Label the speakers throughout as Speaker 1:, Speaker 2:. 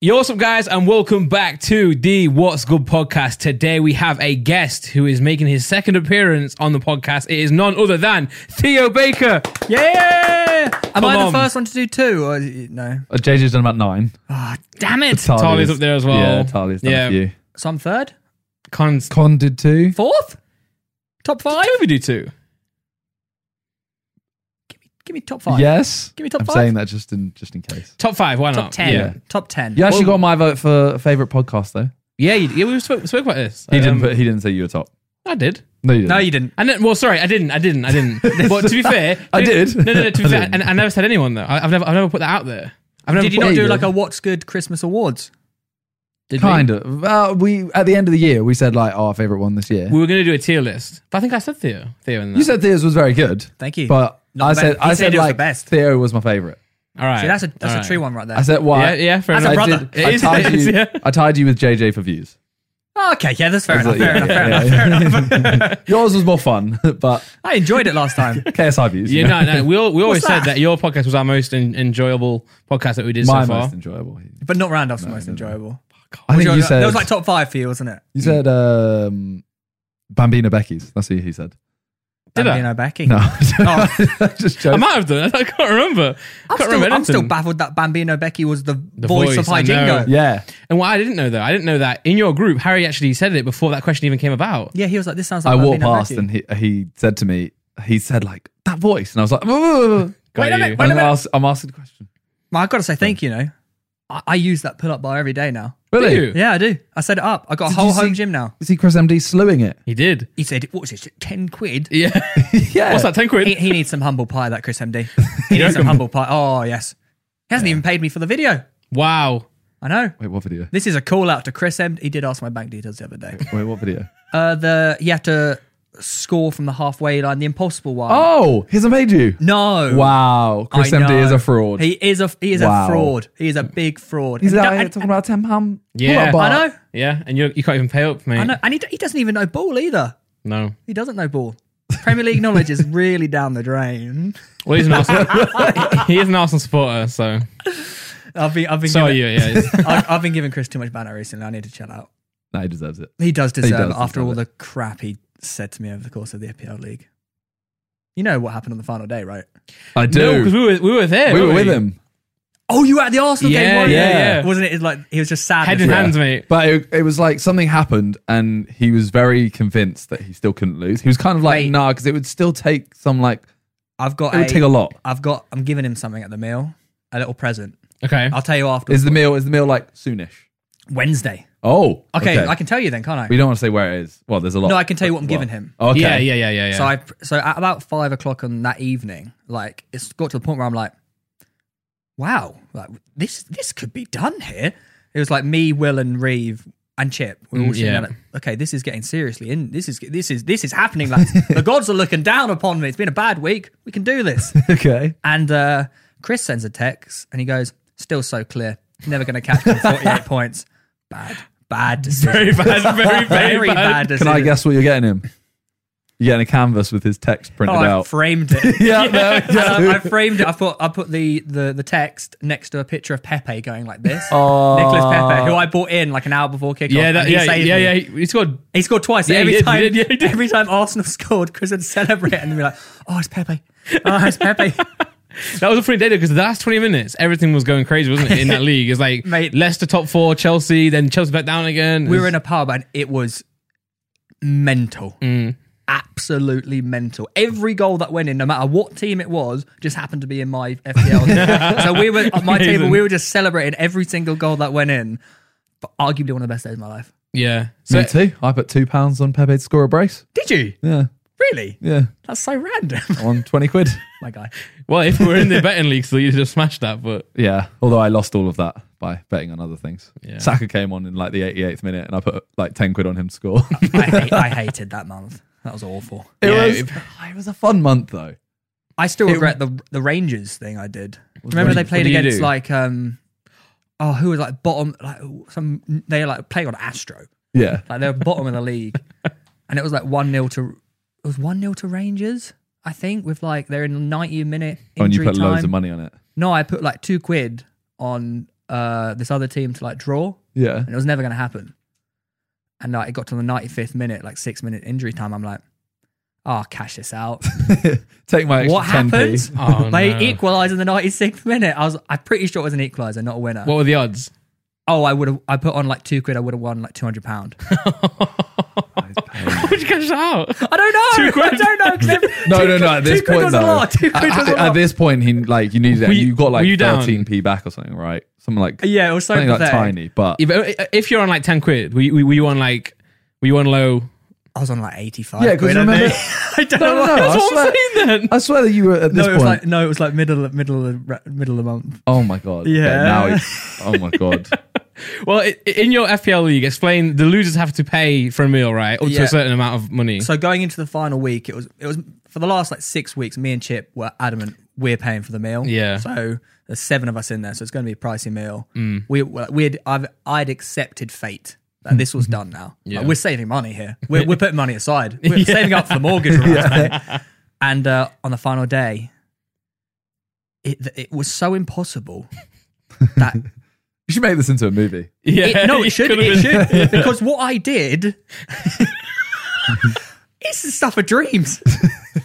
Speaker 1: Yo, what's up, guys, and welcome back to the What's Good podcast. Today we have a guest who is making his second appearance on the podcast. It is none other than Theo Baker. Yeah!
Speaker 2: Am I
Speaker 1: Come
Speaker 2: the
Speaker 1: on.
Speaker 2: first one to do two? Or no?
Speaker 3: Uh, JJ's done about nine.
Speaker 1: Ah,
Speaker 2: Damn it!
Speaker 3: Tali's,
Speaker 1: Tali's up there as well.
Speaker 3: Yeah, Tali's done
Speaker 1: Yeah.
Speaker 3: a few.
Speaker 2: So I'm third,
Speaker 1: Cons-
Speaker 3: Con did two.
Speaker 2: fourth, top five.
Speaker 1: Why do we do two?
Speaker 2: Give me top five.
Speaker 3: Yes.
Speaker 2: Give me top
Speaker 3: I'm
Speaker 2: five.
Speaker 3: saying that just in just in case.
Speaker 1: Top five, why
Speaker 2: Top
Speaker 1: not?
Speaker 2: ten.
Speaker 1: Oh, Yeah,
Speaker 2: Top ten.
Speaker 3: You actually
Speaker 2: Well,
Speaker 3: got my vote for favorite podcast though.
Speaker 1: yeah, you, yeah we spoke, spoke about this.
Speaker 3: He didn't.
Speaker 1: Um,
Speaker 3: But he didn't say you were top.
Speaker 1: I did.
Speaker 3: No, you didn't.
Speaker 2: No, you didn't.
Speaker 1: And then, well, sorry, I didn't, I didn't, I didn't. but to be fair,
Speaker 3: I did.
Speaker 1: No, no, no. To be
Speaker 3: I
Speaker 1: fair,
Speaker 3: didn't.
Speaker 1: I, I never said anyone though. I, I've never, I've never put that out there. I've never
Speaker 2: Did you
Speaker 1: put-
Speaker 2: not
Speaker 3: Yeah,
Speaker 2: do
Speaker 3: you
Speaker 2: like
Speaker 3: did.
Speaker 2: a What's Good Christmas Awards?
Speaker 1: Did we?
Speaker 3: kind of. Well, we at the end of the year we said like oh, our favorite one this year.
Speaker 1: We were going to do a tier list, but I think I said Theo. Theo in that.
Speaker 3: you said Theo's was very good,
Speaker 2: Thank you.
Speaker 3: but
Speaker 2: Not
Speaker 3: I
Speaker 2: the
Speaker 3: said
Speaker 2: best. He
Speaker 3: I
Speaker 2: said
Speaker 3: said
Speaker 2: it was the
Speaker 3: like
Speaker 2: best.
Speaker 3: Theo was my favorite.
Speaker 1: All right.
Speaker 2: See, that's a that's
Speaker 1: All
Speaker 2: a
Speaker 1: right.
Speaker 2: true one right there.
Speaker 3: I said why?
Speaker 1: Yeah, yeah, fair
Speaker 2: As a
Speaker 1: enough.
Speaker 3: I,
Speaker 2: brother.
Speaker 3: did-
Speaker 1: It
Speaker 3: I
Speaker 1: is-
Speaker 3: tied
Speaker 1: it is,
Speaker 3: you.
Speaker 1: yeah.
Speaker 3: I tied you with JJ for views.
Speaker 2: Oh, okay, yeah, that's fair
Speaker 3: I was
Speaker 2: enough. fair
Speaker 3: like, yeah,
Speaker 2: enough.
Speaker 3: yeah,
Speaker 2: Fair
Speaker 3: yeah.
Speaker 2: enough.
Speaker 3: Yours was more fun, but
Speaker 2: I enjoyed it last time.
Speaker 3: KSI views.
Speaker 1: Yeah,
Speaker 3: you
Speaker 1: no, no. We, all, we always
Speaker 2: that?
Speaker 1: said that your podcast was our most en- enjoyable podcast that we did
Speaker 3: my
Speaker 1: so far.
Speaker 3: most enjoyable.
Speaker 2: But not Randolph's most enjoyable.
Speaker 3: I think
Speaker 2: Yours-
Speaker 3: you said
Speaker 2: that was like top five for you, wasn't it?
Speaker 3: You said um, Bambina Becky's. That's who he said.
Speaker 1: Did I?
Speaker 2: Bambino Becky.
Speaker 3: No,
Speaker 2: Oh.
Speaker 3: just
Speaker 1: I
Speaker 3: joking.
Speaker 1: might have done. I can't remember.
Speaker 2: I'm
Speaker 1: can't
Speaker 2: still,
Speaker 1: remember
Speaker 2: I'm still
Speaker 1: anything.
Speaker 2: baffled that Bambino Becky was the, voice,
Speaker 1: voice,
Speaker 2: of
Speaker 1: I know.
Speaker 2: Hijingo.
Speaker 3: Yeah,
Speaker 1: And what I didn't know though, I didn't know that in your group, Harry actually said it before that question even came about.
Speaker 2: Yeah, he was like, "This sounds
Speaker 3: I
Speaker 2: like."
Speaker 3: walked
Speaker 2: Bambino
Speaker 3: past
Speaker 2: Becky.
Speaker 3: and he he said to me, he said like that voice, and I was like, "Whoa."
Speaker 1: Got
Speaker 2: Wait a
Speaker 1: you.
Speaker 2: minute, wait
Speaker 3: and then I was, I'm asking the question.
Speaker 2: Well, I've got to say thank you, know. I, I use that pull up bar every day now.
Speaker 3: Really?
Speaker 1: you?
Speaker 2: Yeah, I do. I set it up. I got a
Speaker 3: Did
Speaker 2: whole
Speaker 3: you see-
Speaker 2: home gym now.
Speaker 3: You see Chris MD slewing it.
Speaker 1: He did.
Speaker 2: He said, what was it, 10 quid?
Speaker 1: Yeah.
Speaker 3: Yeah.
Speaker 1: What's that? Ten quid.
Speaker 2: He, he needs some humble pie, that Chris MD. He needs some
Speaker 1: reckon?
Speaker 2: humble pie. Oh, yes. He hasn't even paid me for the video.
Speaker 1: wow.
Speaker 2: I know.
Speaker 3: Wait, what video?
Speaker 2: This is a call out to Chris MD. He did ask my bank details the other day.
Speaker 3: Wait, what video?
Speaker 2: Uh, the He had to score from the halfway line, the impossible one.
Speaker 3: Oh, he's a made you.
Speaker 2: No.
Speaker 3: Wow,
Speaker 2: I
Speaker 3: Chris MD is
Speaker 2: know.
Speaker 3: a fraud.
Speaker 2: He is a he is
Speaker 3: Wow.
Speaker 2: a fraud. He is a big fraud.
Speaker 3: he's
Speaker 2: And
Speaker 3: out
Speaker 2: he
Speaker 3: here
Speaker 2: don't-
Speaker 3: talking about ten pound.
Speaker 1: Yeah.
Speaker 2: I know.
Speaker 1: Yeah, and you you can't even pay up, mate.
Speaker 2: I know. And he, he doesn't even know ball either.
Speaker 1: No.
Speaker 2: He doesn't know ball. Premier League knowledge is really down the drain.
Speaker 1: Well, he's an Arsenal. he is an Arsenal supporter, so
Speaker 2: I've been, I've been,
Speaker 1: so are
Speaker 2: giving,
Speaker 1: you. Yeah. it's-
Speaker 2: I've, I've been giving Chris too much banter recently. I need to chill out.
Speaker 3: No, he deserves it.
Speaker 2: He does deserve it
Speaker 3: does
Speaker 2: after all the
Speaker 3: deserve
Speaker 2: crap he said to me over the course of the EPL League. You know what happened on the final day, right?
Speaker 3: I
Speaker 1: No,
Speaker 3: do.
Speaker 1: because we were we were there.
Speaker 3: we were
Speaker 1: weren't
Speaker 3: with him,
Speaker 2: Oh, you were at the Arsenal
Speaker 1: Yeah,
Speaker 2: game, weren't you?
Speaker 1: yeah, yeah.
Speaker 2: Wasn't it? It's Like he was just sad.
Speaker 1: Head in hand. hands, mate.
Speaker 3: But it, it was like something happened, and he was very convinced that he still couldn't lose. He was kind of like,
Speaker 2: Wait.
Speaker 3: nah, because it would still take some like
Speaker 2: I've got.
Speaker 3: it would take
Speaker 2: A,
Speaker 3: a lot.
Speaker 2: I've got. I'm giving him something at the meal. A little present.
Speaker 1: Okay.
Speaker 2: I'll tell you after
Speaker 3: Is the meal is the meal like soonish?
Speaker 2: Wednesday.
Speaker 3: Oh,
Speaker 2: Okay, I can tell you then, can't I?
Speaker 3: We don't want to say where it is. Well, there's a lot.
Speaker 2: No, I can tell you what I'm
Speaker 3: Well,
Speaker 2: giving him.
Speaker 3: Okay.
Speaker 1: Yeah, yeah, yeah, yeah, yeah.
Speaker 2: So I so at about five o'clock on that evening, like it's got to the point where I'm like, wow, like this this could be done here. It was like me, Will, and Reeve and Chip. We were all
Speaker 1: Mm,
Speaker 2: sitting
Speaker 1: yeah.
Speaker 2: there like, okay, this is getting seriously in. This is this is this is happening. Like the gods are looking down upon me. It's been a bad week. We can do this.
Speaker 3: Okay.
Speaker 2: And uh, Chris sends a text and he goes, still so clear. Never going to catch them. 48 points. Bad, bad decision.
Speaker 1: very bad. Very very,
Speaker 2: Very bad
Speaker 1: bad.
Speaker 2: decision.
Speaker 3: Can I guess what you're getting him? You're getting a canvas with his text printed
Speaker 2: Oh, I
Speaker 3: out.
Speaker 2: framed it.
Speaker 3: yeah. there we
Speaker 2: Um, I, I
Speaker 3: go.
Speaker 2: framed it. I put I put the, the the text next to a picture of Pepe going like this.
Speaker 3: Oh.
Speaker 2: Nicholas Pepe, who I bought in like an hour before kickoff.
Speaker 1: Yeah,
Speaker 2: and
Speaker 1: that,
Speaker 2: he
Speaker 1: yeah,
Speaker 2: saved
Speaker 1: yeah,
Speaker 2: me.
Speaker 1: yeah. He, he scored.
Speaker 2: He scored twice.
Speaker 1: Yeah, he
Speaker 2: every
Speaker 1: did, he
Speaker 2: time,
Speaker 1: did, yeah, he did.
Speaker 2: every time Arsenal scored, Chris would celebrate and be like, "Oh, it's Pepe. Oh, it's Pepe."
Speaker 1: That was a funny day though, because the last twenty minutes, everything was going crazy, wasn't it? In that league, it's like
Speaker 2: Mate.
Speaker 1: Leicester top four, Chelsea, then Chelsea back down again.
Speaker 2: we were in a pub and it was mental.
Speaker 1: Mm.
Speaker 2: Absolutely mental. Every goal that went in, no matter what team it was, just happened to be in my FPL. so we were on my
Speaker 1: Amazing.
Speaker 2: table, we were just celebrating every single goal that went in. But arguably one of the best days of my life.
Speaker 1: yeah. So
Speaker 3: Me too. I put two pounds on Pepe to score a brace.
Speaker 2: Did you?
Speaker 3: Yeah.
Speaker 2: Really?
Speaker 3: Yeah.
Speaker 2: That's so random.
Speaker 3: On twenty quid.
Speaker 2: my guy.
Speaker 1: well, if we were in the betting league, so you'd have smashed that. But
Speaker 3: Yeah. Although I lost all of that by betting on other things.
Speaker 1: Yeah.
Speaker 3: Saka came on in like the 88th minute, and I put like ten quid on him to score.
Speaker 2: I, hate, I hated that month. That was awful.
Speaker 3: it
Speaker 1: Yeah,
Speaker 3: was.
Speaker 1: it-
Speaker 3: It was a fun month though.
Speaker 2: I still
Speaker 3: It-
Speaker 2: regret the the Rangers thing I did. Remember
Speaker 3: what
Speaker 2: they
Speaker 3: do you-
Speaker 2: played
Speaker 1: what do you
Speaker 2: against
Speaker 1: do?
Speaker 2: like um oh who was like bottom like some they like played on Astro.
Speaker 3: Yeah.
Speaker 2: Like they were bottom of the league. And it was like one 0 to it was one 0 to Rangers, I think, with like they're in ninety minute
Speaker 3: Oh, and you
Speaker 2: injury
Speaker 3: put
Speaker 2: time.
Speaker 3: loads of money on it.
Speaker 2: No, I put like two quid on uh, this other team to like draw,
Speaker 3: Yeah.
Speaker 2: and it was never going to happen. And like, it got to the 95th minute, like six minute injury time. I'm like, oh, cash this out.
Speaker 3: Take my extra
Speaker 2: what
Speaker 3: 10p.
Speaker 2: happened?
Speaker 1: Oh,
Speaker 2: they
Speaker 1: no.
Speaker 2: equalised in the 96th minute. I was, I'm pretty sure it was an equaliser, not a winner.
Speaker 1: What were the odds?
Speaker 2: oh, I would have, I put on like two quid. I would have won like 200 pound.
Speaker 1: How would you cash out?
Speaker 2: I don't know.
Speaker 1: Two quid.
Speaker 2: I don't know. 'cause every-
Speaker 3: No,
Speaker 2: two
Speaker 3: no,
Speaker 2: quid-
Speaker 3: no. At this
Speaker 2: two quid
Speaker 3: point,
Speaker 2: was
Speaker 3: though,
Speaker 2: a lot. Two
Speaker 3: at,
Speaker 2: quid was a
Speaker 3: at- at
Speaker 2: lot.
Speaker 3: this point, he like you needed it.
Speaker 1: Were you-
Speaker 3: you, got like
Speaker 1: were you down?
Speaker 3: 13p back or something, right? Something like
Speaker 2: yeah, it was so
Speaker 3: something like
Speaker 2: pathetic.
Speaker 3: tiny, but
Speaker 1: If, uh, if you're on like 10 quid, were you, were you on like, were you on low?
Speaker 2: I was on like 85
Speaker 3: Yeah, 'cause
Speaker 2: quid. I
Speaker 3: remember-
Speaker 2: think. I don't
Speaker 3: No,
Speaker 2: know.
Speaker 3: no,
Speaker 2: why.
Speaker 3: no,
Speaker 1: That's
Speaker 3: I
Speaker 1: what I'm
Speaker 3: swear-
Speaker 1: saying then.
Speaker 3: I swear that you were at this
Speaker 2: no, it
Speaker 3: point.
Speaker 2: was like no, it was like middle of middle of ra- middle of the month.
Speaker 3: oh my god!
Speaker 2: Yeah.
Speaker 3: now it's oh my god.
Speaker 1: Well, i- in your FPL league, explain the losers have to pay for a meal, right? Up to
Speaker 2: Yeah.
Speaker 1: a certain amount of money.
Speaker 2: So going into the final week, it was it was for the last like six weeks. Me and Chip were adamant we're paying for the meal.
Speaker 1: Yeah.
Speaker 2: So there's seven of us in there, so it's going to be a pricey meal.
Speaker 1: Mm.
Speaker 2: We we had I've I'd accepted fate that this was done now.
Speaker 1: Yeah.
Speaker 2: Like, we're saving money here. We're, we're putting money aside. We're saving up for the mortgage. Right? And uh, on the final day, it it was so impossible that
Speaker 3: You should make this into a movie.
Speaker 1: yeah,
Speaker 2: it, no, it should.
Speaker 1: could've
Speaker 2: It
Speaker 1: been-
Speaker 2: should. Because what I did, it's the stuff of dreams.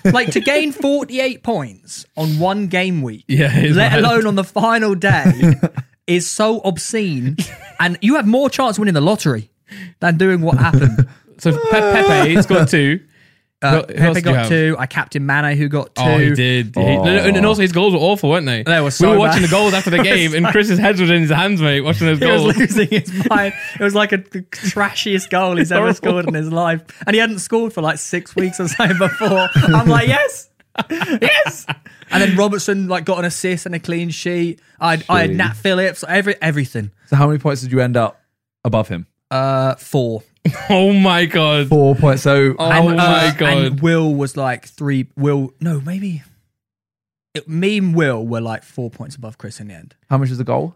Speaker 2: like to gain 48 points on one game week,
Speaker 1: Yeah, it's
Speaker 2: let
Speaker 1: wild.
Speaker 2: alone on the final day, is so obscene. And you have more chance of winning the lottery than doing what happened.
Speaker 1: So Pe- Pepe scored two.
Speaker 2: Uh,
Speaker 1: Who- who else
Speaker 2: Pepe
Speaker 1: did you
Speaker 2: got
Speaker 1: have?
Speaker 2: two. I captain Mane, who got two.
Speaker 1: Oh, he did. He- no, no, and and also his goals were awful, weren't they?
Speaker 2: They were so
Speaker 1: we were watching
Speaker 2: bad.
Speaker 1: the goals after the game, and Chris's head was in his hands, mate, watching those
Speaker 2: He
Speaker 1: goals.
Speaker 2: was losing his mind. It was like a, the trashiest goal he's ever
Speaker 1: Horrible.
Speaker 2: scored in his life. And he hadn't scored for like six weeks or something before. I'm like, yes, yes. And then Robertson like got an assist and a clean sheet. I I had
Speaker 3: Jeez.
Speaker 2: Nat Phillips, every everything.
Speaker 3: So how many points did you end up above him?
Speaker 2: Uh, four.
Speaker 1: oh my god!
Speaker 3: Four points. So
Speaker 1: Oh
Speaker 2: And,
Speaker 1: my
Speaker 2: uh,
Speaker 1: god!
Speaker 2: And Will was like three. Will no, maybe. It, me and Will were like four points above Chris in the end.
Speaker 3: how much is the goal?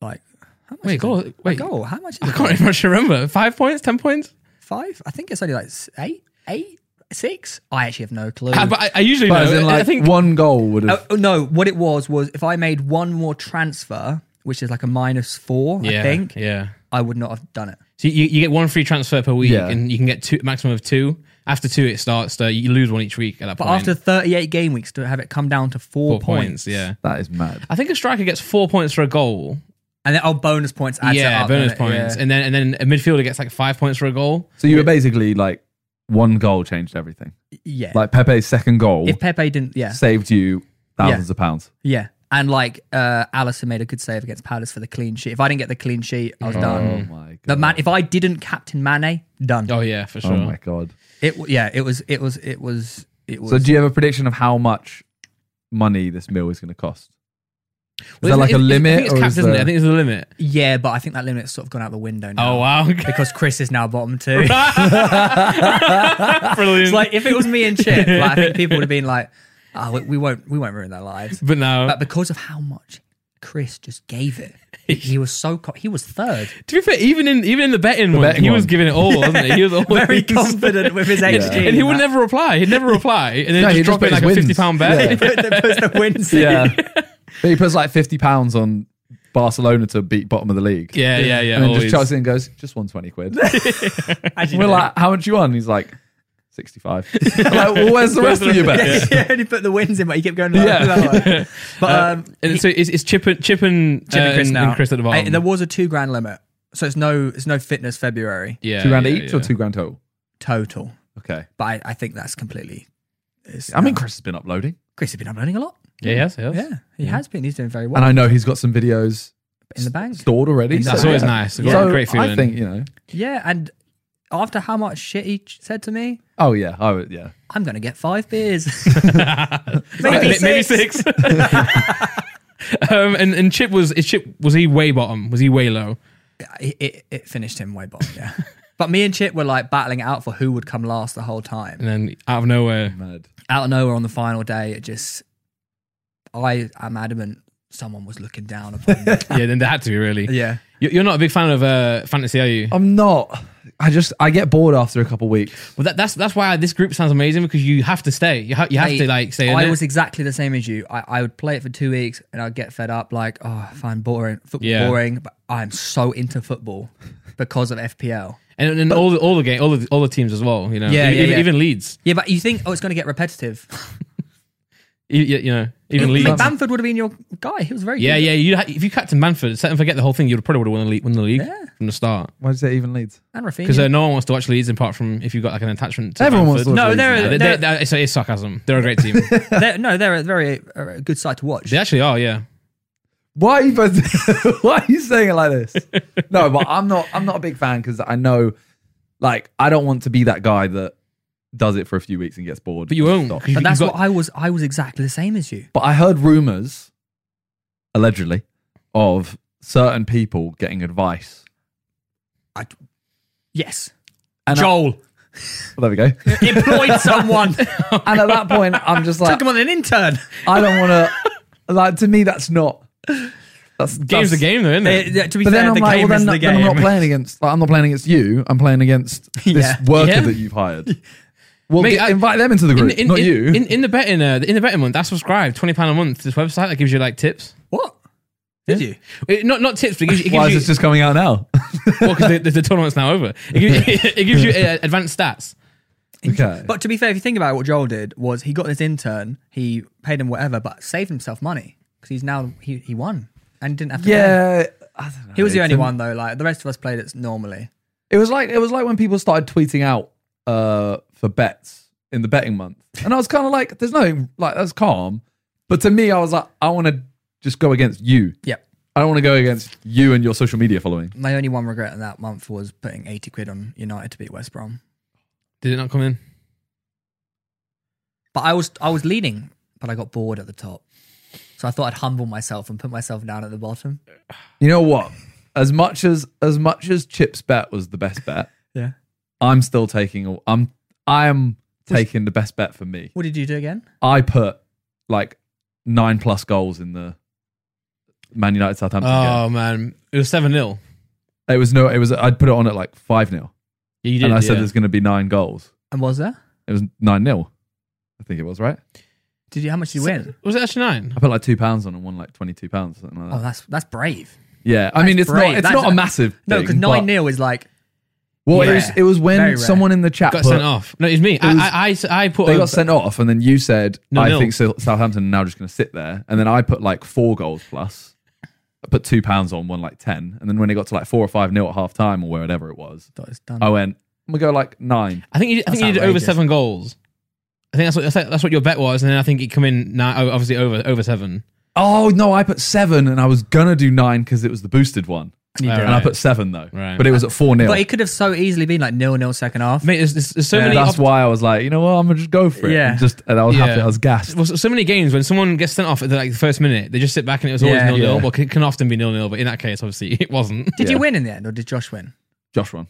Speaker 2: Like, how much
Speaker 1: Wait,
Speaker 2: is
Speaker 1: goal-
Speaker 2: it?
Speaker 1: wait.
Speaker 2: A goal. How much? Is
Speaker 1: I
Speaker 2: it?
Speaker 1: can't even much remember. Five points, ten points.
Speaker 2: five. I think it's only like s- eight, eight, six. I actually have no clue.
Speaker 1: I, but I, I usually
Speaker 3: But
Speaker 1: know.
Speaker 3: as in, like
Speaker 1: I think
Speaker 3: one goal would
Speaker 1: uh,
Speaker 3: have.
Speaker 2: Oh, oh, no, what it was was if I made one more transfer, which is like a minus four,
Speaker 1: yeah,
Speaker 2: I think,
Speaker 1: yeah.
Speaker 2: I would not have done it.
Speaker 1: So you, you get one free transfer per week,
Speaker 3: Yeah.
Speaker 1: and you can get two maximum of two. After two, it starts to you lose one each week at that
Speaker 2: But
Speaker 1: point.
Speaker 2: after 38 game weeks, to have it come down to
Speaker 1: four
Speaker 2: four,
Speaker 1: points, yeah.
Speaker 3: that is mad.
Speaker 1: I think a striker gets four points for a goal.
Speaker 2: And then, oh, bonus points adds it
Speaker 1: yeah,
Speaker 2: up,
Speaker 1: bonus
Speaker 2: doesn't it?
Speaker 1: points,
Speaker 2: Yeah.
Speaker 1: and then and then a midfielder gets like five points for a goal.
Speaker 3: So you were basically like one goal changed everything.
Speaker 2: Yeah.
Speaker 3: Like Pepe's second goal
Speaker 2: if Pepe didn't, yeah.
Speaker 3: saved you thousands of pounds.
Speaker 2: Yeah. And like uh, Allison made a good save against Palace for the clean sheet. If I didn't get the clean sheet, I was
Speaker 3: Oh
Speaker 2: done.
Speaker 3: my god.
Speaker 2: The man, if I didn't captain Mane, done.
Speaker 1: Oh yeah, for sure.
Speaker 3: oh my god.
Speaker 2: It w- yeah, it was it was it was it was.
Speaker 3: So do you have a prediction of how much money this meal is going to cost? Is
Speaker 1: Well,
Speaker 3: there like a
Speaker 1: it's- it's- I
Speaker 3: limit?
Speaker 1: think it's
Speaker 3: or
Speaker 1: capped,
Speaker 3: is
Speaker 1: isn't it?
Speaker 3: there-
Speaker 1: I think it's a limit.
Speaker 2: Yeah, but I think that limit's sort of gone out the window now.
Speaker 1: Oh wow,
Speaker 2: Because Chris is now bottom two.
Speaker 1: brilliant!
Speaker 2: it's like if it was me and Chip, like, I think people would have been like, "Oh, we, we won't, we won't ruin their lives."
Speaker 1: but now,
Speaker 2: But because of how much Chris just gave it, he, he was so co- he was third,
Speaker 1: to be fair, even in even in the betting one,
Speaker 3: betting
Speaker 1: he was
Speaker 3: one.
Speaker 1: giving it all, wasn't he? He was always
Speaker 2: very confident with his
Speaker 1: And,
Speaker 2: XG,
Speaker 1: Oh, and he would
Speaker 2: That-
Speaker 1: never reply. He'd never reply, and then
Speaker 3: No,
Speaker 1: just
Speaker 3: he'd just
Speaker 1: drop
Speaker 3: put
Speaker 1: it like
Speaker 3: his
Speaker 1: a fifty
Speaker 3: wins.
Speaker 1: pound bet.
Speaker 3: Yeah.
Speaker 2: put the, puts the wins in.
Speaker 3: yeah. but he puts like fifty pounds on Barcelona to beat bottom of the league.
Speaker 1: Yeah, yeah, yeah.
Speaker 3: And then
Speaker 1: always.
Speaker 3: just chucks in and goes, just won twenty quid.
Speaker 2: Actually,
Speaker 3: We're
Speaker 2: no.
Speaker 3: like, how much you won? He's like, sixty five. like, well, where's the rest of your bet?
Speaker 2: yeah, and he put the wins in, but he kept going. Lower,
Speaker 3: Yeah.
Speaker 2: lower. But um,
Speaker 1: Uh, and so it's, it's Chip and Chip and,
Speaker 2: Chip
Speaker 1: uh,
Speaker 2: and Chris
Speaker 1: and,
Speaker 2: now.
Speaker 1: and Chris at the
Speaker 2: I-
Speaker 1: bottom.
Speaker 2: there was a two grand limit, so it's no, it's no fitness February
Speaker 1: yeah,
Speaker 3: Two grand
Speaker 1: yeah,
Speaker 3: each
Speaker 1: yeah.
Speaker 3: or two grand total?
Speaker 2: total.
Speaker 3: Okay.
Speaker 2: But I, I think that's completely. it's-
Speaker 3: I mean,
Speaker 2: no.
Speaker 3: Chris has been uploading,
Speaker 2: Chris has been uploading a lot.
Speaker 1: Yeah, yes, yes.
Speaker 2: Yeah, he has been. He's doing very well
Speaker 3: and I know he's got some videos
Speaker 2: in the bank.
Speaker 3: stored already.
Speaker 2: That's
Speaker 1: That's
Speaker 2: So,
Speaker 1: always
Speaker 3: yeah.
Speaker 1: nice. Got a
Speaker 3: So
Speaker 1: great feeling.
Speaker 3: I think you know.
Speaker 2: Yeah, and after how much shit he ch- said to me,
Speaker 3: Oh yeah, I would, yeah.
Speaker 2: I'm gonna get five beers.
Speaker 1: Ma-
Speaker 2: maybe,
Speaker 1: ma-
Speaker 2: six.
Speaker 1: maybe six. um, and, and Chip was is Chip was he way bottom? Was he way low?
Speaker 2: It, it, it finished him way bottom. Yeah, but me and Chip were like battling it out for who would come last the whole time.
Speaker 1: And then out of nowhere,
Speaker 3: Mad.
Speaker 2: Out of nowhere on the final day, it just I am adamant someone was looking down upon me.
Speaker 1: yeah, then there had to be really.
Speaker 2: yeah,
Speaker 1: You- You're not a big fan of uh, fantasy, are you?
Speaker 3: I'm not. I just I get bored after a couple weeks.
Speaker 1: But that, that's that's why this group sounds amazing because you have to stay. You, ha- you have
Speaker 2: Mate,
Speaker 1: to like stay. In
Speaker 2: I
Speaker 1: it.
Speaker 2: was exactly the same as you. I, I would play it for two weeks and I'd get fed up, like, oh, I find boring, football
Speaker 1: Yeah.
Speaker 2: boring. But I'm so into football because of FPL.
Speaker 1: and and all the all the game, all the all the teams as well. You know, E-,
Speaker 2: Yeah,
Speaker 1: even,
Speaker 2: yeah,
Speaker 1: even-
Speaker 2: yeah.
Speaker 1: even Leeds,
Speaker 2: Yeah, but you think, oh, it's going to get repetitive.
Speaker 1: you, you- E, you know, even
Speaker 2: Like,
Speaker 1: Leeds.
Speaker 2: Bamford would have been your guy. He was very
Speaker 1: yeah,
Speaker 2: good.
Speaker 1: yeah. You ha- if you captain Manford, set and forget the whole thing, you would probably would have won the league, won the league
Speaker 2: Yeah.
Speaker 1: from the start
Speaker 3: Why does it even lead?
Speaker 2: And
Speaker 1: because
Speaker 2: Rafinha.
Speaker 1: uh, no one wants to watch Leeds apart from if you've got like an attachment. to
Speaker 3: Everyone wants
Speaker 1: Manford.
Speaker 3: to watch
Speaker 2: No,
Speaker 3: Leeds
Speaker 2: they're-
Speaker 3: now.
Speaker 1: No, they- they- they- it's, it's sarcasm. They're a great team.
Speaker 2: They're- no, they're a very uh, a good side to watch.
Speaker 1: they actually are. Yeah.
Speaker 3: Why are you both, why are you saying it like this? No, but I'm not I'm not a big fan because I know like I don't want to be that guy that does it for a few weeks and gets bored.
Speaker 1: But you won't,
Speaker 3: and stops.
Speaker 1: 'cause you-
Speaker 2: But that's
Speaker 1: you've got-
Speaker 2: what I was. I was exactly the same as you.
Speaker 3: But I heard rumors, allegedly, of certain people getting advice.
Speaker 2: I, yes,
Speaker 3: And I-
Speaker 2: Joel
Speaker 3: well, there we go.
Speaker 2: employed someone.
Speaker 3: and at that point, I'm just like,
Speaker 2: Took him on an intern.
Speaker 3: I don't want to. Like to me, that's not. That's
Speaker 1: Game's
Speaker 3: that's,
Speaker 1: the game, though, isn't
Speaker 2: Uh,
Speaker 1: it?
Speaker 2: to be
Speaker 3: But then
Speaker 2: fair,
Speaker 3: I'm
Speaker 2: the
Speaker 3: like,
Speaker 2: game
Speaker 3: well,
Speaker 2: is
Speaker 3: then,
Speaker 2: the
Speaker 3: then I'm not
Speaker 2: game.
Speaker 3: playing against. Like, I'm not playing against you. I'm playing against this
Speaker 2: Yeah.
Speaker 3: worker
Speaker 1: Yeah.
Speaker 3: that you've hired. Well,
Speaker 1: Mate,
Speaker 3: get-
Speaker 1: I-
Speaker 3: invite them into the group,
Speaker 1: in,
Speaker 3: not
Speaker 1: in,
Speaker 3: you.
Speaker 1: In, in the betting, uh, in the betting month, I subscribe twenty pound a month to this website that gives you like tips.
Speaker 2: What did you?
Speaker 1: It, not not tips, but it gives, you- it gives
Speaker 3: Why is
Speaker 1: you
Speaker 3: this just coming out now?
Speaker 1: well, 'cause the, the, the tournament's now over. It gives, it gives you uh, advanced stats.
Speaker 3: okay.
Speaker 2: But to be fair, if you think about it, what Joel did was he got this intern, he paid him whatever, but saved himself money because he's now he, he won and didn't have to. pay.
Speaker 3: yeah, I don't know.
Speaker 2: he was the
Speaker 3: It's
Speaker 2: only
Speaker 3: an-
Speaker 2: one though. Like the rest of us played it normally.
Speaker 3: It was like it was like when people started tweeting out uh, for bets in the betting month, and I was kind of like, "There's nothing like that's calm." But to me, I was like, "I want to just go against you.
Speaker 2: Yep.
Speaker 3: I don't want to go against you and your social media following."
Speaker 2: My only one regret in that month was putting eighty quid on United to beat West Brom.
Speaker 1: Did it not come in?
Speaker 2: But I was I was leading, but I got bored at the top. So I thought I'd humble myself and put myself down at the bottom.
Speaker 3: You know what? As much as as much as Chip's bet was the best bet,
Speaker 2: Yeah.
Speaker 3: I'm still taking. all- I'm I am taking the best bet for me.
Speaker 2: What did you do again?
Speaker 3: I put like nine plus goals in the Man United Southampton
Speaker 1: Oh man, it was seven 0
Speaker 3: game. It was no. It was I'd put it on at like five 0
Speaker 1: Yeah, you did.
Speaker 3: and I said
Speaker 1: yeah.
Speaker 3: there's going to be nine goals.
Speaker 2: And was there?
Speaker 3: It was nine 0 I think it was right.
Speaker 2: Did you? How much did you win?
Speaker 1: was it actually nine?
Speaker 3: I put like two pounds on and won like twenty two pounds something like that.
Speaker 2: Oh, that's that's brave.
Speaker 3: yeah, I mean it's
Speaker 2: brave.
Speaker 3: not it's
Speaker 2: That's
Speaker 3: not a
Speaker 2: a-
Speaker 3: massive
Speaker 2: No,
Speaker 3: thing,
Speaker 2: because nine
Speaker 3: but-
Speaker 2: 0 is like
Speaker 3: Well,
Speaker 2: Yeah.
Speaker 3: it was it was
Speaker 2: Very rare.
Speaker 3: when someone in the chat
Speaker 1: Got
Speaker 3: put-
Speaker 1: sent off. No, it was me. I,
Speaker 3: was-
Speaker 1: I, I I put.
Speaker 3: They
Speaker 1: a-
Speaker 3: got sent off, and then you said,
Speaker 1: No,
Speaker 3: "I
Speaker 1: no.
Speaker 3: think Sou- Southampton are now just going to sit there." And then I put like four goals plus. I put two pounds on one, like ten, and then when it got to like four or five nil at half time or wherever it was,
Speaker 2: thought it's done.
Speaker 3: I went, "I'm gonna go like nine.
Speaker 1: I think you, I think
Speaker 2: That's
Speaker 1: you did over
Speaker 2: outrageous.
Speaker 1: seven goals. I think that's what that's- that's what your bet was, and then I think it come in nine, oh, obviously over over seven.
Speaker 3: Oh no, I put seven, and I was gonna do nine because it was the boosted one,
Speaker 2: You
Speaker 1: All
Speaker 2: did.
Speaker 1: right.
Speaker 3: and I put seven though,
Speaker 1: Right.
Speaker 3: but it was at four nil.
Speaker 2: But it could have so easily been like nil nil second half.
Speaker 1: Mate, there's, there's, there's so many. op-
Speaker 3: That's why I was like, you know what, I'm gonna just go for it.
Speaker 2: Yeah.
Speaker 3: And just and I was happy.
Speaker 1: Yeah.
Speaker 3: I was gassed.
Speaker 1: well, so so many games when someone gets sent off at the, like the first minute, they just sit back and it was always
Speaker 2: Yeah.
Speaker 1: nil nil.
Speaker 3: Yeah.
Speaker 1: Well, it can often be nil nil, but in that case, obviously it wasn't
Speaker 2: Did
Speaker 3: Yeah.
Speaker 2: you win in the end, or did Josh win?
Speaker 3: Josh won,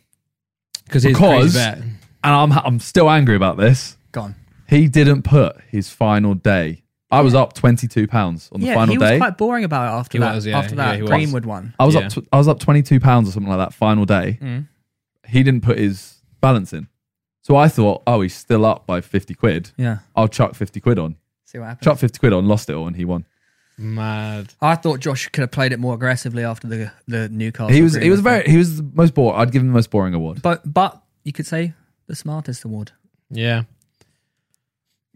Speaker 1: because it's a
Speaker 3: Because-
Speaker 1: crazy bet.
Speaker 3: and I'm I'm still angry about this.
Speaker 2: Gone.
Speaker 3: He didn't put his final day. I was up twenty two pounds on the
Speaker 2: Yeah,
Speaker 3: final
Speaker 2: he was
Speaker 3: day.
Speaker 2: quite boring about it after
Speaker 1: He
Speaker 2: that.
Speaker 1: was, yeah,
Speaker 2: after
Speaker 1: yeah,
Speaker 2: that,
Speaker 1: he was.
Speaker 2: Greenwood won.
Speaker 3: I was
Speaker 1: Yeah. Mm.
Speaker 3: up. Tw- I was up twenty two pounds or something like that. Final day. He didn't put his balance in, so I thought, oh, he's still up by fifty quid.
Speaker 2: Yeah.
Speaker 3: I'll chuck fifty quid on.
Speaker 2: See what happened.
Speaker 3: Chuck fifty quid on. Lost it all, and he won.
Speaker 1: Mad.
Speaker 2: I thought Josh could have played it more aggressively after the the Newcastle.
Speaker 3: He was. He was
Speaker 2: Greenwood
Speaker 3: very. He was the most boring. I'd give him the most boring award.
Speaker 2: thing. But but you could say the smartest award.
Speaker 1: Yeah.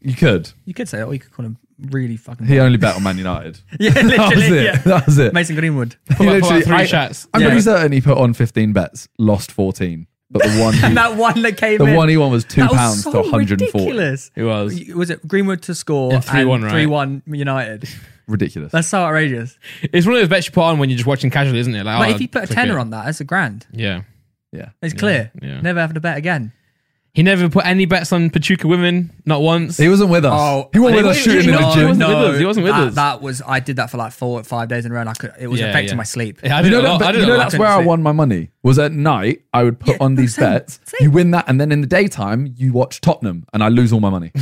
Speaker 3: You could.
Speaker 2: You could say that, or you could call him really fucking.
Speaker 3: He only bet on Man United.
Speaker 2: yeah,
Speaker 3: that was
Speaker 2: literally.
Speaker 3: it.
Speaker 2: Yeah.
Speaker 3: That was it.
Speaker 2: Mason Greenwood.
Speaker 1: Pull out- pull out
Speaker 3: literally-
Speaker 1: three
Speaker 3: I-
Speaker 1: shots.
Speaker 3: I'm
Speaker 2: Yeah.
Speaker 3: pretty certain he put on 15 bets, lost 14, but the one
Speaker 2: And
Speaker 3: he,
Speaker 2: that one that came
Speaker 3: the
Speaker 2: in.
Speaker 3: one he won was two
Speaker 2: that was
Speaker 3: pounds
Speaker 2: so
Speaker 3: to 140.
Speaker 2: ridiculous.
Speaker 1: It was.
Speaker 2: Was it Greenwood to score
Speaker 1: And 3-1, right?
Speaker 2: Three one United.
Speaker 3: Ridiculous.
Speaker 2: That's so outrageous.
Speaker 1: It's one of those bets you put on when you're just watching casually, isn't it? Like,
Speaker 2: But
Speaker 1: oh,
Speaker 2: if you put a
Speaker 1: click
Speaker 2: tenner
Speaker 1: it.
Speaker 2: on that, that's a grand.
Speaker 1: yeah.
Speaker 3: yeah.
Speaker 2: It's clear.
Speaker 1: yeah.
Speaker 2: Never have to bet again.
Speaker 1: He never put any bets on Pachuca women, not once.
Speaker 3: He wasn't with us. Oh, he wasn't
Speaker 2: Oh, I think-
Speaker 3: with us
Speaker 1: he
Speaker 3: shooting in the
Speaker 1: wasn't-
Speaker 3: gym.
Speaker 1: he wasn't with us. He wasn't with
Speaker 2: that,
Speaker 1: us.
Speaker 2: That was I did that for like four, five days in a row. And I could. It was
Speaker 1: Yeah,
Speaker 2: affecting
Speaker 1: yeah.
Speaker 2: my sleep.
Speaker 1: Yeah, I
Speaker 3: You
Speaker 1: did
Speaker 3: know,
Speaker 1: it a
Speaker 3: that,
Speaker 1: lot. I
Speaker 3: bet-
Speaker 1: did
Speaker 3: you
Speaker 1: it a
Speaker 3: know
Speaker 1: lot.
Speaker 3: that's
Speaker 2: couldn't
Speaker 3: where I
Speaker 2: see.
Speaker 3: won my money. Was at night I would put
Speaker 2: Yeah,
Speaker 3: on
Speaker 2: no,
Speaker 3: these
Speaker 2: same,
Speaker 3: bets.
Speaker 2: same.
Speaker 3: You win that, and then in the daytime you watch Tottenham, and I lose all my money.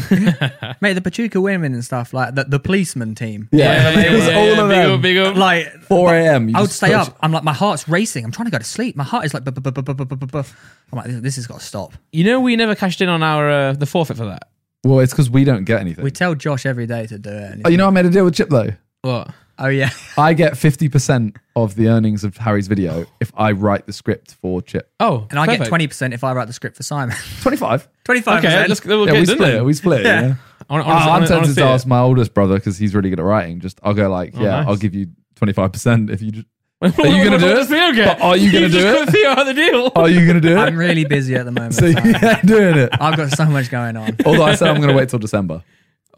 Speaker 2: Mate, the Pachuca women and stuff like the, the policeman team.
Speaker 1: Yeah, yeah,
Speaker 3: it was
Speaker 1: yeah,
Speaker 3: all
Speaker 1: yeah,
Speaker 3: of
Speaker 1: big up,
Speaker 3: them.
Speaker 1: big up.
Speaker 2: Like
Speaker 3: 4 a.m. you
Speaker 2: I would
Speaker 3: just
Speaker 2: stay
Speaker 3: touch-
Speaker 2: up. I'm like my heart's racing. I'm trying to go to sleep. My heart is like. bu- bu- bu- bu- bu- bu- bu- bu- I'm like, this, this has got to stop.
Speaker 1: You know, we never cashed in on our uh, the forfeit for that.
Speaker 3: Well, it's because we don't get anything.
Speaker 2: We tell Josh every day to do it. and he's-
Speaker 3: oh, you know, I made a deal with Chip though.
Speaker 1: What?
Speaker 2: oh yeah,
Speaker 3: I get fifty percent of the earnings of Harry's video if I write the script for Chip.
Speaker 1: Oh,
Speaker 2: and I get
Speaker 1: perfect.
Speaker 2: twenty percent if I write the script for Simon.
Speaker 3: Twenty-five.
Speaker 2: Twenty five
Speaker 1: Okay,
Speaker 2: percent.
Speaker 1: let's we'll get
Speaker 3: Yeah, we
Speaker 1: it done
Speaker 3: split.
Speaker 1: then.
Speaker 3: it, We split. it,
Speaker 2: Yeah.
Speaker 3: Yeah.
Speaker 1: I wanna- I wanna- I
Speaker 3: I- I'm
Speaker 1: wanna- I wanna
Speaker 3: tempted
Speaker 1: see
Speaker 3: to
Speaker 1: it.
Speaker 3: ask my oldest brother because he's really good at writing. Just I'll go like, yeah,
Speaker 1: nice.
Speaker 3: I'll give you twenty-five percent if you. Just,
Speaker 1: What-
Speaker 3: you gonna
Speaker 1: what
Speaker 3: do
Speaker 1: does
Speaker 3: it?
Speaker 1: Theo get?
Speaker 3: But are you gonna
Speaker 1: just
Speaker 3: do it?
Speaker 1: cut Theo out of the deal.
Speaker 3: are Oh, you gonna do
Speaker 2: I'm
Speaker 3: it?
Speaker 2: really busy at the moment.
Speaker 3: So
Speaker 2: so
Speaker 3: yeah, doing it.
Speaker 2: I've got so much going on.
Speaker 3: Although I said I'm gonna wait till December.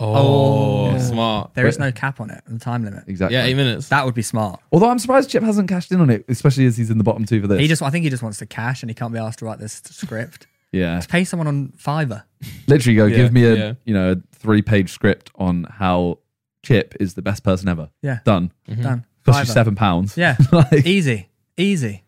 Speaker 1: Oh,
Speaker 2: Oh.
Speaker 1: smart.
Speaker 2: There is no cap on it, the time limit.
Speaker 3: Exactly.
Speaker 1: Yeah, eight minutes.
Speaker 2: That would be smart.
Speaker 3: Although I'm surprised Chip hasn't cashed in on it, especially as he's in the bottom two for this.
Speaker 2: He just, I think he just wants the cash, and he can't be asked to write this script.
Speaker 3: yeah,
Speaker 2: Pay someone on Fiverr.
Speaker 3: literally go
Speaker 1: Yeah,
Speaker 3: give me a
Speaker 1: yeah.
Speaker 3: you know a three-page script on how Chip is the best person ever.
Speaker 2: Yeah.
Speaker 3: done.
Speaker 2: Done.
Speaker 3: Cost you
Speaker 2: Fiverr.
Speaker 3: seven pounds.
Speaker 2: Yeah.
Speaker 3: like,
Speaker 2: Easy. Easy.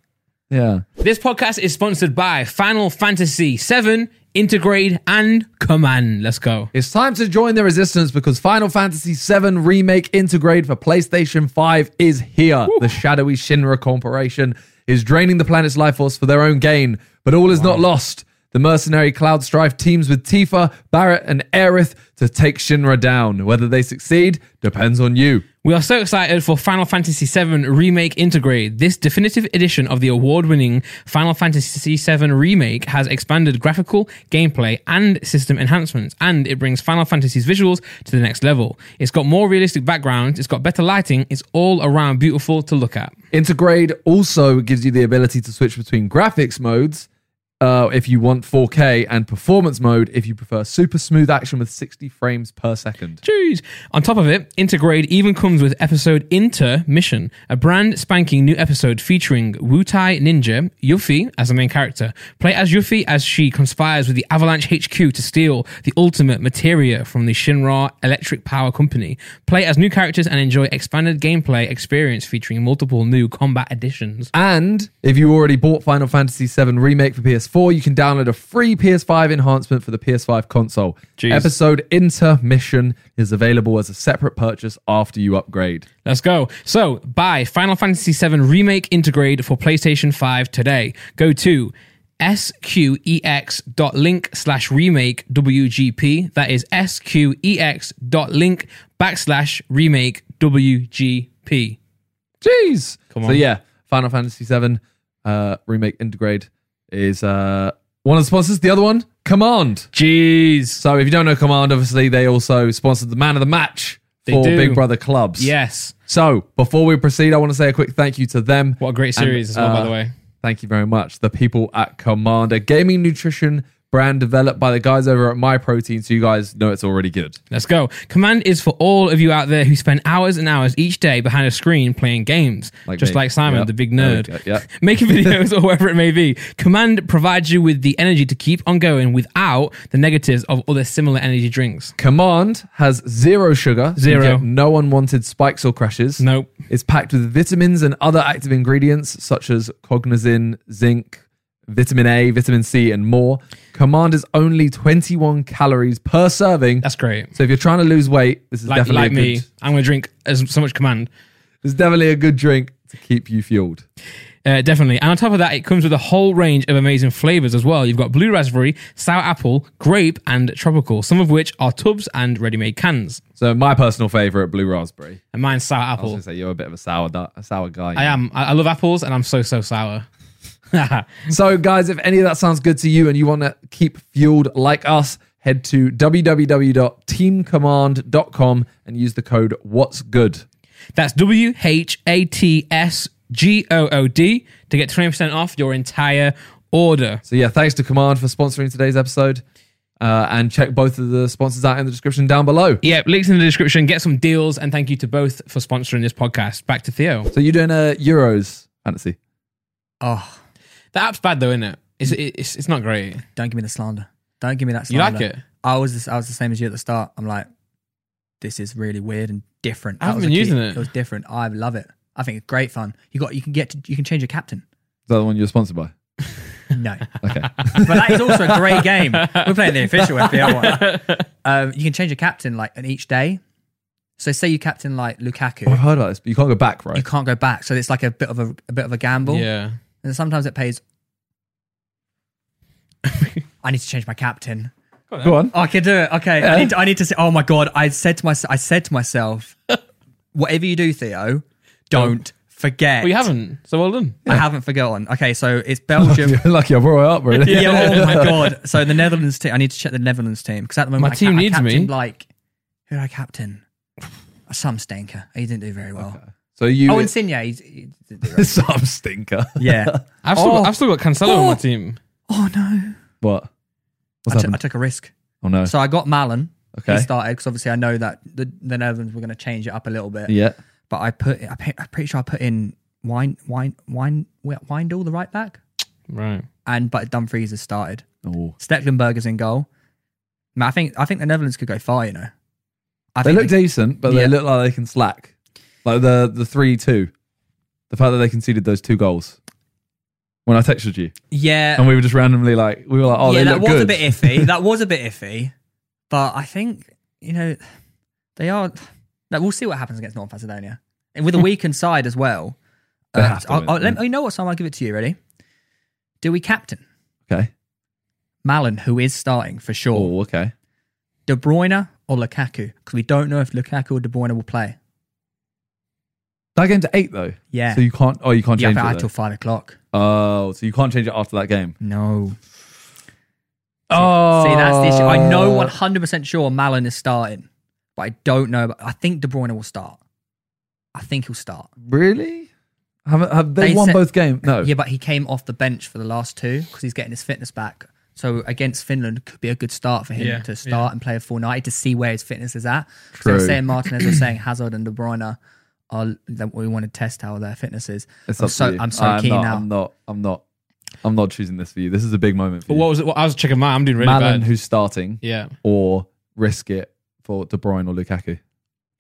Speaker 3: yeah.
Speaker 1: This podcast is sponsored by Final Fantasy VII, Integrate, and Command. Let's go.
Speaker 3: It's time to join the resistance because Final Fantasy VII Remake Integrate for PlayStation 5 is here. The shadowy Shinra Corporation is draining the planet's life force for their own gain, but all is not lost. The mercenary Cloud Strife teams with Tifa, Barrett, and Aerith to take Shinra down. Whether they succeed depends on you.
Speaker 1: We are so excited for Final Fantasy VII Remake Integrate. This definitive edition of the award winning Final Fantasy VII Remake has expanded graphical, gameplay, and system enhancements, and it brings Final Fantasy's visuals to the next level. It's got more realistic backgrounds, it's got better lighting, it's all around beautiful to look at.
Speaker 3: Integrate also gives you the ability to switch between graphics modes uh, if you want 4K and performance mode if you prefer super smooth action with 60 frames per second.
Speaker 1: Jeez. On top of it, Intergrade even comes with episode Intermission, a brand spanking new episode featuring Wu Tai Ninja, Yuffie as the main character. Play as Yuffie as she conspires with the Avalanche HQ to steal the ultimate materia from the Shinra Electric Power Company. Play as new characters and enjoy expanded gameplay experience featuring multiple new combat additions.
Speaker 3: And if you already bought Final Fantasy VII Remake for PS4, you can download a free PS5 enhancement for the PS5 console.
Speaker 1: Jeez.
Speaker 3: Episode Intermission is available as a separate purchase after you upgrade.
Speaker 1: Let's go. So, buy Final Fantasy VII Remake Integrate for PlayStation 5 today. Go to sqex.link slash remake WGP. That is sqex.link backslash remake WGP.
Speaker 3: Jeez.
Speaker 1: Come
Speaker 3: So
Speaker 1: on.
Speaker 3: yeah, Final Fantasy VII uh, Remake Integrate is uh, one of the sponsors. The other one, Command.
Speaker 1: Jeez.
Speaker 3: So if you don't know Command, obviously they also sponsored the Man of the Match
Speaker 1: They
Speaker 3: for
Speaker 1: do.
Speaker 3: Big Brother clubs.
Speaker 1: Yes.
Speaker 3: So before we proceed, I want to say a quick thank you to them. uh,
Speaker 1: What a great series as well, by the way.
Speaker 3: Thank you very much. The people at Command, a gaming nutrition brand developed by the guys over at MyProtein, so you guys know it's already good.
Speaker 1: Let's go. Command is for all of you out there who spend hours and hours each day behind a screen playing games,
Speaker 3: Like
Speaker 1: just
Speaker 3: me.
Speaker 1: like Simon,
Speaker 3: Yep.
Speaker 1: the big
Speaker 3: There we
Speaker 1: nerd.
Speaker 3: go. Yep.
Speaker 1: Making videos or whatever it may be. Command provides you with the energy to keep on going without the negatives of other similar energy drinks.
Speaker 3: Command has zero sugar, so you
Speaker 1: Zero.
Speaker 3: get no unwanted spikes or crashes.
Speaker 1: Nope.
Speaker 3: It's packed with vitamins and other active ingredients such as cognizin, zinc, vitamin A, vitamin C, and more. Command is only 21 calories per serving.
Speaker 1: That's great.
Speaker 3: so if you're trying to lose weight, this is
Speaker 1: Like,
Speaker 3: definitely
Speaker 1: like
Speaker 3: a good,
Speaker 1: me, I'm going to drink as, so much Command.
Speaker 3: This is definitely a good drink to keep you fueled.
Speaker 1: Uh, definitely. And on top of that, it comes with a whole range of amazing flavors as well. You've got blue raspberry, sour apple, grape, and tropical, some of which are tubs and ready made cans.
Speaker 3: So my personal favorite, blue raspberry.
Speaker 1: And mine's sour
Speaker 3: I was
Speaker 1: apple.
Speaker 3: gonna say you're a bit of a sour, du- a sour guy.
Speaker 1: I am. I, I love apples, and I'm so so sour.
Speaker 3: So, guys, if any of that sounds good to you and you want to keep fueled like us, head to www.teamcommand.com and use the code What's Good.
Speaker 1: That's W H A T S G O O D to get twenty percent off your entire order.
Speaker 3: So, yeah, thanks to Command for sponsoring today's episode. Uh, and check both of the sponsors out in the description down below.
Speaker 1: Yep, links in the description. Get some deals, and thank you to both for sponsoring this podcast. Back to Theo.
Speaker 3: So, you're doing a Euros fantasy.
Speaker 2: Oh,
Speaker 1: The app's bad though, isn't it? It's it's, it's not great.
Speaker 2: don't give me the slander. Don't give me that
Speaker 1: You like
Speaker 2: slander.
Speaker 1: it?
Speaker 2: I was, the, I was the same as you at the start. I'm like, this is really weird and different.
Speaker 1: I
Speaker 2: That
Speaker 1: haven't
Speaker 2: was
Speaker 1: been
Speaker 2: a key-
Speaker 1: using it.
Speaker 2: It was different. I love it. I think it's great fun. You got, you can get, to, you can change your captain.
Speaker 3: Is that the one you're sponsored by?
Speaker 2: No. Okay. but that is also a great game. We're playing the official FPL one. Um, you can change your captain like on each day. So say you captain like Lukaku,
Speaker 3: I've heard of this, but you can't go back, right?
Speaker 2: you can't go back. So it's like a bit of a, a bit of a gamble.
Speaker 1: Yeah.
Speaker 2: And sometimes it pays I need to change my captain. Oh,
Speaker 3: Go on.
Speaker 2: I can do it. Okay. I, need to, I need to say, oh my God. I said to myself, I said to myself, whatever you do, Theo, don't forget.
Speaker 1: Well, you haven't. So well done.
Speaker 2: I haven't forgotten. Okay. So it's Belgium.
Speaker 3: You're lucky I brought it up, really.
Speaker 2: yeah. Oh my God. So the Netherlands team, I need to check the Netherlands team because at the moment,
Speaker 1: My
Speaker 2: I
Speaker 1: team
Speaker 2: ca- I
Speaker 1: needs me.
Speaker 2: captained, Like, who did I captain? Some stinker. He didn't do very well.
Speaker 3: So you
Speaker 2: Oh, Insigne. he's- he didn't do very
Speaker 3: some stinker.
Speaker 2: well. Yeah.
Speaker 1: I've still,
Speaker 2: Oh.
Speaker 1: got, I've still got Cancelo on my team.
Speaker 2: Oh no.
Speaker 3: What?
Speaker 2: I took-
Speaker 3: What's happened?
Speaker 2: I took a risk.
Speaker 3: oh no.
Speaker 2: So I got Malin.
Speaker 3: Okay.
Speaker 2: He started because obviously I know that the, the Netherlands were going to change it up a little bit.
Speaker 3: yeah.
Speaker 2: But I put, I pe- I'm pretty sure I put in Wine, Wine, Wine, Windall, the right back,
Speaker 1: Right.
Speaker 2: and but Dumfries has started.
Speaker 3: Oh.
Speaker 2: Stecklenberg is in goal. Man, I think I think the Netherlands could go far. You know, I
Speaker 3: They
Speaker 2: think
Speaker 3: look decent, but they
Speaker 2: Yeah.
Speaker 3: look like they can slack. Like the the three two, the fact that they conceded those two goals. When I texted you,
Speaker 2: yeah,
Speaker 3: and we were just randomly like, we were like, oh,
Speaker 2: yeah,
Speaker 3: they
Speaker 2: that
Speaker 3: look
Speaker 2: was
Speaker 3: good.
Speaker 2: a bit iffy. that was a bit iffy, but I think you know they are. Like, we'll see what happens against North Macedonia and with a weakened side as well. uh,
Speaker 3: They have to
Speaker 2: I'll-
Speaker 3: win,
Speaker 2: I'll- let
Speaker 3: yeah.
Speaker 2: me- you know what, Sam? I'll give it to you. Ready? Do we captain
Speaker 3: okay.
Speaker 2: Malin, who is starting for sure?
Speaker 3: Oh, okay.
Speaker 2: De Bruyne or Lukaku? Because we don't know if Lukaku or De Bruyne will play.
Speaker 3: That game's at eight though.
Speaker 2: Yeah.
Speaker 3: So you can't. Oh, you can't
Speaker 2: yeah, I
Speaker 3: change
Speaker 2: think I
Speaker 3: it.
Speaker 2: till five o'clock.
Speaker 3: though. Oh, so you can't change it after that game.
Speaker 2: No.
Speaker 3: Oh,
Speaker 2: See, that's the issue. I
Speaker 3: Uh,
Speaker 2: know 100% sure Malin is starting, but I don't know. I think De Bruyne will start. I think he'll start.
Speaker 3: Really? Have, have they,
Speaker 2: They
Speaker 3: won
Speaker 2: said-
Speaker 3: both games? No.
Speaker 2: Yeah, but he came off the bench for the last two because he's getting his fitness back. So against Finland could be a good start for him
Speaker 1: Yeah,
Speaker 2: to start and play a full night to see where his fitness is at. So
Speaker 3: True.
Speaker 2: we're saying Martinez was saying Hazard and De Bruyne are that we want to test how their fitness is.
Speaker 3: It's
Speaker 2: I'm
Speaker 3: up to
Speaker 2: so
Speaker 3: you.
Speaker 2: I'm so
Speaker 3: I'm
Speaker 2: keen
Speaker 3: not,
Speaker 2: now.
Speaker 3: I'm not. I'm not. I'm not choosing this for you. This is a big moment for
Speaker 1: But
Speaker 3: you.
Speaker 1: what was it? What, I was checking mine. I'm doing really
Speaker 3: Malin,
Speaker 1: bad.
Speaker 3: who's starting,
Speaker 1: yeah.
Speaker 3: or risk it for De Bruyne or Lukaku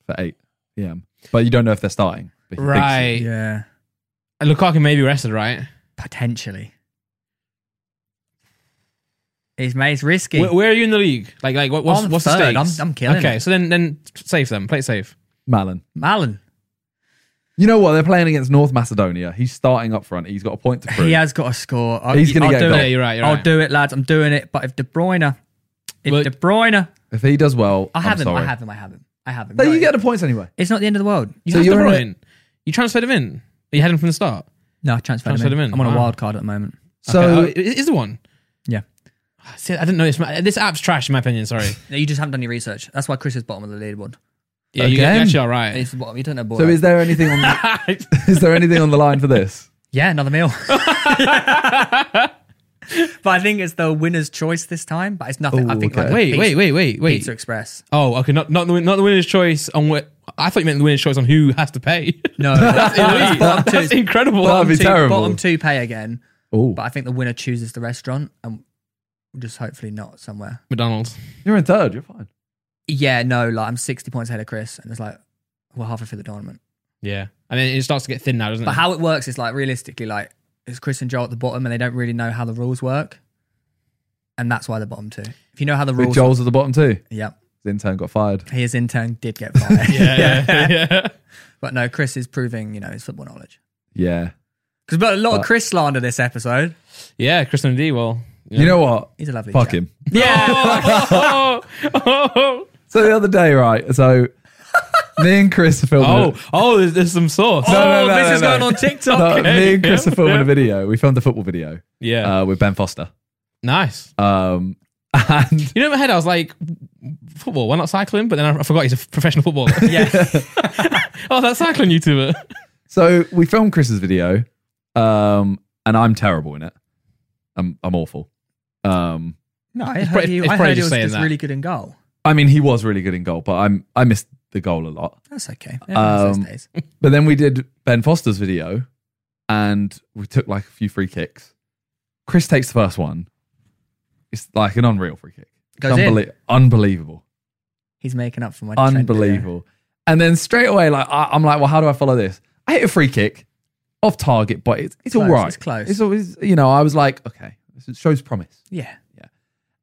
Speaker 3: for eight p.m. But you don't know if they're starting. but you think so.
Speaker 1: Right.
Speaker 2: Yeah,
Speaker 1: Lukaku may be rested, right?
Speaker 2: potentially. It's mate, it's risky.
Speaker 1: Where, where are you in the league? Like, like what, what's,
Speaker 2: I'm
Speaker 1: what's
Speaker 2: third.
Speaker 1: the
Speaker 2: I'm-
Speaker 1: stakes?
Speaker 2: I'm killing
Speaker 1: Okay,
Speaker 2: it.
Speaker 1: so then then safe them. Play it safe.
Speaker 3: Malin.
Speaker 2: Malin,
Speaker 3: You know what? They're playing against North Macedonia. He's starting up front. He's got a point to prove.
Speaker 2: he has got a score. I'll,
Speaker 3: He's gonna
Speaker 2: I'll
Speaker 3: get
Speaker 2: do
Speaker 3: a goal.
Speaker 1: Yeah,
Speaker 2: it.
Speaker 1: you're right. You're
Speaker 2: I'll
Speaker 1: right.
Speaker 2: do it, lads. I'm doing it. But if De Bruyne, if
Speaker 1: Well-
Speaker 2: De Bruyne,
Speaker 3: If he does well,
Speaker 2: I have
Speaker 3: I'm
Speaker 2: him.
Speaker 3: Sorry.
Speaker 2: I have him. I have him. I have him.
Speaker 3: But
Speaker 2: No,
Speaker 3: you get the points anyway.
Speaker 2: It's not the end of the world.
Speaker 1: You
Speaker 3: So
Speaker 1: have
Speaker 3: you're
Speaker 1: De
Speaker 3: in
Speaker 1: Bruyne. You transferred him in. You had him from the start.
Speaker 2: No, I transferred,
Speaker 1: Transferred
Speaker 2: him,
Speaker 1: him
Speaker 2: in.
Speaker 1: in.
Speaker 2: I'm on a
Speaker 1: Wow.
Speaker 2: wild card at the moment.
Speaker 3: So
Speaker 1: okay. oh, it is the one. Ah,
Speaker 2: Yeah.
Speaker 1: See, I didn't know this. This app's trash, in my opinion. Sorry.
Speaker 2: No, you just haven't done your research. That's why Chris is bottom of the leaderboard.
Speaker 1: Yeah, you, you're
Speaker 3: Again?
Speaker 1: actually all right.
Speaker 2: It's bottom. You don't know ball.
Speaker 3: so is there anything on is there anything on the line for this?
Speaker 2: yeah, another meal. but I think it's the winner's choice this time. But it's nothing. I
Speaker 3: Ooh,
Speaker 2: think
Speaker 3: okay.
Speaker 2: like
Speaker 1: Wait,
Speaker 2: Pizza-
Speaker 1: wait, wait, wait, wait.
Speaker 2: Pizza Express.
Speaker 1: Oh, okay. Not not the win- not the winner's choice on what I thought you meant the winner's choice on who has to pay.
Speaker 2: No, that's,
Speaker 1: Elite.
Speaker 2: bottom two.
Speaker 1: That's incredible.
Speaker 3: That'd be
Speaker 2: two,
Speaker 3: terrible.
Speaker 2: Bottom two pay again.
Speaker 3: Oh,
Speaker 2: But I think the winner chooses the restaurant and just hopefully not somewhere.
Speaker 1: McDonald's.
Speaker 3: you're in third. You're fine.
Speaker 2: Yeah, no, like I'm 60 points ahead of Chris, and it's like we're halfway through the tournament.
Speaker 1: Yeah, and then it starts to get thin now, doesn't
Speaker 2: But
Speaker 1: it?
Speaker 2: how it works is like realistically, like it's Chris and Joel at the bottom, and they don't really know how the rules work, and that's why they're bottom two. If you know how the
Speaker 3: But
Speaker 2: rules,
Speaker 3: Joel's at the bottom too.
Speaker 2: yeah,
Speaker 3: His intern got fired.
Speaker 2: his intern did get fired.
Speaker 1: yeah, yeah, yeah.
Speaker 2: but no, Chris is proving you know his football knowledge
Speaker 3: Yeah.
Speaker 2: because but a lot
Speaker 3: But-
Speaker 2: of Chris slander this episode.
Speaker 1: yeah. Kristen D. Well,
Speaker 3: You know what?
Speaker 2: He's a lovely
Speaker 3: Fuck
Speaker 2: chap.
Speaker 3: him.
Speaker 1: Yeah. Oh,
Speaker 3: So the other day, right? So me and Chris are filming.
Speaker 1: oh,
Speaker 3: a-
Speaker 1: oh, there's, there's some sauce.
Speaker 3: No, no,
Speaker 2: oh,
Speaker 3: no,
Speaker 2: this
Speaker 3: no,
Speaker 2: is
Speaker 3: no.
Speaker 2: going on TikTok.
Speaker 3: No, me and Chris
Speaker 1: yeah,
Speaker 3: are filming
Speaker 1: yeah.
Speaker 3: a video. We filmed a football video
Speaker 1: Yeah.
Speaker 3: uh, with Ben Foster.
Speaker 1: nice.
Speaker 3: Um, and
Speaker 1: You know, in my head, I was like, football, why not cycling? But then I I forgot he's a professional footballer.
Speaker 2: Yeah,
Speaker 1: oh, that cycling YouTuber.
Speaker 3: so we filmed Chris's video, um, and I'm terrible in it. I'm I'm awful. Um,
Speaker 2: no, I
Speaker 1: It's
Speaker 2: heard
Speaker 1: probably-
Speaker 2: you.
Speaker 1: it's
Speaker 2: I
Speaker 1: probably
Speaker 2: heard you
Speaker 1: just
Speaker 2: was
Speaker 1: saying
Speaker 2: just
Speaker 1: that.
Speaker 2: really good in goal.
Speaker 3: I mean, he was really good in goal, but I'm I missed the goal a lot.
Speaker 2: That's okay. Everyone has
Speaker 3: Um,
Speaker 2: those days.
Speaker 3: But then we did Ben Foster's video, and we took like a few free kicks. Chris takes the first one. It's like an unreal free kick.
Speaker 2: Goes in.
Speaker 3: Unbelie- unbelievable.
Speaker 2: He's making up for my Trent video.
Speaker 3: unbelievable. And then straight away, like I, I'm like, well, how do I follow this? I hit a free kick, off target, but it's, it's
Speaker 2: Close,
Speaker 3: all right.
Speaker 2: it's close.
Speaker 3: It's always, you know, I was like, okay, this shows promise.
Speaker 2: Yeah,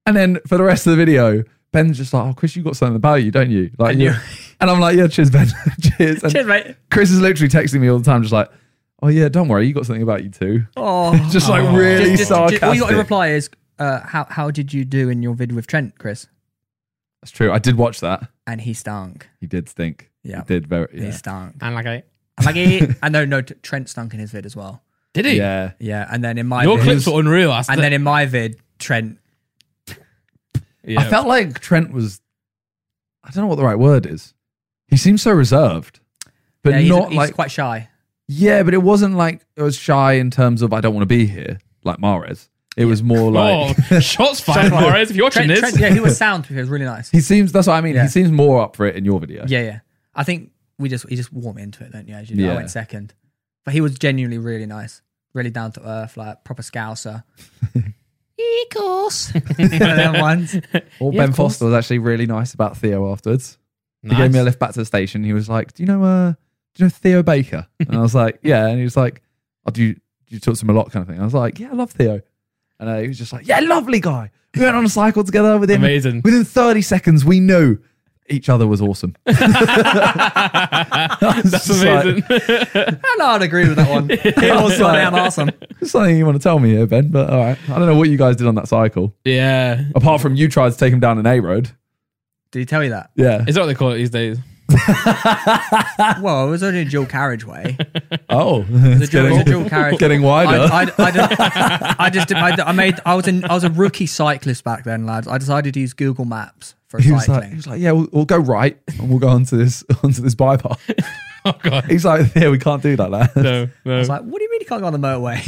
Speaker 3: And then for the rest of the video, Ben's just like, oh, Chris, you got something about you, don't you? Like,
Speaker 2: And
Speaker 3: you,
Speaker 2: you-
Speaker 3: and I'm like, yeah, cheers, Ben, cheers. And
Speaker 2: cheers, mate.
Speaker 3: Chris is literally texting me all the time, just like, oh yeah, don't worry, you got something about you too.
Speaker 2: Oh,
Speaker 3: Just like really
Speaker 2: Just- just-
Speaker 3: sarcastic.
Speaker 2: all you got to reply is uh, how how did you do in your vid with Trent, Chris?
Speaker 3: That's true. I did watch that.
Speaker 2: And he stunk.
Speaker 3: He did stink.
Speaker 2: Yeah.
Speaker 3: He did very.
Speaker 2: He
Speaker 3: Yeah.
Speaker 2: stunk.
Speaker 1: And like, I,
Speaker 2: And like he, I know, no, t- Trent stunk in his vid as well.
Speaker 1: did he?
Speaker 3: yeah.
Speaker 2: Yeah, and then in my
Speaker 1: Your
Speaker 2: vid,
Speaker 1: clips were unreal. I,
Speaker 2: and then in my vid, Trent.
Speaker 1: yeah.
Speaker 3: I felt like Trent was. I don't know what the right word is. He seems so reserved, but
Speaker 2: yeah, he's,
Speaker 3: not
Speaker 2: he's
Speaker 3: like.
Speaker 2: quite shy.
Speaker 3: yeah, but it wasn't like it was shy in terms of I don't want to be here, like Mares. It was more
Speaker 1: Oh,
Speaker 3: like
Speaker 1: shots fired, Mares. If you're watching
Speaker 2: Trent,
Speaker 1: this,
Speaker 2: Trent, yeah, he was sound. He was really nice.
Speaker 3: he seems. That's what I mean.
Speaker 2: Yeah.
Speaker 3: He seems more up for it in your video.
Speaker 2: Yeah, yeah. I think we just you just warm into it, don't you? As you know, I
Speaker 3: Yeah.
Speaker 2: went second, but he was genuinely really nice, really down to earth, like proper scouser. Eagles, you know them ones.
Speaker 3: Or
Speaker 2: Yeah,
Speaker 3: Ben
Speaker 2: of course.
Speaker 3: Foster was actually really nice about Theo afterwards.
Speaker 1: nice.
Speaker 3: He gave me a lift back to the station. He was like, "Do you know, uh, do you know Theo Baker?" And I was like, "Yeah." And he was like, oh, "Do you do you talk to him a lot?" Kind of thing. I was like, "Yeah, I love Theo." And uh, he was just like, "Yeah, lovely guy." We went on a cycle together. Within
Speaker 1: Amazing.
Speaker 3: Within thirty seconds, we knew each other was awesome.
Speaker 1: That's amazing.
Speaker 2: And I'd agree with that one. I was
Speaker 3: like-
Speaker 2: goddamn awesome.
Speaker 3: There's something you want to tell me here, Ben? But all right, I don't know what you guys did on that cycle.
Speaker 1: yeah.
Speaker 3: Apart from you tried to take him down an A road.
Speaker 2: Did he tell you that?
Speaker 3: Yeah.
Speaker 1: Is that what they call it these days?
Speaker 2: Well, it was only a dual carriageway.
Speaker 3: Oh, it's
Speaker 2: dual-
Speaker 3: getting,
Speaker 2: the dual carriage-
Speaker 3: getting
Speaker 2: I,
Speaker 3: wider.
Speaker 2: I, I, just, I just, I, I made, I was in, I was a rookie cyclist back then, lads. I decided to use Google Maps for
Speaker 3: he
Speaker 2: cycling.
Speaker 3: was like, he was like, yeah, we'll, we'll go right and we'll go onto this onto this bypass.
Speaker 1: Oh god.
Speaker 3: He's like, yeah, we can't do that. lad."
Speaker 1: No, no.
Speaker 2: I was like, what do you mean you can't go on the motorway?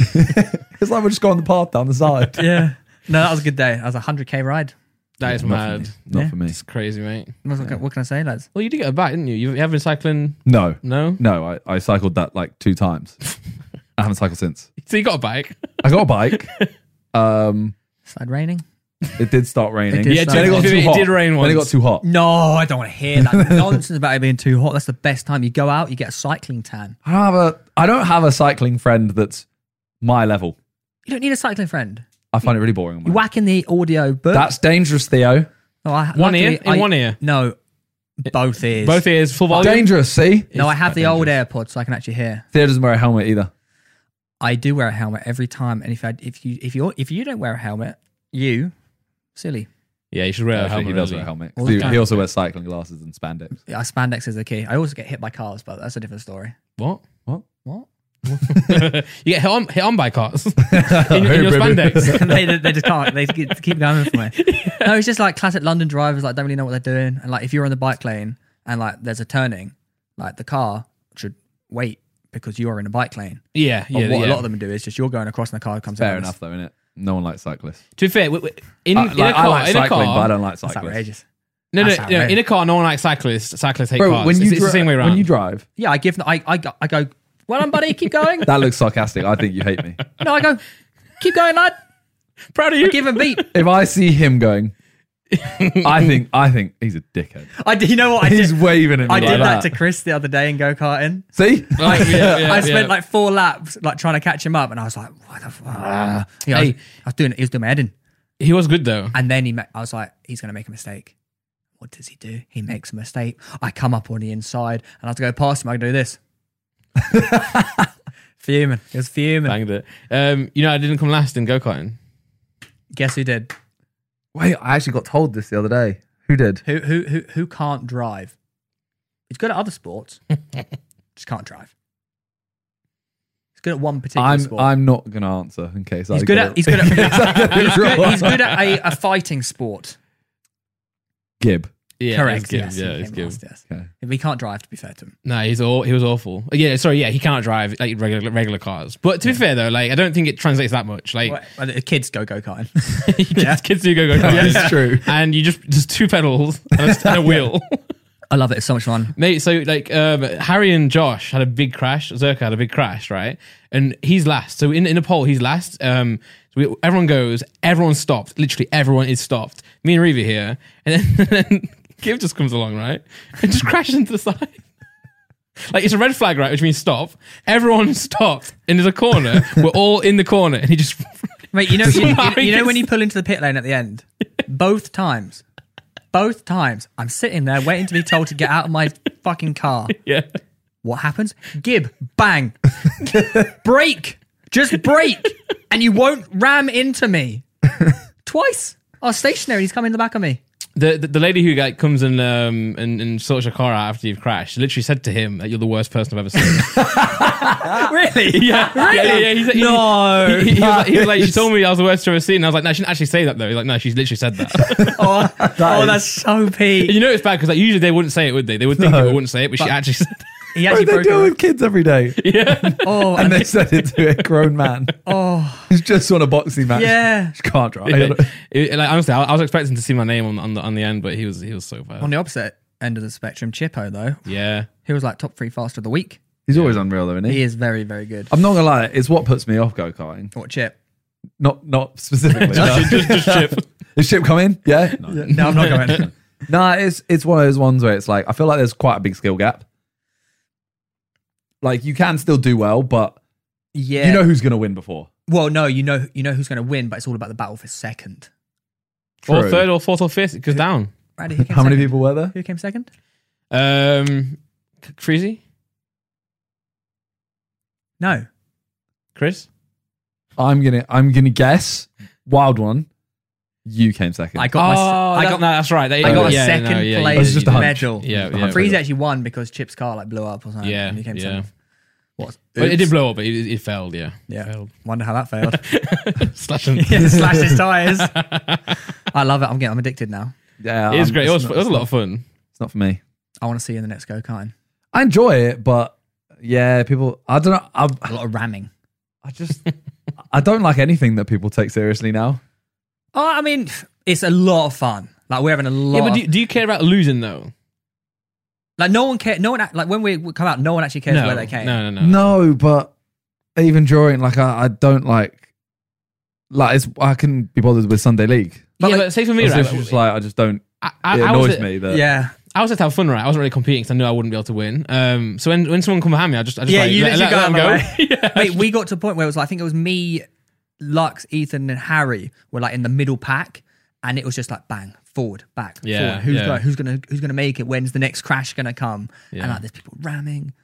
Speaker 3: It's like we're just going the path down the side.
Speaker 2: yeah. No, that was a good day. That was a 100k ride.
Speaker 1: that is
Speaker 3: Not
Speaker 1: mad.
Speaker 3: for me. Not
Speaker 2: Yeah.
Speaker 3: for me.
Speaker 1: It's crazy, mate.
Speaker 2: What can- what can I say, lads?
Speaker 1: Well, you did get a back, didn't you? You have been cycling.
Speaker 3: No,
Speaker 1: No,
Speaker 3: no, I, I cycled that like two times. I haven't cycled since.
Speaker 1: so you got a bike.
Speaker 3: I got a bike. Um,
Speaker 2: Started raining.
Speaker 3: it did start raining.
Speaker 2: It did Yeah, start
Speaker 3: then it got
Speaker 1: raining.
Speaker 3: too
Speaker 1: It
Speaker 3: hot.
Speaker 1: did rain
Speaker 3: Then it got
Speaker 1: once.
Speaker 3: too hot.
Speaker 2: No, I don't want to hear that nonsense about it being too hot. That's the best time. You go out, you get a cycling tan.
Speaker 3: I don't have a. I don't have a cycling friend that's my level.
Speaker 2: You don't need a cycling friend.
Speaker 3: I find it really boring. On
Speaker 2: You
Speaker 3: my
Speaker 2: whack in the audio book.
Speaker 3: That's dangerous, Theo.
Speaker 2: Oh, I-
Speaker 1: One ear?
Speaker 2: luckily,
Speaker 1: In
Speaker 2: I-
Speaker 1: one ear?
Speaker 2: No, both ears.
Speaker 1: Both ears, full volume.
Speaker 3: Dangerous. See,
Speaker 2: No, I have
Speaker 1: quite
Speaker 2: the old AirPods, so I can actually hear.
Speaker 3: Theo doesn't wear a helmet either.
Speaker 2: I do wear a helmet every time, and if I, if you if you if you don't wear a helmet, you silly.
Speaker 1: Yeah, you should wear a
Speaker 3: Actually,
Speaker 1: helmet.
Speaker 3: he does
Speaker 1: really.
Speaker 3: wear a helmet.
Speaker 2: All the
Speaker 3: He,
Speaker 2: time.
Speaker 3: he also wears cycling glasses and spandex.
Speaker 2: I spandex is the key. I also get hit by cars, but that's a different story.
Speaker 1: What?
Speaker 3: What?
Speaker 2: What?
Speaker 1: you get hit on, hit on by cars in, your- in your
Speaker 3: Hey, baby.
Speaker 1: spandex.
Speaker 2: they, they just can't. They keep keep going for me. No, it's just like classic London drivers. Like don't really know what they're doing. And like if you're on the bike lane and like there's a turning, like the car should wait because you are in a bike lane.
Speaker 1: Yeah,
Speaker 2: But
Speaker 1: yeah,
Speaker 2: Oh, what
Speaker 1: yeah.
Speaker 2: a lot of them do is just you're going across and the car comes.
Speaker 3: Fair
Speaker 2: around.
Speaker 3: enough, though, innit? No one likes cyclists.
Speaker 1: to be fair, w- w- in,
Speaker 3: I,
Speaker 1: in
Speaker 3: like,
Speaker 1: a car,
Speaker 3: I like
Speaker 1: in a
Speaker 3: cycling, but I
Speaker 1: car,
Speaker 3: don't like
Speaker 2: That's
Speaker 3: cyclists.
Speaker 2: outrageous.
Speaker 1: no, no,
Speaker 2: that's
Speaker 1: no, in
Speaker 2: outrageous.
Speaker 1: a car, no one likes cyclists. Cyclists hate
Speaker 3: Bro,
Speaker 1: cars.
Speaker 3: when you
Speaker 1: it's, it's
Speaker 3: dri-
Speaker 1: the same way around.
Speaker 3: when you drive,
Speaker 2: Yeah, I give. them- I I go- I go. Well done, buddy. Keep going.
Speaker 3: That looks sarcastic. I think you hate me.
Speaker 2: No, I go. Keep going, lad.
Speaker 1: Proud of you.
Speaker 2: Give him beat.
Speaker 3: If I see him going, I think I think he's a dickhead.
Speaker 2: I did. You know what I
Speaker 3: He's
Speaker 2: did?
Speaker 3: waving at me
Speaker 2: I
Speaker 3: like
Speaker 2: did that to Chris the other day in go karting.
Speaker 3: See,
Speaker 1: Like, yeah, yeah,
Speaker 2: I
Speaker 1: yeah.
Speaker 2: spent like four laps, like trying to catch him up, and I was like, "What the fuck?" You know, I, was,
Speaker 1: Hey.
Speaker 2: I was doing it. He was doing my head in,
Speaker 1: he was good though.
Speaker 2: and then he. Ma- I was like, "He's going to make a mistake." What does he do? He makes a mistake. I come up on the inside, and I have to go past him. I can do this. fuming. It was fuming.
Speaker 1: Banged it. Um, you know, I didn't come last in go karting.
Speaker 2: Guess who did?
Speaker 3: wait, I actually got told this the other day. Who did?
Speaker 2: Who who who who can't drive? He's good at other sports, just can't drive. He's good at one particular
Speaker 3: I'm
Speaker 2: sport.
Speaker 3: I'm not gonna answer in case
Speaker 2: he's
Speaker 3: I
Speaker 2: good
Speaker 3: get
Speaker 2: at he's good at he's good,
Speaker 3: wrong.
Speaker 2: he's good at a, a fighting sport.
Speaker 3: Gib.
Speaker 1: Yeah,
Speaker 2: Correct.
Speaker 1: it's good.
Speaker 2: yes,
Speaker 1: yeah,
Speaker 2: he
Speaker 1: it's
Speaker 2: came
Speaker 1: good.
Speaker 2: last, yes.
Speaker 3: Okay.
Speaker 2: We can't drive, to be fair to him.
Speaker 1: No, he's all he was awful. Uh, Yeah, sorry, yeah, he can't drive like regular regular cars. But to be fair though, like I don't think it translates that much. Like
Speaker 2: Well, the kids go go karting.
Speaker 1: kids, kids do go go
Speaker 3: That
Speaker 1: karting.
Speaker 3: is true.
Speaker 1: And you just just two pedals and a, and a wheel,
Speaker 2: I love it. It's so much fun.
Speaker 1: mate. So like um, Harry and Josh had a big crash. Zerka had a big crash, right? And he's last. So in in a poll, he's last. Um, so we, everyone goes. Everyone stopped. Literally, everyone is stopped. Me and Reeve are here, and then, and then Giv just comes along, right, and just crashes into the side. Like it's a red flag, right? Which means stop. Everyone stopped, and there's a corner. We're all in the corner, and he just
Speaker 2: Mate, you know, you, you- you know
Speaker 1: Yes.
Speaker 2: when you pull into the pit lane at the end, both times, both times, I'm sitting there waiting to be told to get out of my fucking car.
Speaker 1: yeah.
Speaker 2: What happens? Gib, bang, brake, just brake, and you won't ram into me. twice. I was stationary. and He's come in the back of me.
Speaker 1: The, the the lady who like comes and um and, and sorts your car out after you've crashed literally said to him that you're the worst person I've ever seen.
Speaker 2: Really?
Speaker 1: yeah, yeah, yeah, yeah. He's like,
Speaker 2: No.
Speaker 1: He, he, he, was like, he was like, she told me I was the worst I've ever seen. And I was like, no, she didn't actually say that though. He's like, no, she's literally said that.
Speaker 2: oh, oh,
Speaker 3: is-
Speaker 2: that's so
Speaker 1: And
Speaker 2: peak.
Speaker 1: you know it's bad because like usually they wouldn't say it, would they? They would think they wouldn't say it, but, she actually said.
Speaker 2: He
Speaker 3: Bro,
Speaker 2: actually
Speaker 3: they
Speaker 2: broke
Speaker 3: deal
Speaker 2: it.
Speaker 3: with kids every day.
Speaker 2: Oh,
Speaker 3: And
Speaker 2: and
Speaker 3: they said it to a grown man
Speaker 2: oh,
Speaker 3: who's just on a boxing match.
Speaker 2: yeah.
Speaker 3: She can't drive.
Speaker 1: It. It- like, honestly, I, I was expecting to see my name on on the, on the end, but he was he was so bad.
Speaker 2: On the opposite end of the spectrum, Chippo though,
Speaker 1: Yeah,
Speaker 2: he was like top three faster of the week.
Speaker 3: He's always unreal, though, isn't he?
Speaker 2: He is very, very good.
Speaker 3: I'm not gonna lie, it's what puts me off go karting.
Speaker 2: What Chip?
Speaker 3: Not not specifically.
Speaker 1: Just- just- just Chip.
Speaker 3: Is Chip coming? Yeah. No.
Speaker 2: No, I'm not going.
Speaker 3: Nah, it's it's one of those ones where it's like I feel like there's quite a big skill gap. Like you can still do well, but
Speaker 2: yeah.
Speaker 3: you know who's gonna win before.
Speaker 2: well, no, you know, you know who's going to win, but it's all about the battle for second.
Speaker 1: or
Speaker 3: True.
Speaker 1: third or fourth or fifth it goes down.
Speaker 2: Randy, who came
Speaker 3: How many
Speaker 2: second?
Speaker 3: people were there?
Speaker 2: Who came second?
Speaker 1: Um, C- Freezy,
Speaker 2: No.
Speaker 1: Chris.
Speaker 3: I'm gonna I'm gonna guess. Wild one. You came second.
Speaker 2: I got
Speaker 1: oh,
Speaker 2: my,
Speaker 1: I
Speaker 2: I
Speaker 1: got no, that's right. They-
Speaker 2: I got a
Speaker 1: yeah,
Speaker 2: second
Speaker 1: no, yeah,
Speaker 2: place
Speaker 3: It's just a hunch.
Speaker 2: medal.
Speaker 1: Yeah,
Speaker 3: a
Speaker 1: yeah.
Speaker 3: hunch.
Speaker 2: Freeze actually won because Chip's car like blew up or something.
Speaker 1: Yeah,
Speaker 2: and he came
Speaker 1: yeah.
Speaker 2: second. What?
Speaker 1: Well, it
Speaker 2: Oops.
Speaker 1: did blow up, but it, it failed. Yeah,
Speaker 2: Yeah.
Speaker 1: failed.
Speaker 2: Wonder how that failed.
Speaker 1: Slash him.
Speaker 2: yeah, slash his tires. I love it. I'm getting. I'm addicted now.
Speaker 3: yeah,
Speaker 1: It was
Speaker 3: I'm-
Speaker 1: great. It was,
Speaker 3: not,
Speaker 1: it was a lot of fun.
Speaker 3: It's not for me.
Speaker 2: I want to see you in the next go karting.
Speaker 3: I enjoy it, but yeah, people. I don't know. I,
Speaker 2: A lot of ramming.
Speaker 3: I just I don't like anything that people take seriously now.
Speaker 2: Oh, I mean, it's a lot of fun. Like we're having a lot.
Speaker 1: Yeah, but
Speaker 2: of-
Speaker 1: do, do you care about losing though?
Speaker 2: like no one care. No one act- like when we we come out. No one actually cares
Speaker 1: No,
Speaker 2: where they came.
Speaker 1: no, no, no.
Speaker 3: No, but even drawing, like I, I don't like, like it's I can be bothered with Sunday League.
Speaker 1: But,
Speaker 2: But
Speaker 1: yeah,
Speaker 2: like-
Speaker 1: but say for me,
Speaker 3: It's
Speaker 1: right?
Speaker 3: just like I just don't.
Speaker 1: I, I,
Speaker 3: It
Speaker 1: I was
Speaker 3: annoys
Speaker 1: at,
Speaker 3: me that
Speaker 2: Yeah.
Speaker 1: I was at to have fun, right? I wasn't really competing because I knew I wouldn't be able to win. Um, so when, when someone come behind me, I just, I just
Speaker 2: Yeah,
Speaker 1: like,
Speaker 2: you
Speaker 1: let,
Speaker 2: literally
Speaker 1: let, let
Speaker 2: go out
Speaker 1: them go. yeah.
Speaker 2: Wait, we got to a point where it was like, I think it was me, Lux, Ethan, and Harry were like in the middle pack, and it was just like bang, forward, back,
Speaker 1: Yeah,
Speaker 2: forward. Who's
Speaker 1: yeah.
Speaker 2: gonna, who's gonna who's gonna make it? When's the next crash gonna come?
Speaker 1: Yeah.
Speaker 2: And like, there's people ramming.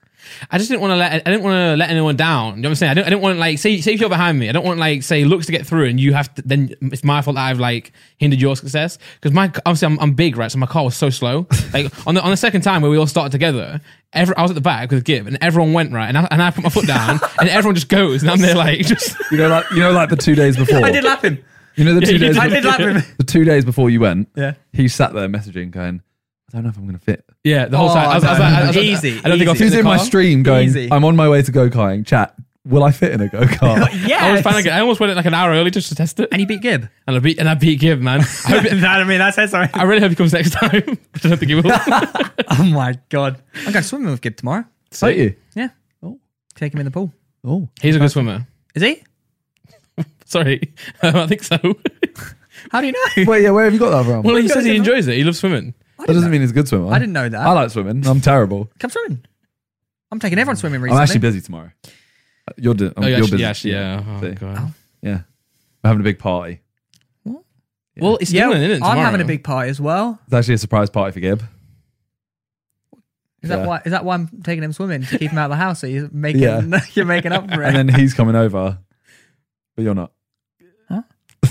Speaker 1: I just didn't want to let I didn't want to let anyone down. You know what I'm saying? I don't I didn't want like say say if you're behind me, I don't want like say looks to get through and you have to then it's my fault that I've like hindered your success because my obviously I'm, I'm big right, so my car was so slow. Like on the on the second time where we all started together, every, I was at the back with Gib and everyone went right and I, and I put my foot down and everyone just goes and I'm there like just
Speaker 3: you know, like you know, like the two days before.
Speaker 2: I did lap him.
Speaker 3: you know, the two
Speaker 1: you
Speaker 3: days.
Speaker 1: did.
Speaker 2: I
Speaker 3: be-
Speaker 2: did lap him.
Speaker 3: the two days before you went.
Speaker 2: Yeah.
Speaker 3: he sat there messaging, going, "I don't know if I'm going to fit."
Speaker 1: yeah the whole
Speaker 2: Oh,
Speaker 1: time I was, I was, like- I was, like-
Speaker 2: easy,
Speaker 1: I don't think I'll fit in
Speaker 2: easy.
Speaker 3: He was
Speaker 1: the
Speaker 3: in my
Speaker 1: car.
Speaker 3: stream going,
Speaker 2: Easy.
Speaker 3: "I'm on my way to go karting." Chat, will I fit in a go kart?
Speaker 2: Yeah.
Speaker 1: I was finally, I almost went it like an hour early just to test it
Speaker 2: and he beat Gib.
Speaker 1: and I beat and I beat Gib man. I, hope it-
Speaker 2: I mean, that says something.
Speaker 1: I really hope he comes next time. I don't think he will.
Speaker 2: Oh my god. I'm going swimming with Gib tomorrow.
Speaker 3: So you?
Speaker 2: Yeah.
Speaker 3: Oh.
Speaker 2: Take him in the pool.
Speaker 3: Oh,
Speaker 1: He's a good swimmer.
Speaker 2: Is he?
Speaker 1: Sorry, um, I think so.
Speaker 2: How do you know?
Speaker 3: wait, yeah. Where have you got that from?
Speaker 1: well, he
Speaker 2: you
Speaker 1: says
Speaker 2: guys
Speaker 1: he
Speaker 2: didn't-
Speaker 1: enjoys it. He loves swimming.
Speaker 3: that doesn't mean he's a good swimmer.
Speaker 2: I didn't know that.
Speaker 3: I like swimming. I'm terrible.
Speaker 2: Come swimming. I'm taking everyone swimming
Speaker 3: I'm
Speaker 2: recently.
Speaker 3: actually busy tomorrow. Uh, You're, di-
Speaker 1: Oh,
Speaker 3: you're
Speaker 1: yeah, actually,
Speaker 3: busy.
Speaker 1: yeah, actually, yeah. Oh,
Speaker 3: See?
Speaker 1: God.
Speaker 3: Yeah. We're having a big party.
Speaker 1: Well, it's
Speaker 2: yeah,
Speaker 1: doing it, isn't it?
Speaker 2: I'm having a
Speaker 1: tomorrow?
Speaker 2: big party as well.
Speaker 3: It's actually a surprise party for Gib.
Speaker 2: Is
Speaker 3: Yeah.
Speaker 2: that why? Is that why I'm taking him swimming to keep him out of the house? So you're making
Speaker 3: Yeah.
Speaker 2: you're making up for
Speaker 3: And
Speaker 2: it.
Speaker 3: then he's coming over, but you're not.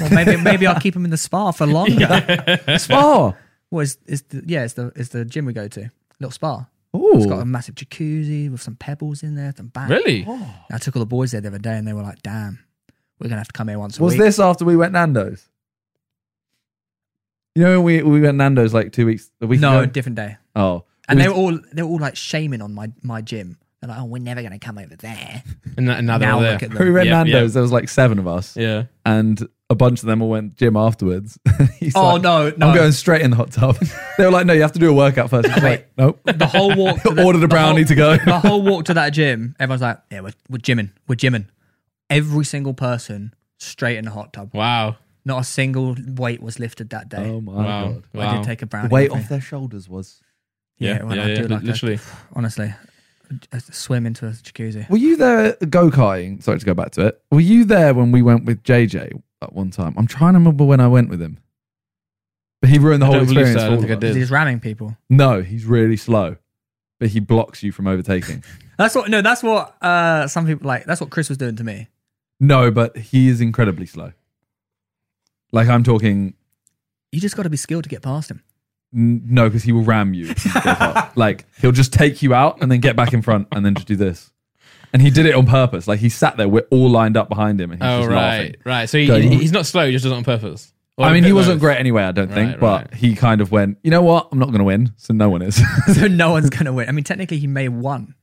Speaker 2: Or maybe maybe I'll keep him in the spa for longer.
Speaker 3: Spa!
Speaker 2: Well, is is the yeah? It's the it's the gym we go to. Little spa. It's got a
Speaker 3: Ooh.
Speaker 2: massive jacuzzi with some pebbles in there, some back.
Speaker 1: Really?
Speaker 2: I took all the boys there the other day, and they were like, "Damn, we're gonna have to come here once a
Speaker 3: Was
Speaker 2: week."
Speaker 3: this after we went Nando's? You know when we, we went Nando's like two weeks, a week
Speaker 2: no,
Speaker 3: ago?
Speaker 2: different day.
Speaker 3: Oh.
Speaker 2: And
Speaker 3: We-
Speaker 2: they were all they were all like shaming on my my gym. They're like, "Oh, we're never gonna come over there."
Speaker 1: And, th- and now they're
Speaker 2: now
Speaker 1: all there.
Speaker 2: look at
Speaker 3: we
Speaker 2: them.
Speaker 3: went
Speaker 1: Yeah,
Speaker 3: Nando's, there was like seven of us,
Speaker 1: Yeah.
Speaker 3: and a bunch of them all went gym afterwards. He's
Speaker 2: Oh
Speaker 3: like,
Speaker 2: no, no.
Speaker 3: I'm going straight in the hot tub. they were like, no, you have to do a workout first. He's like, nope.
Speaker 2: the whole walk to
Speaker 3: Ordered a brownie
Speaker 2: whole-
Speaker 3: to go.
Speaker 2: the whole walk to that gym everyone's like yeah we're, we're gymming we're gymming every single person straight in the hot tub
Speaker 1: Wow.
Speaker 2: not a single weight was lifted that day
Speaker 3: Oh my
Speaker 1: Wow.
Speaker 3: god.
Speaker 1: Wow.
Speaker 2: i did take a brownie
Speaker 3: The weight
Speaker 2: with me.
Speaker 3: off their shoulders was.
Speaker 2: yeah,
Speaker 1: Yeah.
Speaker 2: well,
Speaker 1: Yeah.
Speaker 2: I
Speaker 1: yeah,
Speaker 2: do like that.
Speaker 1: literally.
Speaker 2: honestly I swim into a jacuzzi
Speaker 3: Were you there go karting? Sorry to go back to it. Were you there when we went with JJ at one time? I'm trying to remember when I went with him. But he ruined the
Speaker 1: I
Speaker 3: whole
Speaker 1: don't believe so.
Speaker 3: experience.
Speaker 1: I
Speaker 3: for
Speaker 1: don't
Speaker 3: all
Speaker 1: think
Speaker 3: of
Speaker 1: I
Speaker 3: us.
Speaker 1: did.
Speaker 2: he's ramming people
Speaker 3: No, he's really slow, but he blocks you from overtaking.
Speaker 2: that's what no that's what uh some people like that's what chris was doing to me
Speaker 3: no, but he is incredibly slow. Like I'm talking
Speaker 2: You just got to be skilled to get past him.
Speaker 3: n- no, because he will ram you. if you go fast. like he'll just take you out and then get back in front and then just do this. And he did it on purpose. Like he sat there, we're all lined up behind him, and he's
Speaker 1: Oh
Speaker 3: just
Speaker 1: right,
Speaker 3: laughing.
Speaker 1: right. So he,
Speaker 3: Going-
Speaker 1: he- he's not slow. He just does it on purpose. Or
Speaker 3: I
Speaker 1: a
Speaker 3: mean,
Speaker 1: bit
Speaker 3: he wasn't
Speaker 1: loads.
Speaker 3: great anyway. I don't think,
Speaker 1: Right,
Speaker 3: but
Speaker 1: right.
Speaker 3: he kind of went, you know what? I'm not going to win, so no one is.
Speaker 2: So no one's going to win. I mean, technically, he may have won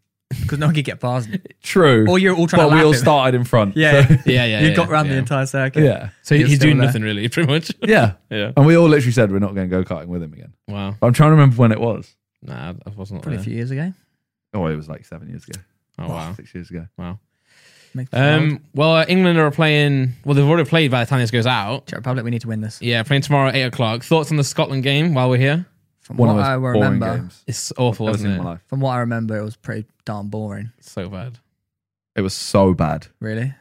Speaker 2: because no one could get past him.
Speaker 3: True.
Speaker 2: Or you're all trying to
Speaker 3: but we
Speaker 2: lap
Speaker 3: all
Speaker 2: him.
Speaker 3: started in front.
Speaker 2: Yeah.
Speaker 3: so-
Speaker 1: Yeah, yeah.
Speaker 2: you
Speaker 1: yeah,
Speaker 2: got around
Speaker 1: yeah.
Speaker 2: the entire circuit.
Speaker 3: yeah,
Speaker 1: So
Speaker 2: You're
Speaker 1: he's
Speaker 2: still
Speaker 1: doing
Speaker 2: there.
Speaker 1: nothing really, pretty much.
Speaker 3: yeah,
Speaker 1: yeah.
Speaker 3: And we all literally said we're not going to go karting with him again.
Speaker 1: Wow.
Speaker 3: But I'm trying to remember when it was.
Speaker 1: Nah, I wasn't.
Speaker 2: Probably
Speaker 1: there.
Speaker 2: a few years ago.
Speaker 3: Oh, it was like seven years ago.
Speaker 1: Oh wow.
Speaker 3: six years ago.
Speaker 2: Make the world.
Speaker 1: Um. Well, uh, England are playing. Well, they've already played by the time this goes out.
Speaker 2: Czech Republic, we need to win this.
Speaker 1: Yeah, playing tomorrow at eight o'clock. Thoughts on the Scotland game while we're here?
Speaker 2: From
Speaker 3: One
Speaker 2: what
Speaker 3: of
Speaker 2: I
Speaker 3: those boring
Speaker 2: remember,
Speaker 3: games
Speaker 1: It's awful,
Speaker 3: I've ever
Speaker 1: isn't
Speaker 3: seen in
Speaker 1: it?
Speaker 3: my life.
Speaker 2: from what I remember, it was pretty darn boring.
Speaker 1: So bad.
Speaker 3: It was so bad.
Speaker 2: Really,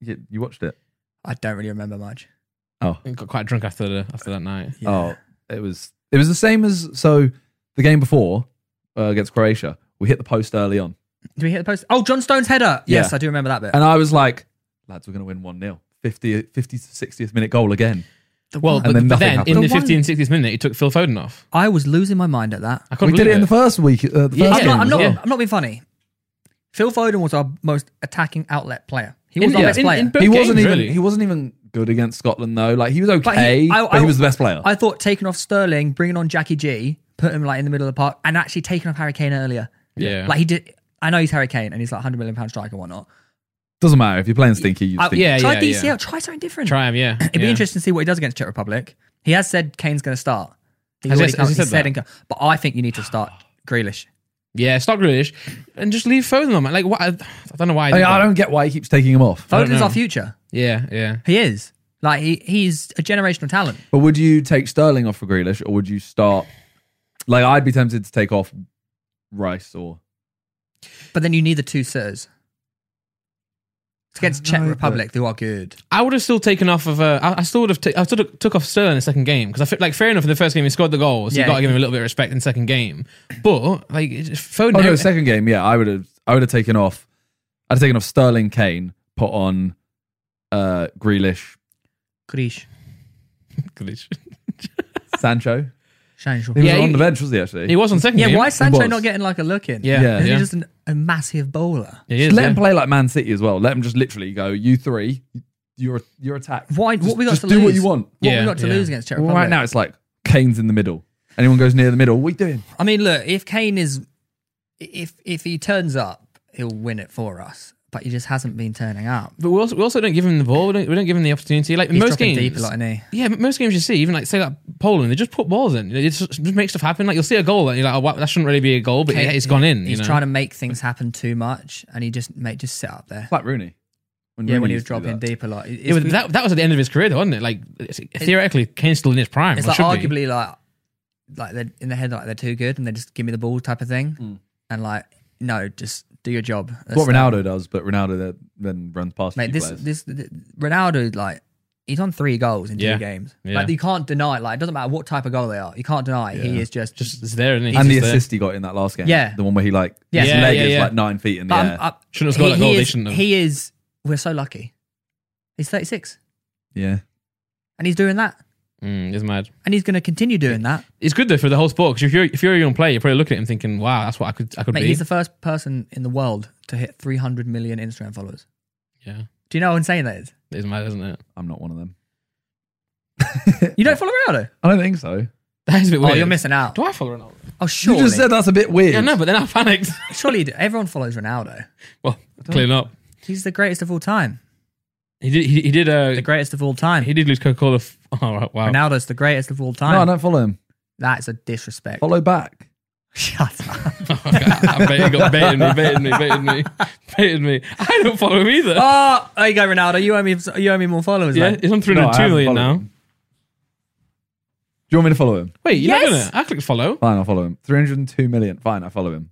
Speaker 3: You, you watched it?
Speaker 2: I don't really remember much.
Speaker 3: Oh,
Speaker 1: I got quite drunk after the, after that night.
Speaker 2: Yeah.
Speaker 3: oh, it was. It was the same as so the game before uh, against Croatia. We hit the post early on,
Speaker 2: Do we hit the post? Oh, John Stones header.
Speaker 3: Yeah.
Speaker 2: Yes, I do remember that bit.
Speaker 3: and I was like, "Lads, we're going to win one 0 50, 50 to sixtieth minute goal again."
Speaker 2: The
Speaker 1: Well,
Speaker 2: one-
Speaker 1: but,
Speaker 3: then
Speaker 1: but
Speaker 3: nothing
Speaker 1: then
Speaker 3: happened.
Speaker 1: in the
Speaker 2: The one-
Speaker 1: 50 and 60th minute, he took Phil Foden off.
Speaker 2: I was losing my mind at that.
Speaker 1: I can't
Speaker 3: We
Speaker 1: believe
Speaker 3: did it in the first week. Uh, the first
Speaker 1: Yeah,
Speaker 2: I'm,
Speaker 3: game
Speaker 2: not, I'm,
Speaker 3: as
Speaker 2: not,
Speaker 3: well.
Speaker 1: yeah.
Speaker 2: I'm not being funny. Phil Foden was our most attacking outlet player. He was
Speaker 1: In-
Speaker 2: our
Speaker 1: yeah.
Speaker 2: best
Speaker 1: in-
Speaker 2: player.
Speaker 1: in both
Speaker 3: he
Speaker 1: games,
Speaker 3: wasn't even
Speaker 1: really.
Speaker 3: he wasn't even good against Scotland though. Like he was okay, but he,
Speaker 2: I- I-
Speaker 3: was the best player.
Speaker 2: I thought taking off Sterling, bringing on Jackie G, put him like in the middle of the park, and actually taking off Harry Kane earlier.
Speaker 1: Yeah.
Speaker 2: Like he did. I know he's Harry Kane and he's like 100 million pound striker and whatnot.
Speaker 3: Doesn't matter if you're playing stinky, you
Speaker 2: I-
Speaker 3: stink.
Speaker 1: yeah,
Speaker 2: try
Speaker 1: yeah,
Speaker 2: DCL.
Speaker 1: yeah.
Speaker 2: Try something different.
Speaker 1: Try him, yeah.
Speaker 2: It'd be interesting to see what he does against Czech Republic. He has said Kane's going to start. He's
Speaker 1: Has he- has
Speaker 2: already
Speaker 1: he
Speaker 2: come- he's
Speaker 1: said
Speaker 2: and come- but I think you need to start Grealish.
Speaker 1: Yeah, stop Grealish and just leave Foden on. man. Like, what? I, I don't know why. he
Speaker 3: I, mean,
Speaker 1: did
Speaker 3: Oh, I
Speaker 1: that.
Speaker 3: don't get why he keeps taking him off.
Speaker 1: don't
Speaker 2: Foden's
Speaker 1: know.
Speaker 2: our future.
Speaker 1: Yeah, yeah.
Speaker 2: He is. Like he, he's a generational talent.
Speaker 3: But would you take Sterling off for Grealish, or would you start? Like I'd be tempted to take off Rice or
Speaker 2: But then you need the two sirs. It's against Czech
Speaker 3: know,
Speaker 2: Republic, who are good.
Speaker 1: I would have still taken off of. Uh, I, I still would have. ta- I still took off Sterling in the second game because I feel like fair enough in the first game he scored the goals. you
Speaker 2: Yeah.
Speaker 1: got to give him a little bit of respect in the second game. But like it's just Foden,
Speaker 3: oh no, second game. Yeah, I would have. I would have taken off. I'd have taken off Sterling, Kane, put on uh Grealish,
Speaker 2: Grealish.
Speaker 1: Grealish.
Speaker 3: Sancho.
Speaker 2: Shane Shaw.
Speaker 3: He was
Speaker 1: Yeah,
Speaker 3: on
Speaker 1: he-
Speaker 3: the bench, was he actually?
Speaker 1: he was on the second
Speaker 2: Yeah,
Speaker 1: game.
Speaker 2: why is Sancho
Speaker 3: was.
Speaker 2: not getting like a look in?
Speaker 1: Yeah,
Speaker 3: Yeah.
Speaker 1: yeah.
Speaker 2: Is he just an, a massive bowler?
Speaker 1: He is,
Speaker 3: Just let
Speaker 1: yeah.
Speaker 3: him play like Man City as well. Let him just literally go. You three, your your attack.
Speaker 2: Why?
Speaker 3: Just-
Speaker 2: what we got
Speaker 3: just
Speaker 2: to
Speaker 3: do
Speaker 2: lose?
Speaker 3: what you want.
Speaker 2: What
Speaker 1: Yeah,
Speaker 2: we got to
Speaker 1: yeah.
Speaker 2: lose against Czech
Speaker 3: Well,
Speaker 2: Republic?
Speaker 3: right now, it's like Kane's in the middle. Anyone goes near the middle, what are you doing?
Speaker 2: I mean, look, if Kane is, if if he turns up, he'll win it for us. But he just hasn't been turning up.
Speaker 1: But we also, we also don't give him the ball. We don't, we don't give him the opportunity. Like in
Speaker 2: He's
Speaker 1: most
Speaker 2: dropping
Speaker 1: games,
Speaker 2: deep a lot, isn't he?
Speaker 1: yeah, m- most games you see, even like say like Poland, they just put balls in. They just, just make stuff happen. Like you'll see a goal and you're like, oh, wow, that shouldn't really be a goal, but
Speaker 2: Kane-
Speaker 1: yeah, it's gone in.
Speaker 2: He's trying to make things happen too much, and he just make just sit up there.
Speaker 3: It's like Rooney. When
Speaker 2: Yeah, when he was
Speaker 3: used to do
Speaker 2: dropping
Speaker 3: that.
Speaker 2: deep a lot. It-
Speaker 1: Yeah,
Speaker 2: it's-
Speaker 1: but that, that was at the end of his career, though, wasn't it? Like it's- theoretically, Kane's still in his prime.
Speaker 2: It's
Speaker 1: or
Speaker 2: like
Speaker 1: should be.
Speaker 2: arguably like like they're in their head like they're too good and they just give me the ball type of thing.
Speaker 1: Hmm.
Speaker 2: And like no, just do your job.
Speaker 3: It's What
Speaker 2: That's-
Speaker 3: Ronaldo does, but Ronaldo then- then runs past
Speaker 2: Mate,
Speaker 3: you
Speaker 2: this,
Speaker 3: players.
Speaker 2: this th- Ronaldo like he's on three goals in
Speaker 1: Yeah.
Speaker 2: two games.
Speaker 1: Yeah.
Speaker 2: Like you can't deny. Like it doesn't matter what type of goal they are. You can't deny he is just.
Speaker 1: just it's there, isn't he?
Speaker 3: and the
Speaker 1: He's just
Speaker 3: assist he got in that last game.
Speaker 2: Yeah.
Speaker 3: The one where he like
Speaker 2: Yeah.
Speaker 3: his
Speaker 1: Yeah,
Speaker 3: leg
Speaker 1: yeah,
Speaker 3: is
Speaker 1: yeah.
Speaker 3: like nine feet in the
Speaker 2: but I'm-
Speaker 3: air.
Speaker 2: I-
Speaker 1: Shouldn't have scored that
Speaker 2: he-
Speaker 1: goal,
Speaker 2: He
Speaker 1: they
Speaker 2: is,
Speaker 1: shouldn't have.
Speaker 2: he is. We're so lucky. He's thirty six
Speaker 3: yeah.
Speaker 2: and he's doing that
Speaker 1: there. Mm, it's mad.
Speaker 2: and he's going to continue doing that.
Speaker 1: It's good though for the whole sport because if you're if you're a young player, you're probably looking at him thinking, "Wow, that's what I could I could
Speaker 2: Mate,
Speaker 1: be."
Speaker 2: he's the first person in the world to hit three hundred million Instagram followers.
Speaker 1: yeah,
Speaker 2: Do you know how insane that is?
Speaker 1: it's mad, isn't it?
Speaker 3: I'm not one of them.
Speaker 2: You don't follow Ronaldo?
Speaker 3: I don't think so.
Speaker 1: That is a bit weird.
Speaker 2: Oh, you're missing out.
Speaker 1: Do I follow Ronaldo?
Speaker 2: Oh, surely.
Speaker 3: You just said that's a bit weird.
Speaker 1: Yeah, no, but then I panicked.
Speaker 2: surely you do. everyone follows Ronaldo.
Speaker 1: well, clean up.
Speaker 2: He's the greatest of all time.
Speaker 1: He did. He, he did. Uh,
Speaker 2: The greatest of all time.
Speaker 1: he did lose Coca Cola. F- oh, right, wow.
Speaker 2: Ronaldo's the greatest of all
Speaker 3: No, I
Speaker 2: time.
Speaker 3: don't follow him.
Speaker 2: That's a disrespect.
Speaker 3: Follow back.
Speaker 2: Shut up.
Speaker 1: I bait, got baited me, baited me, baited me, baited me. I don't follow him either.
Speaker 2: oh, there you go, Ronaldo. You owe me. You owe me more followers.
Speaker 1: yeah,
Speaker 2: mate.
Speaker 1: it's on three
Speaker 3: No,
Speaker 1: hundred
Speaker 3: I
Speaker 1: two
Speaker 3: haven't
Speaker 1: million
Speaker 3: followed
Speaker 1: now.
Speaker 3: him. Do you want me to follow him?
Speaker 1: Wait, you're not
Speaker 2: Yes.
Speaker 1: gonna? I clicked follow.
Speaker 3: Fine, I'll follow him. 302 million. Fine, I follow him.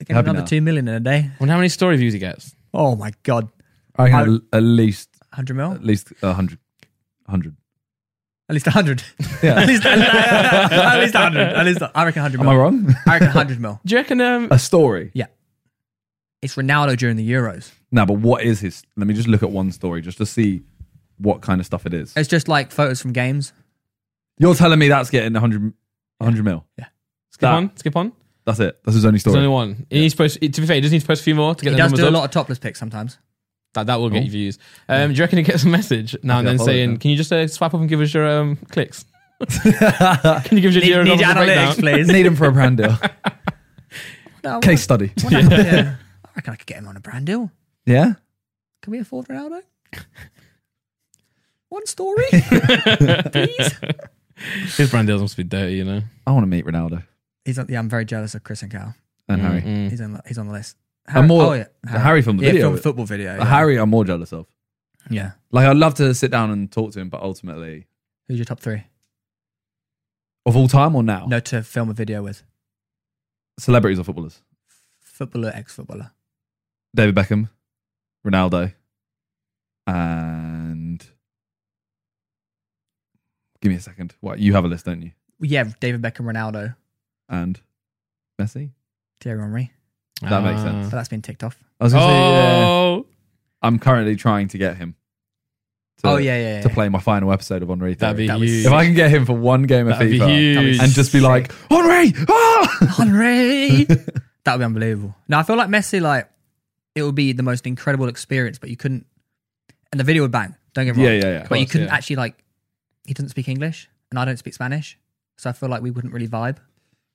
Speaker 2: Give him
Speaker 3: Happy
Speaker 2: another
Speaker 3: now.
Speaker 2: two million in a day.
Speaker 1: Wonder how many story views he gets.
Speaker 2: Oh my god,
Speaker 3: I reckon
Speaker 2: I-
Speaker 3: at l- at least
Speaker 2: hundred mil.
Speaker 3: at least a hundred. Hundred.
Speaker 2: At least hundred.
Speaker 3: Yeah.
Speaker 2: at least at least hundred. At least I reckon hundred
Speaker 3: Am I
Speaker 2: mil.
Speaker 3: wrong?
Speaker 2: I reckon hundred mil.
Speaker 1: Do you reckon? Um,
Speaker 3: a story.
Speaker 2: It's Ronaldo during the Euros.
Speaker 3: No, but what is his? Let me just look at one story just to see what kind of stuff it is.
Speaker 2: It's just like photos from games.
Speaker 3: You're telling me that's getting 100, 100 mil.
Speaker 2: Yeah.
Speaker 1: Skip
Speaker 3: That-
Speaker 1: on, skip on.
Speaker 3: That's it. That's his only
Speaker 1: There's
Speaker 3: story.
Speaker 1: only one. He needs to post. To be fair, he does need to post a few more to get
Speaker 2: He
Speaker 1: the
Speaker 2: does
Speaker 1: numbers
Speaker 2: do a
Speaker 1: up.
Speaker 2: lot of topless pics sometimes.
Speaker 1: That that will get you views. Um, Do you reckon he gets a message now and
Speaker 3: Okay,
Speaker 1: then
Speaker 3: I'll follow
Speaker 1: saying,
Speaker 3: it
Speaker 1: "Can you just uh, swipe up and give us your um, clicks? Can you give us your
Speaker 2: Need,
Speaker 1: euro
Speaker 2: need
Speaker 1: dollar breakdown?"
Speaker 2: analytics, please.
Speaker 3: Need him for a brand deal.
Speaker 2: No,
Speaker 3: Case study.
Speaker 2: what- what- yeah. I reckon I could get him on a brand deal.
Speaker 3: Yeah.
Speaker 2: Can we afford Ronaldo? One story, please.
Speaker 1: His brand deals must be dirty, you know.
Speaker 3: I want to meet Ronaldo
Speaker 2: He's on, yeah, I'm very jealous of Chris and Cal.
Speaker 3: and Harry.
Speaker 1: Mm-mm.
Speaker 2: He's on. the- He's on the list.
Speaker 3: I'm Hmm. more-
Speaker 2: oh, yeah,
Speaker 3: The Harry filmed the
Speaker 2: yeah,
Speaker 3: video.
Speaker 2: film, football video.
Speaker 3: The
Speaker 2: yeah.
Speaker 3: Harry, I'm more jealous of.
Speaker 2: Yeah.
Speaker 3: Like, I'd love to sit down and talk to him, but ultimately,
Speaker 2: Who's your top three?
Speaker 3: of all time or now,
Speaker 2: No, to film a video with
Speaker 3: celebrities or footballers.
Speaker 2: footballer, ex-footballer.
Speaker 3: David Beckham, Ronaldo, and give me a second. What you have a list, don't you?
Speaker 2: Yeah, David Beckham, Ronaldo,
Speaker 3: And Messi.
Speaker 2: Thierry Henry.
Speaker 3: That makes
Speaker 1: Ah.
Speaker 3: sense.
Speaker 2: But that's been ticked off.
Speaker 3: I was gonna say, yeah,
Speaker 1: Oh,
Speaker 3: I'm currently trying to get him. To,
Speaker 2: oh yeah, yeah, yeah.
Speaker 3: to play my final episode of Henri.
Speaker 1: that'd be
Speaker 2: That was
Speaker 1: huge.
Speaker 3: if I can get him for one game of
Speaker 1: That'd be
Speaker 3: FIFA
Speaker 1: huge.
Speaker 3: and just be like Henri. Ah!
Speaker 2: Henry. that would be unbelievable. Now I feel like Messi, like it would be the most incredible experience, but you couldn't. And the video would bang. Don't get me
Speaker 3: Yeah,
Speaker 2: wrong.
Speaker 3: yeah, yeah.
Speaker 2: But you
Speaker 1: course,
Speaker 2: couldn't
Speaker 1: yeah.
Speaker 2: actually like. He doesn't speak English, and I don't speak Spanish, so I feel like we wouldn't really vibe.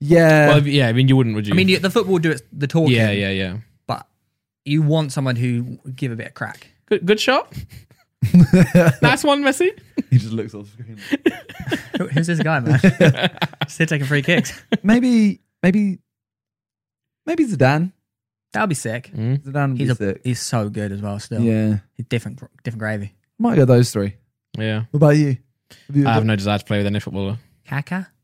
Speaker 3: Yeah.
Speaker 1: Well, yeah, I mean, you wouldn't, would you?
Speaker 2: I mean, you- the football do it, the talking.
Speaker 1: yeah, yeah, yeah.
Speaker 2: But you want someone who would give a bit of crack.
Speaker 1: Good, good shot. nice one, Messi.
Speaker 3: he just looks off screen.
Speaker 2: Who- Who's this guy, man? Still taking free kicks.
Speaker 3: maybe, maybe, maybe Zidane.
Speaker 2: That would be sick.
Speaker 1: Mm,
Speaker 3: Zidane would
Speaker 2: He's
Speaker 3: be
Speaker 2: a,
Speaker 3: sick.
Speaker 2: he's so good as well. Still,
Speaker 3: Yeah.
Speaker 2: He's different, different gravy.
Speaker 3: Might go those three.
Speaker 1: Yeah,
Speaker 3: What about you?
Speaker 1: I have no desire to play with any footballer.
Speaker 2: Kaka.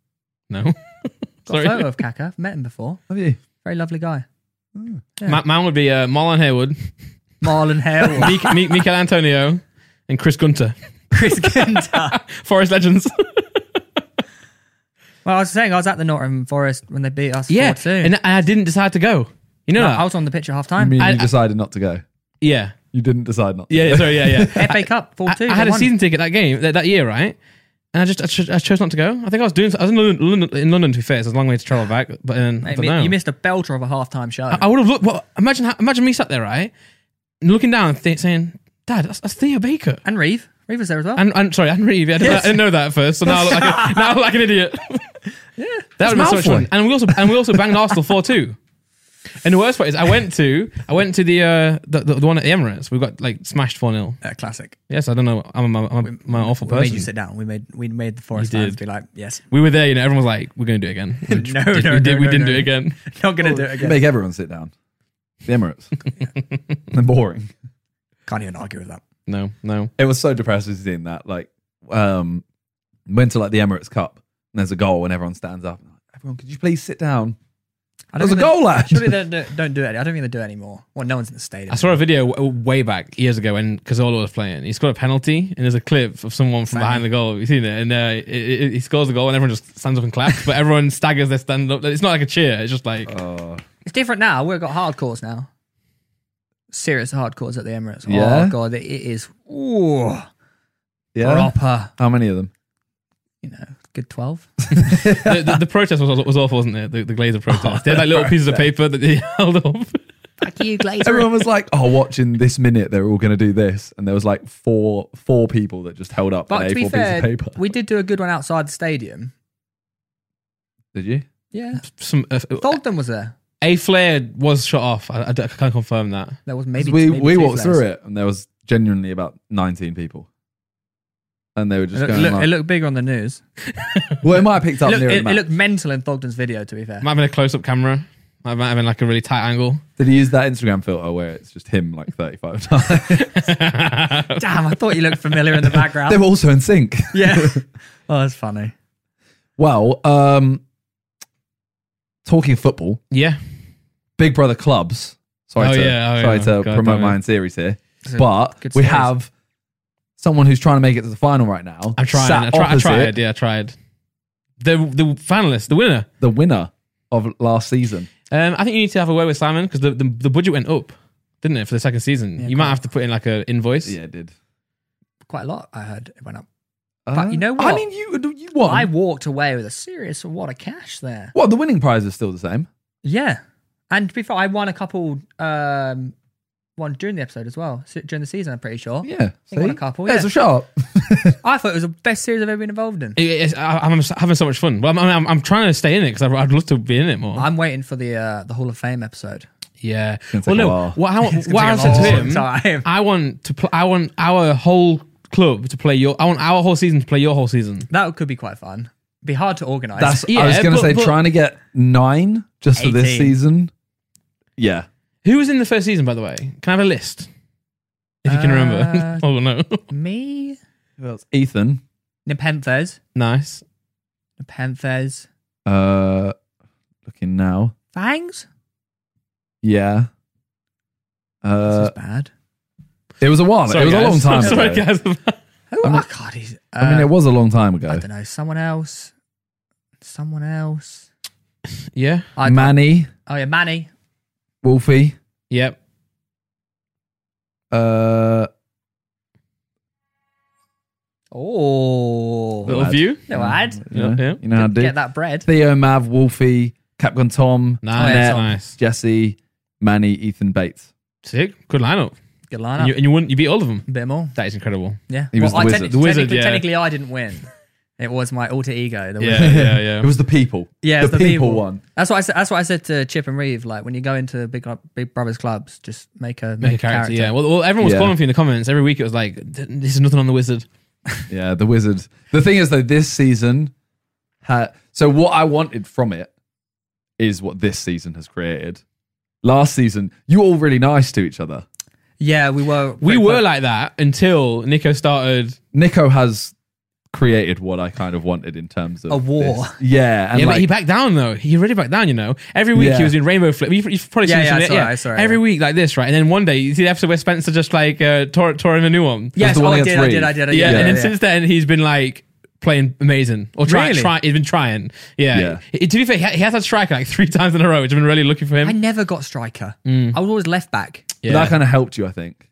Speaker 1: No.
Speaker 2: Got a
Speaker 1: Sorry.
Speaker 2: photo of Kaka. I've met him before.
Speaker 3: Have you?
Speaker 2: Very lovely guy. yeah.
Speaker 1: Ma- Mine would be uh, Marlon Harewood,
Speaker 2: Marlon Hale,
Speaker 1: Mik- Mi- Mikel Antonio, and Chris Gunter.
Speaker 2: Chris Ginter.
Speaker 1: Forest legends.
Speaker 2: Well, I was saying I was at the Nottingham Forest when they beat us.
Speaker 1: yeah,
Speaker 2: 4-2.
Speaker 1: and, uh, and I didn't decide to go. You know
Speaker 2: No,
Speaker 1: that?
Speaker 2: I was on the pitch at half
Speaker 3: I
Speaker 2: time.
Speaker 3: mean,
Speaker 1: I-
Speaker 3: you
Speaker 1: I-
Speaker 3: decided not to go.
Speaker 1: yeah.
Speaker 3: You didn't decide not. To
Speaker 1: Yeah, yeah, sorry, yeah, yeah.
Speaker 2: FA Cup four
Speaker 1: I,
Speaker 2: two.
Speaker 1: I had a season ticket that game that, that year, right? And I just I, cho- I chose not to go. I think I was doing. I was in London, London, in London to be fair. So it's a long way to travel back, but um, I don't know.
Speaker 2: You missed a belter of a half time show.
Speaker 1: I, I would have looked. Well, imagine how, imagine me sat there, right, and looking down, and th- saying, "Dad, that's, that's Theo Baker."
Speaker 2: and Reeve, Reeve was there as well.
Speaker 1: And, and sorry, Anne Reeve. I didn't,
Speaker 2: Yes.
Speaker 1: I didn't know that at first, so now I look like, a, now I look like an idiot. yeah, that would be so much fun.
Speaker 3: Malfoy.
Speaker 1: And we also and we also banged Arsenal four two. And the worst part is, I went to I went to the uh, the, the, the one at the Emirates. We got like smashed four 0
Speaker 2: Uh, classic.
Speaker 1: Yes, I don't know. I'm a, I'm a, I'm an awful
Speaker 2: We made you
Speaker 1: person.
Speaker 2: sit down. We made we made the Forest
Speaker 1: You
Speaker 2: fans
Speaker 1: did.
Speaker 2: be like, yes,
Speaker 1: We were there, you know. Everyone was like, "We're going to do it again." We
Speaker 2: No,
Speaker 1: did-
Speaker 2: no,
Speaker 1: we,
Speaker 2: no,
Speaker 1: did, we
Speaker 2: no,
Speaker 1: didn't
Speaker 2: no.
Speaker 1: do it again.
Speaker 2: not gonna do it again.
Speaker 3: Make everyone sit down. The Emirates. They're boring.
Speaker 2: Can't even argue with that.
Speaker 1: No, no.
Speaker 3: It was so depressing seeing that. Like, um, went to like the Emirates Cup and there's a goal and everyone stands up. Everyone, could you please sit down?
Speaker 2: I
Speaker 3: There's a
Speaker 2: think they-
Speaker 3: goal, lad.
Speaker 2: Surely they don't, don't do it. I don't think they do it anymore. Well, no one's in the stadium.
Speaker 1: I saw a video w- way back years ago when Cazorla was playing. He scored a penalty, and there's a clip of someone from behind the goal. Have you seen it? And uh, it, it, he scores the goal, and everyone just stands up and claps. but everyone staggers their stand up. It's not like a cheer. It's just like
Speaker 3: Oh,
Speaker 2: It's different now. We've got hardcores now. Serious hardcores at the Emirates.
Speaker 3: Yeah?
Speaker 2: Oh god, it is ooh,
Speaker 3: yeah.
Speaker 2: proper.
Speaker 3: How many of them?
Speaker 2: You know, good twelve.
Speaker 3: Oh.
Speaker 1: the, the, the protest was, was awful, wasn't it? The, the Glazer protest. they had like little pieces of paper that they held up.
Speaker 2: Fuck you, Glazer.
Speaker 3: Everyone was like, "Oh, watching this minute, they're all going to do this," and there was like four four people that just held up
Speaker 2: but
Speaker 3: an
Speaker 2: to be
Speaker 3: A4 piece of
Speaker 2: fair,
Speaker 3: paper.
Speaker 2: we did do a good one outside the stadium.
Speaker 3: Did you?
Speaker 2: Yeah,
Speaker 1: Some uh,
Speaker 2: Thogden was there.
Speaker 1: a flare was shut off. I, I d- I can't confirm that.
Speaker 2: There was
Speaker 3: 'Cause
Speaker 2: maybe
Speaker 3: we
Speaker 2: maybe
Speaker 3: we
Speaker 2: two
Speaker 3: walked
Speaker 2: flares.
Speaker 3: through it and there was genuinely about 19 people, and they were
Speaker 2: It
Speaker 3: just
Speaker 2: looked,
Speaker 3: going
Speaker 2: look-
Speaker 3: like,
Speaker 2: it looked bigger on the news.
Speaker 3: Well, it might have picked up
Speaker 2: It looked,
Speaker 3: near
Speaker 2: it,
Speaker 3: the
Speaker 2: it
Speaker 3: map.
Speaker 2: looked mental in Thogden's video. To be fair,
Speaker 1: Might have been a close up camera. Might have been like a really tight angle.
Speaker 3: Did he use that Instagram filter where it's just him like 35 times?
Speaker 2: damn, I thought you looked familiar in the
Speaker 3: they
Speaker 2: background.
Speaker 3: were also in sync.
Speaker 2: yeah, oh, that's funny.
Speaker 3: Well, um, talking football,
Speaker 1: Yeah.
Speaker 3: Big Brother clubs. Sorry
Speaker 1: Oh,
Speaker 3: to,
Speaker 1: yeah, oh,
Speaker 3: sorry
Speaker 1: yeah.
Speaker 3: to
Speaker 1: God
Speaker 3: promote
Speaker 1: damn it.
Speaker 3: my own series here.
Speaker 2: It's a
Speaker 3: But
Speaker 2: good
Speaker 3: we
Speaker 2: series.
Speaker 3: have someone who's trying to make it to the final right now.
Speaker 1: I'm trying.
Speaker 3: Sat
Speaker 1: I, try, I
Speaker 3: opposite
Speaker 1: tried. Yeah, I tried. The the finalist, the winner.
Speaker 3: The winner of last season.
Speaker 1: Um, I think you need to have a word with Simon because the, the the budget went up, didn't it, for the second season? you might have to put in like an invoice.
Speaker 3: it did.
Speaker 2: quite a lot. I heard it went up.
Speaker 3: Uh,
Speaker 2: But you know what?
Speaker 3: I mean, you you won.
Speaker 2: I walked away with a serious wad of cash there.
Speaker 3: well, the winning prize is still the same.
Speaker 2: Yeah, and before I won a couple, um, one during the episode as well se- during the season. I'm pretty sure.
Speaker 3: Yeah,
Speaker 2: I think I won
Speaker 3: see?
Speaker 2: a couple,
Speaker 3: Yeah,
Speaker 2: yeah.
Speaker 3: it's a sharp.
Speaker 2: I thought it was the best series I've ever been involved in.
Speaker 1: It- it's- I, I'm having so much fun. Well, I'm, I'm, I'm trying to stay in it because I'd, I'd love to be in it more.
Speaker 2: I'm waiting for the uh, the Hall of Fame episode.
Speaker 1: yeah.
Speaker 3: gonna
Speaker 1: Well,
Speaker 3: take a
Speaker 1: no.
Speaker 3: while.
Speaker 1: What I,
Speaker 2: It's gonna
Speaker 1: what I
Speaker 2: take a
Speaker 1: said to
Speaker 2: long
Speaker 1: him,
Speaker 2: time.
Speaker 1: I want to. Pl- I want our whole club to play your. I want our whole season to play your whole season.
Speaker 2: That could be quite fun. Be hard to organize.
Speaker 3: That's
Speaker 1: Yeah,
Speaker 3: I was going
Speaker 1: but-
Speaker 3: to say
Speaker 1: but-
Speaker 3: trying to get nine just for this
Speaker 2: 18.
Speaker 3: season. Yeah,
Speaker 1: Who was in the first season, by the way? Can I have a list? If you can remember.
Speaker 2: Uh,
Speaker 1: oh no.
Speaker 2: me.
Speaker 3: who else? Ethan.
Speaker 2: Nepenthes.
Speaker 1: nice.
Speaker 2: Nepenthes.
Speaker 3: Uh, looking now.
Speaker 2: Fangs.
Speaker 3: Yeah.
Speaker 2: this
Speaker 3: Uh,
Speaker 2: is bad.
Speaker 3: it was a while. it was
Speaker 1: guys.
Speaker 3: a long time.
Speaker 1: Sorry,
Speaker 3: ago.
Speaker 1: guys.
Speaker 2: Oh,
Speaker 3: I mean-
Speaker 2: oh, God, he's. Uh,
Speaker 3: I mean, it was a long time ago.
Speaker 2: I don't know. Someone else. Someone else.
Speaker 1: yeah.
Speaker 2: I,
Speaker 3: Manny,
Speaker 2: oh yeah, Manny.
Speaker 3: Wolfie.
Speaker 1: Yep.
Speaker 3: Uh,
Speaker 2: Oh,
Speaker 1: Little
Speaker 3: lad.
Speaker 1: view.
Speaker 2: no ad.
Speaker 3: you know,
Speaker 1: Yeah.
Speaker 3: you know how to do.
Speaker 2: Get that bread.
Speaker 3: Theo, Mav, Wolfie, Capcom Tom,
Speaker 1: Nice.
Speaker 3: Annette,
Speaker 1: nice.
Speaker 3: Jesse, Manny, Ethan Bates.
Speaker 1: Sick. Good lineup.
Speaker 2: Good
Speaker 1: And you,
Speaker 2: lineup.
Speaker 1: and you won. You beat all of them.
Speaker 2: Bit more.
Speaker 1: That is incredible.
Speaker 2: Yeah.
Speaker 3: He was
Speaker 2: Well,
Speaker 3: the
Speaker 2: I
Speaker 3: wizard.
Speaker 1: The wizard,
Speaker 2: technically,
Speaker 1: yeah.
Speaker 2: technically, I didn't win. It was my alter ego. The
Speaker 1: Yeah.
Speaker 2: wizard.
Speaker 1: Yeah.
Speaker 3: It
Speaker 1: Yeah.
Speaker 3: was the people.
Speaker 2: Yeah,
Speaker 3: the,
Speaker 2: it's the
Speaker 3: people,
Speaker 2: people.
Speaker 3: one.
Speaker 2: That's what I said. That's what I said to Chip and Reeve. Like when you go into big big brothers clubs, just make a
Speaker 1: Make a character. Yeah. Well, well, everyone was
Speaker 3: Yeah.
Speaker 1: calling for you in the comments every week. It was like, this is nothing on the wizard.
Speaker 3: Yeah, the wizard. The thing is, though, this season. Ha- so what I wanted from it is what this season has created. Last season, you were all really nice to each other.
Speaker 2: Yeah, we were.
Speaker 1: We
Speaker 2: pretty
Speaker 1: were
Speaker 2: close.
Speaker 1: like that until Nico started.
Speaker 3: Nico has created what I kind of wanted in terms of
Speaker 2: A war.
Speaker 3: this. Yeah, and
Speaker 1: yeah, but
Speaker 3: like-
Speaker 1: he backed down though. He really backed down. You know, every week he
Speaker 3: Yeah.
Speaker 1: was doing rainbow flip. You've, you've probably
Speaker 2: Yeah,
Speaker 1: seen
Speaker 2: yeah,
Speaker 1: some
Speaker 2: I
Speaker 1: of it,
Speaker 2: saw it,
Speaker 1: yeah.
Speaker 2: I saw it,
Speaker 1: every
Speaker 2: yeah.
Speaker 1: week like this, right? And then one day you see the episode where Spencer just like uh, tore tore him a new one.
Speaker 2: Yes,
Speaker 3: the
Speaker 2: oh,
Speaker 3: one
Speaker 2: I
Speaker 3: against
Speaker 2: did, I did.
Speaker 3: Reeve.
Speaker 2: I did. I did.
Speaker 1: yeah,
Speaker 2: yeah,
Speaker 1: and then
Speaker 2: yeah.
Speaker 1: since then he's been like playing amazing or trying.
Speaker 2: Really?
Speaker 1: Try, he's been trying. Yeah.
Speaker 3: Yeah.
Speaker 1: He- to be fair, he, ha- he has had striker like three times in a row, which I've been really looking for
Speaker 2: I
Speaker 1: him.
Speaker 2: never got striker.
Speaker 1: Mm.
Speaker 2: I was always left back.
Speaker 1: yeah.
Speaker 3: but that kind of helped you, I think.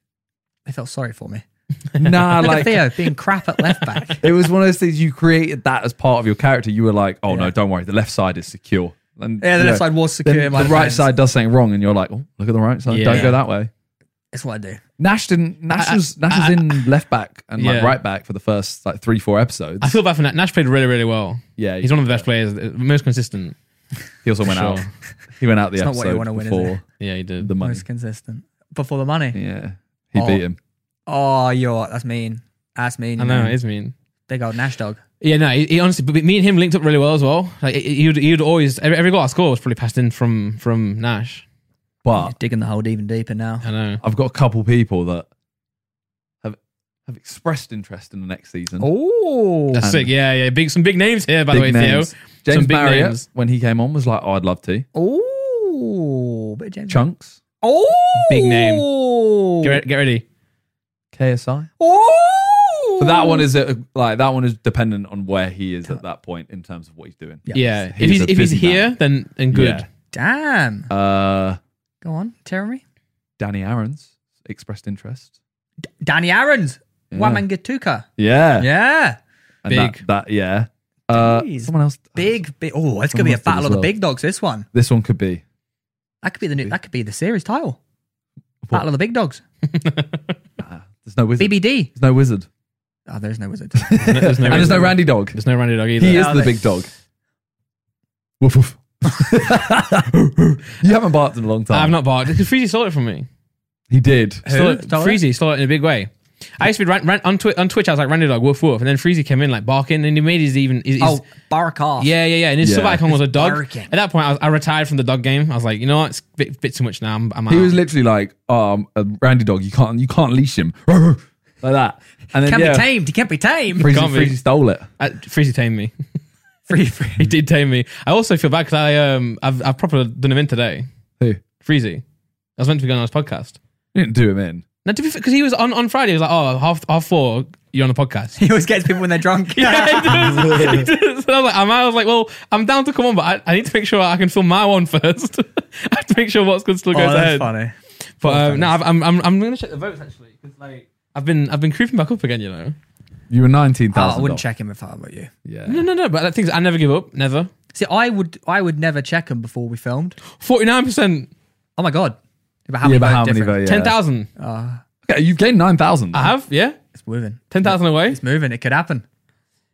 Speaker 2: They felt sorry for me.
Speaker 3: Nah,
Speaker 2: Look at
Speaker 3: like
Speaker 2: Theo being crap at left back.
Speaker 3: it was one of those things you created that as part of your character. You were like, oh no,
Speaker 2: Yeah.
Speaker 3: don't worry, the left side is secure. And,
Speaker 2: Yeah, the
Speaker 3: you
Speaker 2: left side was secure
Speaker 3: then
Speaker 2: in my
Speaker 3: the right
Speaker 2: defense.
Speaker 3: side does something wrong, and you're like, oh, look at the right side.
Speaker 1: Yeah.
Speaker 3: Don't go that way.
Speaker 2: That's what I do.
Speaker 3: Nash didn't. Nash
Speaker 1: I-
Speaker 3: was Nash was in left back and
Speaker 1: Yeah.
Speaker 3: like right back for the first like three four episodes.
Speaker 1: I feel bad for Nash. Nash played really, really well.
Speaker 3: yeah,
Speaker 1: He's one of the best players, uh, most consistent.
Speaker 3: he also went out.
Speaker 1: sure.
Speaker 3: He went out the
Speaker 2: It's not
Speaker 3: episode
Speaker 2: what you wanna win, is
Speaker 3: before
Speaker 1: Yeah, he did.
Speaker 3: the money.
Speaker 2: Most consistent. Before the money.
Speaker 3: Yeah, he
Speaker 2: Oh.
Speaker 3: beat him.
Speaker 2: Oh, you're that's mean. That's mean.
Speaker 1: I know
Speaker 2: man.
Speaker 1: it is mean.
Speaker 2: Big old Nash dog.
Speaker 1: Yeah, no, he, he honestly, but me and him linked up really well as well. Like he would, he would always every, every goal I scored was probably passed in from from Nash.
Speaker 3: But
Speaker 2: digging the hole even deeper now.
Speaker 1: I know.
Speaker 3: I've got a couple people that have have expressed interest in the next season.
Speaker 2: Oh,
Speaker 1: That's
Speaker 3: And-
Speaker 1: sick. Yeah, yeah. Big some big names here, by
Speaker 3: Big
Speaker 1: the way,
Speaker 3: names.
Speaker 1: Theo. Some
Speaker 3: James
Speaker 1: big
Speaker 3: Marriott,
Speaker 1: names.
Speaker 3: when he came on, was like, oh, "I'd love to."
Speaker 2: oh, bit of James-
Speaker 3: Chunks,
Speaker 2: Oh,
Speaker 1: Big name. Get,
Speaker 2: name.
Speaker 1: re- get ready.
Speaker 3: KSI.
Speaker 2: Oh,
Speaker 3: But that one is uh like that one is dependent on where he is at that point in terms of what he's doing.
Speaker 2: Yeah.
Speaker 1: Yeah,
Speaker 3: He's
Speaker 1: if he's
Speaker 3: a
Speaker 1: if he's
Speaker 3: busy man.
Speaker 1: here, then then good.
Speaker 3: Yeah.
Speaker 2: damn.
Speaker 3: Uh,
Speaker 2: Go on, Jeremy.
Speaker 3: Danny Aaron's expressed interest.
Speaker 2: Danny Aaron's.
Speaker 3: Yeah.
Speaker 2: Wamangatuka.
Speaker 3: Yeah.
Speaker 2: Yeah.
Speaker 3: And that-
Speaker 1: Big.
Speaker 3: That, yeah. Uh,
Speaker 2: Jeez.
Speaker 3: someone else.
Speaker 2: Big, big. Oh, it's going to be a
Speaker 3: Almost did
Speaker 2: battle
Speaker 3: as
Speaker 2: of the
Speaker 3: well.
Speaker 2: big dogs, this one.
Speaker 3: This one could be.
Speaker 2: That could be the new, that could be the series title.
Speaker 3: What?
Speaker 2: Battle of the big dogs.
Speaker 3: Nah, there's no wizard.
Speaker 2: BBD.
Speaker 3: There's no wizard.
Speaker 2: Oh, there's no wizard.
Speaker 1: no- there's no
Speaker 3: and there's
Speaker 1: wizard.
Speaker 3: no Randy Dog.
Speaker 1: There's no Randy Dog either.
Speaker 3: He
Speaker 2: Yeah,
Speaker 3: is the
Speaker 2: they-
Speaker 3: big dog. Woof woof. you haven't barked in a long time.
Speaker 1: I've not barked. Freezy stole it from me.
Speaker 3: He did.
Speaker 1: Stole it,
Speaker 2: Stole it?
Speaker 1: Freezy stole it in a big way. I used to be ran, ran, on, Twi- on Twitch. I was like Randy Dog, woof woof, and then Freezy came in like barking, and he made his even. His, his-
Speaker 2: oh, Barakar.
Speaker 1: Yeah, yeah, yeah. And his
Speaker 3: Yeah.
Speaker 1: sub icon was a dog.
Speaker 2: barking.
Speaker 1: At that point, I, was, I retired from the dog game. I was like, you know what? It's a bit, bit too much now. I'm, I'm out.
Speaker 3: He was literally like, um, a Randy Dog. You can't, you can't leash him like that. And then
Speaker 2: Can't
Speaker 3: yeah,
Speaker 2: be tamed. He can't be tamed.
Speaker 3: Freezy,
Speaker 1: Can't be.
Speaker 3: Freezy stole it.
Speaker 1: I, Freezy tamed me.
Speaker 2: Free,
Speaker 1: he
Speaker 2: free.
Speaker 1: did tame me. I also feel bad because I um I've I've properly done him in today.
Speaker 3: Who? You
Speaker 1: Freezy. I was meant to be going on his podcast.
Speaker 3: didn't do him in.
Speaker 1: Now to be because he was on on Friday. He was like, oh, half half four. You're on the podcast.
Speaker 2: He always gets people when they're drunk.
Speaker 1: Yeah, he does. He does. And I was like, I'm, I was like, well, I'm down to come on, but I, I need to make sure I can film my one first. I have to make sure what's good still
Speaker 2: Oh,
Speaker 1: goes
Speaker 2: that's
Speaker 1: ahead.
Speaker 2: funny.
Speaker 1: But um, no, I've- I'm I'm I'm gonna check the votes actually because like. I've been I've been creeping back up again, you know.
Speaker 3: You were nineteen
Speaker 2: Oh,
Speaker 3: thousand.
Speaker 2: I wouldn't check him if I were you.
Speaker 1: No,
Speaker 3: Yeah.
Speaker 1: no, no. But that thing's I never give up. Never.
Speaker 2: See, I would, I would never check him before we filmed.
Speaker 1: Forty nine percent.
Speaker 2: Oh my god! About how
Speaker 3: Yeah,
Speaker 2: many
Speaker 3: but
Speaker 2: vote
Speaker 3: how many
Speaker 2: difference?
Speaker 3: vote?
Speaker 1: Ten
Speaker 3: Yeah.
Speaker 1: Ah. thousand.
Speaker 3: Okay, you've gained nine thousand.
Speaker 1: I have. Yeah.
Speaker 2: It's moving.
Speaker 1: Ten thousand away.
Speaker 2: It's moving. It could happen.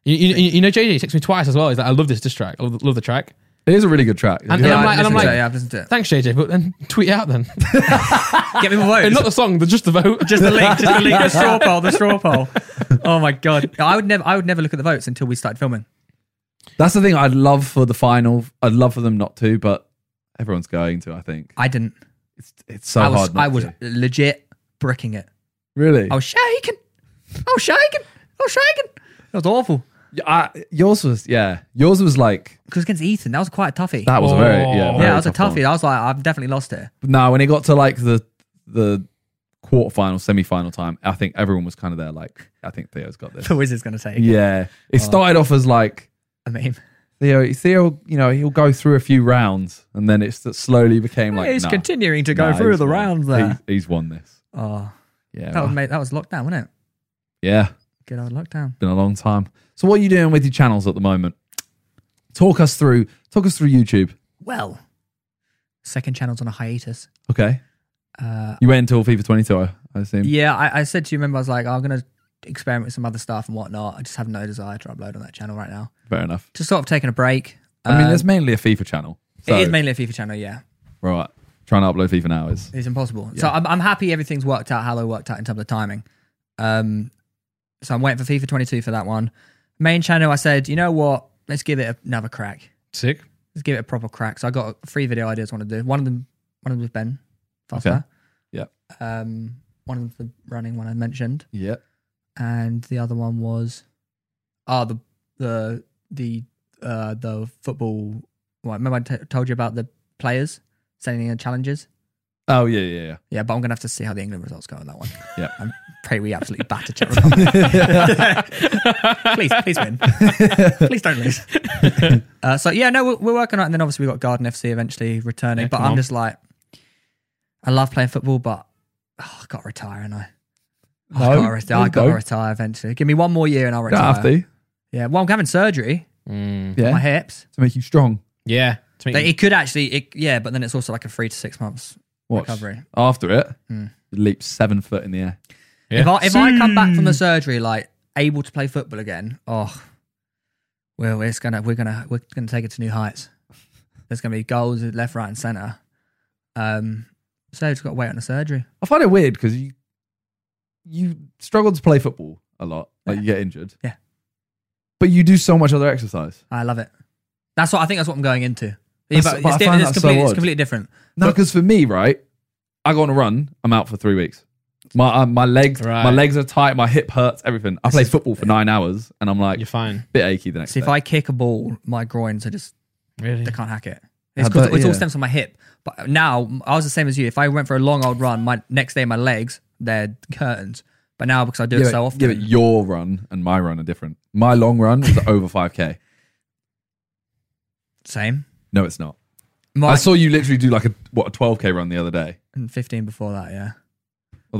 Speaker 1: You, you, you know, JJ texted me twice as well. He's like, I love this diss track. I love, love the track.
Speaker 3: It is a really good track.
Speaker 1: And I'm
Speaker 2: I've
Speaker 1: like- and I'm
Speaker 2: listened to
Speaker 1: like-
Speaker 2: it, yeah, I've listened to it.
Speaker 1: Thanks, JJ. But then tweet it out then.
Speaker 2: Get me more
Speaker 1: Not
Speaker 2: votes.
Speaker 1: the song, the just the vote.
Speaker 2: Just the link. Just the link. The straw poll. The straw poll. Oh my god! I would never, I would never look at the votes until we started filming.
Speaker 3: That's the thing. I'd love for the final. I'd love for them not to, but everyone's going to. I think
Speaker 2: I didn't.
Speaker 3: it's it's so
Speaker 2: I was,
Speaker 3: hard. Not
Speaker 2: I was
Speaker 3: to.
Speaker 2: legit bricking it.
Speaker 3: really.
Speaker 2: I was shaking. I was shaking. I was shaking. That was awful.
Speaker 3: I- yours was yeah. Yours was like
Speaker 2: Because against Ethan, that was quite a toughie.
Speaker 3: that was a very yeah.
Speaker 1: Oh.
Speaker 3: very
Speaker 2: yeah, that was a
Speaker 3: tough
Speaker 2: toughie.
Speaker 3: one.
Speaker 2: I was like, I've definitely lost it.
Speaker 3: No, when it got to like the the quarterfinal, semi-final time, I think everyone was kind of there. Like I think Theo's got this.
Speaker 2: The Wiz is going to take
Speaker 3: yeah, it
Speaker 2: Uh,
Speaker 3: started off as like
Speaker 2: a meme.
Speaker 3: Theo, Theo, you know, he'll go through a few rounds, and then it's that slowly became like
Speaker 2: he's
Speaker 3: nah,
Speaker 2: continuing to go
Speaker 3: nah,
Speaker 2: through
Speaker 3: he's
Speaker 2: the
Speaker 3: won.
Speaker 2: rounds there.
Speaker 3: He's, he's won this.
Speaker 2: Oh,
Speaker 3: Yeah,
Speaker 2: that was,
Speaker 3: well,
Speaker 2: mate, that was lockdown, wasn't it?
Speaker 3: yeah,
Speaker 2: Good old lockdown.
Speaker 3: been a long time. So what are you doing with your channels at the moment? Talk us through. Talk us through YouTube.
Speaker 2: Well, second channel's on a hiatus.
Speaker 3: Okay,
Speaker 2: Uh,
Speaker 3: you wait until FIFA 22, I I assume.
Speaker 2: yeah, I, I said to you, remember, I was like, I'm going to experiment with some other stuff and whatnot. I just have no desire to upload on that channel right now.
Speaker 3: Fair enough.
Speaker 2: Just sort of taking a break.
Speaker 3: I mean,
Speaker 2: Uh,
Speaker 3: there's mainly a FIFA channel. So,
Speaker 2: it is mainly a FIFA channel, yeah.
Speaker 3: right. Trying to upload FIFA now is
Speaker 2: It's impossible. So I'm, I'm happy everything's worked out how they worked out in terms of timing. Um, so I'm waiting for FIFA 22 for that one. Main channel, I said, you know what? Let's give it another crack.
Speaker 1: Sick.
Speaker 2: Let's give it a proper crack. So I got three video ideas I want to do. One of them, one of them was Ben Foster.
Speaker 3: Okay.
Speaker 2: Um, one of them for running one I mentioned,
Speaker 3: yeah.
Speaker 2: and the other one was, ah, the the the uh the football. Well, remember I t- told you about the players sending in challenges.
Speaker 3: Oh yeah, yeah, yeah.
Speaker 2: Yeah, but I'm gonna have to see how the England results go on that one.
Speaker 3: Yeah.
Speaker 2: I pray we absolutely batter Czech Republic. please, please win. please don't lose. uh, so yeah, no, we're, we're working on it. And then obviously we got Garden FC eventually returning.
Speaker 1: Yeah,
Speaker 2: but
Speaker 1: come
Speaker 2: I'm
Speaker 1: on.
Speaker 2: just like, I love playing football, but oh, I got to retire, and I. Oh, I
Speaker 3: No,
Speaker 2: got to retire. I
Speaker 3: no,
Speaker 2: got to
Speaker 3: don't.
Speaker 2: retire eventually. Give me one more year and I'll
Speaker 3: Don't
Speaker 2: retire.
Speaker 3: have to.
Speaker 2: Yeah, well, I'm having surgery.
Speaker 1: Mm.
Speaker 3: Yeah.
Speaker 2: My hips.
Speaker 3: to make you strong.
Speaker 1: Yeah. To make
Speaker 2: Like,
Speaker 1: you-
Speaker 2: it could actually, it, yeah, but then it's also like a three to six months
Speaker 3: Watch.
Speaker 2: recovery.
Speaker 3: After it,
Speaker 2: Hmm.
Speaker 3: you leap seven foot in the air.
Speaker 1: yeah.
Speaker 2: If I if I come back from the surgery like able to play football again, oh, well, it's gonna we're gonna we're gonna take it to new heights. There's gonna be goals at left, right, and centre. Um, so it's got to wait on the surgery.
Speaker 3: I find it weird because you you struggle to play football a lot. Like you get injured.
Speaker 2: Yeah.
Speaker 3: But you do so much other exercise.
Speaker 2: I love it. That's what I think. That's what I'm going into. Yeah,
Speaker 3: That's-
Speaker 2: but
Speaker 3: but I
Speaker 2: it's, di-
Speaker 3: find
Speaker 2: it's
Speaker 3: that so
Speaker 2: completely, it's
Speaker 3: odd.
Speaker 2: completely different.
Speaker 3: No,
Speaker 2: But-
Speaker 3: because for me, right, I go on a run, I'm out for three weeks. My uh, my legs
Speaker 1: Right.
Speaker 3: my legs are tight, my hip hurts, everything. I play football for nine hours and I'm like
Speaker 1: You're
Speaker 3: a
Speaker 1: fine.
Speaker 3: bit achy the next
Speaker 2: So if
Speaker 3: day.
Speaker 2: I kick a ball, my groins are just
Speaker 1: Really?
Speaker 2: they can't hack it. It's
Speaker 3: I
Speaker 2: 'cause
Speaker 3: bet,
Speaker 2: it's all
Speaker 3: yeah.
Speaker 2: stems from my hip. But now I was the same as you. If I went for a long old run, my next day my legs they're curtains. But now because I do
Speaker 3: yeah,
Speaker 2: it
Speaker 3: but-
Speaker 2: so
Speaker 3: yeah,
Speaker 2: often,
Speaker 3: but your run and my run are different. My long run is over five K.
Speaker 2: same.
Speaker 3: No, it's not. I
Speaker 2: My,
Speaker 3: saw you literally do like a what a twelve K run the other day.
Speaker 2: and 15 before that, yeah.
Speaker 3: Well,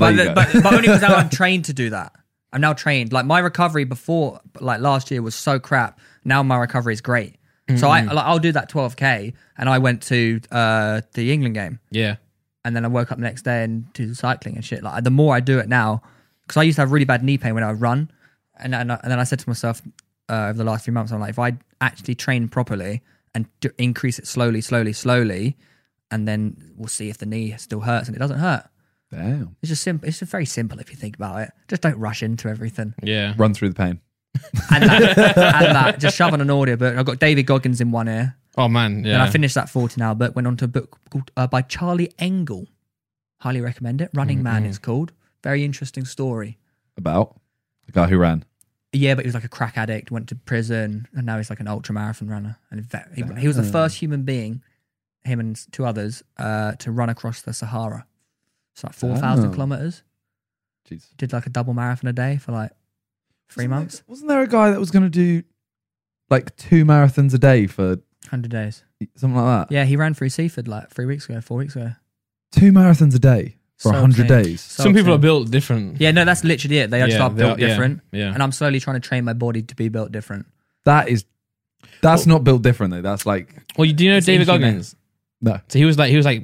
Speaker 2: but,
Speaker 3: there you
Speaker 2: the-
Speaker 3: go.
Speaker 2: but, but only because now I'm trained to do that. I'm now trained. Like my recovery before, like last year was so crap. Now my recovery is great. So I,
Speaker 3: Mm-hmm.
Speaker 2: like, I'll do that 12K and I went to uh, the England game
Speaker 1: Yeah.
Speaker 2: and then I woke up the next day and do cycling and shit. Like the more I do it now, because I used to have really bad knee pain when I would run, and and, I, and then I said to myself uh, over the last few months, I'm like, if I actually train properly and do, increase it slowly, slowly, slowly, and then we'll see if the knee still hurts, and it doesn't hurt.
Speaker 3: Damn.
Speaker 2: It's just simple. It's just very simple if you think about it. Just don't rush into everything.
Speaker 1: Yeah.
Speaker 3: Run through the pain.
Speaker 2: And that, and that just shove on an audiobook. I've got David Goggins in one ear.
Speaker 1: Oh man. Yeah.
Speaker 2: Then I finished that 14 hour book, went on to a book called, uh, by Charlie Engel. Highly recommend it.
Speaker 3: Mm,
Speaker 2: Running Man is called. Very interesting story.
Speaker 3: about the guy who ran.
Speaker 2: Yeah, but he was like a crack addict, went to prison, and now he's like an ultra marathon runner. And in fact, he, he
Speaker 3: Mm.
Speaker 2: was the first human being, him and two others, uh, to run across the Sahara. It's like 4,000
Speaker 3: Oh.
Speaker 2: kilometers.
Speaker 3: Jeez.
Speaker 2: Did like a double marathon a day for like three months,
Speaker 3: Wasn't there a guy that was going to do like two marathons a day for
Speaker 2: 100 days.
Speaker 3: something like that?
Speaker 2: Yeah, he ran through Seaford like three weeks ago, four weeks ago.
Speaker 3: Two marathons a day
Speaker 2: So
Speaker 3: for 100
Speaker 2: obscene.
Speaker 3: days.
Speaker 2: So
Speaker 1: Some people
Speaker 2: obscene.
Speaker 1: are built different.
Speaker 2: Yeah, no, that's literally it. They
Speaker 1: Yeah,
Speaker 2: are just are
Speaker 1: they are-
Speaker 2: built
Speaker 1: yeah,
Speaker 2: different.
Speaker 1: yeah.
Speaker 2: And I'm slowly trying to train my body to be built different.
Speaker 3: That is, that's not built differently. That's like,
Speaker 1: Well, you- do you know David
Speaker 2: inhuman.
Speaker 1: Goggins?
Speaker 3: no.
Speaker 1: So he was like he was like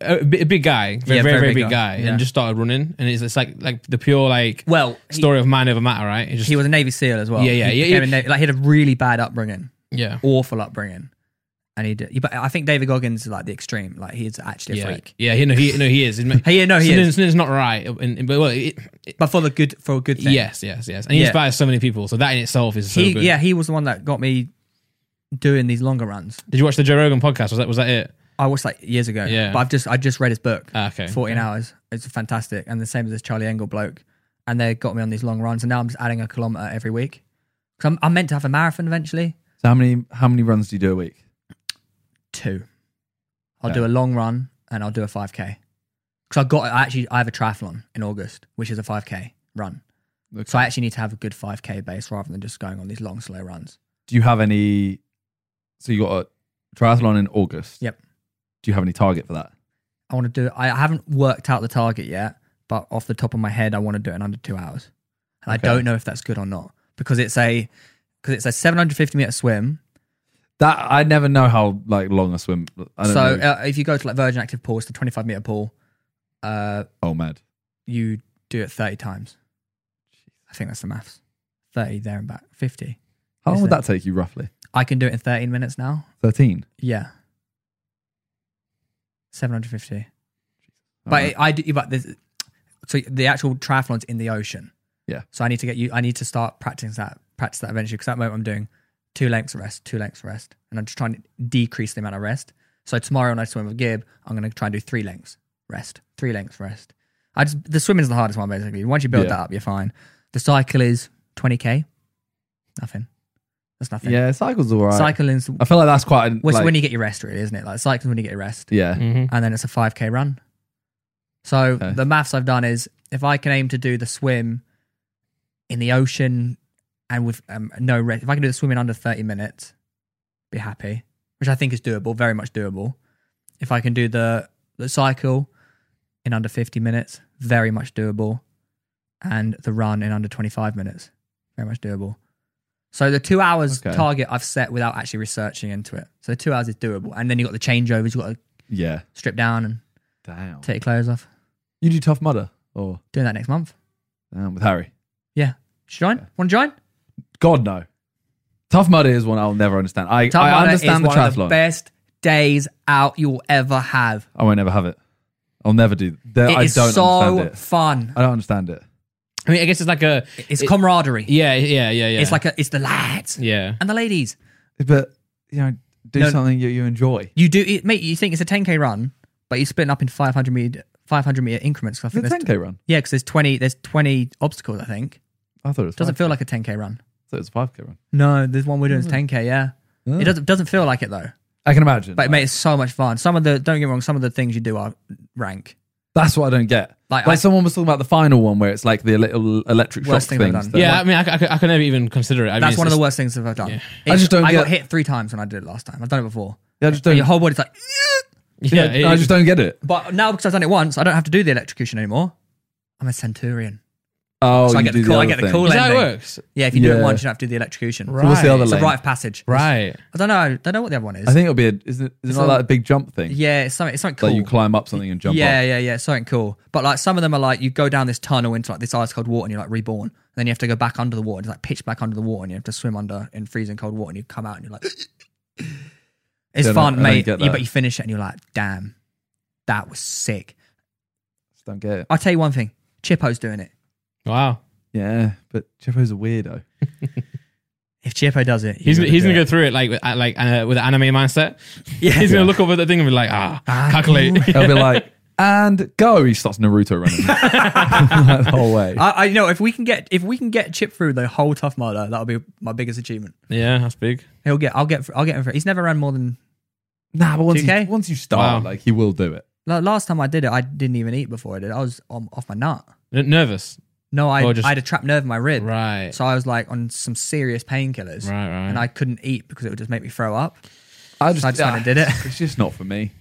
Speaker 1: a bi- a big guy, very
Speaker 2: Yeah,
Speaker 1: very, very big guy,
Speaker 2: yeah.
Speaker 1: and just started running, and it's, it's like like the pure like
Speaker 2: Well, he,
Speaker 1: story of man over matter, right? It just,
Speaker 2: he was a Navy SEAL as well.
Speaker 1: Yeah, yeah,
Speaker 2: He
Speaker 1: yeah,
Speaker 2: became
Speaker 1: yeah.
Speaker 2: a Na- like he had a really bad upbringing,
Speaker 1: yeah,
Speaker 2: awful upbringing, and he did. But I think David Goggins is like the extreme. Like he's actually a
Speaker 1: yeah,
Speaker 2: freak.
Speaker 1: yeah. He, no, he no, he is. He,
Speaker 2: Hey, yeah, no, he
Speaker 1: something's,
Speaker 2: is.
Speaker 1: something's not right, and, and- but well, it, it-
Speaker 2: But for the good, for a good thing.
Speaker 1: yes, yes, yes, and he
Speaker 2: Yeah.
Speaker 1: inspires so many people. So that in itself is so
Speaker 2: he,
Speaker 1: good.
Speaker 2: yeah, he was the one that got me doing these longer runs.
Speaker 1: Did you watch the Joe Rogan podcast? Was that was that it?
Speaker 2: I watched like years ago.
Speaker 1: Yeah.
Speaker 2: But I've just I just read his book.
Speaker 1: Ah, okay.
Speaker 2: 14 hours. It's fantastic. And the same as this Charlie Engel bloke. And they got me on these long runs. And now I'm just adding a kilometer every week. Because I'm, I'm meant to have a marathon eventually.
Speaker 3: So how many how many runs do you do a week?
Speaker 2: Two. I'll
Speaker 3: Yeah.
Speaker 2: do a long run and I'll do a 5K. Because I got I actually I have a triathlon in August, which is a 5K run. So I actually need to have a good 5K base rather than just going on these long slow runs.
Speaker 3: Do you have any? So you got a triathlon in August.
Speaker 2: Yep.
Speaker 3: Do you have any target for that?
Speaker 2: I want to do. I haven't worked out the target yet, but off the top of my head, I want to do it in under two hours. And
Speaker 3: Okay.
Speaker 2: I don't know if that's good or not because it's a because it's a 750 meter swim.
Speaker 3: That I never know how like long a swim. I don't
Speaker 2: So
Speaker 3: know.
Speaker 2: uh, if you go to like Virgin Active Pool, it's the 25 meter pool. Uh,
Speaker 3: oh mad.
Speaker 2: you do it 30 times. I think that's the maths. 30 there and back, 50.
Speaker 3: How long
Speaker 2: is
Speaker 3: would
Speaker 2: it?
Speaker 3: that take you roughly?
Speaker 2: I can do it in 13 minutes now.
Speaker 3: Thirteen.
Speaker 2: Yeah. 750. But
Speaker 3: Uh-huh.
Speaker 2: it- I do, but there's, so the actual triathlon's in the ocean.
Speaker 3: Yeah.
Speaker 2: So I need to get you. I need to start practicing that. Practice that eventually because at the moment I'm doing two lengths of rest, two lengths of rest, and I'm just trying to decrease the amount of rest. So tomorrow when I swim with Gib, I'm going to try and do three lengths rest, three lengths rest. I just the swimming's the hardest one basically. Once you build
Speaker 3: Yeah.
Speaker 2: that up, you're fine. The cycle is 20k. Nothing. That's nothing.
Speaker 3: yeah, cycles alright.
Speaker 2: Cycling's
Speaker 3: I feel like that's quite.
Speaker 2: well, it's
Speaker 3: like,
Speaker 2: when you Mm. get your rest, really, isn't it? Like cycling's when you get your rest
Speaker 3: yeah.
Speaker 1: Mm-hmm.
Speaker 2: and then it's a 5k run. So
Speaker 3: Okay.
Speaker 2: the maths I've done is if I can aim to do the swim in the ocean and with um, no rest, if I can do the swim in under 30 minutes, be happy, which I think is doable, very much doable. If I can do the the cycle in under 50 minutes, very much doable, and the run in under 25 minutes, very much doable. So the two hours
Speaker 3: Okay.
Speaker 2: target I've set without actually researching into it. So the two hours is doable, and then you have got the changeovers, you have got to
Speaker 3: Yeah.
Speaker 2: strip down and
Speaker 3: Damn.
Speaker 2: take your clothes off.
Speaker 3: You do tough mudder or
Speaker 2: Doing that next month.
Speaker 3: damn, with Harry?
Speaker 2: Yeah. Should join? Want to join?
Speaker 3: God no. Tough mudder is one I'll never understand. I,
Speaker 2: Time
Speaker 3: I
Speaker 2: Warner
Speaker 3: understand the
Speaker 2: is one of
Speaker 3: triathlon.
Speaker 2: the best days out you'll ever have.
Speaker 3: I won't ever have it. I'll never do. There,
Speaker 2: It is
Speaker 3: I don't
Speaker 2: so
Speaker 3: understand it.
Speaker 2: fun.
Speaker 3: I don't understand it.
Speaker 1: I mean, I guess it's like a
Speaker 2: It's camaraderie.
Speaker 1: yeah, yeah, yeah, yeah.
Speaker 2: It's like a, it's the lads
Speaker 1: yeah.
Speaker 2: and the ladies.
Speaker 3: But you know, do
Speaker 2: No.
Speaker 3: something you, you enjoy.
Speaker 2: You do it, mate. You think it's a 10k run, but you split it up in 500 meter 500 meter increments. 'cause I think
Speaker 3: It's a
Speaker 2: there's,
Speaker 3: 10k run.
Speaker 2: yeah, because there's 20 there's 20 obstacles. I think
Speaker 3: I thought it was
Speaker 2: doesn't
Speaker 3: 5K.
Speaker 2: feel like a 10k run.
Speaker 3: I thought it was a 5k run.
Speaker 2: No, there's one we're doing is 10k. Yeah,
Speaker 3: Oh.
Speaker 2: it doesn't doesn't feel like it though.
Speaker 3: I can imagine.
Speaker 2: But mate, it's so much fun. Some of the don't get me wrong, some of the things you do are rank.
Speaker 3: that's what I don't get. Like,
Speaker 2: Like, I-
Speaker 3: someone was talking about the final one where it's like the little electric shock
Speaker 2: Worst
Speaker 3: things.
Speaker 2: thing I've done.
Speaker 3: that-
Speaker 1: yeah, I mean, I, c- I, c- I could never even consider it. I mean,
Speaker 2: That's
Speaker 1: it's
Speaker 2: one of
Speaker 1: just-
Speaker 2: the worst things I've ever done.
Speaker 3: I just don't
Speaker 2: I got
Speaker 3: get-
Speaker 2: hit three times when I did it last time. I've done it before.
Speaker 3: Yeah, I just
Speaker 2: And
Speaker 3: don't.
Speaker 2: your whole body's like,
Speaker 1: Yeah,
Speaker 3: yeah, I
Speaker 1: it-
Speaker 3: just don't get it.
Speaker 2: but now because I've done it once, I don't have to do the electrocution anymore. I'm a centurion.
Speaker 3: Oh,
Speaker 2: So I
Speaker 3: you
Speaker 2: get
Speaker 3: do
Speaker 2: the cool- I
Speaker 3: other
Speaker 2: get the
Speaker 3: thing.
Speaker 2: cool
Speaker 1: Is that how it
Speaker 2: blending.
Speaker 1: works?
Speaker 2: Yeah, if you do
Speaker 3: Yeah.
Speaker 2: it once, you don't have to do the electrocution.
Speaker 1: Right.
Speaker 3: So what's the other
Speaker 2: It's a
Speaker 3: lane?
Speaker 2: rite of passage.
Speaker 1: Right.
Speaker 2: I don't know. I don't know what the other one is.
Speaker 3: I think it'll be a. Isn't it,
Speaker 2: It's
Speaker 3: is it not
Speaker 2: all-
Speaker 3: like a big jump thing?
Speaker 2: yeah, it's something. It's something cool.
Speaker 3: Like you climb up something and jump
Speaker 2: yeah,
Speaker 3: off.
Speaker 2: yeah, yeah. Something cool. But like some of them are like you go down this tunnel into like this ice cold water and you're like reborn. And then you have to go back under the water. It's like pitch back under the water and you have to swim under in freezing cold water and you come out and you're like, it's
Speaker 3: Yeah, no, I
Speaker 2: fun,
Speaker 3: don't
Speaker 2: mate.
Speaker 3: get
Speaker 2: You,
Speaker 3: that.
Speaker 2: but you finish it and you're like, damn, that was sick.
Speaker 3: Just don't get it.
Speaker 2: I'll tell you one thing. Chippo's doing it.
Speaker 1: Wow.
Speaker 3: Yeah, but Jeffro's a weirdo.
Speaker 2: If Chippo does it,
Speaker 1: He's
Speaker 2: you
Speaker 1: he's gonna
Speaker 2: gotta do
Speaker 1: go
Speaker 2: it.
Speaker 1: through it like with- uh, like uh, with an anime mindset.
Speaker 2: Yeah.
Speaker 1: He's gonna look over the thing and be like, ah, calculate.
Speaker 3: He'll be like, and go. He starts Naruto running the whole way.
Speaker 2: I, I know if we can get if we can get Chip through the whole Tough Mudder, that'll be my biggest achievement.
Speaker 1: yeah, that's big.
Speaker 2: He'll get I'll get I'll get him through. He's never run more than
Speaker 3: Nah, but once,
Speaker 2: 2K?
Speaker 3: you, once you start,
Speaker 1: Wow.
Speaker 3: like he will do it.
Speaker 2: Like, last time I did it, I didn't even eat before I did. it. I was on, off my nut.
Speaker 1: N- nervous.
Speaker 2: No, I,
Speaker 1: Or just-
Speaker 2: I had a trapped nerve in my rib.
Speaker 1: Right.
Speaker 2: So I was like on some serious painkillers.
Speaker 1: Right, right.
Speaker 2: And I couldn't eat because it would just make me throw up.
Speaker 3: I
Speaker 2: So I just kinda did it.
Speaker 3: It's just not for me.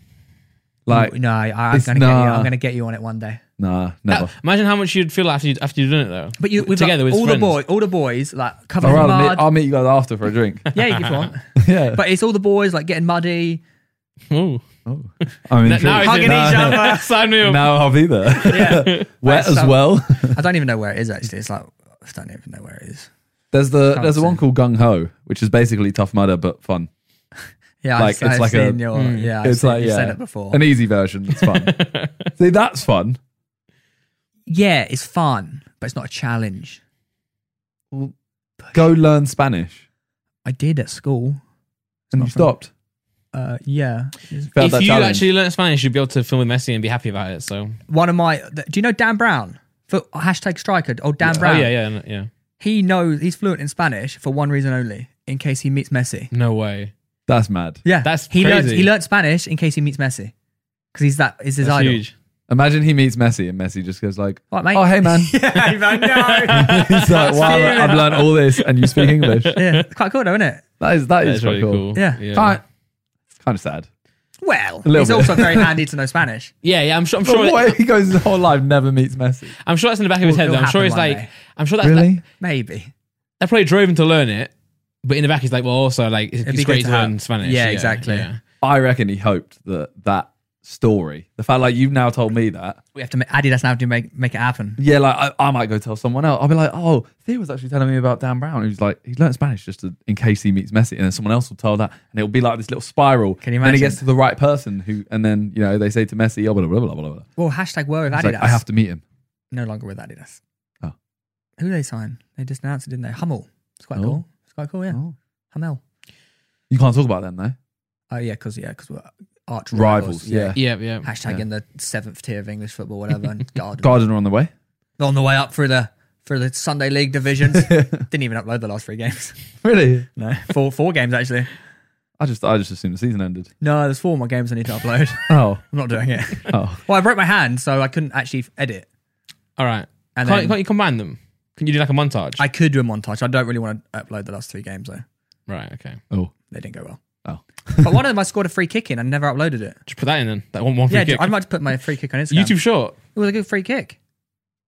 Speaker 3: Like
Speaker 2: no, I, I'm
Speaker 3: it's
Speaker 2: gonna get you.
Speaker 3: nah.
Speaker 2: I'm gonna get you on it one day.
Speaker 3: Nah,
Speaker 1: That-
Speaker 3: never.
Speaker 1: imagine how much you'd feel after you after you've done it though.
Speaker 2: But you, we've
Speaker 1: together
Speaker 2: together
Speaker 1: with
Speaker 2: all
Speaker 1: friends.
Speaker 2: the boy, all the boys like covered
Speaker 3: I'll,
Speaker 2: in
Speaker 3: rather
Speaker 2: mud.
Speaker 3: meet, I'll meet you guys after for a drink.
Speaker 2: yeah, if you want.
Speaker 3: yeah.
Speaker 2: But it's all the boys like getting muddy,
Speaker 1: Ooh.
Speaker 3: I mean,
Speaker 1: now he's in.
Speaker 2: Hugging each other.
Speaker 1: Sign me up.
Speaker 3: now I'll be there.
Speaker 2: Yeah.
Speaker 3: Wet as
Speaker 2: So-
Speaker 3: well.
Speaker 2: I don't even know where it is actually. It's like I don't even know where it is.
Speaker 3: There's the there's the
Speaker 2: say.
Speaker 3: one called Gung Ho, which is basically tough mudder but fun.
Speaker 2: Yeah,
Speaker 3: Like,
Speaker 2: like, I've,
Speaker 3: it's
Speaker 2: I've
Speaker 3: like a- Mm.
Speaker 2: seen your yeah. I've
Speaker 3: it's
Speaker 2: seen,
Speaker 3: like
Speaker 2: you've
Speaker 3: yeah,
Speaker 2: said it before.
Speaker 3: an easy version. It's fun. See, that's fun.
Speaker 2: yeah, it's fun, but it's not a challenge.
Speaker 3: Go learn Spanish,
Speaker 2: I did at school.
Speaker 3: and
Speaker 2: not fun.
Speaker 3: you stopped.
Speaker 2: Uh, yeah,
Speaker 3: Failed
Speaker 1: if
Speaker 3: that
Speaker 1: you
Speaker 3: challenge.
Speaker 1: actually learn Spanish, you'd be able to film with Messi and be happy about it. So, Oh,
Speaker 2: one of my. th- Do you know Dan Brown? For hashtag striker, oh Dan Brown.
Speaker 1: oh yeah, yeah, no- yeah.
Speaker 2: He knows he's fluent in Spanish for one reason only, in case he meets Messi.
Speaker 1: No way.
Speaker 3: that's mad.
Speaker 2: Yeah,
Speaker 1: That's
Speaker 2: he learned
Speaker 1: crazy.
Speaker 2: he learned Spanish in case he meets Messi, because he's that is his
Speaker 1: That's
Speaker 2: idol.
Speaker 1: huge.
Speaker 3: Imagine he meets Messi, and Messi just goes like,
Speaker 2: All right, mate.
Speaker 3: "Oh, hey man."
Speaker 2: yeah, man, no.
Speaker 3: He's like, "Wow,
Speaker 2: Serious.
Speaker 3: I've learned all this, and you speak English."
Speaker 2: yeah, it's quite cool, though, isn't it?
Speaker 3: That is that is,
Speaker 1: That's
Speaker 3: quite
Speaker 1: really cool.
Speaker 3: cool.
Speaker 2: Yeah.
Speaker 3: Kind, kind of sad.
Speaker 2: Well,
Speaker 3: little
Speaker 2: it's
Speaker 3: bit.
Speaker 2: also very handy to know Spanish.
Speaker 1: yeah, yeah. I'm sure. I'm
Speaker 3: But
Speaker 1: sure.
Speaker 3: what if he goes his whole life never meets Messi?
Speaker 1: I'm sure that's in the back of his
Speaker 2: It'll-
Speaker 1: head. Though.
Speaker 2: it'll
Speaker 1: I'm sure
Speaker 2: happen
Speaker 1: he's
Speaker 2: one
Speaker 1: like.
Speaker 2: day.
Speaker 1: I'm sure that's That,
Speaker 3: Really?
Speaker 2: Maybe.
Speaker 1: that probably drove him to learn it, but in the back he's like, well, also like it's,
Speaker 2: It'd
Speaker 1: it's
Speaker 2: be
Speaker 1: great
Speaker 2: good
Speaker 1: to
Speaker 2: to have-
Speaker 1: learn Spanish.
Speaker 2: Yeah, exactly.
Speaker 1: yeah.
Speaker 3: I reckon he hoped that that story, the fact like you've now told me that,
Speaker 2: We have to. ma- Adidas now have to make make it happen.
Speaker 3: yeah, like I, I might go tell someone else. I'll be like, oh, Theo was actually telling me about Dan Brown, who's like, he's learned Spanish just to, in case he meets Messi, and then someone else will tell that, and it'll be like this little spiral.
Speaker 2: Can you
Speaker 3: And then he
Speaker 2: imagine?
Speaker 3: gets to the right person who, and then you know they say to Messi, oh, blah blah blah blah blah. blah.
Speaker 2: Well, hashtag were with
Speaker 3: It's
Speaker 2: Adidas.
Speaker 3: like, I have to meet him.
Speaker 2: No longer with Adidas.
Speaker 3: Oh.
Speaker 2: Who did they sign? They just announced it, didn't they? Hummel. It's quite
Speaker 3: Oh.
Speaker 2: cool. It's quite cool, yeah.
Speaker 3: Oh.
Speaker 2: Hummel.
Speaker 3: You can't talk about them though.
Speaker 2: Oh yeah, because yeah, because we're arch
Speaker 3: Rivals,
Speaker 2: rivals.
Speaker 3: yeah.
Speaker 1: Yeah, yeah.
Speaker 2: Hashtag
Speaker 3: Yeah.
Speaker 2: in the seventh tier of English football, whatever. And Garden.
Speaker 3: Gardener on the way.
Speaker 2: On the way up through the through the Sunday league divisions. Didn't even upload the last three games.
Speaker 3: really?
Speaker 2: No, four four games actually.
Speaker 3: I just I just assumed the season ended.
Speaker 2: No, there's four more games I need to upload.
Speaker 3: Oh,
Speaker 2: I'm not doing it.
Speaker 3: oh.
Speaker 2: Well, I broke my hand, so I couldn't actually edit.
Speaker 1: All right.
Speaker 2: And
Speaker 1: can't,
Speaker 2: then-
Speaker 1: can't you combine them? Can you do like a montage?
Speaker 2: I could do a montage. I don't really want to upload the last three games though.
Speaker 1: right. Okay.
Speaker 3: Oh.
Speaker 2: They didn't go well.
Speaker 3: Oh.
Speaker 2: but one of them I scored a free kick in and never uploaded it.
Speaker 1: Just put that in then. That one, one free
Speaker 2: Yeah,
Speaker 1: kick.
Speaker 2: I might put my free kick on Instagram.
Speaker 1: YouTube short.
Speaker 2: It was a good free kick.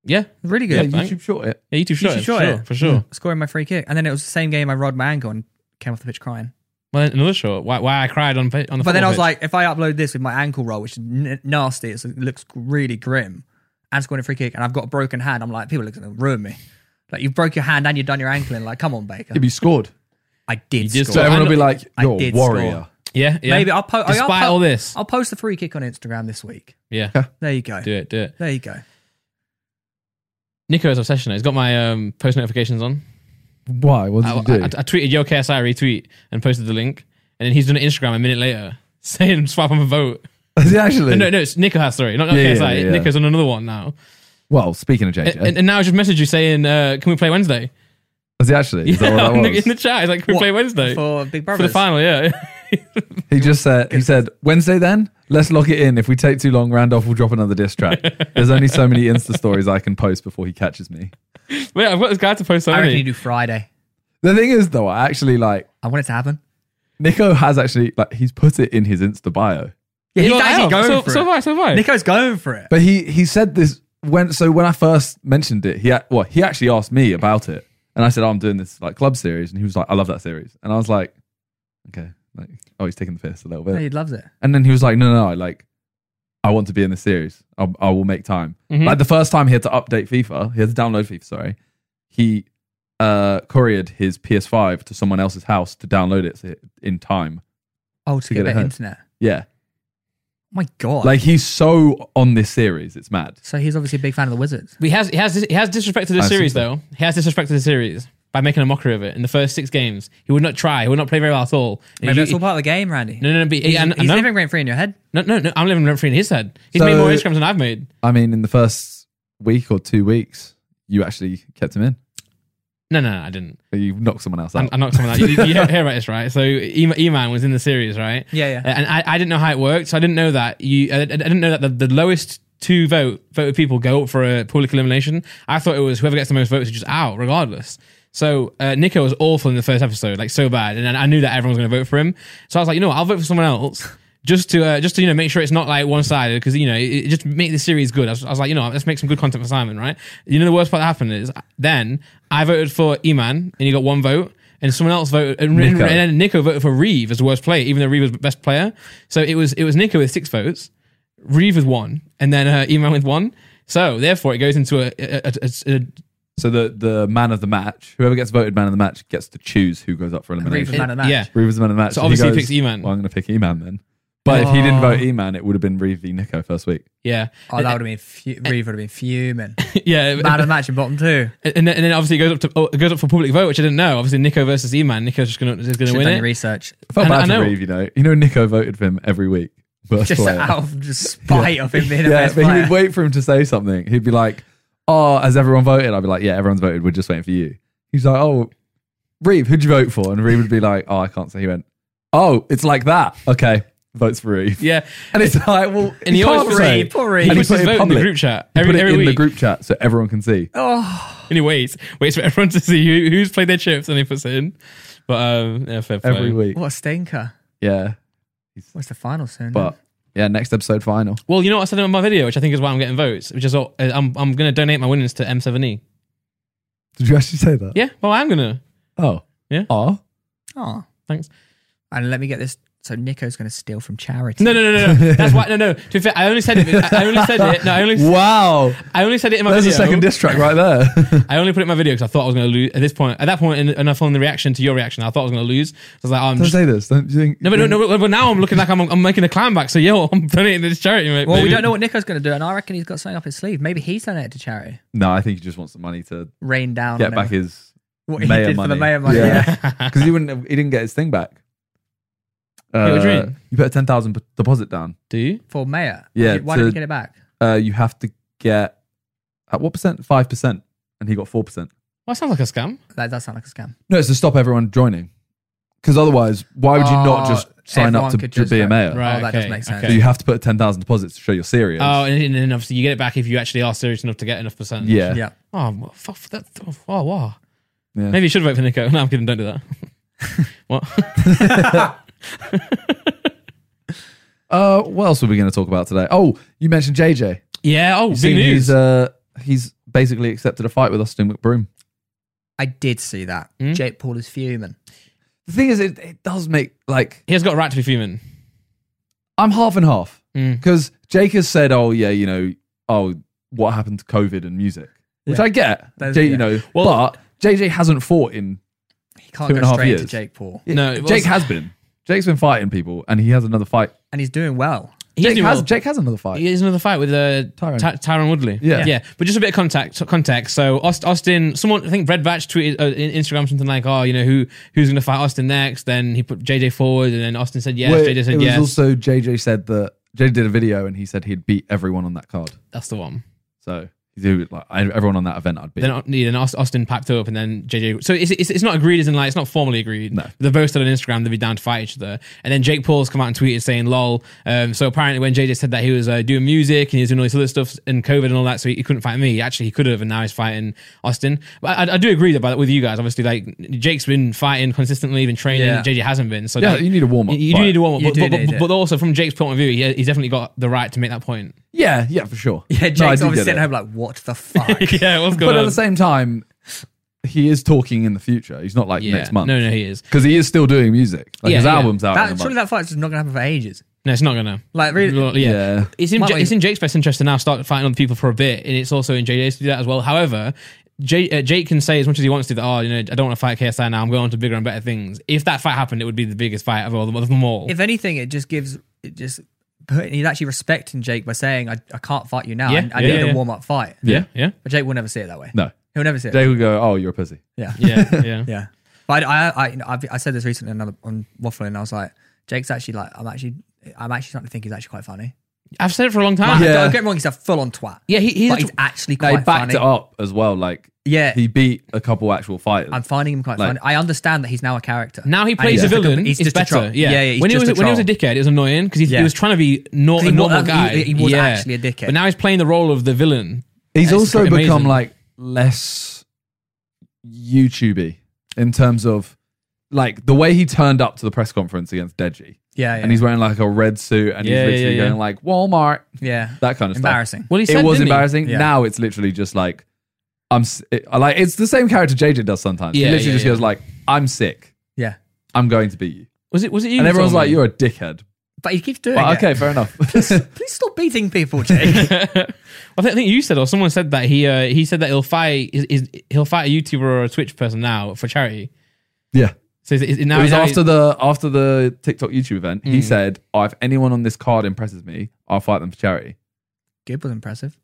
Speaker 1: Yeah.
Speaker 2: Really
Speaker 3: Yeah,
Speaker 2: good.
Speaker 1: thank-
Speaker 3: YouTube short it.
Speaker 1: Yeah. YouTube short.
Speaker 2: YouTube
Speaker 1: it,
Speaker 2: short Mm.
Speaker 1: for
Speaker 2: it.
Speaker 1: sure, for sure.
Speaker 2: Scoring my free kick. And then it was the same game I rolled my ankle and came off the pitch crying.
Speaker 1: Well, then another short. Why, why I cried on pa- on the.
Speaker 2: But
Speaker 1: football
Speaker 2: then I was
Speaker 1: pitch.
Speaker 2: like, if I upload this with my ankle roll, which is n- nasty, it's, it looks really grim, and scoring a free kick, and I've got a broken hand, I'm like, people are going to ruin me. Like, you've broke your hand and you've done your ankle in. Like, come on, Baker.
Speaker 3: If you scored,
Speaker 2: I did
Speaker 1: just
Speaker 3: so
Speaker 1: Well,
Speaker 2: score.
Speaker 1: got-
Speaker 3: everyone will be
Speaker 1: I'm-
Speaker 3: like,
Speaker 2: I
Speaker 3: you're a
Speaker 2: did
Speaker 3: warrior.
Speaker 2: score.
Speaker 1: yeah, yeah.
Speaker 2: Maybe I'll, po- I'll,
Speaker 1: Despite
Speaker 2: po-
Speaker 1: all this,
Speaker 2: I'll post the free kick on Instagram this week.
Speaker 1: yeah.
Speaker 2: There you go.
Speaker 1: Do it. Do it.
Speaker 2: There you go.
Speaker 1: Nico's obsession. though. He's got my um, post notifications on.
Speaker 3: Why? What
Speaker 1: I, I, I tweeted Yo KSI retweet and posted the link, and then he's done an Instagram a minute later saying swap on a vote.
Speaker 3: Is it actually?
Speaker 1: Uh, No, no, it's Nico has sorry, not, not
Speaker 3: Yeah, yeah,
Speaker 1: KSI.
Speaker 3: yeah, yeah.
Speaker 1: Nico's on another one now,
Speaker 3: Well, speaking of JJ,
Speaker 1: and, and, and now I just messaged you saying, uh, "Can we play Wednesday?"
Speaker 3: is it actually? Is that what
Speaker 1: in,
Speaker 3: that
Speaker 1: the,
Speaker 3: was?
Speaker 1: in the chat, he's like, "Can we
Speaker 2: What?
Speaker 1: play Wednesday for,
Speaker 2: For Big Brother.
Speaker 1: the final?" Yeah,
Speaker 3: He just said, he said, Wednesday then? Let's lock it in. If we take too long, Randolph will drop another diss track. There's only so many Insta stories I can post before he catches me.
Speaker 1: wait, I've got this guy to post so
Speaker 2: I reckon you
Speaker 1: many.
Speaker 2: do Friday.
Speaker 3: The thing is, though, I actually like,
Speaker 2: I want it to happen.
Speaker 3: Nico has actually, like, he's put it in his Insta bio.
Speaker 2: Yeah, he's
Speaker 1: You know, I
Speaker 2: actually
Speaker 1: am.
Speaker 2: going
Speaker 1: so,
Speaker 2: for
Speaker 1: so
Speaker 2: it.
Speaker 1: have I, so have I.
Speaker 2: Nico's going for it.
Speaker 3: But he, he said this when, so when I first mentioned it, he, a- well, he actually asked me about it. And I said, oh, I'm doing this, like, club series. And he was like, I love that series. And I was like, okay, like, oh, he's taking the piss a little bit.
Speaker 2: he loves it.
Speaker 3: And then he was like, no, no, no, like, I want to be in the series. I, I will make time. Like the first time he had to update FIFA, he had to download FIFA, sorry. He uh, couriered his PS5 to someone else's house to download it so- in time.
Speaker 2: Oh, to,
Speaker 3: To get
Speaker 2: get,
Speaker 3: it
Speaker 2: better
Speaker 3: home.
Speaker 2: internet.
Speaker 3: Yeah.
Speaker 2: My God.
Speaker 3: Like he's so on this series. It's mad.
Speaker 2: so he's obviously a big fan of the Wizards.
Speaker 1: But he has he has he has disrespected the
Speaker 3: I see
Speaker 1: series
Speaker 3: so.
Speaker 1: though. He has disrespected the series by making a mockery of it in the first six games. He would not try. He would not play very well at all. And
Speaker 2: Maybe
Speaker 1: he-
Speaker 2: that's all part of the game, Randy.
Speaker 1: no, no, no, but,
Speaker 2: he's,
Speaker 1: yeah, and-
Speaker 2: he's
Speaker 1: no,
Speaker 2: living rent free in your head.
Speaker 1: no, no, no, I'm living rent free in his head. He's
Speaker 3: So-
Speaker 1: made more Instagrams than I've made.
Speaker 3: I mean, in the first week or two weeks, you actually kept him in.
Speaker 1: No, no, no I didn't.
Speaker 3: You knocked someone else
Speaker 1: I'm,
Speaker 3: out.
Speaker 1: I'm not talking about that. You, you hear about this, right? So E- E-Man was in the series, right?
Speaker 2: Yeah, yeah.
Speaker 1: And I, I didn't know how it worked. So I didn't know that you. I, I didn't know that the, the lowest two vote voted people go up for a public elimination. I thought it was whoever gets the most votes is just out, regardless. So uh, Nico was awful in the first episode, like so bad, and I I knew that everyone was going to vote for him. So I was like, you know what? I'll vote for someone else just to uh, just to you know make sure it's not like one sided because you know it, it just make the series good. I was, I was like, you know, let's make some good content for Simon, right? You know, the worst part that happened is then I voted for Eman and he got one vote. And someone else voted, and, and
Speaker 3: Nico.
Speaker 1: then Nico voted for Reeve as the worst player, even though Reeve was the best player. So it was it was Nico with six votes, Reeve with one, and then uh, Eman with one. So therefore, it goes into a, a, a, a, a
Speaker 3: So the the man of the match, whoever gets voted man of the match, gets to choose who goes up for
Speaker 2: Reeve was
Speaker 3: elimination.
Speaker 2: man of the match.
Speaker 1: yeah.
Speaker 3: Reeve was the man of the match.
Speaker 1: So
Speaker 3: and
Speaker 1: obviously he
Speaker 3: goes,
Speaker 1: picks E-Man.
Speaker 3: Well, I'm going to pick E-Man then. But if he didn't vote E-Man, it would have been Reeve v Nico first week.
Speaker 1: Yeah.
Speaker 2: Oh, that would have been fu- Reeve would have been fuming.
Speaker 1: yeah.
Speaker 2: Man of the match in bottom two.
Speaker 1: And, and then, and then obviously it goes up to oh, it goes up for public vote, which I didn't know. Obviously Nico versus E-Man. Nico's just gonna is gonna
Speaker 2: Should have
Speaker 1: win
Speaker 2: done
Speaker 1: it.
Speaker 2: your research.
Speaker 3: I felt
Speaker 1: And I
Speaker 3: bad
Speaker 1: know-
Speaker 3: for Reeve, you know. You know, Nico voted for him every week. Worst
Speaker 2: Just
Speaker 3: player.
Speaker 2: out of just spite of him being a
Speaker 3: yeah,
Speaker 2: best
Speaker 3: but he
Speaker 2: player.
Speaker 3: would wait for him to say something. He'd be like, "Oh, has everyone voted?" I'd be like, "Yeah, everyone's voted. We're just waiting for you." He's like, "Oh, Reeve, who'd you vote for?" And Reeve would be like, "Oh, I can't say." He went, "Oh, it's like that. Okay, votes for Reeve."
Speaker 1: yeah.
Speaker 3: And it's like, well,
Speaker 1: And he
Speaker 3: you
Speaker 1: always
Speaker 3: can't
Speaker 1: puts
Speaker 3: say.
Speaker 2: Reeve, poor Reeve.
Speaker 1: He
Speaker 3: And
Speaker 1: puts
Speaker 3: put
Speaker 1: his
Speaker 3: it in
Speaker 1: vote in the
Speaker 3: public.
Speaker 1: group chat
Speaker 3: He
Speaker 1: every
Speaker 3: put it
Speaker 1: every
Speaker 3: in
Speaker 1: week.
Speaker 3: the group chat so everyone can see.
Speaker 2: Oh,
Speaker 1: And he waits, waits for everyone to see who, who's played their chips, and he puts it in. But um, yeah, fair play.
Speaker 3: every week.
Speaker 2: what a stinker.
Speaker 3: Yeah,
Speaker 2: What's the final soon?
Speaker 3: but yeah, next episode final.
Speaker 1: Well, you know what I said in my video, which I think is why I'm getting votes, which is all, uh, I'm I'm gonna donate my winnings to E. M7E.
Speaker 3: Did you actually say that?
Speaker 1: Yeah. Well, I'm gonna.
Speaker 3: Oh,
Speaker 1: Yeah.
Speaker 3: Oh,
Speaker 2: Oh.
Speaker 1: Thanks.
Speaker 2: And let me get this. So Nico's going to steal from charity.
Speaker 1: No, no, no, no, no. That's why. No, no. To be fair, I only said it. I only said it. No, I only.
Speaker 3: wow.
Speaker 1: I only said it in my
Speaker 3: There's a
Speaker 1: video.
Speaker 3: second diss track right there.
Speaker 1: I only put it in my video because I thought I was going to lose at this point. At that point, and- and I followed the reaction to your reaction, I thought I was going to lose. I was like, oh, I'm
Speaker 3: Don't
Speaker 1: just.
Speaker 3: say this. Don't you think?
Speaker 1: No, but, no, no, but now I'm looking like I'm, I'm making a climb back. So, yo, I'm donating to this charity, mate.
Speaker 2: Well, we
Speaker 1: baby.
Speaker 2: don't know what Nico's going to do, and I reckon he's got something up his sleeve. Maybe he's donated to charity.
Speaker 3: No, I think he just wants the money to
Speaker 2: Rain down.
Speaker 3: get
Speaker 2: on
Speaker 3: back
Speaker 2: him.
Speaker 3: his
Speaker 2: what he
Speaker 3: mayor
Speaker 2: did
Speaker 3: money.
Speaker 2: for the mayor money. Yeah.
Speaker 3: because he wouldn't. Have, he didn't get his thing back. Uh,
Speaker 1: what do you mean?
Speaker 3: you put a ten thousand deposit down.
Speaker 1: Do you?
Speaker 2: For mayor.
Speaker 3: Yeah,
Speaker 2: Why did
Speaker 3: to-
Speaker 2: he get it back?
Speaker 3: Uh, you have to get at what percent? Five percent, and he got four percent.
Speaker 1: Well, that sounds like a scam.
Speaker 2: That does sound like a scam.
Speaker 3: No, it's to stop everyone joining. Because otherwise, why would you not
Speaker 2: Oh,
Speaker 3: just sign
Speaker 2: everyone
Speaker 3: up to,
Speaker 2: could
Speaker 3: to
Speaker 2: just
Speaker 3: be a
Speaker 2: vote.
Speaker 3: mayor?
Speaker 1: Right.
Speaker 2: oh, that
Speaker 1: okay,
Speaker 2: does make sense.
Speaker 3: So
Speaker 1: okay.
Speaker 3: you have to put ten thousand deposits to show you're serious.
Speaker 1: Oh, and, and then obviously you get it back if you actually are serious enough to get enough percent.
Speaker 3: yeah.
Speaker 2: Yeah.
Speaker 1: Oh, well, fuck that. Oh, wow, wow.
Speaker 3: Yeah.
Speaker 1: Maybe you should vote for Nico. No, I'm kidding. Don't do that. what?
Speaker 3: Uh, what else were we going to talk about today? Oh, you mentioned JJ.
Speaker 1: Yeah. Oh,
Speaker 3: You've
Speaker 1: big
Speaker 3: seen
Speaker 1: news.
Speaker 3: He's, uh, he's basically accepted a fight with Austin McBroom.
Speaker 2: I did see that.
Speaker 1: Hmm?
Speaker 2: Jake Paul is fuming.
Speaker 3: The thing is, it, it does make like
Speaker 1: he has got a right to be fuming.
Speaker 3: I'm half and half
Speaker 1: Mm.
Speaker 3: because Jake has said, "Oh yeah, you know, oh what happened to COVID and music," which
Speaker 2: Yeah.
Speaker 3: I get.
Speaker 2: That's-
Speaker 3: J-
Speaker 2: yeah.
Speaker 3: You know,
Speaker 1: Well-
Speaker 3: but JJ hasn't fought in.
Speaker 2: He can't
Speaker 3: Two and a
Speaker 2: go
Speaker 3: half
Speaker 2: straight to
Speaker 3: years.
Speaker 2: Jake Paul.
Speaker 1: No, it
Speaker 3: Jake
Speaker 1: was-
Speaker 3: has been. Jake's been fighting people, and he has another fight.
Speaker 2: And he's doing well.
Speaker 1: He
Speaker 3: Jake
Speaker 1: doesn't
Speaker 3: has,
Speaker 1: even-
Speaker 3: Jake has another fight.
Speaker 1: He is another fight with uh, Ty-
Speaker 3: Tyron.
Speaker 1: Tyron Woodley.
Speaker 3: Yeah.
Speaker 1: yeah. But just a bit of contact, context. So Aust- Austin, someone I think Brad Batch tweeted uh, in Instagram something like, "Oh, you know who who's going to fight Austin next?" Then he put JJ forward, and then Austin said yes.
Speaker 3: Where
Speaker 1: JJ
Speaker 3: it
Speaker 1: said
Speaker 3: was
Speaker 1: yes.
Speaker 3: also JJ said that JJ did a video, and he said he'd beat everyone on that card.
Speaker 1: That's the one.
Speaker 3: So he did, like I- everyone on that event, I'd beat.
Speaker 1: Then uh, yeah, then Aust- Austin packed up, and then JJ. So it's, it's, it's not agreed, as in like it's not formally agreed.
Speaker 3: No.
Speaker 1: They're both still on Instagram. They'll be down to fight each other. And then Jake Paul's come out and tweeted saying, "Lol." Um, so apparently, when JJ said that he was uh, doing music and he was doing all this other stuff and COVID and all that, so he, he couldn't fight me. Actually, he could have, and now he's fighting Austin. But I, I do agree about with you guys. Obviously, like Jake's been fighting consistently, been training.
Speaker 2: Yeah.
Speaker 1: JJ hasn't been. So
Speaker 3: Yeah,
Speaker 1: like,
Speaker 3: you need a warm-up
Speaker 1: You, you
Speaker 3: fight.
Speaker 1: do need a warm up.
Speaker 2: You
Speaker 1: But,
Speaker 2: do
Speaker 1: but,
Speaker 2: need
Speaker 1: but,
Speaker 2: it.
Speaker 1: but also from Jake's point of view, he, he's definitely got the right to make that point.
Speaker 3: yeah, yeah, for sure. No,
Speaker 2: Yeah,
Speaker 3: I
Speaker 2: Jake's
Speaker 3: do
Speaker 2: obviously
Speaker 3: get
Speaker 2: sitting
Speaker 3: it.
Speaker 2: at home like, what the fuck?
Speaker 1: yeah, what's going
Speaker 3: But at
Speaker 1: on?
Speaker 3: the same time, he is talking in the future. He's not like
Speaker 1: yeah.
Speaker 3: next month.
Speaker 1: No, no, he is.
Speaker 3: Because he is still doing music. Like
Speaker 1: Yeah,
Speaker 3: his
Speaker 1: yeah.
Speaker 3: album's out. in a
Speaker 2: that, surely
Speaker 3: month.
Speaker 2: that fight's just not going to happen for ages.
Speaker 1: No, it's not gonna.
Speaker 2: Like, really?
Speaker 1: Well, yeah.
Speaker 3: yeah.
Speaker 1: It's in,
Speaker 2: Might
Speaker 1: Ja-
Speaker 2: we-
Speaker 1: it's in Jake's best interest to now start fighting other people for a bit, and it's also in JJ's to do that as well. However, J- uh, Jake can say as much as he wants to that, oh, you know, I don't want to fight KSI now. I'm going to bigger and better things. If that fight happened, it would be the biggest fight of all of them all.
Speaker 2: If anything, it just gives, it just, put, he's actually respecting Jake by saying, I, I can't fight you now.
Speaker 1: Yeah,
Speaker 2: I, I
Speaker 1: yeah,
Speaker 2: need
Speaker 1: yeah.
Speaker 2: a warm up fight.
Speaker 1: yeah, yeah,
Speaker 2: But Jake will never see it that way.
Speaker 3: No.
Speaker 2: He'll never see it.
Speaker 3: Jake will go, oh, you're a pussy.
Speaker 2: Yeah.
Speaker 1: yeah, yeah.
Speaker 2: Yeah. But I, I, I, I've, I said this recently on another on waffling, and I was like, Jake's actually like, I'm actually, I'm actually starting to think he's actually quite funny.
Speaker 1: I've said it for a long time.
Speaker 2: I
Speaker 1: Yeah,
Speaker 3: Yeah.
Speaker 2: don't- don't get me wrong, he's a full on twat.
Speaker 1: he, he's,
Speaker 2: but
Speaker 1: a
Speaker 2: he's
Speaker 1: tw-
Speaker 2: actually
Speaker 3: They
Speaker 2: quite funny.
Speaker 3: backed it up as well. Like,
Speaker 2: Yeah.
Speaker 3: he beat a couple actual fighters.
Speaker 2: I'm finding him quite
Speaker 3: Like-
Speaker 2: funny. I understand that he's now a character.
Speaker 1: now he
Speaker 2: And
Speaker 1: plays a
Speaker 2: just
Speaker 1: villain.
Speaker 2: com-
Speaker 1: He's,
Speaker 2: just a
Speaker 1: better.
Speaker 2: troll.
Speaker 1: yeah,
Speaker 2: yeah, he's
Speaker 1: when he
Speaker 2: just
Speaker 1: was
Speaker 2: a
Speaker 1: when he was a
Speaker 2: troll.
Speaker 1: dickhead, it was annoying because he, he
Speaker 2: Yeah.
Speaker 1: was trying to be not
Speaker 2: 'Cause he
Speaker 1: a
Speaker 2: wa-
Speaker 1: normal
Speaker 2: he-
Speaker 1: guy.
Speaker 2: he was
Speaker 1: Yeah.
Speaker 2: actually a dickhead.
Speaker 1: but now he's playing the role of the villain.
Speaker 3: He's
Speaker 1: It's
Speaker 3: also
Speaker 1: fucking
Speaker 3: become
Speaker 1: amazing.
Speaker 3: like less YouTubey in terms of like the way he turned up to the press conference against Deji.
Speaker 2: Yeah, yeah.
Speaker 3: and he's wearing like a red suit and
Speaker 1: Yeah, yeah,
Speaker 3: he's literally
Speaker 1: yeah, yeah.
Speaker 3: going like Walmart,
Speaker 2: yeah.
Speaker 3: that kind of
Speaker 2: Embarrassing.
Speaker 1: Well, he
Speaker 3: stuff.
Speaker 1: said
Speaker 3: It was
Speaker 1: didn't he?
Speaker 3: embarrassing.
Speaker 2: Yeah.
Speaker 3: Now it's literally just like I'm s- it, I like it's the same character JJ does sometimes.
Speaker 1: Yeah,
Speaker 3: he literally
Speaker 1: yeah,
Speaker 3: just
Speaker 1: yeah.
Speaker 3: goes like I'm sick.
Speaker 2: Yeah.
Speaker 3: I'm going to beat you.
Speaker 1: Was it? Was it you?
Speaker 3: And
Speaker 1: who
Speaker 3: everyone's
Speaker 1: told
Speaker 3: like
Speaker 1: me?
Speaker 3: you're a dickhead.
Speaker 2: But he keeps doing
Speaker 3: But
Speaker 2: it.
Speaker 3: okay, fair enough.
Speaker 2: Please stop beating people, Jake.
Speaker 1: I think I think you said or someone said that he uh, he said that he'll fight is, is, he'll fight a YouTuber or a Twitch person now for charity.
Speaker 3: yeah.
Speaker 1: So is, is, now Mm.
Speaker 3: It was
Speaker 1: now-
Speaker 3: after the after the TikTok YouTube event. He said, oh, "If anyone on this card impresses me, I'll fight them for charity."
Speaker 2: Gib was impressive.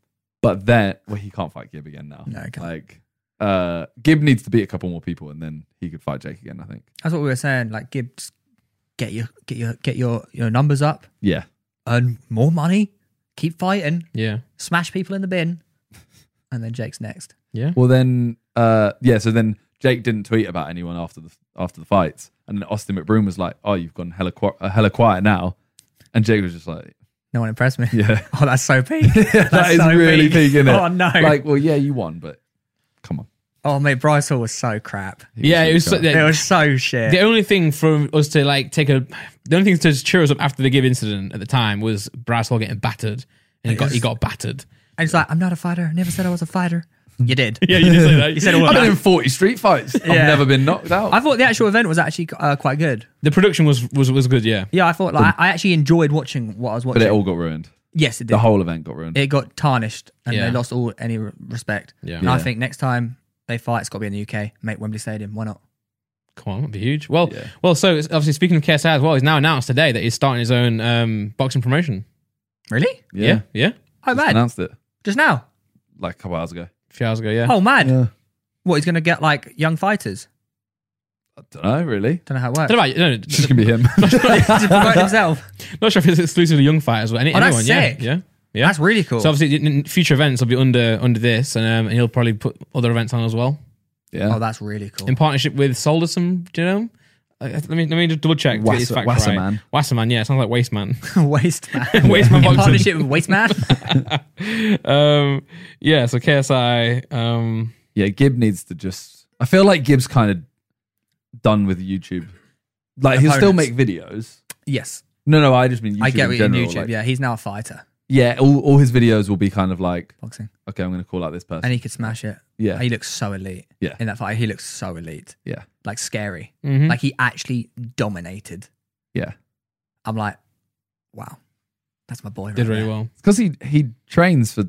Speaker 3: But then, well, he can't fight Gib again now.
Speaker 2: No, he can't.
Speaker 3: like uh, Gib needs to beat a couple more people, and then he could fight Jake again. I think.
Speaker 2: That's what we were saying. Like Gib, just get your get your get your your numbers up,
Speaker 3: Yeah,
Speaker 2: earn more money, keep fighting,
Speaker 1: yeah
Speaker 2: smash people in the bin, and then Jake's next.
Speaker 1: yeah
Speaker 3: Well, then, uh, yeah. So then Jake didn't tweet about anyone after the after the fights, and then Austin McBroom was like, "Oh, you've gone hella qui- uh, hella quiet now," and Jake was just like,
Speaker 2: No one impressed me.
Speaker 3: "Yeah,
Speaker 2: Oh, that's so peak. that's
Speaker 3: that is really peak, innit?
Speaker 2: Oh no.
Speaker 3: Like, well, yeah, you won, but come on."
Speaker 2: oh mate, Bryce Hall was so crap.
Speaker 1: yeah it was so-
Speaker 2: It
Speaker 1: the,
Speaker 2: was so shit.
Speaker 1: the only thing for us to like take a the only thing to cheer us up after the Gib incident at the time was Bryce Hall getting battered and he got he got battered.
Speaker 2: And he's like, I'm not a fighter. I never said I was a fighter. You did.
Speaker 1: Yeah, you did say
Speaker 3: eh?
Speaker 1: that. you said
Speaker 3: I've been in 40 street fights. I've
Speaker 2: Yeah.
Speaker 3: never been knocked out.
Speaker 2: I thought the actual event was actually uh, quite good.
Speaker 1: the production was was was good. Yeah.
Speaker 2: Yeah, I thought like I I actually enjoyed watching what I was
Speaker 3: but
Speaker 2: watching.
Speaker 3: it all got ruined.
Speaker 2: yes, it did.
Speaker 3: The whole event got ruined.
Speaker 2: it got tarnished and
Speaker 1: Yeah.
Speaker 2: they lost all any re- respect.
Speaker 1: Yeah.
Speaker 2: And I
Speaker 3: Yeah.
Speaker 2: think next time they fight, it's got to be in the UK. Make Wembley Stadium. Why not?
Speaker 1: Come on, that'd be huge. Well,
Speaker 3: Yeah.
Speaker 1: well. So it's- obviously, speaking of KSI as well, he's now announced today that he's starting his own um, boxing promotion.
Speaker 2: Really?
Speaker 1: Yeah, yeah.
Speaker 2: Oh
Speaker 3: Just
Speaker 2: man,
Speaker 3: announced it
Speaker 2: just now.
Speaker 3: like a couple hours ago.
Speaker 1: A few hours ago, yeah.
Speaker 2: Oh man,
Speaker 3: Yeah.
Speaker 2: what he's gonna get like young fighters?
Speaker 3: I don't know, really.
Speaker 2: Don't know how it
Speaker 1: Don't
Speaker 2: works.
Speaker 1: know about you. No,
Speaker 3: It's just gonna be him.
Speaker 2: to promote himself.
Speaker 1: not sure if it's exclusively young fighters, but any,
Speaker 2: Oh, that's
Speaker 1: anyone. Yeah,
Speaker 2: sick.
Speaker 1: yeah, yeah.
Speaker 2: That's really cool.
Speaker 1: so obviously, in- in future events will be under under this, and, um, and he'll probably put other events on as well
Speaker 3: yeah.
Speaker 2: oh, that's really cool.
Speaker 1: in partnership with Solderson. Do you know? him? Uh, let me let me just double check. to get his
Speaker 3: Wasser-
Speaker 1: facts
Speaker 3: Wasserman.
Speaker 1: right. Wasserman, yeah, sounds like Waste Man.
Speaker 2: Waste man.
Speaker 1: Waste Man
Speaker 2: in
Speaker 1: Boxing.
Speaker 2: partnership with Waste Man.
Speaker 1: Um, yeah, so KSI. Um,
Speaker 3: Yeah, Gib needs to just. I feel like Gib's kind of done with YouTube. Like he'll still
Speaker 2: Opponents.
Speaker 3: make videos.
Speaker 2: yes,
Speaker 3: No, no, I just mean YouTube
Speaker 2: I get
Speaker 3: in
Speaker 2: what you
Speaker 3: general.
Speaker 2: mean, YouTube.
Speaker 3: like-
Speaker 2: yeah, he's now a fighter
Speaker 3: yeah. All, all his videos will be kind of like,
Speaker 2: boxing,
Speaker 3: okay, I'm gonna call out this person.
Speaker 2: and he could smash it.
Speaker 3: yeah,
Speaker 2: He looks so elite.
Speaker 3: Yeah.
Speaker 2: in that fight, he looks so elite.
Speaker 3: yeah,
Speaker 2: Like scary.
Speaker 1: mhm.
Speaker 2: Like he actually dominated.
Speaker 3: yeah.
Speaker 2: I'm like, wow, that's my boy.
Speaker 1: did
Speaker 2: right
Speaker 1: really
Speaker 2: there.
Speaker 1: well.
Speaker 3: Because he he trains for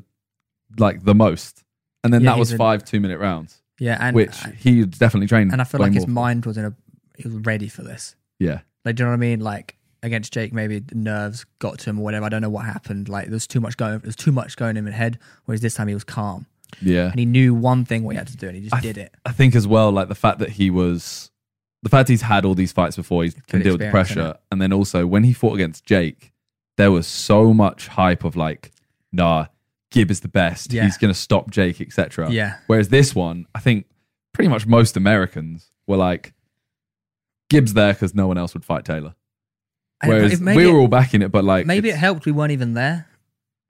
Speaker 3: like the most, and then
Speaker 2: Yeah,
Speaker 3: that was
Speaker 2: he's a-
Speaker 3: five two minute rounds,
Speaker 2: Yeah, and
Speaker 3: which he definitely trained.
Speaker 2: and I feel
Speaker 3: way
Speaker 2: like his
Speaker 3: more for.
Speaker 2: mind was in a he was ready for this.
Speaker 3: Yeah,
Speaker 2: Like, do you know what I mean? Like against Jake, maybe the nerves got to him or whatever. I don't know what happened. Like there's too much going. There's too much going in his head. Whereas this time he was calm
Speaker 3: yeah.
Speaker 2: and he knew one thing what he had to do and he just
Speaker 3: I-
Speaker 2: did it.
Speaker 3: I think as well, like the fact that he was, the fact he's had all these fights before, he can
Speaker 2: good
Speaker 3: deal with the
Speaker 2: experience,
Speaker 3: pressure. And then also when he fought against Jake, there was so much hype of like, nah, Gibb is the best.
Speaker 2: Yeah.
Speaker 3: He's gonna stop Jake, etc.
Speaker 2: Yeah.
Speaker 3: Whereas this one, I think pretty much most Americans were like, Gibb's there because no one else would fight Taylor.
Speaker 2: And it-
Speaker 3: Whereas
Speaker 2: it- maybe
Speaker 3: we were
Speaker 2: it,
Speaker 3: all backing it, but like
Speaker 2: maybe it
Speaker 3: it's
Speaker 2: helped. We weren't even there.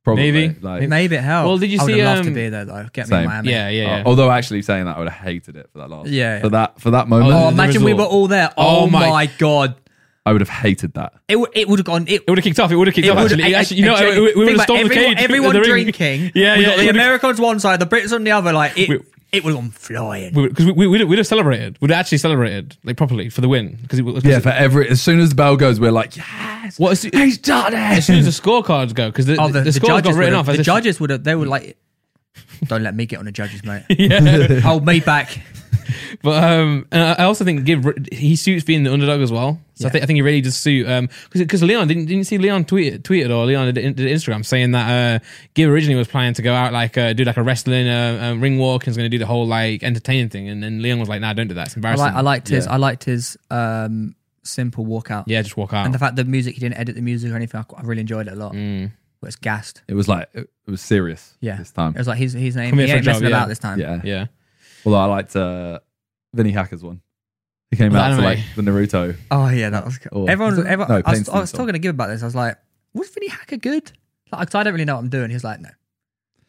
Speaker 3: probably
Speaker 1: Maybe.
Speaker 3: like.
Speaker 2: Maybe it helped.
Speaker 1: Well, did you
Speaker 2: I would
Speaker 1: see,
Speaker 2: have loved
Speaker 1: um,
Speaker 2: to be there though. Get me
Speaker 3: Same.
Speaker 2: in Miami.
Speaker 1: Yeah, yeah,
Speaker 3: Uh,
Speaker 2: Oh,
Speaker 1: yeah.
Speaker 3: although actually saying that, I would have hated it for that last.
Speaker 2: Yeah, yeah.
Speaker 3: For that for that moment,
Speaker 2: Oh,
Speaker 1: The
Speaker 2: imagine we were
Speaker 1: result.
Speaker 2: all there.
Speaker 1: Oh
Speaker 2: Oh,
Speaker 1: my-
Speaker 2: my. god.
Speaker 3: I would have hated that.
Speaker 2: It would it would have gone. It,
Speaker 1: It would have kicked off. It would have kicked
Speaker 2: It
Speaker 1: off.
Speaker 2: would-
Speaker 1: actually,
Speaker 2: I- I-
Speaker 1: actually, you know,
Speaker 2: Jake,
Speaker 1: we, we would
Speaker 2: think
Speaker 1: have
Speaker 2: about
Speaker 1: stormed
Speaker 2: everyone,
Speaker 1: the cage.
Speaker 2: Everyone
Speaker 1: the ring.
Speaker 2: drinking.
Speaker 1: Yeah,
Speaker 2: we
Speaker 1: yeah.
Speaker 2: got
Speaker 1: it
Speaker 2: the
Speaker 1: would have-
Speaker 2: Americans one side, the Brits on the other. Like it,
Speaker 1: We-
Speaker 2: it would have gone flying.
Speaker 1: because we, we, we'd, have- we'd have celebrated, we'd have actually celebrated like properly for the win. Because it was
Speaker 3: Yeah, for every as soon as the bell goes, we're like, yes,
Speaker 1: Well, as, as
Speaker 3: he's done
Speaker 1: soon
Speaker 3: it.
Speaker 1: as the scorecards go, because the,
Speaker 2: Oh,
Speaker 1: the,
Speaker 2: the,
Speaker 1: the
Speaker 2: the
Speaker 1: scores
Speaker 2: judges
Speaker 1: got written
Speaker 2: would've-
Speaker 1: off. as
Speaker 2: The
Speaker 1: if-
Speaker 2: judges would have. They were like, "Don't let me get on the judges, mate.
Speaker 1: yeah.
Speaker 2: Hold me back."
Speaker 1: but um, and I I also think give he suits being the underdog as well. So I
Speaker 2: Yeah.
Speaker 1: think I think he really does suit um because Leon didn't didn't you see Leon tweet tweeted or Leon did, did Instagram saying that uh Gibb originally was planning to go out like uh, do like a wrestling uh, uh, ring walk and was going to do the whole like entertaining thing and then Leon was like nah don't do that it's
Speaker 2: I,
Speaker 1: embarrassing
Speaker 2: like, I liked his.
Speaker 3: Yeah.
Speaker 2: I liked his um, simple walkout.
Speaker 1: yeah just walk out
Speaker 2: And the fact that music he didn't edit the music or anything, I, qu- I really enjoyed it a lot.
Speaker 1: Mm.
Speaker 2: But it's gassed.
Speaker 3: It was like it it was serious.
Speaker 2: Yeah.
Speaker 3: this time.
Speaker 2: It was like his his name.
Speaker 1: Come
Speaker 2: He
Speaker 1: here for a
Speaker 2: ain't
Speaker 1: job,
Speaker 2: messing
Speaker 1: yeah.
Speaker 2: about this time.
Speaker 3: yeah.
Speaker 1: yeah
Speaker 3: Although I liked uh, Vinny Hacker's one. He came
Speaker 1: The
Speaker 3: out to
Speaker 1: anime.
Speaker 3: like the Naruto.
Speaker 2: Oh yeah, that was cool.
Speaker 3: Oh.
Speaker 2: everyone,
Speaker 3: Was it-
Speaker 2: everyone
Speaker 3: no,
Speaker 2: I,
Speaker 3: Plain
Speaker 2: was, I was
Speaker 3: Steam
Speaker 2: talking to Gib about this. I was like, "Was Vinny Hacker good?" Like, 'cause I don't really know what I'm doing. He was like, "No."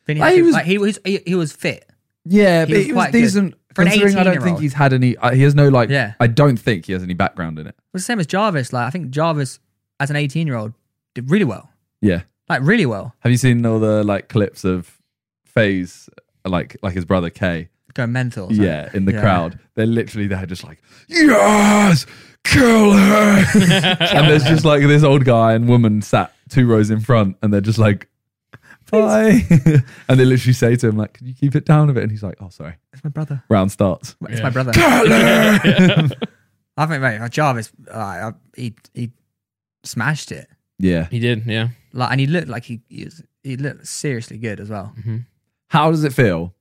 Speaker 2: Vinny
Speaker 3: Like,
Speaker 2: Hacker,
Speaker 3: he was-
Speaker 2: like, he was he, he was fit.
Speaker 3: Yeah,
Speaker 2: He was quite good. For an
Speaker 3: considering I don't think
Speaker 2: 18-year-old.
Speaker 3: he's had any. Uh, he has no like.
Speaker 2: Yeah.
Speaker 3: I don't think he has any background in it.
Speaker 2: It was the same as Jarvis. Like I think Jarvis as an 18 year old did really well,
Speaker 3: Yeah.
Speaker 2: like really well.
Speaker 3: Have you seen all the like clips of FaZe, like like his brother K?
Speaker 2: Go mental. or something.
Speaker 3: Yeah, in the
Speaker 2: Yeah.
Speaker 3: crowd. They're literally there just like, Yes, kill her. and there's just like this old guy and woman sat two rows in front and they're just like Bye. and they literally say to him, like, Can you keep it down a bit? And he's like, Oh sorry.
Speaker 2: It's my brother.
Speaker 3: Round starts.
Speaker 2: It's
Speaker 1: Yeah.
Speaker 2: my brother.
Speaker 3: Kill her.
Speaker 2: I think, mate, Jarvis, uh, I- he, he smashed it.
Speaker 3: yeah.
Speaker 1: He did, yeah.
Speaker 2: Like, and he looked like he, he, was, he looked seriously good as well.
Speaker 3: How does it feel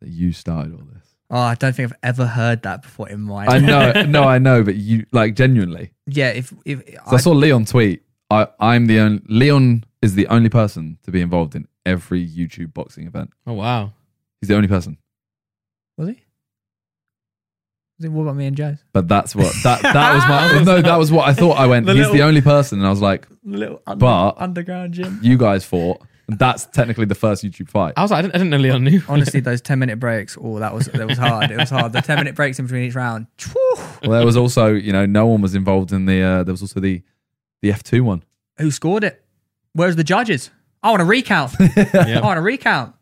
Speaker 3: that you started all this?
Speaker 2: Oh, I don't think I've ever heard that before in my
Speaker 3: I know, no, I know, but you like genuinely.
Speaker 2: Yeah, if if
Speaker 3: So I, saw Leon tweet. I, I'm the only Leon is the only person to be involved in every YouTube boxing event.
Speaker 1: Oh wow.
Speaker 3: He's the only person.
Speaker 2: was he? Was it what about me and Joe's?
Speaker 3: But that's what that that was my no. That was what I thought. I went.
Speaker 2: The
Speaker 3: He's the
Speaker 2: little-
Speaker 3: only person, and I was like,
Speaker 2: Little
Speaker 3: But-
Speaker 2: underground gym.
Speaker 3: you guys fought. And that's technically the first YouTube fight.
Speaker 2: Oh.
Speaker 1: I was like, I didn't, I didn't know Leon knew.
Speaker 2: Honestly, those ten minute breaks. Oh, that was that was hard. It was hard. The ten minute breaks in between each round. Whew.
Speaker 3: Well, there was also you know no one was involved in the. Uh, there was also the the F2 one.
Speaker 2: Who scored it? Where's the judges? I want a recount. I want a recount.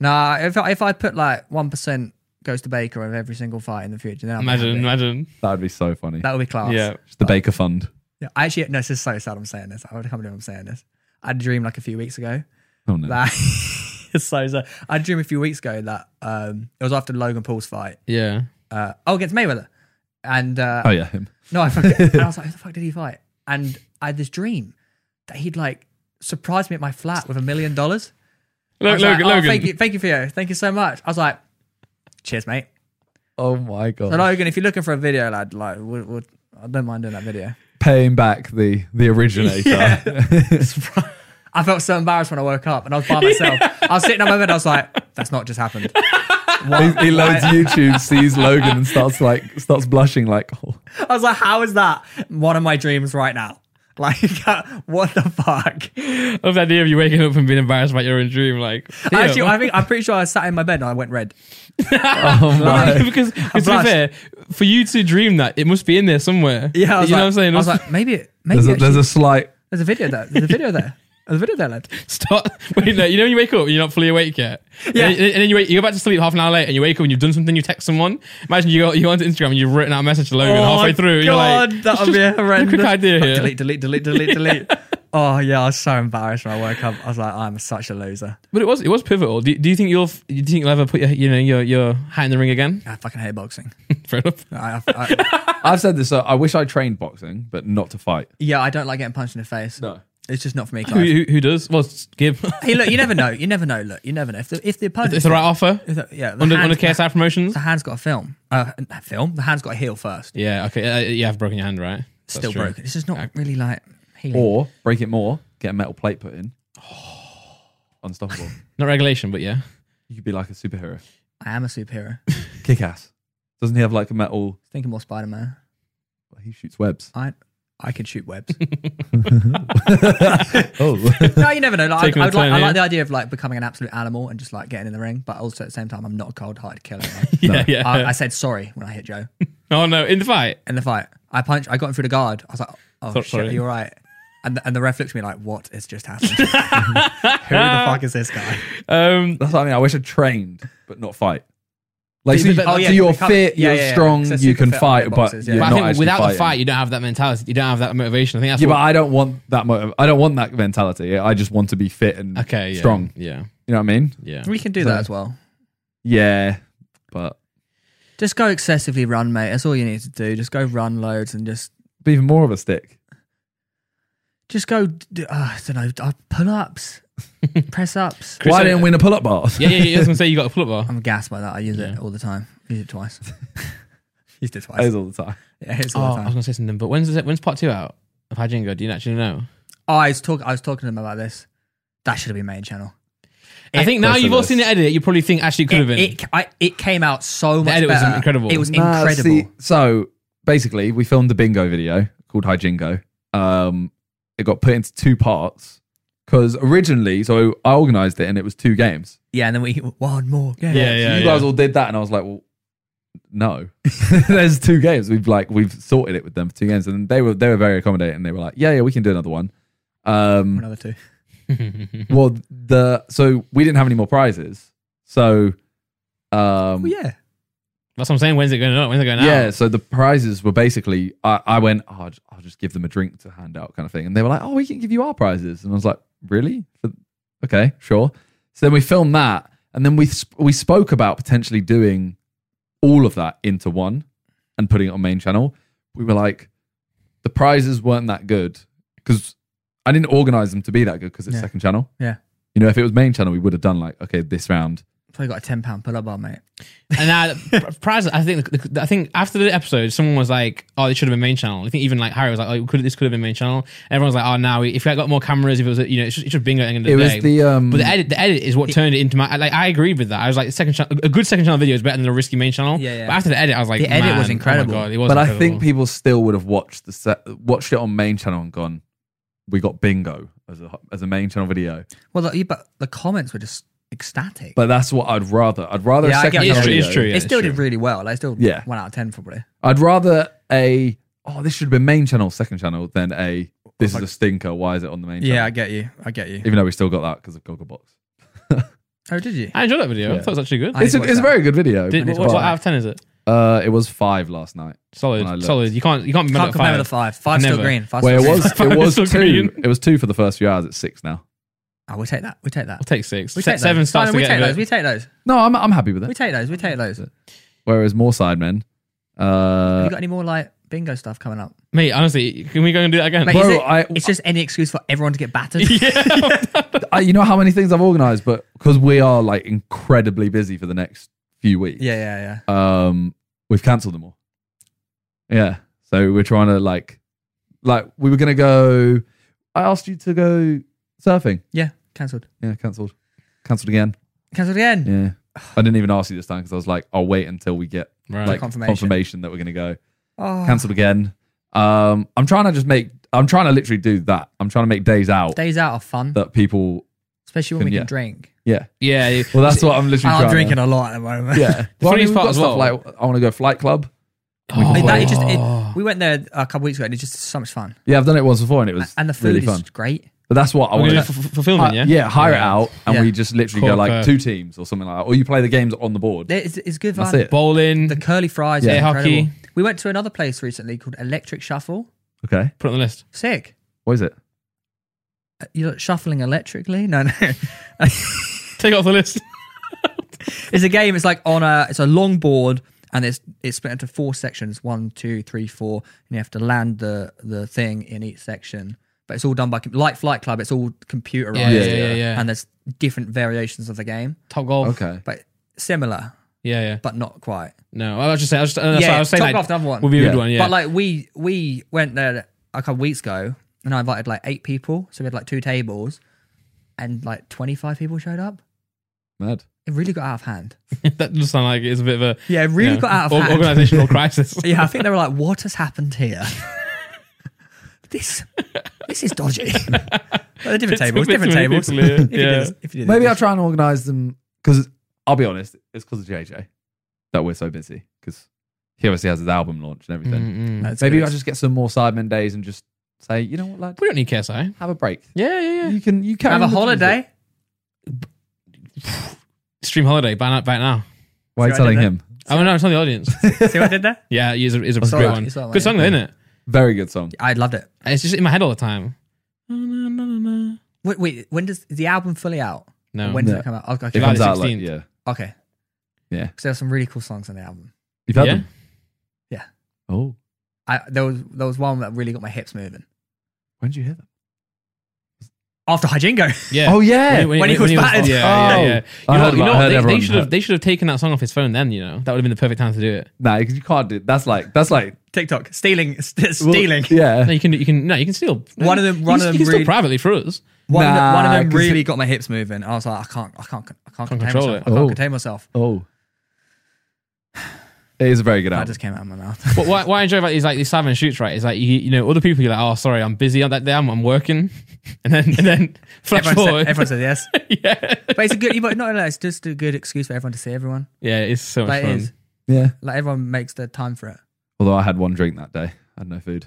Speaker 2: Nah, if I, if I put like one percent goes to Baker of every single fight in the future, then I'll be
Speaker 1: imagine,
Speaker 2: happy.
Speaker 1: imagine.
Speaker 3: That would be so funny.
Speaker 2: that would be class.
Speaker 1: Yeah.
Speaker 3: Just the Baker Fund.
Speaker 2: Yeah, I actually, no, this is so sad. I'm saying this. I can't believe I'm saying this. I had a dream like a few weeks ago.
Speaker 3: Oh no.
Speaker 2: That it's so sad. I had a dream a few weeks ago that um, it was after Logan Paul's fight.
Speaker 1: Yeah.
Speaker 2: Uh, oh, against Mayweather. And uh,
Speaker 3: oh yeah, him.
Speaker 2: no, I forget. and I was like, who the fuck did he fight? And I had this dream that he'd like surprise me at my flat with a million dollars. I
Speaker 1: Look,
Speaker 2: was
Speaker 1: Logan,
Speaker 2: like, oh,
Speaker 1: Logan.
Speaker 2: Thank you, thank you, Theo. Thank you so much. I was like, cheers, mate.
Speaker 3: Oh my
Speaker 2: So
Speaker 3: god.
Speaker 2: Logan, if you're looking for a video, lad, like, we'll, we'll, I don't mind doing that video.
Speaker 3: Paying back the the originator.
Speaker 2: I felt so embarrassed when I woke up and I was by myself. I was sitting on my bed. I was like, that's not just happened.
Speaker 3: he, he loads YouTube, sees Logan, and starts like starts blushing. Like, oh,
Speaker 2: I was like, how is that one of my dreams right now? Like, what the fuck?
Speaker 1: I love the idea of you waking up and being embarrassed about your own dream. Like,
Speaker 2: Actually,
Speaker 1: Theo.
Speaker 2: I think I'm pretty sure I sat in my bed and I went red.
Speaker 1: Like, because, oh because to be
Speaker 2: blushed.
Speaker 1: fair, for you to dream that, it must be in there somewhere.
Speaker 2: Yeah, I was
Speaker 1: you
Speaker 2: like,
Speaker 1: know what I'm saying.
Speaker 2: I was like, maybe, it- maybe
Speaker 3: there's
Speaker 2: there's
Speaker 3: a, there's a slight.
Speaker 2: there's a video there. There's a video there. There's a video there, lad.
Speaker 1: stop. Wait, no, you know when you wake up, and you're not fully awake yet.
Speaker 2: Yeah.
Speaker 1: And, and then you wake, you go back to sleep half an hour later, and you wake up and you've done something. You text someone. Imagine you go you go onto Instagram and you've written out a message to Logan
Speaker 2: Oh
Speaker 1: halfway
Speaker 2: my
Speaker 1: through.
Speaker 2: God,
Speaker 1: you're like,
Speaker 2: that would be horrendous.
Speaker 1: quick idea here.
Speaker 2: Delete, delete, delete, delete, delete. Oh yeah, I was so embarrassed when I woke up. I was like, I'm such a loser.
Speaker 1: But it was it was pivotal. Do, do you think you'll f- do you think you'll ever put your you know your your hat in the ring again?
Speaker 2: I fucking hate boxing.
Speaker 1: Fair enough.
Speaker 2: I, I- I-
Speaker 3: I've said this. So I wish I trained boxing, but not to fight.
Speaker 2: yeah, I don't like getting punched in the face.
Speaker 3: No.
Speaker 2: It's just not for me.
Speaker 1: Who,
Speaker 2: Clive.
Speaker 1: who, who does? Well, it's Gib.
Speaker 2: hey, look, you never know. You never know. Look, you never know. If the, if the opponent,
Speaker 1: it's the right offer
Speaker 2: if the- yeah, the
Speaker 1: under
Speaker 2: hand's-
Speaker 1: under KSI promotions.
Speaker 2: The hand's got a film. Uh, a film. The hand's got a heel first.
Speaker 1: Yeah. Okay. Uh, you have broken your hand, right? That's
Speaker 2: Still
Speaker 1: true.
Speaker 2: broken. It's just not really like healing.
Speaker 3: Or break it more, get a metal plate put in. Unstoppable.
Speaker 1: Not regulation, but yeah.
Speaker 3: You could be like a superhero.
Speaker 2: I am a superhero.
Speaker 3: Kick ass. Doesn't he have like a metal?
Speaker 2: Thinking more Spider Man.
Speaker 3: He shoots webs.
Speaker 2: I I could shoot webs.
Speaker 3: Oh,
Speaker 2: no, you never know. Like,
Speaker 1: Taking
Speaker 2: I,
Speaker 1: a
Speaker 2: I, would like,
Speaker 1: turn
Speaker 2: I
Speaker 1: here.
Speaker 2: like the idea of like becoming an absolute animal and just like getting in the ring, but also at the same time, I'm not a cold hearted killer. Like,
Speaker 1: Yeah. Yeah.
Speaker 2: I, I said sorry when I hit Joe
Speaker 1: oh no! In the fight.
Speaker 2: in the fight. I punched. I got him through the guard. I was like, oh
Speaker 1: So-
Speaker 2: shit,
Speaker 1: sorry.
Speaker 2: are you all right? And the, and the ref looked at me like, what has just happened? Who the fuck is this guy?
Speaker 1: Um.
Speaker 3: that's what I mean. I wish I trained, but not fight.
Speaker 2: But-
Speaker 3: Like, so, you,
Speaker 2: but- oh, yeah,
Speaker 3: so
Speaker 2: you
Speaker 3: you're
Speaker 2: become-
Speaker 3: fit,
Speaker 2: yeah,
Speaker 3: you're
Speaker 2: yeah, yeah.
Speaker 3: strong,
Speaker 2: So
Speaker 3: you
Speaker 2: super
Speaker 3: can
Speaker 2: fit
Speaker 3: fight,
Speaker 2: under
Speaker 3: but
Speaker 2: boxes, yeah.
Speaker 3: you're
Speaker 1: But
Speaker 3: not
Speaker 1: I think
Speaker 3: actually
Speaker 1: without
Speaker 3: fighting.
Speaker 1: the fight, you don't have that mentality. You don't have that motivation. I think that's
Speaker 3: Yeah, but
Speaker 1: what,
Speaker 3: I don't want that motive. I don't want that mentality. I just want to be fit and
Speaker 1: okay. Yeah,
Speaker 3: strong.
Speaker 1: Yeah.
Speaker 3: You know what I mean?
Speaker 1: Yeah.
Speaker 2: We can do that as well.
Speaker 3: Yeah, but
Speaker 2: Just go excessively run, mate. That's all you need to do. Just go run loads and just
Speaker 3: be even more of a stick.
Speaker 2: just go. d- Uh, I don't know. Uh, pull ups, press ups.
Speaker 1: Chris,
Speaker 3: Why
Speaker 1: uh,
Speaker 3: didn't win a pull-up bar?
Speaker 1: Yeah. Yeah. yeah I was gonna say you got a pull up bar.
Speaker 2: I'm gassed by that. I use
Speaker 1: Yeah.
Speaker 2: it all the time. Use it twice. Used it twice.
Speaker 3: Plays all the time.
Speaker 2: Yeah, it's
Speaker 1: Oh,
Speaker 2: all the
Speaker 1: I
Speaker 2: time.
Speaker 1: was gonna say something, but when's it, when's part two out of Hajingo? Do you actually know?
Speaker 2: Oh, I was talking. I was talking to them about this. That should have been main channel.
Speaker 1: I
Speaker 2: It-
Speaker 1: think now
Speaker 3: That's
Speaker 1: you've
Speaker 3: a
Speaker 1: all
Speaker 3: list.
Speaker 1: seen the edit, you probably think actually it could have been.
Speaker 2: It, I, it came out so much
Speaker 1: edit was
Speaker 2: better.
Speaker 1: incredible.
Speaker 2: It was
Speaker 3: Nah,
Speaker 2: incredible.
Speaker 3: see, so basically, we filmed a bingo video called Hi Jingo. Um, it got put into two parts because originally, so I organised it and it was two games.
Speaker 2: yeah, and then we one more. Yeah,
Speaker 1: yeah, yeah, yeah.
Speaker 3: you guys all did that, and I was like, well, no. There's two games. We've like we've sorted it with them for two games, and they were they were very accommodating. They were like, yeah, yeah, we can do another one. Um,
Speaker 2: Another two.
Speaker 3: well, the so we didn't have any more prizes, so um,
Speaker 2: Well, yeah.
Speaker 1: That's what I'm saying. When's it going on? When's it going out?
Speaker 3: Yeah, so the prizes were basically I, I went, oh, I'll, just, I'll just give them a drink to hand out kind of thing. And they were like, oh, we can give you our prizes. And I was like, really? Th- Okay, sure. So then we filmed that. And then we, sp- we spoke about potentially doing all of that into one and putting it on main channel. We were like, the prizes weren't that good because I didn't organize them to be that good because it's
Speaker 2: Yeah.
Speaker 3: second channel.
Speaker 2: Yeah.
Speaker 3: You know, if it was main channel, we would have done like, okay, this round.
Speaker 2: Probably got a ten pound pull up bar, mate.
Speaker 1: And now, pr- prize. I think. I think after the episode, someone was like, "Oh, it should have been main channel." I think even like Harry was like, "Oh, could this could have been main channel?" And everyone was like, "Oh, now we if I got more cameras, if it was, you know, it's just, it's just bingo." At the end of
Speaker 3: It
Speaker 1: the
Speaker 3: was
Speaker 1: day.
Speaker 3: the, um,
Speaker 1: but the edit, the edit is what turned it into my. Like, I agreed with that. I was like, the second channel, a good second channel video is better than a risky main channel.
Speaker 2: Yeah, yeah.
Speaker 1: But after the edit, I was like,
Speaker 2: The edit
Speaker 1: "Man,
Speaker 2: was
Speaker 1: oh my
Speaker 2: incredible."
Speaker 1: God, it was
Speaker 3: but I
Speaker 1: incredible.
Speaker 3: think people still would have watched the set, watched it on main channel and gone, "We got bingo as a as a main channel video."
Speaker 2: Well, the, but the comments were just ecstatic.
Speaker 3: But that's what I'd rather. I'd rather
Speaker 2: Yeah,
Speaker 3: a
Speaker 2: I
Speaker 3: second
Speaker 2: get
Speaker 3: channel
Speaker 2: what you
Speaker 1: mean.
Speaker 3: video.
Speaker 1: It's true, yeah.
Speaker 2: it still
Speaker 1: it's
Speaker 2: did really well. Like, still
Speaker 3: Yeah.
Speaker 2: one out of ten probably.
Speaker 3: I'd rather a oh this should have been main channel second channel than a this is a stinker. Why is it on the main? channel?
Speaker 2: get you. I get you.
Speaker 3: Even though we still got that because of Gogglebox.
Speaker 2: Oh, did you?
Speaker 1: I enjoyed that video. I
Speaker 3: Yeah.
Speaker 1: thought it was actually good.
Speaker 2: I
Speaker 3: It's a,
Speaker 2: watched
Speaker 3: it's a
Speaker 2: that.
Speaker 3: very good video.
Speaker 1: Did, what,
Speaker 3: but,
Speaker 1: what out of ten is it?
Speaker 3: uh, it was five last night. when I
Speaker 1: Solid,
Speaker 3: looked.
Speaker 1: solid. You can't you can't be mad
Speaker 2: Can't
Speaker 1: at
Speaker 2: compare with
Speaker 1: five.
Speaker 2: the five. Five's
Speaker 1: Never.
Speaker 2: still green. Five's
Speaker 3: Where it
Speaker 2: still
Speaker 3: was,
Speaker 2: green.
Speaker 3: it was
Speaker 1: Still
Speaker 3: two.
Speaker 1: green.
Speaker 3: It was two for the first few hours. It's six now.
Speaker 2: Oh, we take that. We take that.
Speaker 1: I'll take six.
Speaker 2: We
Speaker 1: Se-
Speaker 2: take
Speaker 1: seven
Speaker 2: those.
Speaker 1: starts
Speaker 2: Simon,
Speaker 1: to
Speaker 2: we
Speaker 1: get
Speaker 2: take
Speaker 1: a bit-
Speaker 2: those. We take those.
Speaker 3: No, I'm I'm happy with
Speaker 2: We
Speaker 3: it.
Speaker 2: take those. We take those. Have
Speaker 3: Whereas more sidemen, uh,
Speaker 2: you got any more like bingo stuff coming up?
Speaker 1: Mate, honestly, can we go and do that again?
Speaker 2: Mate,
Speaker 3: Bro,
Speaker 2: is it-
Speaker 3: I-
Speaker 2: it's just any excuse for everyone to get battered.
Speaker 3: I, you know how many things I've organized, but because we are like incredibly busy for the next few weeks,
Speaker 2: Yeah, yeah, yeah.
Speaker 3: um, we've cancelled them all. Yeah, so we're trying to like, like we were gonna go. I asked you to go surfing.
Speaker 2: Yeah, cancelled.
Speaker 3: Yeah, cancelled, cancelled again.
Speaker 2: Cancelled again.
Speaker 3: Yeah, I didn't even ask you this time because I was like, I'll wait until we get
Speaker 1: Right.
Speaker 3: like
Speaker 2: Confirmation.
Speaker 3: confirmation. that we're gonna go.
Speaker 2: Oh,
Speaker 3: Cancelled again. Um, I'm trying to just make. I'm trying to literally do that. I'm trying to make days out
Speaker 2: days out are fun,
Speaker 3: that people.
Speaker 2: especially when we
Speaker 3: Yeah.
Speaker 2: can drink.
Speaker 3: Yeah.
Speaker 1: yeah.
Speaker 3: Well, that's what I'm literally.
Speaker 2: And I'm
Speaker 3: trying to-
Speaker 2: drinking a lot at the moment.
Speaker 3: Yeah.
Speaker 1: Well, I mean,
Speaker 3: we've
Speaker 1: part
Speaker 3: got
Speaker 1: as
Speaker 3: stuff
Speaker 1: well.
Speaker 3: like I want to go flight club.
Speaker 2: I mean, that,
Speaker 1: Oh.
Speaker 2: it just, it, we went there a couple weeks ago and it's just so much fun.
Speaker 3: Yeah, I've done it once before and it was
Speaker 2: And the food
Speaker 3: really
Speaker 2: is
Speaker 3: fun.
Speaker 2: great.
Speaker 3: But that's what I
Speaker 1: We're
Speaker 3: want
Speaker 1: gonna
Speaker 3: to
Speaker 1: do it for, for
Speaker 2: Uh,
Speaker 1: filming, yeah.
Speaker 3: yeah, hire it out and
Speaker 2: Yeah.
Speaker 3: we just literally
Speaker 1: Cool,
Speaker 3: go like
Speaker 1: fair.
Speaker 3: two teams or something like that. Or you play the games on the board.
Speaker 2: It's, it's good fun.
Speaker 3: That's it.
Speaker 1: Bowling.
Speaker 2: The curly fries.
Speaker 1: Yeah.
Speaker 2: are
Speaker 1: Air hockey.
Speaker 2: incredible. We went to another place recently called Electric Shuffle.
Speaker 3: Okay.
Speaker 1: Put it on the list.
Speaker 2: Sick.
Speaker 3: What is it?
Speaker 2: Uh, You're shuffling electrically? No, no.
Speaker 1: Take it off the list.
Speaker 2: it's a game. It's like on a. It's a long board, and it's it's split into four sections: one, two, three, four, and you have to land the the thing in each section. But it's all done by com- like Flight Club. It's all computerized,
Speaker 1: Yeah, yeah, yeah, yeah.
Speaker 2: and there's different variations of the game,
Speaker 1: Top golf.
Speaker 3: Okay.
Speaker 2: but similar,
Speaker 1: Yeah, yeah.
Speaker 2: but not quite.
Speaker 1: No, I was just saying. I was, just, uh, that's
Speaker 2: Yeah,
Speaker 1: what I was saying.
Speaker 2: top
Speaker 1: like,
Speaker 2: golf, number one.
Speaker 1: Would be a good
Speaker 3: Yeah.
Speaker 1: one. Yeah.
Speaker 2: But like we we went there a couple weeks ago, and I invited like eight people, so we had like two tables, and like twenty five people showed up.
Speaker 3: Mad.
Speaker 2: It really got out of hand.
Speaker 1: that does sound like it's a bit of a
Speaker 2: Yeah, it really
Speaker 1: yeah,
Speaker 2: got out of
Speaker 1: or-
Speaker 2: hand.
Speaker 1: organizational crisis.
Speaker 2: Yeah, I think they were like, "What has happened here? this, this is dodgy." but they're different tables,
Speaker 1: Took a bit
Speaker 2: different
Speaker 1: too many
Speaker 2: tables.
Speaker 1: people here.
Speaker 2: If you did
Speaker 1: Yeah.
Speaker 2: this- if you did
Speaker 3: Maybe
Speaker 2: this.
Speaker 3: I'll try and organise them because I'll be honest, it's because of JJ that we're so busy because he obviously has his album launch and everything.
Speaker 1: Mm, mm.
Speaker 2: That's
Speaker 3: Maybe
Speaker 2: good.
Speaker 3: I'll just get some more Sidemen days and just say, you know what, lad,
Speaker 1: We don't need KSI.
Speaker 3: have a break.
Speaker 1: Yeah, yeah, yeah.
Speaker 3: You can you can
Speaker 2: have a holiday.
Speaker 1: Stream holiday. Buy now. Buy now.
Speaker 3: Why are you
Speaker 2: See what I did
Speaker 3: telling
Speaker 2: there?
Speaker 3: him?
Speaker 1: I don't know. It's on the audience.
Speaker 2: See what I did there?
Speaker 1: yeah, it's a, it's a
Speaker 2: Sorry,
Speaker 1: great one.
Speaker 2: it's not like-
Speaker 1: Good song, though, isn't it?
Speaker 3: Very good song.
Speaker 2: I loved it.
Speaker 1: It's just in my head all the time. No.
Speaker 2: Wait, wait when does is the album fully out? When does it come out? Okay,
Speaker 3: It
Speaker 2: okay,
Speaker 1: July
Speaker 3: comes
Speaker 1: the
Speaker 3: out like
Speaker 1: 16th.
Speaker 3: yeah.
Speaker 2: okay.
Speaker 3: Yeah.
Speaker 2: Because there are some really cool songs on the album.
Speaker 3: You've had
Speaker 1: Yeah?
Speaker 3: them?
Speaker 2: Yeah.
Speaker 3: Oh.
Speaker 2: I there was there was one that really got my hips moving.
Speaker 3: When did you hear them?
Speaker 2: After Hijingo,
Speaker 1: Yeah.
Speaker 3: Oh yeah.
Speaker 2: When he was battered.
Speaker 1: Yeah, yeah, yeah.
Speaker 3: Oh.
Speaker 1: You
Speaker 3: I
Speaker 1: know,
Speaker 3: heard
Speaker 1: you
Speaker 3: about-
Speaker 1: know
Speaker 3: I
Speaker 1: what,
Speaker 3: heard
Speaker 1: they, they
Speaker 3: everyone
Speaker 1: should have
Speaker 3: heard.
Speaker 1: they should have taken that song off his phone then. You know that would have been the perfect time to do it.
Speaker 3: Nah, because you can't do that's like that's like
Speaker 2: TikTok stealing, st-
Speaker 3: well,
Speaker 2: stealing.
Speaker 1: No,
Speaker 3: Yeah.
Speaker 1: you can you can no you can steal
Speaker 2: One of them-
Speaker 1: You
Speaker 2: one
Speaker 1: can-
Speaker 2: of them
Speaker 1: you can steal
Speaker 2: really-
Speaker 1: privately for us.
Speaker 2: One, of the- one
Speaker 3: Nah,
Speaker 2: of them
Speaker 3: 'cause
Speaker 2: really got my hips moving. I was like, I can't, I can't, I can't, contain
Speaker 1: control
Speaker 2: myself.
Speaker 1: it.
Speaker 2: I can't
Speaker 3: Oh.
Speaker 2: contain myself.
Speaker 3: Oh. It is a very good
Speaker 2: That
Speaker 3: album.
Speaker 2: just came out of my mouth.
Speaker 1: But what, what I enjoy about these like these seven shoots right is like you, you know other people you're like oh sorry I'm busy on that day I'm, I'm working and then and then flash
Speaker 2: everyone,
Speaker 1: forward
Speaker 2: said, everyone said yes.
Speaker 1: yeah
Speaker 2: But it's a good, but not only that, it's just a good excuse for everyone to see everyone.
Speaker 1: yeah it's so much
Speaker 2: Like it
Speaker 1: fun.
Speaker 2: is.
Speaker 3: Yeah.
Speaker 2: Like everyone makes their time for it.
Speaker 3: Although I had one drink that day. I had no food.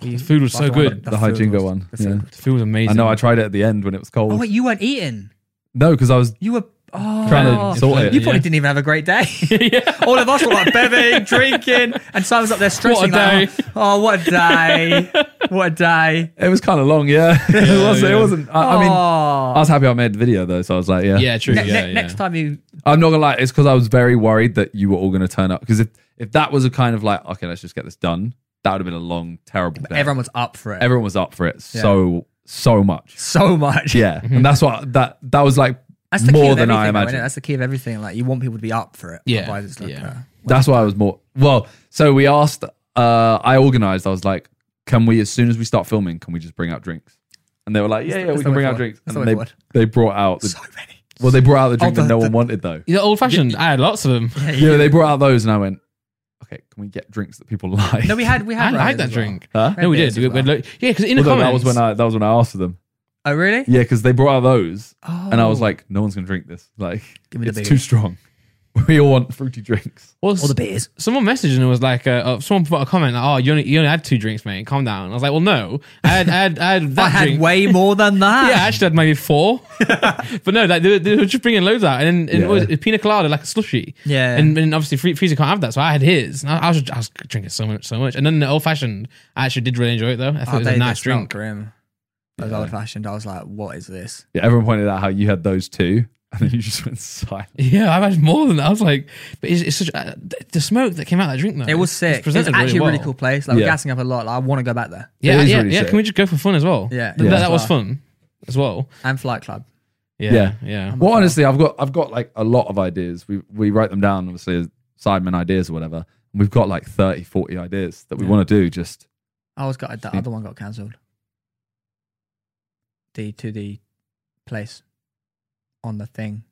Speaker 1: The food was
Speaker 2: That's
Speaker 1: so
Speaker 2: the one-
Speaker 1: good.
Speaker 3: The,
Speaker 2: food
Speaker 3: high jingo
Speaker 2: was-
Speaker 3: one.
Speaker 2: the food
Speaker 3: Yeah.
Speaker 1: The food was amazing.
Speaker 3: I know I tried it at the end when it was cold.
Speaker 2: Oh wait, you weren't eating.
Speaker 3: No, because I was
Speaker 2: You were oh,
Speaker 3: Trying to sort
Speaker 2: You
Speaker 3: it,
Speaker 2: probably
Speaker 1: yeah.
Speaker 2: didn't even have a great day. All of us were like bevving, drinking, and Simon's up there stressing.
Speaker 1: day.
Speaker 2: Like, oh, what a day! what a day!
Speaker 3: it was kinda long, yeah. it was
Speaker 1: yeah.
Speaker 3: it wasn't I, I mean I
Speaker 2: Oh.
Speaker 3: was happy I made the video though, so I was like, yeah.
Speaker 1: Yeah, true.
Speaker 2: Ne-
Speaker 1: yeah,
Speaker 2: ne-
Speaker 1: yeah.
Speaker 2: Next time you
Speaker 3: I'm not gonna lie, it's because I was very worried that you were all gonna turn up. Because if if that was a kind of like, okay, let's just get this done, that would have been a long, terrible day.
Speaker 2: everyone was up for it
Speaker 3: Everyone was up for it so so much.
Speaker 2: so much.
Speaker 3: Yeah. and that's what that that was like
Speaker 2: Mm-hmm. That's the key
Speaker 3: more
Speaker 2: of
Speaker 3: than
Speaker 2: everything,
Speaker 3: I
Speaker 2: though, innit?
Speaker 3: imagined.
Speaker 2: That's the key of everything. Like you want people to be up for it.
Speaker 1: Yeah,
Speaker 2: Otherwise it's like,
Speaker 1: yeah.
Speaker 2: uh,
Speaker 3: That's why I was more well. So we asked. Uh, I organized. I was like, "Can we, as soon as we start filming, can we just bring out drinks?" And they were like, "Yeah, yeah,
Speaker 2: that's
Speaker 3: we
Speaker 2: the
Speaker 3: can
Speaker 2: way
Speaker 3: bring out
Speaker 2: forward.
Speaker 3: drinks."
Speaker 2: That's the
Speaker 3: And they
Speaker 2: way
Speaker 3: they brought out the
Speaker 2: so many.
Speaker 3: well, they brought out the drink
Speaker 2: Oh,
Speaker 3: that
Speaker 2: the-
Speaker 3: no
Speaker 2: the-
Speaker 3: one wanted though.
Speaker 1: You know, old fashioned. I had lots of them.
Speaker 3: Yeah, they brought out those, and I went, "Okay, can we get drinks that people like?"
Speaker 2: No, we had we
Speaker 1: I
Speaker 2: had
Speaker 1: like
Speaker 2: Ryan's
Speaker 1: that
Speaker 2: as well. Uh,
Speaker 1: drink.
Speaker 3: Huh?
Speaker 1: No, we
Speaker 2: Red beers
Speaker 1: did. We,
Speaker 2: as well.
Speaker 1: we, yeah, because in the
Speaker 3: Although that
Speaker 1: comments,
Speaker 3: was when I that was when I asked for them.
Speaker 2: Oh really?
Speaker 3: Yeah, because they brought out those,
Speaker 2: Oh.
Speaker 3: and I was like, "No one's gonna drink this. Like,
Speaker 2: Give me the
Speaker 3: it's
Speaker 2: big
Speaker 3: too
Speaker 2: one."
Speaker 3: strong. We all want fruity drinks."
Speaker 1: Well,
Speaker 2: all the beers.
Speaker 1: someone messaged and it was like, uh, oh, someone put a comment, like, oh, you only, you only had two drinks, mate. Calm down. I was like, well, no, I had, I had, I had that
Speaker 2: I had
Speaker 1: drink.
Speaker 2: way more than that.
Speaker 1: yeah, I actually had maybe four. but no, like, they, were- they were just bringing loads out. And then and it
Speaker 3: Yeah.
Speaker 1: was a pina colada, like a slushy.
Speaker 2: Yeah.
Speaker 1: And, and obviously, Fre- Freezer can't have that. So I had his. And I, I, was, just- I was drinking so much, so much. And then the old fashioned, I actually did really enjoy it, though. I thought
Speaker 2: Oh,
Speaker 1: it was
Speaker 2: they-
Speaker 1: a
Speaker 2: they
Speaker 1: nice
Speaker 2: smelled
Speaker 1: drink.
Speaker 2: Grim. Those old fashioned. I was like, what is this?
Speaker 3: Yeah, everyone pointed out how you had those two, and then you just went silent.
Speaker 1: Yeah, I've had more than that. I was like, but it's, it's such uh, th- the smoke that came out of that drink, though.
Speaker 2: It was
Speaker 1: it's
Speaker 2: sick. It's,
Speaker 1: presented
Speaker 2: actually a
Speaker 1: well.
Speaker 2: really cool place. Like we're
Speaker 3: Yeah.
Speaker 2: gassing up a lot. Like, I want to go back there.
Speaker 1: Yeah,
Speaker 3: is
Speaker 1: yeah,
Speaker 3: really
Speaker 1: yeah.
Speaker 3: sick.
Speaker 1: Can we just go for fun as well?
Speaker 2: Yeah.
Speaker 1: Th-
Speaker 2: Yeah.
Speaker 1: that, that was fun as well.
Speaker 2: And Flight Club.
Speaker 1: Yeah,
Speaker 3: Yeah.
Speaker 1: yeah.
Speaker 3: Well, honestly, I've got I've got like a lot of ideas. We we write them down, obviously, as Sidemen ideas or whatever. And we've got like 30, 40 ideas that we
Speaker 1: Yeah.
Speaker 3: want to do. Just
Speaker 2: I was got
Speaker 1: Hmm.
Speaker 2: that other one got cancelled. The to the place on the thing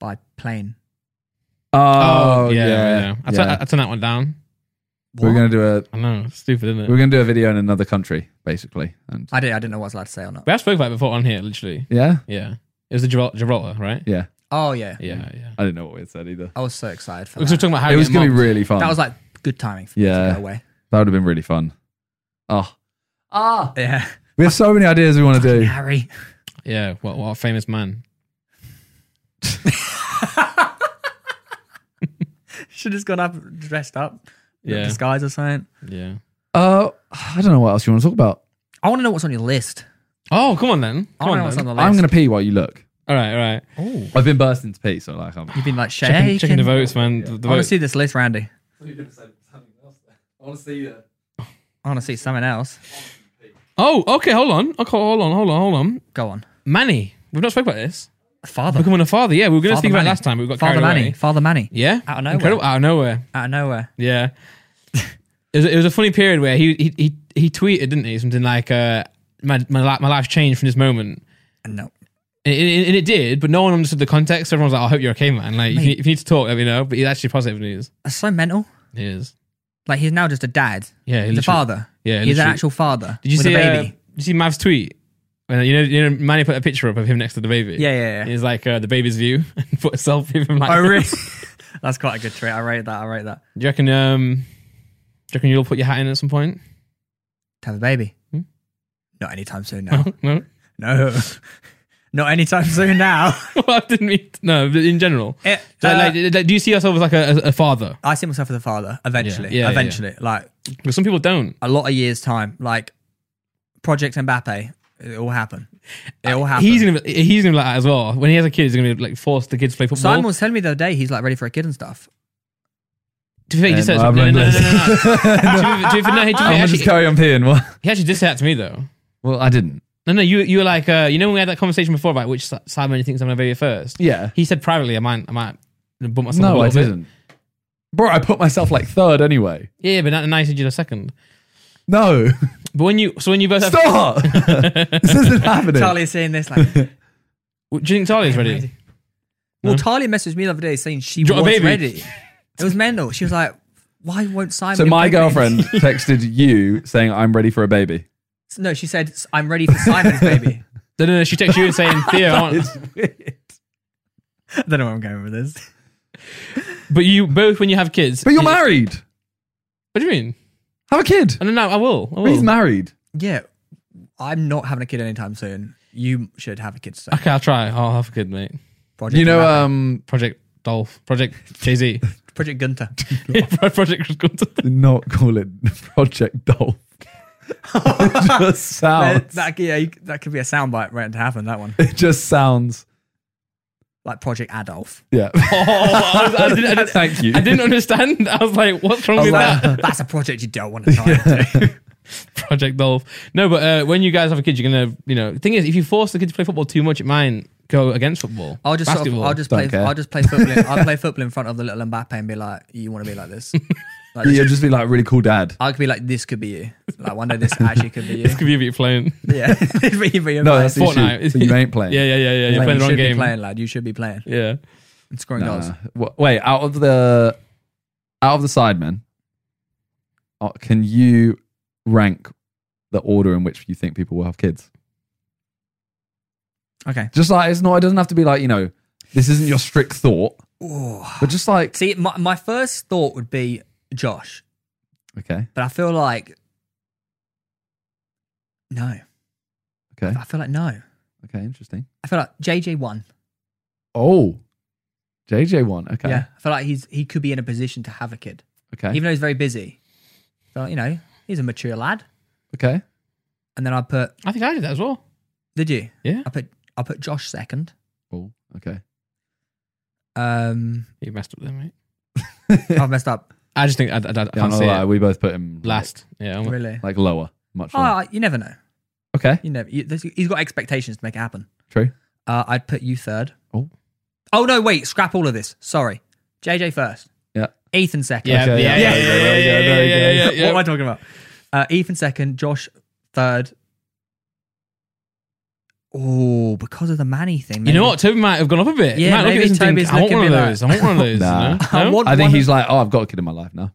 Speaker 2: by plane.
Speaker 1: Oh, yeah, yeah. I,
Speaker 3: yeah.
Speaker 1: turn, I, I turned that one down.
Speaker 3: we're gonna do a
Speaker 1: I know, it's stupid, isn't it?
Speaker 3: we're gonna do a video in another country, basically. And
Speaker 2: I did. I didn't know what I was allowed to say or not.
Speaker 1: we have spoke about it before on here, literally.
Speaker 3: yeah,
Speaker 1: Yeah, it was the Gibral- Gibraltar, right?
Speaker 3: yeah.
Speaker 2: Oh yeah,
Speaker 1: Yeah, yeah.
Speaker 3: I didn't know what we had said either.
Speaker 2: I was so excited for
Speaker 1: Because we're
Speaker 2: that.
Speaker 1: talking about how
Speaker 3: it
Speaker 1: you
Speaker 3: was
Speaker 1: get
Speaker 3: gonna
Speaker 1: mobbed.
Speaker 3: be really fun.
Speaker 2: That was like good timing for me
Speaker 3: Yeah.
Speaker 2: to get away.
Speaker 3: that would have been really fun. Oh,
Speaker 2: Ah, yeah.
Speaker 3: we have so many ideas we want to do.
Speaker 2: Harry.
Speaker 1: Yeah, what, what a famous man.
Speaker 2: Should have gone up dressed up.
Speaker 1: Yeah.
Speaker 2: Disguise or something.
Speaker 1: Yeah.
Speaker 3: Uh, I don't know what else you want to talk about.
Speaker 2: I want to know what's on your list.
Speaker 1: Oh, come on then.
Speaker 2: I
Speaker 1: Come
Speaker 2: want to know
Speaker 1: on.
Speaker 2: what's
Speaker 1: Then.
Speaker 2: on the list.
Speaker 3: I'm gonna pee while you look.
Speaker 1: All right, all right.
Speaker 2: Oh.
Speaker 3: I've been bursting to pee, so like I'm.
Speaker 2: You've been like shaking.
Speaker 1: Checking, checking the votes, man. The, the
Speaker 2: I want to
Speaker 1: votes.
Speaker 2: see this list, Randy.
Speaker 3: I want to see that.
Speaker 2: I want to see something else.
Speaker 1: Oh, okay. Hold on. Okay, hold on. Hold on. Hold on.
Speaker 2: Go on.
Speaker 1: Manny. We've not spoke about this.
Speaker 2: Father.
Speaker 1: Becoming a father. Yeah, we were going to
Speaker 2: Father
Speaker 1: speak about it
Speaker 2: Manny.
Speaker 1: last time. but We got
Speaker 2: Father
Speaker 1: carried
Speaker 2: Manny.
Speaker 1: away.
Speaker 2: Father Manny.
Speaker 1: Yeah.
Speaker 2: Out of nowhere.
Speaker 1: Incredible. Out of nowhere.
Speaker 2: Out of nowhere.
Speaker 1: Yeah. It was, it was a funny period where he he he, he tweeted, didn't he? Something like, uh, my, my, li- my life's changed from this moment.
Speaker 2: No.
Speaker 1: And it, and it did, but no one understood the context. Everyone was like, "Oh, I hope you're okay, man. Like, if you, if you need to talk, let me know. But it's actually positive news.
Speaker 2: That's so mental.
Speaker 1: It is.
Speaker 2: Like he's now just a dad.
Speaker 1: Yeah,
Speaker 2: He's
Speaker 1: literally.
Speaker 2: a father.
Speaker 1: Yeah,
Speaker 2: He's an
Speaker 1: literally.
Speaker 2: actual father.
Speaker 1: Did you
Speaker 2: with
Speaker 1: see
Speaker 2: a
Speaker 1: uh,
Speaker 2: baby?
Speaker 1: did you see Mav's tweet? When, uh, you know, you know, Manny put a picture up of him next to the baby.
Speaker 2: Yeah, yeah, yeah.
Speaker 1: He's like uh, the baby's view and put a selfie of him. Like,
Speaker 2: I really. That's quite a good trait. I rate that. I rate that.
Speaker 1: do you reckon? Um, do you reckon you'll put your hat in at some point?
Speaker 2: To have a baby.
Speaker 1: Hmm?
Speaker 2: Not anytime soon now.
Speaker 1: no,
Speaker 2: no. Not anytime soon now.
Speaker 1: well, I didn't mean. No, but in general.
Speaker 2: It-
Speaker 1: So,
Speaker 2: uh,
Speaker 1: like, like, do you see yourself as like a, a father?
Speaker 2: I see myself as a father eventually.
Speaker 1: Yeah, yeah,
Speaker 2: eventually. Like
Speaker 1: Because some people don't.
Speaker 2: a lot of years' time. Like Project Mbappe. It will happen. It will happen.
Speaker 1: Uh, He's gonna be, he's gonna be like that as well. When he has a kid, he's gonna be like force the kids to play football.
Speaker 2: Simon was telling me the other day he's like ready for a kid and stuff.
Speaker 1: to be fair, he just said
Speaker 3: Um,
Speaker 1: no, no,
Speaker 3: I'm
Speaker 1: no, no, no,
Speaker 3: blinded.
Speaker 1: no. To be- to be fair, no, he- to be fair,
Speaker 3: I'm
Speaker 1: actually-
Speaker 3: just carry on peeing. Well,
Speaker 1: He actually did say that to me though.
Speaker 3: well, I didn't.
Speaker 1: No, no, you you were like, uh, you know, when we had that conversation before about which si- Simon thinks I'm gonna baby first.
Speaker 3: Yeah.
Speaker 1: He said privately, I might, I might bump myself. up a
Speaker 3: No, I
Speaker 1: little bit.
Speaker 3: didn't. Bro, I put myself like third anyway.
Speaker 1: Yeah, yeah, but now, now you said you're the second.
Speaker 3: No,
Speaker 1: But when you, so when you both, have,
Speaker 3: stop. this isn't happening.
Speaker 2: Charlie's seeing this like
Speaker 1: do you think Charlie's ready?
Speaker 2: Well, Tali messaged me the other day saying she
Speaker 1: Got a
Speaker 2: was
Speaker 1: baby.
Speaker 2: ready. It was mental. She was like, "Why won't Simon?"
Speaker 3: So my
Speaker 2: impregnate me?"
Speaker 3: girlfriend texted you saying I'm ready for a baby.
Speaker 2: No, she said, "I'm ready for Simon's baby."
Speaker 1: No, no, no. She texted you and saying, Theo, I want,
Speaker 3: It's weird.
Speaker 2: I don't know where I'm going with this.
Speaker 1: But you both, when you have kids.
Speaker 3: But you're
Speaker 1: you-
Speaker 3: married.
Speaker 1: What do you mean?
Speaker 3: Have a kid.
Speaker 1: I don't know. I will. I will.
Speaker 3: He's married.
Speaker 2: Yeah, I'm not having a kid anytime soon. You should have a kid soon.
Speaker 1: okay, I'll try. I'll have a kid, mate.
Speaker 2: Project
Speaker 3: You know,
Speaker 2: Rapper.
Speaker 3: um,
Speaker 1: Project Dolph. Project Jay Z.
Speaker 2: Project Gunter.
Speaker 1: Project Gunter.
Speaker 3: not call it Project Dolph. it just
Speaker 2: that,
Speaker 1: Oh.
Speaker 3: sounds.
Speaker 2: that- yeah, you- that could be a soundbite right to happen. That one,
Speaker 3: It just sounds.
Speaker 2: like Project Adolf.
Speaker 3: Yeah.
Speaker 1: Oh, I, was- I didn't, I, didn't,
Speaker 3: Thank you.
Speaker 1: I didn't understand. I was Oh, like, what's wrong with that?
Speaker 2: Like, that's a project you don't want to try. into.
Speaker 1: Project Dolph. No, but uh, when you guys have a kid, you're gonna, you know, the thing is, if you force the kid to play football too much, it might go against football.
Speaker 2: I'll just, sort of,
Speaker 1: Basketball.
Speaker 2: I'll just
Speaker 3: Don't
Speaker 2: play,
Speaker 3: care.
Speaker 2: I'll just play football. In, I'll play football in front of the little Mbappe and be like, "You want to be like this?" Like, this
Speaker 3: You'll just be like really cool dad.
Speaker 2: I could be like, "This could be you." Like one day, this actually could be you.
Speaker 1: This could be a bit playing.
Speaker 2: yeah, It'd be- it'd be
Speaker 3: No,
Speaker 2: like,
Speaker 3: that's the issue.
Speaker 1: Fortnite.
Speaker 3: So you ain't playing.
Speaker 1: Yeah, yeah, yeah, yeah. You're
Speaker 2: like,
Speaker 1: playing
Speaker 2: you
Speaker 1: the wrong
Speaker 2: should
Speaker 1: game.
Speaker 2: be playing, lad. You should be playing
Speaker 1: Yeah.
Speaker 2: and scoring goals.
Speaker 3: Nah. W- Wait, out of the out of the sidemen, uh, can you rank the order in which you think people will have kids?
Speaker 2: Okay.
Speaker 3: Just like it's not. It doesn't have to be like you know. This isn't your strict thought,
Speaker 2: Ooh.
Speaker 3: but just like
Speaker 2: See, my, my first thought would be Josh,
Speaker 3: okay,
Speaker 2: but I feel like no.
Speaker 3: okay,
Speaker 2: I feel like no.
Speaker 3: okay, interesting.
Speaker 2: I feel like JJ won.
Speaker 3: Oh, JJ one. Okay,
Speaker 2: Yeah, I feel like he's he could be in a position to have a kid,
Speaker 3: okay,
Speaker 2: even though he's very busy. I feel like, you know, he's a mature lad.
Speaker 3: okay.
Speaker 2: And then I put
Speaker 1: I think I did that as well.
Speaker 2: did you?
Speaker 1: Yeah.
Speaker 2: I put I put Josh second.
Speaker 3: Oh, okay.
Speaker 2: Um,
Speaker 1: You messed up there, mate.
Speaker 2: I've messed up.
Speaker 1: I just think I, I, I can't
Speaker 3: Yeah, I'm not
Speaker 1: see
Speaker 3: gonna lie,
Speaker 1: it.
Speaker 3: we both put him
Speaker 1: Last. Yeah. I'm,
Speaker 2: Really?
Speaker 3: like lower, much lower.
Speaker 2: Oh, you never know.
Speaker 3: okay,
Speaker 2: You never. You, there's- he's got expectations to make it happen.
Speaker 3: true.
Speaker 2: Uh, I'd put you third.
Speaker 3: Oh.
Speaker 2: Oh no! Wait, scrap all of this. Sorry, JJ first.
Speaker 3: Yeah.
Speaker 2: Ethan second.
Speaker 1: yeah,
Speaker 3: Okay,
Speaker 1: yeah,
Speaker 3: yeah,
Speaker 1: yeah,
Speaker 3: yeah,
Speaker 1: yeah,
Speaker 3: yeah,
Speaker 1: yeah, yeah,
Speaker 3: yeah, yeah,
Speaker 1: yeah,
Speaker 3: yeah.
Speaker 1: yeah, yeah.
Speaker 2: What am I talking about? Uh, Ethan second, Josh third. Oh, because of the Manny thing.
Speaker 1: You
Speaker 2: maybe.
Speaker 1: know what? Toby might have gone up a bit. He
Speaker 2: Yeah,
Speaker 1: might look at
Speaker 2: maybe
Speaker 1: this and think,
Speaker 2: Toby's
Speaker 1: I want
Speaker 2: looking
Speaker 1: one of
Speaker 2: a bit
Speaker 1: those. I want one of those.
Speaker 3: Nah.
Speaker 1: No?
Speaker 2: I
Speaker 1: No?
Speaker 2: want
Speaker 3: I think
Speaker 2: one
Speaker 3: he's like, oh, I've got a kid in my life now.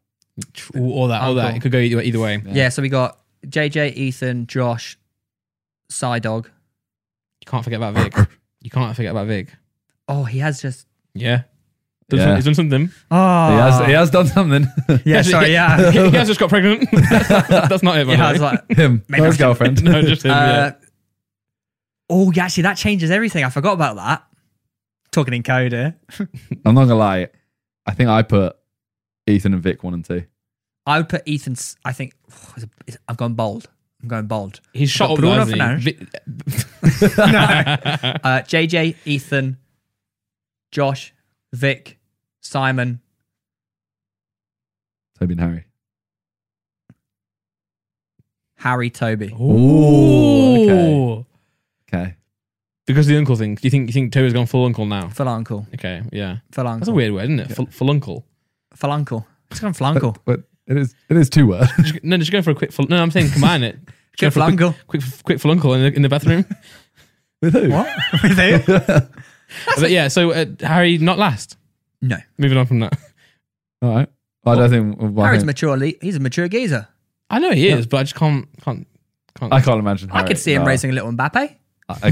Speaker 1: Ooh, All that, all that. It could go either either way. You
Speaker 2: Of, yeah. So we got JJ, Ethan, Josh, Psydog.
Speaker 1: can't forget about Vic. You can't forget about Vic.
Speaker 2: Oh, he has just.
Speaker 1: Yeah. Done
Speaker 3: Yeah.
Speaker 1: some- He's done something.
Speaker 2: Oh,
Speaker 3: He has, he has done something.
Speaker 2: yeah. Sorry, yeah.
Speaker 1: He has just got pregnant. That's not it, by
Speaker 2: yeah,
Speaker 1: the
Speaker 2: I was
Speaker 1: way.
Speaker 2: like,
Speaker 3: him,
Speaker 2: Maybe
Speaker 3: not his
Speaker 2: I should-
Speaker 3: girlfriend.
Speaker 1: No, just him. yeah.
Speaker 2: Uh, oh, yeah, actually, that changes everything. I forgot about that. Talking in code here.
Speaker 3: I'm not gonna lie. I think I put Ethan and Vic one and two.
Speaker 2: I would put Ethan's. I think is- is- I've gone bold. I'm going bold.
Speaker 1: He's shot up though,
Speaker 2: But Bruno
Speaker 1: hasn't he? Vi-
Speaker 2: Uh, JJ, Ethan, Josh, Vic, Simon.
Speaker 3: Toby and Harry.
Speaker 2: Harry Toby.
Speaker 3: Ooh, okay.
Speaker 1: Ooh.
Speaker 3: Okay.
Speaker 1: Because of the uncle thing. Do you think you think Toby's gone full uncle now?
Speaker 2: Full uncle.
Speaker 1: Okay, yeah.
Speaker 2: Full uncle.
Speaker 1: That's a weird word, isn't it? Full, full uncle.
Speaker 2: Full uncle. It's gone full uncle.
Speaker 3: But it is it is two words.
Speaker 1: Just- No, just go for a quick. Full, no, I'm saying combine it. Just go
Speaker 2: Quick
Speaker 1: for
Speaker 2: full
Speaker 1: a
Speaker 2: uncle.
Speaker 1: Quick, quick, quick full uncle in the, in the bathroom.
Speaker 3: With who?
Speaker 2: What? With who?
Speaker 1: but yeah, so uh, Harry not last.
Speaker 2: No.
Speaker 1: Moving on from that.
Speaker 3: All right. I don't think. well, I,
Speaker 2: Harry's
Speaker 3: think-
Speaker 2: mature. le- He's a mature geezer.
Speaker 1: I know he is, but I just can't can't can't.
Speaker 3: I can't imagine.
Speaker 2: I
Speaker 3: Harry.
Speaker 2: could see him
Speaker 3: No,
Speaker 2: racing a little Mbappe.
Speaker 3: I, I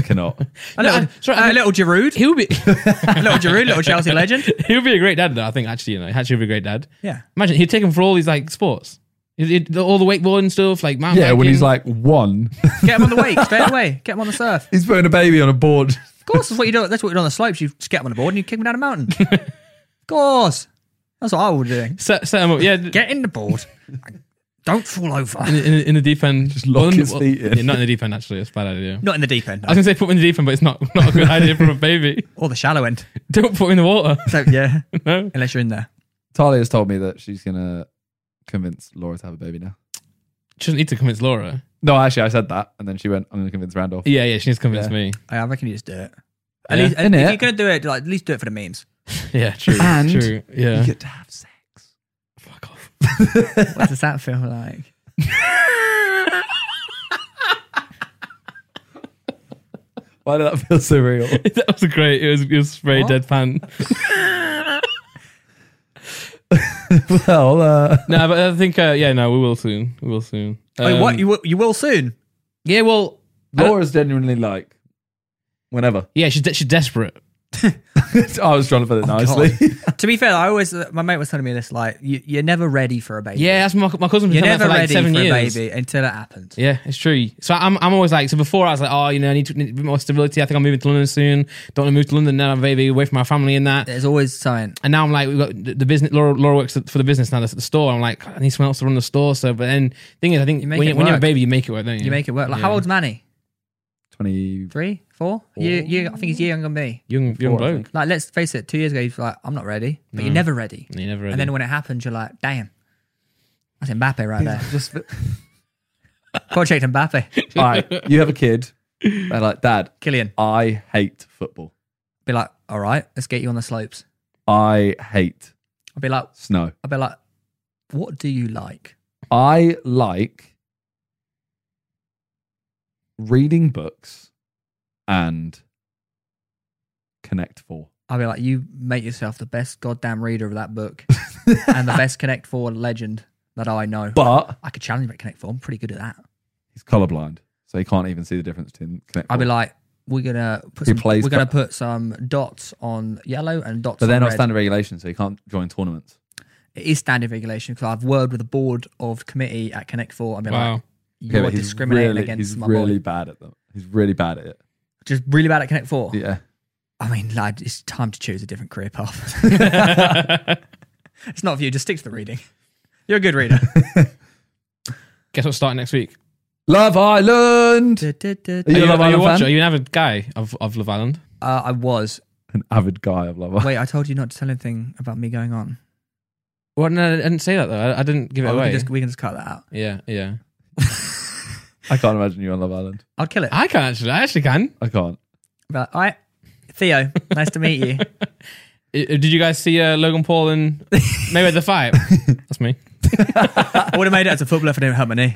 Speaker 3: cannot.
Speaker 2: A
Speaker 1: No,
Speaker 2: little,
Speaker 1: I- sorry, I-
Speaker 2: a little Giroud.
Speaker 1: He'll be
Speaker 2: a little Giroud. Little Chelsea legend.
Speaker 1: he'll be a great dad though. I think actually, you know, actually he'll be a great dad.
Speaker 2: Yeah.
Speaker 1: Imagine he'd take him for all these like sports, He'd- he'd- all the wakeboarding stuff, like mountain
Speaker 3: yeah, when he's
Speaker 1: biking.
Speaker 3: like one,
Speaker 2: Get him on the wake straight away. Get him on the surf.
Speaker 3: he's putting a baby on a board.
Speaker 2: Of course, that's what you do. That's what you do on the slopes. You just get them on the board and you kick them down a mountain. of course, that's what I would do.
Speaker 1: set, set him up. Yeah,
Speaker 2: Get in the board. Don't fall over.
Speaker 1: in, in, in the deep end. Just
Speaker 3: lock his feet in.
Speaker 1: Yeah, not in the deep end, actually. It's a bad idea.
Speaker 2: Not in the deep end,
Speaker 1: I was
Speaker 2: no.
Speaker 1: going to say put him in the deep end, but it's not, not a good idea for a baby.
Speaker 2: or the shallow end.
Speaker 1: Don't put him in the water.
Speaker 2: So yeah,
Speaker 1: No.
Speaker 2: unless you're in there.
Speaker 3: Talia has told me that she's gonna convince Laura to have a baby now.
Speaker 1: She doesn't need to convince Laura.
Speaker 3: No, actually, I said that, and then she went, "I'm gonna convince Randolph."
Speaker 1: Yeah, yeah, she needs to convince
Speaker 3: Yeah.
Speaker 1: me.
Speaker 2: I reckon you just do it. At
Speaker 1: Yeah.
Speaker 2: least, and
Speaker 3: Innit?
Speaker 2: if you're gonna do it, like at least do it for the memes.
Speaker 1: Yeah, true.
Speaker 3: And-
Speaker 1: true. Yeah.
Speaker 3: get to have sex.
Speaker 1: Fuck off.
Speaker 2: What does that feel like?
Speaker 3: Why did that feel so real?
Speaker 1: That was great. It was, it was very
Speaker 2: What?
Speaker 1: deadpan.
Speaker 3: well, uh,
Speaker 1: no, but I think, uh, yeah, no, we will soon. We will soon.
Speaker 2: Wait,
Speaker 1: Um,
Speaker 2: what Oh, you will, you will soon.
Speaker 1: yeah, well, I don't-
Speaker 3: Laura's genuinely like, whenever. Oh,
Speaker 1: yeah, she's, de- she's desperate.
Speaker 3: I was trying to put it nicely.
Speaker 2: to be fair, I always uh, my mate was telling me this like you, you're never ready for a baby.
Speaker 1: Yeah, that's my, my cousin.
Speaker 2: you're never
Speaker 1: for like
Speaker 2: ready
Speaker 1: seven
Speaker 2: for
Speaker 1: years.
Speaker 2: a baby until it happens.
Speaker 1: Yeah, it's true. So I'm, I'm always like, so before I was like, oh, you know, I need, to, need a bit more stability. I think I'm moving to London soon. Don't want to move to London now. I'm very, very away from my family and that.
Speaker 2: There's always something.
Speaker 1: And now I'm like, we've got the, the business. Laura, Laura works for the business now. That's at the store. I'm like, I need someone else to run the store. So, but then thing is, I think
Speaker 2: make
Speaker 1: when,
Speaker 2: it
Speaker 1: you, when you have a
Speaker 2: work.
Speaker 1: baby, you make it work, don't you?
Speaker 2: You make it work. Like how
Speaker 1: Yeah.
Speaker 2: old's Manny?
Speaker 3: 20.
Speaker 2: Three, four? You, you. I think he's younger than me.
Speaker 1: young, young
Speaker 3: Four, I
Speaker 1: bloke.
Speaker 2: Like let's face it, two years ago he's like, I'm not ready, but you're
Speaker 1: Mm.
Speaker 2: never ready.
Speaker 1: You never.
Speaker 2: And then when it happens, you're like, damn. That's Mbappe right there.
Speaker 3: Just, all
Speaker 2: Project Mbappe.
Speaker 3: right, you have a kid. They're like, Dad,
Speaker 2: Killian.
Speaker 3: I hate football.
Speaker 2: Be like, all right, let's get you on the slopes.
Speaker 3: I hate
Speaker 2: I'll be like,
Speaker 3: snow.
Speaker 2: I'll be like, what do you like?
Speaker 3: I like reading books and Connect Four.
Speaker 2: I'll be like, you make yourself the best goddamn reader of that book and the best Connect Four legend that I know.
Speaker 3: But
Speaker 2: I could challenge him at Connect Four. I'm pretty good at that.
Speaker 3: he's colorblind, so he can't even see the difference between Connect Four.
Speaker 2: I'll be like, we're gonna put
Speaker 3: He
Speaker 2: some,
Speaker 3: plays
Speaker 2: we're gonna put some dots on yellow and dots.
Speaker 3: but they're
Speaker 2: on
Speaker 3: not
Speaker 2: red.
Speaker 3: standard regulations, so he can't join tournaments.
Speaker 2: It is standard regulation because I've worded with the board of committee at Connect Four. I've been
Speaker 1: Wow.
Speaker 2: like,
Speaker 3: Yeah,
Speaker 2: you're
Speaker 3: but he's
Speaker 2: discriminating
Speaker 3: really,
Speaker 2: against
Speaker 3: He's
Speaker 2: my
Speaker 3: really
Speaker 2: boy.
Speaker 3: bad at them. He's really bad at it.
Speaker 2: Just really bad at Connect Four.
Speaker 3: Yeah.
Speaker 2: I mean, lad, it's time to choose a different career path. it's not for you. Just stick to the reading. You're a good reader.
Speaker 1: guess what's starting next week?
Speaker 3: Love Island.
Speaker 1: Are
Speaker 3: You
Speaker 1: you,
Speaker 3: a Love
Speaker 1: are you a
Speaker 3: Island fan?
Speaker 1: watcher? Are you an avid guy of, of Love Island?
Speaker 2: Uh, I was.
Speaker 3: An avid guy of Love Island.
Speaker 2: Wait, I told you not to tell anything about me going on.
Speaker 1: Well, no, I didn't say that though. I, I didn't give it
Speaker 2: Oh, we,
Speaker 1: away.
Speaker 2: can just, we can just cut that out.
Speaker 1: Yeah, yeah.
Speaker 3: I can't imagine you on Love Island.
Speaker 2: I'll kill it.
Speaker 1: I can actually. I actually can.
Speaker 3: I can't.
Speaker 2: But all right, Theo, nice to meet you.
Speaker 1: I- I- Did you guys see uh, Logan Paul and Mayweather fight? That's me.
Speaker 2: I would have made it as a footballer if I didn't hurt my knee.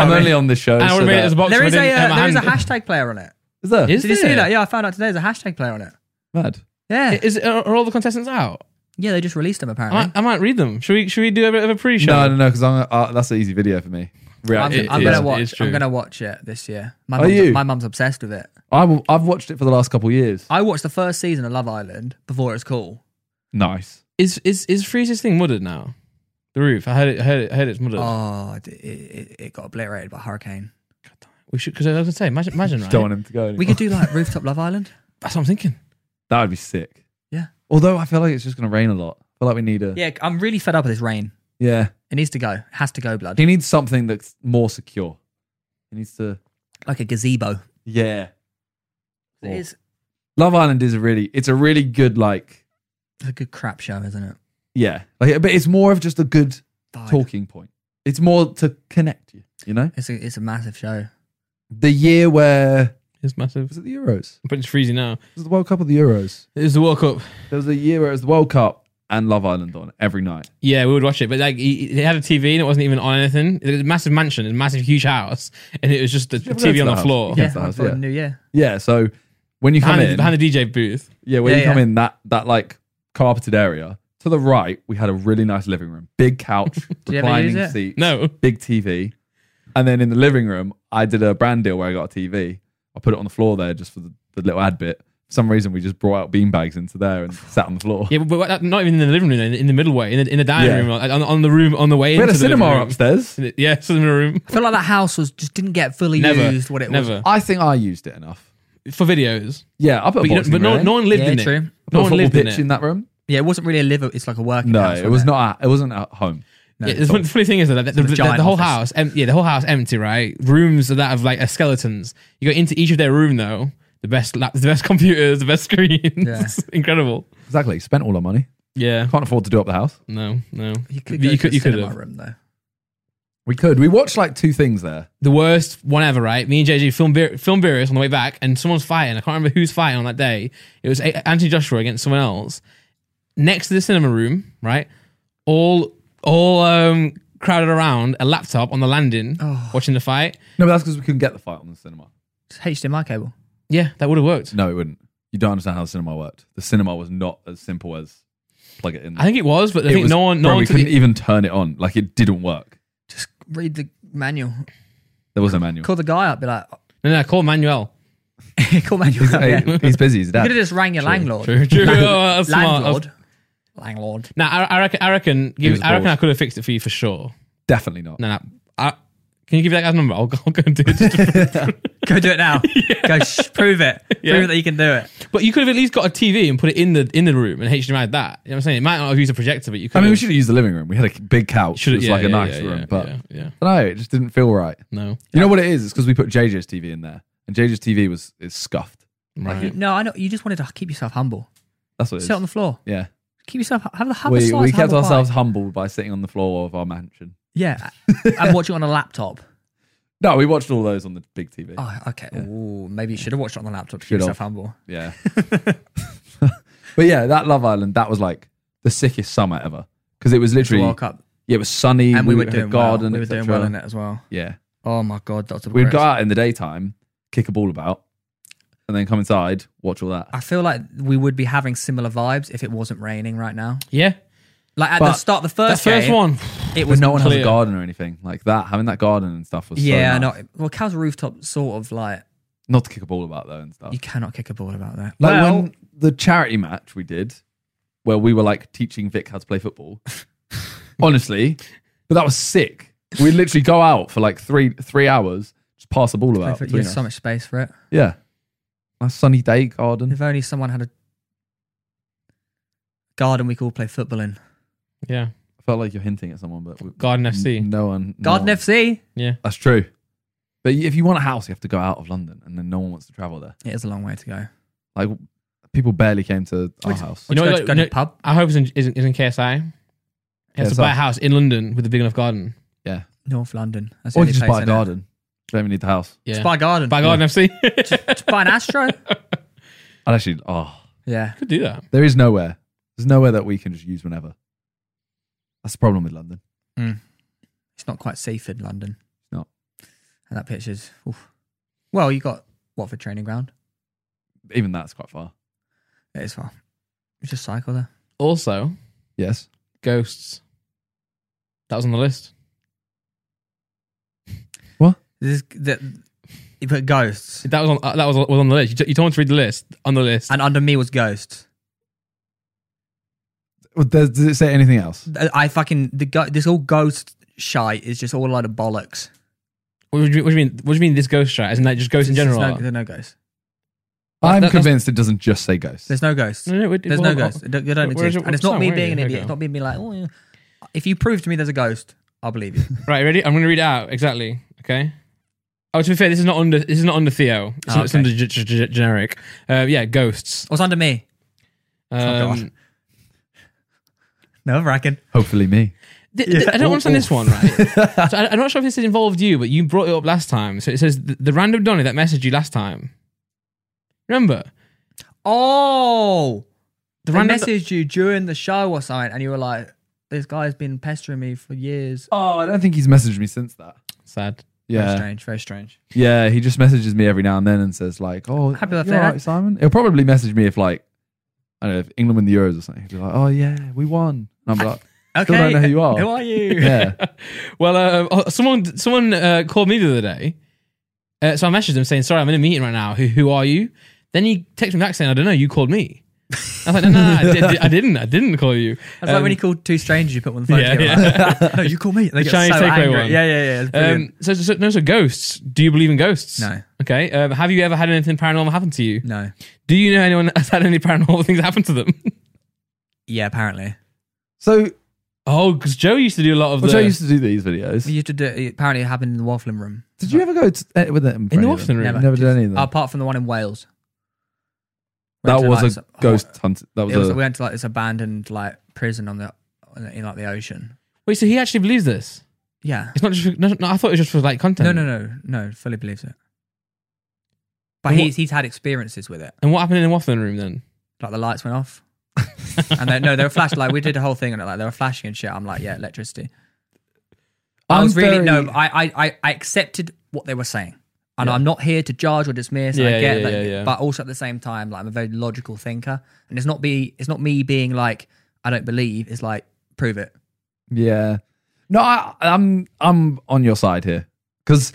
Speaker 3: I'm only on this show.
Speaker 1: And I
Speaker 3: Oh, so
Speaker 1: would have made it
Speaker 3: that-
Speaker 1: as a boxer.
Speaker 2: There
Speaker 1: I
Speaker 2: is a
Speaker 1: didn't hurt
Speaker 2: uh,
Speaker 1: my
Speaker 2: there is a
Speaker 1: hand.
Speaker 2: hashtag player on it.
Speaker 3: Is there?
Speaker 1: Is
Speaker 2: Did you see
Speaker 1: there?
Speaker 2: that? Yeah, I found out today. There's a hashtag player on it.
Speaker 3: Mad.
Speaker 2: Yeah,
Speaker 1: Is are all the contestants out?
Speaker 2: yeah. They just released them
Speaker 1: I might,
Speaker 2: apparently.
Speaker 1: I might read them. Should we? Should we do a bit of a pre-show?
Speaker 3: No, no, no, because uh, that's an easy video for me.
Speaker 2: I'm,
Speaker 3: Reaction.
Speaker 1: It
Speaker 2: I'm
Speaker 1: is-
Speaker 2: gonna
Speaker 1: it is
Speaker 2: watch.
Speaker 1: true.
Speaker 2: I'm gonna watch it this year. My
Speaker 3: Are
Speaker 2: mum's,
Speaker 3: you?
Speaker 2: My mum's obsessed with it.
Speaker 3: I'm, I've watched it for the last couple of years.
Speaker 2: I watched the first season of Love Island before it was cool.
Speaker 3: Nice.
Speaker 1: Is is is Freeze's thing muddered now? The roof. I heard it. I heard it. I heard it's muddered.
Speaker 2: Oh, it, it, it got obliterated by hurricane.
Speaker 1: We should because I was gonna say. Imagine, imagine right.
Speaker 3: Don't want him to go.
Speaker 2: We
Speaker 3: anymore.
Speaker 2: could do like rooftop Love Island.
Speaker 1: That's what I'm thinking.
Speaker 3: that would be sick.
Speaker 2: Yeah.
Speaker 3: Although I feel like it's just going to rain a lot. I feel like we need a. Yeah.
Speaker 2: Yeah, I'm really fed up with this rain. It needs to go. It has to go, blood.
Speaker 3: He needs something that's more secure. He needs to.
Speaker 2: Like a gazebo.
Speaker 3: Yeah.
Speaker 2: It is
Speaker 3: Love Island is a really. It's a really good like.
Speaker 2: a good crap show, isn't it?
Speaker 3: Yeah. Like, but it's more of just a good
Speaker 2: Vibe.
Speaker 3: talking point. It's more to connect you. You know,
Speaker 2: It's a it's a massive show.
Speaker 3: the year where
Speaker 1: It's massive.
Speaker 3: was it the Euros?
Speaker 1: But it's freezing now.
Speaker 3: It was the World Cup of the Euros.
Speaker 1: It was the World Cup.
Speaker 3: There was a year where it was the World Cup and Love Island on every night.
Speaker 1: Yeah, we would watch it, but like he, he had a TV and it wasn't even on anything. It was a massive mansion, a massive huge house, and it was just the
Speaker 3: you ever go
Speaker 1: TV
Speaker 3: to
Speaker 1: on
Speaker 3: the
Speaker 1: the
Speaker 3: house?
Speaker 1: floor
Speaker 3: Yeah,
Speaker 2: Yeah,
Speaker 3: it's the house,
Speaker 2: for
Speaker 3: yeah.
Speaker 2: New Year.
Speaker 3: Yeah, so when you come
Speaker 1: behind, the,
Speaker 3: in,
Speaker 1: behind the DJ booth.
Speaker 3: yeah, when
Speaker 2: Yeah,
Speaker 3: you come
Speaker 2: yeah.
Speaker 3: in that that like carpeted area to the right, we had a really nice living room, big couch,
Speaker 2: you ever use
Speaker 3: reclining
Speaker 2: it?
Speaker 3: seats,
Speaker 1: No,
Speaker 3: big TV, and then in the living room, I did a brand deal where I got a TV. I put it on the floor there just for the, the little ad bit. For some reason, we just brought out beanbags into there and sat on the floor.
Speaker 1: yeah, but, but not even in the living room, in the, in the middle way, in the, in the dining
Speaker 3: Yeah.
Speaker 1: room, like, on, on the room on the way
Speaker 3: we had
Speaker 1: into the
Speaker 3: a
Speaker 1: living
Speaker 3: cinema
Speaker 1: room.
Speaker 3: upstairs.
Speaker 1: Yeah, cinema room
Speaker 2: I feel like that house was just didn't get fully
Speaker 1: Never.
Speaker 2: used what it was.
Speaker 1: never
Speaker 3: I think I used it enough.
Speaker 1: for videos,
Speaker 3: Yeah, I put
Speaker 1: but,
Speaker 3: a
Speaker 1: you don't,
Speaker 3: boxing
Speaker 1: but no,
Speaker 3: ring.
Speaker 1: no one lived
Speaker 2: Yeah,
Speaker 1: in it. No
Speaker 2: true.
Speaker 3: Put a
Speaker 1: one
Speaker 3: football
Speaker 1: lived in
Speaker 3: pitch
Speaker 1: it.
Speaker 3: in that room.
Speaker 2: Yeah, it wasn't really a live. It's like a working
Speaker 3: No,
Speaker 2: house.
Speaker 3: it
Speaker 2: wasn't
Speaker 3: was not. At, it wasn't at home.
Speaker 1: yeah, the, fun- funny thing is that the, the,
Speaker 2: a giant
Speaker 1: the whole
Speaker 2: office.
Speaker 1: house, em- yeah, the whole house empty, right? Rooms are that of like are skeletons. You go into each of their room though. The best, lap, the best computers, the best screens.
Speaker 2: Yeah.
Speaker 1: Incredible.
Speaker 3: Exactly. Spent all our money.
Speaker 1: Yeah.
Speaker 3: Can't afford to do up the house.
Speaker 1: No, no.
Speaker 2: You
Speaker 1: But
Speaker 2: could go
Speaker 1: you
Speaker 2: to
Speaker 1: could,
Speaker 2: the
Speaker 1: you could
Speaker 2: cinema
Speaker 1: have.
Speaker 2: room though.
Speaker 3: We could. We watched like two things there.
Speaker 1: The worst one ever, right? Me and JJ film beer, film beers on the way back, and someone's fighting. I can't remember who's fighting on that day. It was A- Anthony Joshua against someone else. Next to the cinema room, right? All all um crowded around a laptop on the landing,
Speaker 2: Oh.
Speaker 1: watching the fight.
Speaker 3: No, but that's because we couldn't get the fight on the cinema.
Speaker 2: It's HDMI cable.
Speaker 1: Yeah, that would have worked.
Speaker 3: No, it wouldn't. You don't understand how the cinema worked. The cinema was not as simple as plug it in.
Speaker 1: I think it was, but I
Speaker 3: It
Speaker 1: think
Speaker 3: was-
Speaker 1: no one,
Speaker 3: bro,
Speaker 1: no one.
Speaker 3: we
Speaker 1: took
Speaker 3: couldn't
Speaker 1: it-
Speaker 3: even turn it on. Like it didn't work.
Speaker 2: Just read the manual.
Speaker 3: There was no manual.
Speaker 2: Call the guy up. Be like,
Speaker 1: No, no, call Manuel.
Speaker 2: call manuals up, yeah.
Speaker 3: Hey, he's busy. He's
Speaker 2: You could
Speaker 3: dead.
Speaker 2: have just rang your landlord.
Speaker 1: True, true.
Speaker 2: Land-
Speaker 1: Oh, that's smart.
Speaker 2: landlord. Landlord.
Speaker 1: Now, I, I reckon, I reckon,
Speaker 3: He was
Speaker 1: give, I reckon
Speaker 3: bored.
Speaker 1: I could have fixed it for you for sure.
Speaker 3: Definitely not.
Speaker 1: No, no. I, can you give me that guy's number? I'll, go- I'll go and do it.
Speaker 2: Go do it now. Go sh- prove it.
Speaker 1: Yeah.
Speaker 2: Prove that you can do it.
Speaker 1: but you could have at least got a TV and put it in the in the room and HDMI that. You know what I'm saying? It might not have used a projector, but you could.
Speaker 3: I mean, we
Speaker 1: have-
Speaker 3: should have used the living room. We had a big couch. It
Speaker 1: should've-
Speaker 3: was like a nice
Speaker 1: yeah,
Speaker 3: room,
Speaker 1: yeah,
Speaker 3: but
Speaker 1: yeah, yeah.
Speaker 3: I don't know. It just didn't feel right.
Speaker 1: no.
Speaker 3: You know what it is? It's because we put JJ's TV in there, and JJ's TV was is scuffed.
Speaker 1: Right.
Speaker 2: No, I know. You just wanted to keep yourself humble.
Speaker 3: That's what it is.
Speaker 2: Sit on the floor.
Speaker 3: yeah,
Speaker 2: Keep yourself have the have a
Speaker 3: we
Speaker 2: slice
Speaker 3: we
Speaker 2: of
Speaker 3: kept
Speaker 2: humble pie.
Speaker 3: ourselves humble by sitting on the floor of our mansion.
Speaker 2: Yeah, and watch it on a laptop.
Speaker 3: No, we watched all those on the big TV.
Speaker 2: Oh, okay. Ooh, maybe you should have watched it on the laptop to keep
Speaker 3: Should've.
Speaker 2: yourself humble.
Speaker 3: Yeah. but yeah, that Love Island, that was like the sickest summer ever because it was
Speaker 2: It's the
Speaker 3: literally
Speaker 2: World Cup,
Speaker 3: yeah, it was sunny.
Speaker 2: and we, were
Speaker 3: had
Speaker 2: doing
Speaker 3: a
Speaker 2: well.
Speaker 3: garden,
Speaker 2: We were doing
Speaker 3: etc..
Speaker 2: well in it as well.
Speaker 3: Yeah,
Speaker 2: Oh my god, Doctor.
Speaker 3: we'd go out in the daytime, kick a ball about, and then come inside, watch all that.
Speaker 2: I feel like we would be having similar vibes if it wasn't raining right now.
Speaker 1: Yeah.
Speaker 2: Like at the
Speaker 3: But
Speaker 2: start, the
Speaker 1: That
Speaker 2: first
Speaker 1: first
Speaker 2: game,
Speaker 1: one.
Speaker 2: it
Speaker 3: But
Speaker 2: was
Speaker 3: no one has
Speaker 1: clear.
Speaker 3: a garden or anything like that. Having that garden and stuff was
Speaker 2: Yeah,
Speaker 3: so nice.
Speaker 2: no. Well, Cal's rooftop sort of like
Speaker 3: not to kick a ball about though and stuff.
Speaker 2: you cannot kick a ball about that.
Speaker 3: Like
Speaker 2: well,
Speaker 3: when the charity match we did, where we were like teaching Vic how to play football. Honestly, but that was sick. We'd literally go out for like three three hours, just pass the ball about.
Speaker 2: perfect,
Speaker 3: between
Speaker 2: there's
Speaker 3: us.
Speaker 2: so much space for it.
Speaker 3: Yeah, nice sunny day garden.
Speaker 2: If only someone had a garden we could all play football in.
Speaker 1: Yeah.
Speaker 3: I felt like you're hinting at someone, but we,
Speaker 1: Garden FC.
Speaker 3: no one. no
Speaker 2: Garden
Speaker 3: one-
Speaker 2: FC.
Speaker 1: Yeah.
Speaker 3: That's true. But if you want a house, you have to go out of London, and then no one wants to travel there.
Speaker 2: It is a long way to go.
Speaker 3: Like people barely came to our
Speaker 2: Which-
Speaker 3: house.
Speaker 1: You
Speaker 2: You
Speaker 1: know
Speaker 2: know, go,
Speaker 1: what-
Speaker 2: to, go
Speaker 1: you
Speaker 2: to
Speaker 1: know-
Speaker 2: the pub.
Speaker 1: I hope it's in, isn't, isn't KSI. He has to
Speaker 3: KSI.
Speaker 1: buy a house in London with a big enough garden.
Speaker 2: North London. That's the
Speaker 3: Or you
Speaker 2: only
Speaker 3: just
Speaker 2: place,
Speaker 3: buy a
Speaker 2: innit?
Speaker 3: garden. Don't even need the house.
Speaker 1: Yeah.
Speaker 2: Just buy a garden.
Speaker 1: Buy Garden FC.
Speaker 2: Just buy an Astro.
Speaker 3: I'd actually. Oh,
Speaker 2: yeah.
Speaker 1: could do that.
Speaker 3: There is nowhere. There's nowhere that we can just use whenever. That's the problem with London.
Speaker 2: It's not quite safe in London.
Speaker 3: It's not.
Speaker 2: And that pitch is. oof. Well, you got Watford training ground.
Speaker 3: Even that's quite far.
Speaker 2: It is far. You just cycle there.
Speaker 1: Also,
Speaker 3: Yes.
Speaker 1: ghosts. That was on the list.
Speaker 2: This is the, you put ghosts.
Speaker 1: That was on. uh, That was, was on the list. You, t- you told me to read the list on the list.
Speaker 2: And under me was ghosts.
Speaker 3: Well, does, does it say anything else?
Speaker 2: I Uh, I fucking the go, this all ghost shite is just all a lot of bollocks.
Speaker 1: What do you, what do you mean? What do you mean? This ghost shot? Isn't that just ghosts in
Speaker 2: There's
Speaker 1: general?
Speaker 2: no- there's no ghosts.
Speaker 3: I'm
Speaker 1: that- that's-
Speaker 3: convinced it doesn't just say ghosts.
Speaker 2: There's no ghosts.
Speaker 1: No, no, it-
Speaker 2: There's
Speaker 1: Mm, well,
Speaker 2: no ghost. It don't, it
Speaker 1: where
Speaker 2: don't
Speaker 1: is
Speaker 2: exist.
Speaker 1: it-
Speaker 2: and it's
Speaker 1: it's
Speaker 2: not me
Speaker 1: not,
Speaker 2: being an
Speaker 1: where is it?
Speaker 2: idiot. It's not me being like, oh, yeah. if you prove to me there's a ghost, I'll believe you.
Speaker 1: Right, ready? I'm going to read it out exactly. Okay. Oh, to be fair, this is not under. This is not under Theo. It's,
Speaker 2: Oh,
Speaker 1: it's
Speaker 2: okay.
Speaker 1: under g- g- g- generic. Uh, yeah, ghosts.
Speaker 2: What's under me?
Speaker 1: Um,
Speaker 2: Oh, God. No, reckon.
Speaker 3: Hopefully, me.
Speaker 1: th- th- I don't understand this one, right? so I, I'm not sure if this involved you, but you brought it up last time. So it says the, the random Donny that messaged you last time. Remember
Speaker 2: Oh,
Speaker 1: the
Speaker 2: they
Speaker 1: random.
Speaker 2: messaged you during the show or something, and you were like, this guy's been pestering me for years.
Speaker 3: Oh, I don't think he's messaged me since that.
Speaker 1: Sad.
Speaker 2: Very
Speaker 3: Yeah.
Speaker 2: strange. Very strange.
Speaker 3: Yeah. He just messages me every now and then and says, like, oh,
Speaker 2: Happy
Speaker 3: you
Speaker 2: birthday,
Speaker 3: all right,
Speaker 2: Dad.
Speaker 3: Simon. He'll probably message me if, like, I don't know, if England win the Euros or something. He'll be like, oh, yeah, we won. And I'm like,
Speaker 2: Okay.
Speaker 3: still don't know who you are.
Speaker 2: Who are you?
Speaker 3: yeah.
Speaker 1: Well, uh, oh, someone someone uh, called me the other day, uh, so I messaged him saying, "Sorry, I'm in a meeting right now. Who who are you?" Then he texted me back saying, "I don't know. You called me." I was like, "No, no, no I, did, I didn't. I didn't call you."
Speaker 2: That's like when he called two strangers, you put one on the phone
Speaker 1: Um, Yeah,
Speaker 2: together. Like, no, you call me. They
Speaker 1: The
Speaker 2: get
Speaker 1: Chinese
Speaker 2: so
Speaker 1: takeaway
Speaker 2: angry.
Speaker 1: one.
Speaker 2: Yeah, yeah, yeah. It's brilliant.
Speaker 1: Um, so, so no, so ghosts. Do you believe in ghosts?
Speaker 2: No.
Speaker 1: Okay. Um, have you ever had anything paranormal happen to you?
Speaker 2: no.
Speaker 1: Do you know anyone that's had any paranormal things happen to them?
Speaker 2: Yeah, apparently.
Speaker 3: So,
Speaker 1: oh, because Joe used to do a lot of
Speaker 3: which I
Speaker 1: the
Speaker 3: used to do these videos.
Speaker 2: You used to do, apparently it happened in the waffling room.
Speaker 3: Did you ever go to, eh, with them? for
Speaker 1: in the
Speaker 3: any of
Speaker 1: Watson
Speaker 3: them?
Speaker 1: room.
Speaker 2: Never.
Speaker 3: Never did any of them.
Speaker 2: apart from the one in Wales. Went
Speaker 3: That
Speaker 2: to,
Speaker 3: was
Speaker 2: like,
Speaker 3: a
Speaker 2: some-
Speaker 3: ghost hunt. That was
Speaker 2: It was,
Speaker 3: a
Speaker 2: we went to like this abandoned like prison on the in like the ocean.
Speaker 1: Wait, so he actually believes this?
Speaker 2: Yeah.
Speaker 1: It's not just. For, no, no, I thought it was just for like content.
Speaker 2: No, no, no, no. Fully believes it. But
Speaker 1: And what-
Speaker 2: he's he's had experiences with it.
Speaker 1: And what happened in the Waffling room then?
Speaker 2: Like the lights went off, and they, no, they were flashing. Like we did a whole thing on it. Like they were flashing and shit. I'm like, yeah, electricity. i
Speaker 3: I'm
Speaker 2: was really no.
Speaker 3: very-
Speaker 2: I, I I I accepted what they were saying, and
Speaker 3: Yeah.
Speaker 2: I'm not here to judge or dismiss. and
Speaker 1: Yeah,
Speaker 2: I get
Speaker 1: yeah,
Speaker 2: that,
Speaker 1: yeah, yeah.
Speaker 2: but also at the same time, like I'm a very logical thinker, and it's not be it's not me being like I don't believe. It's like prove it.
Speaker 3: yeah. No, I, I'm I'm on your side here because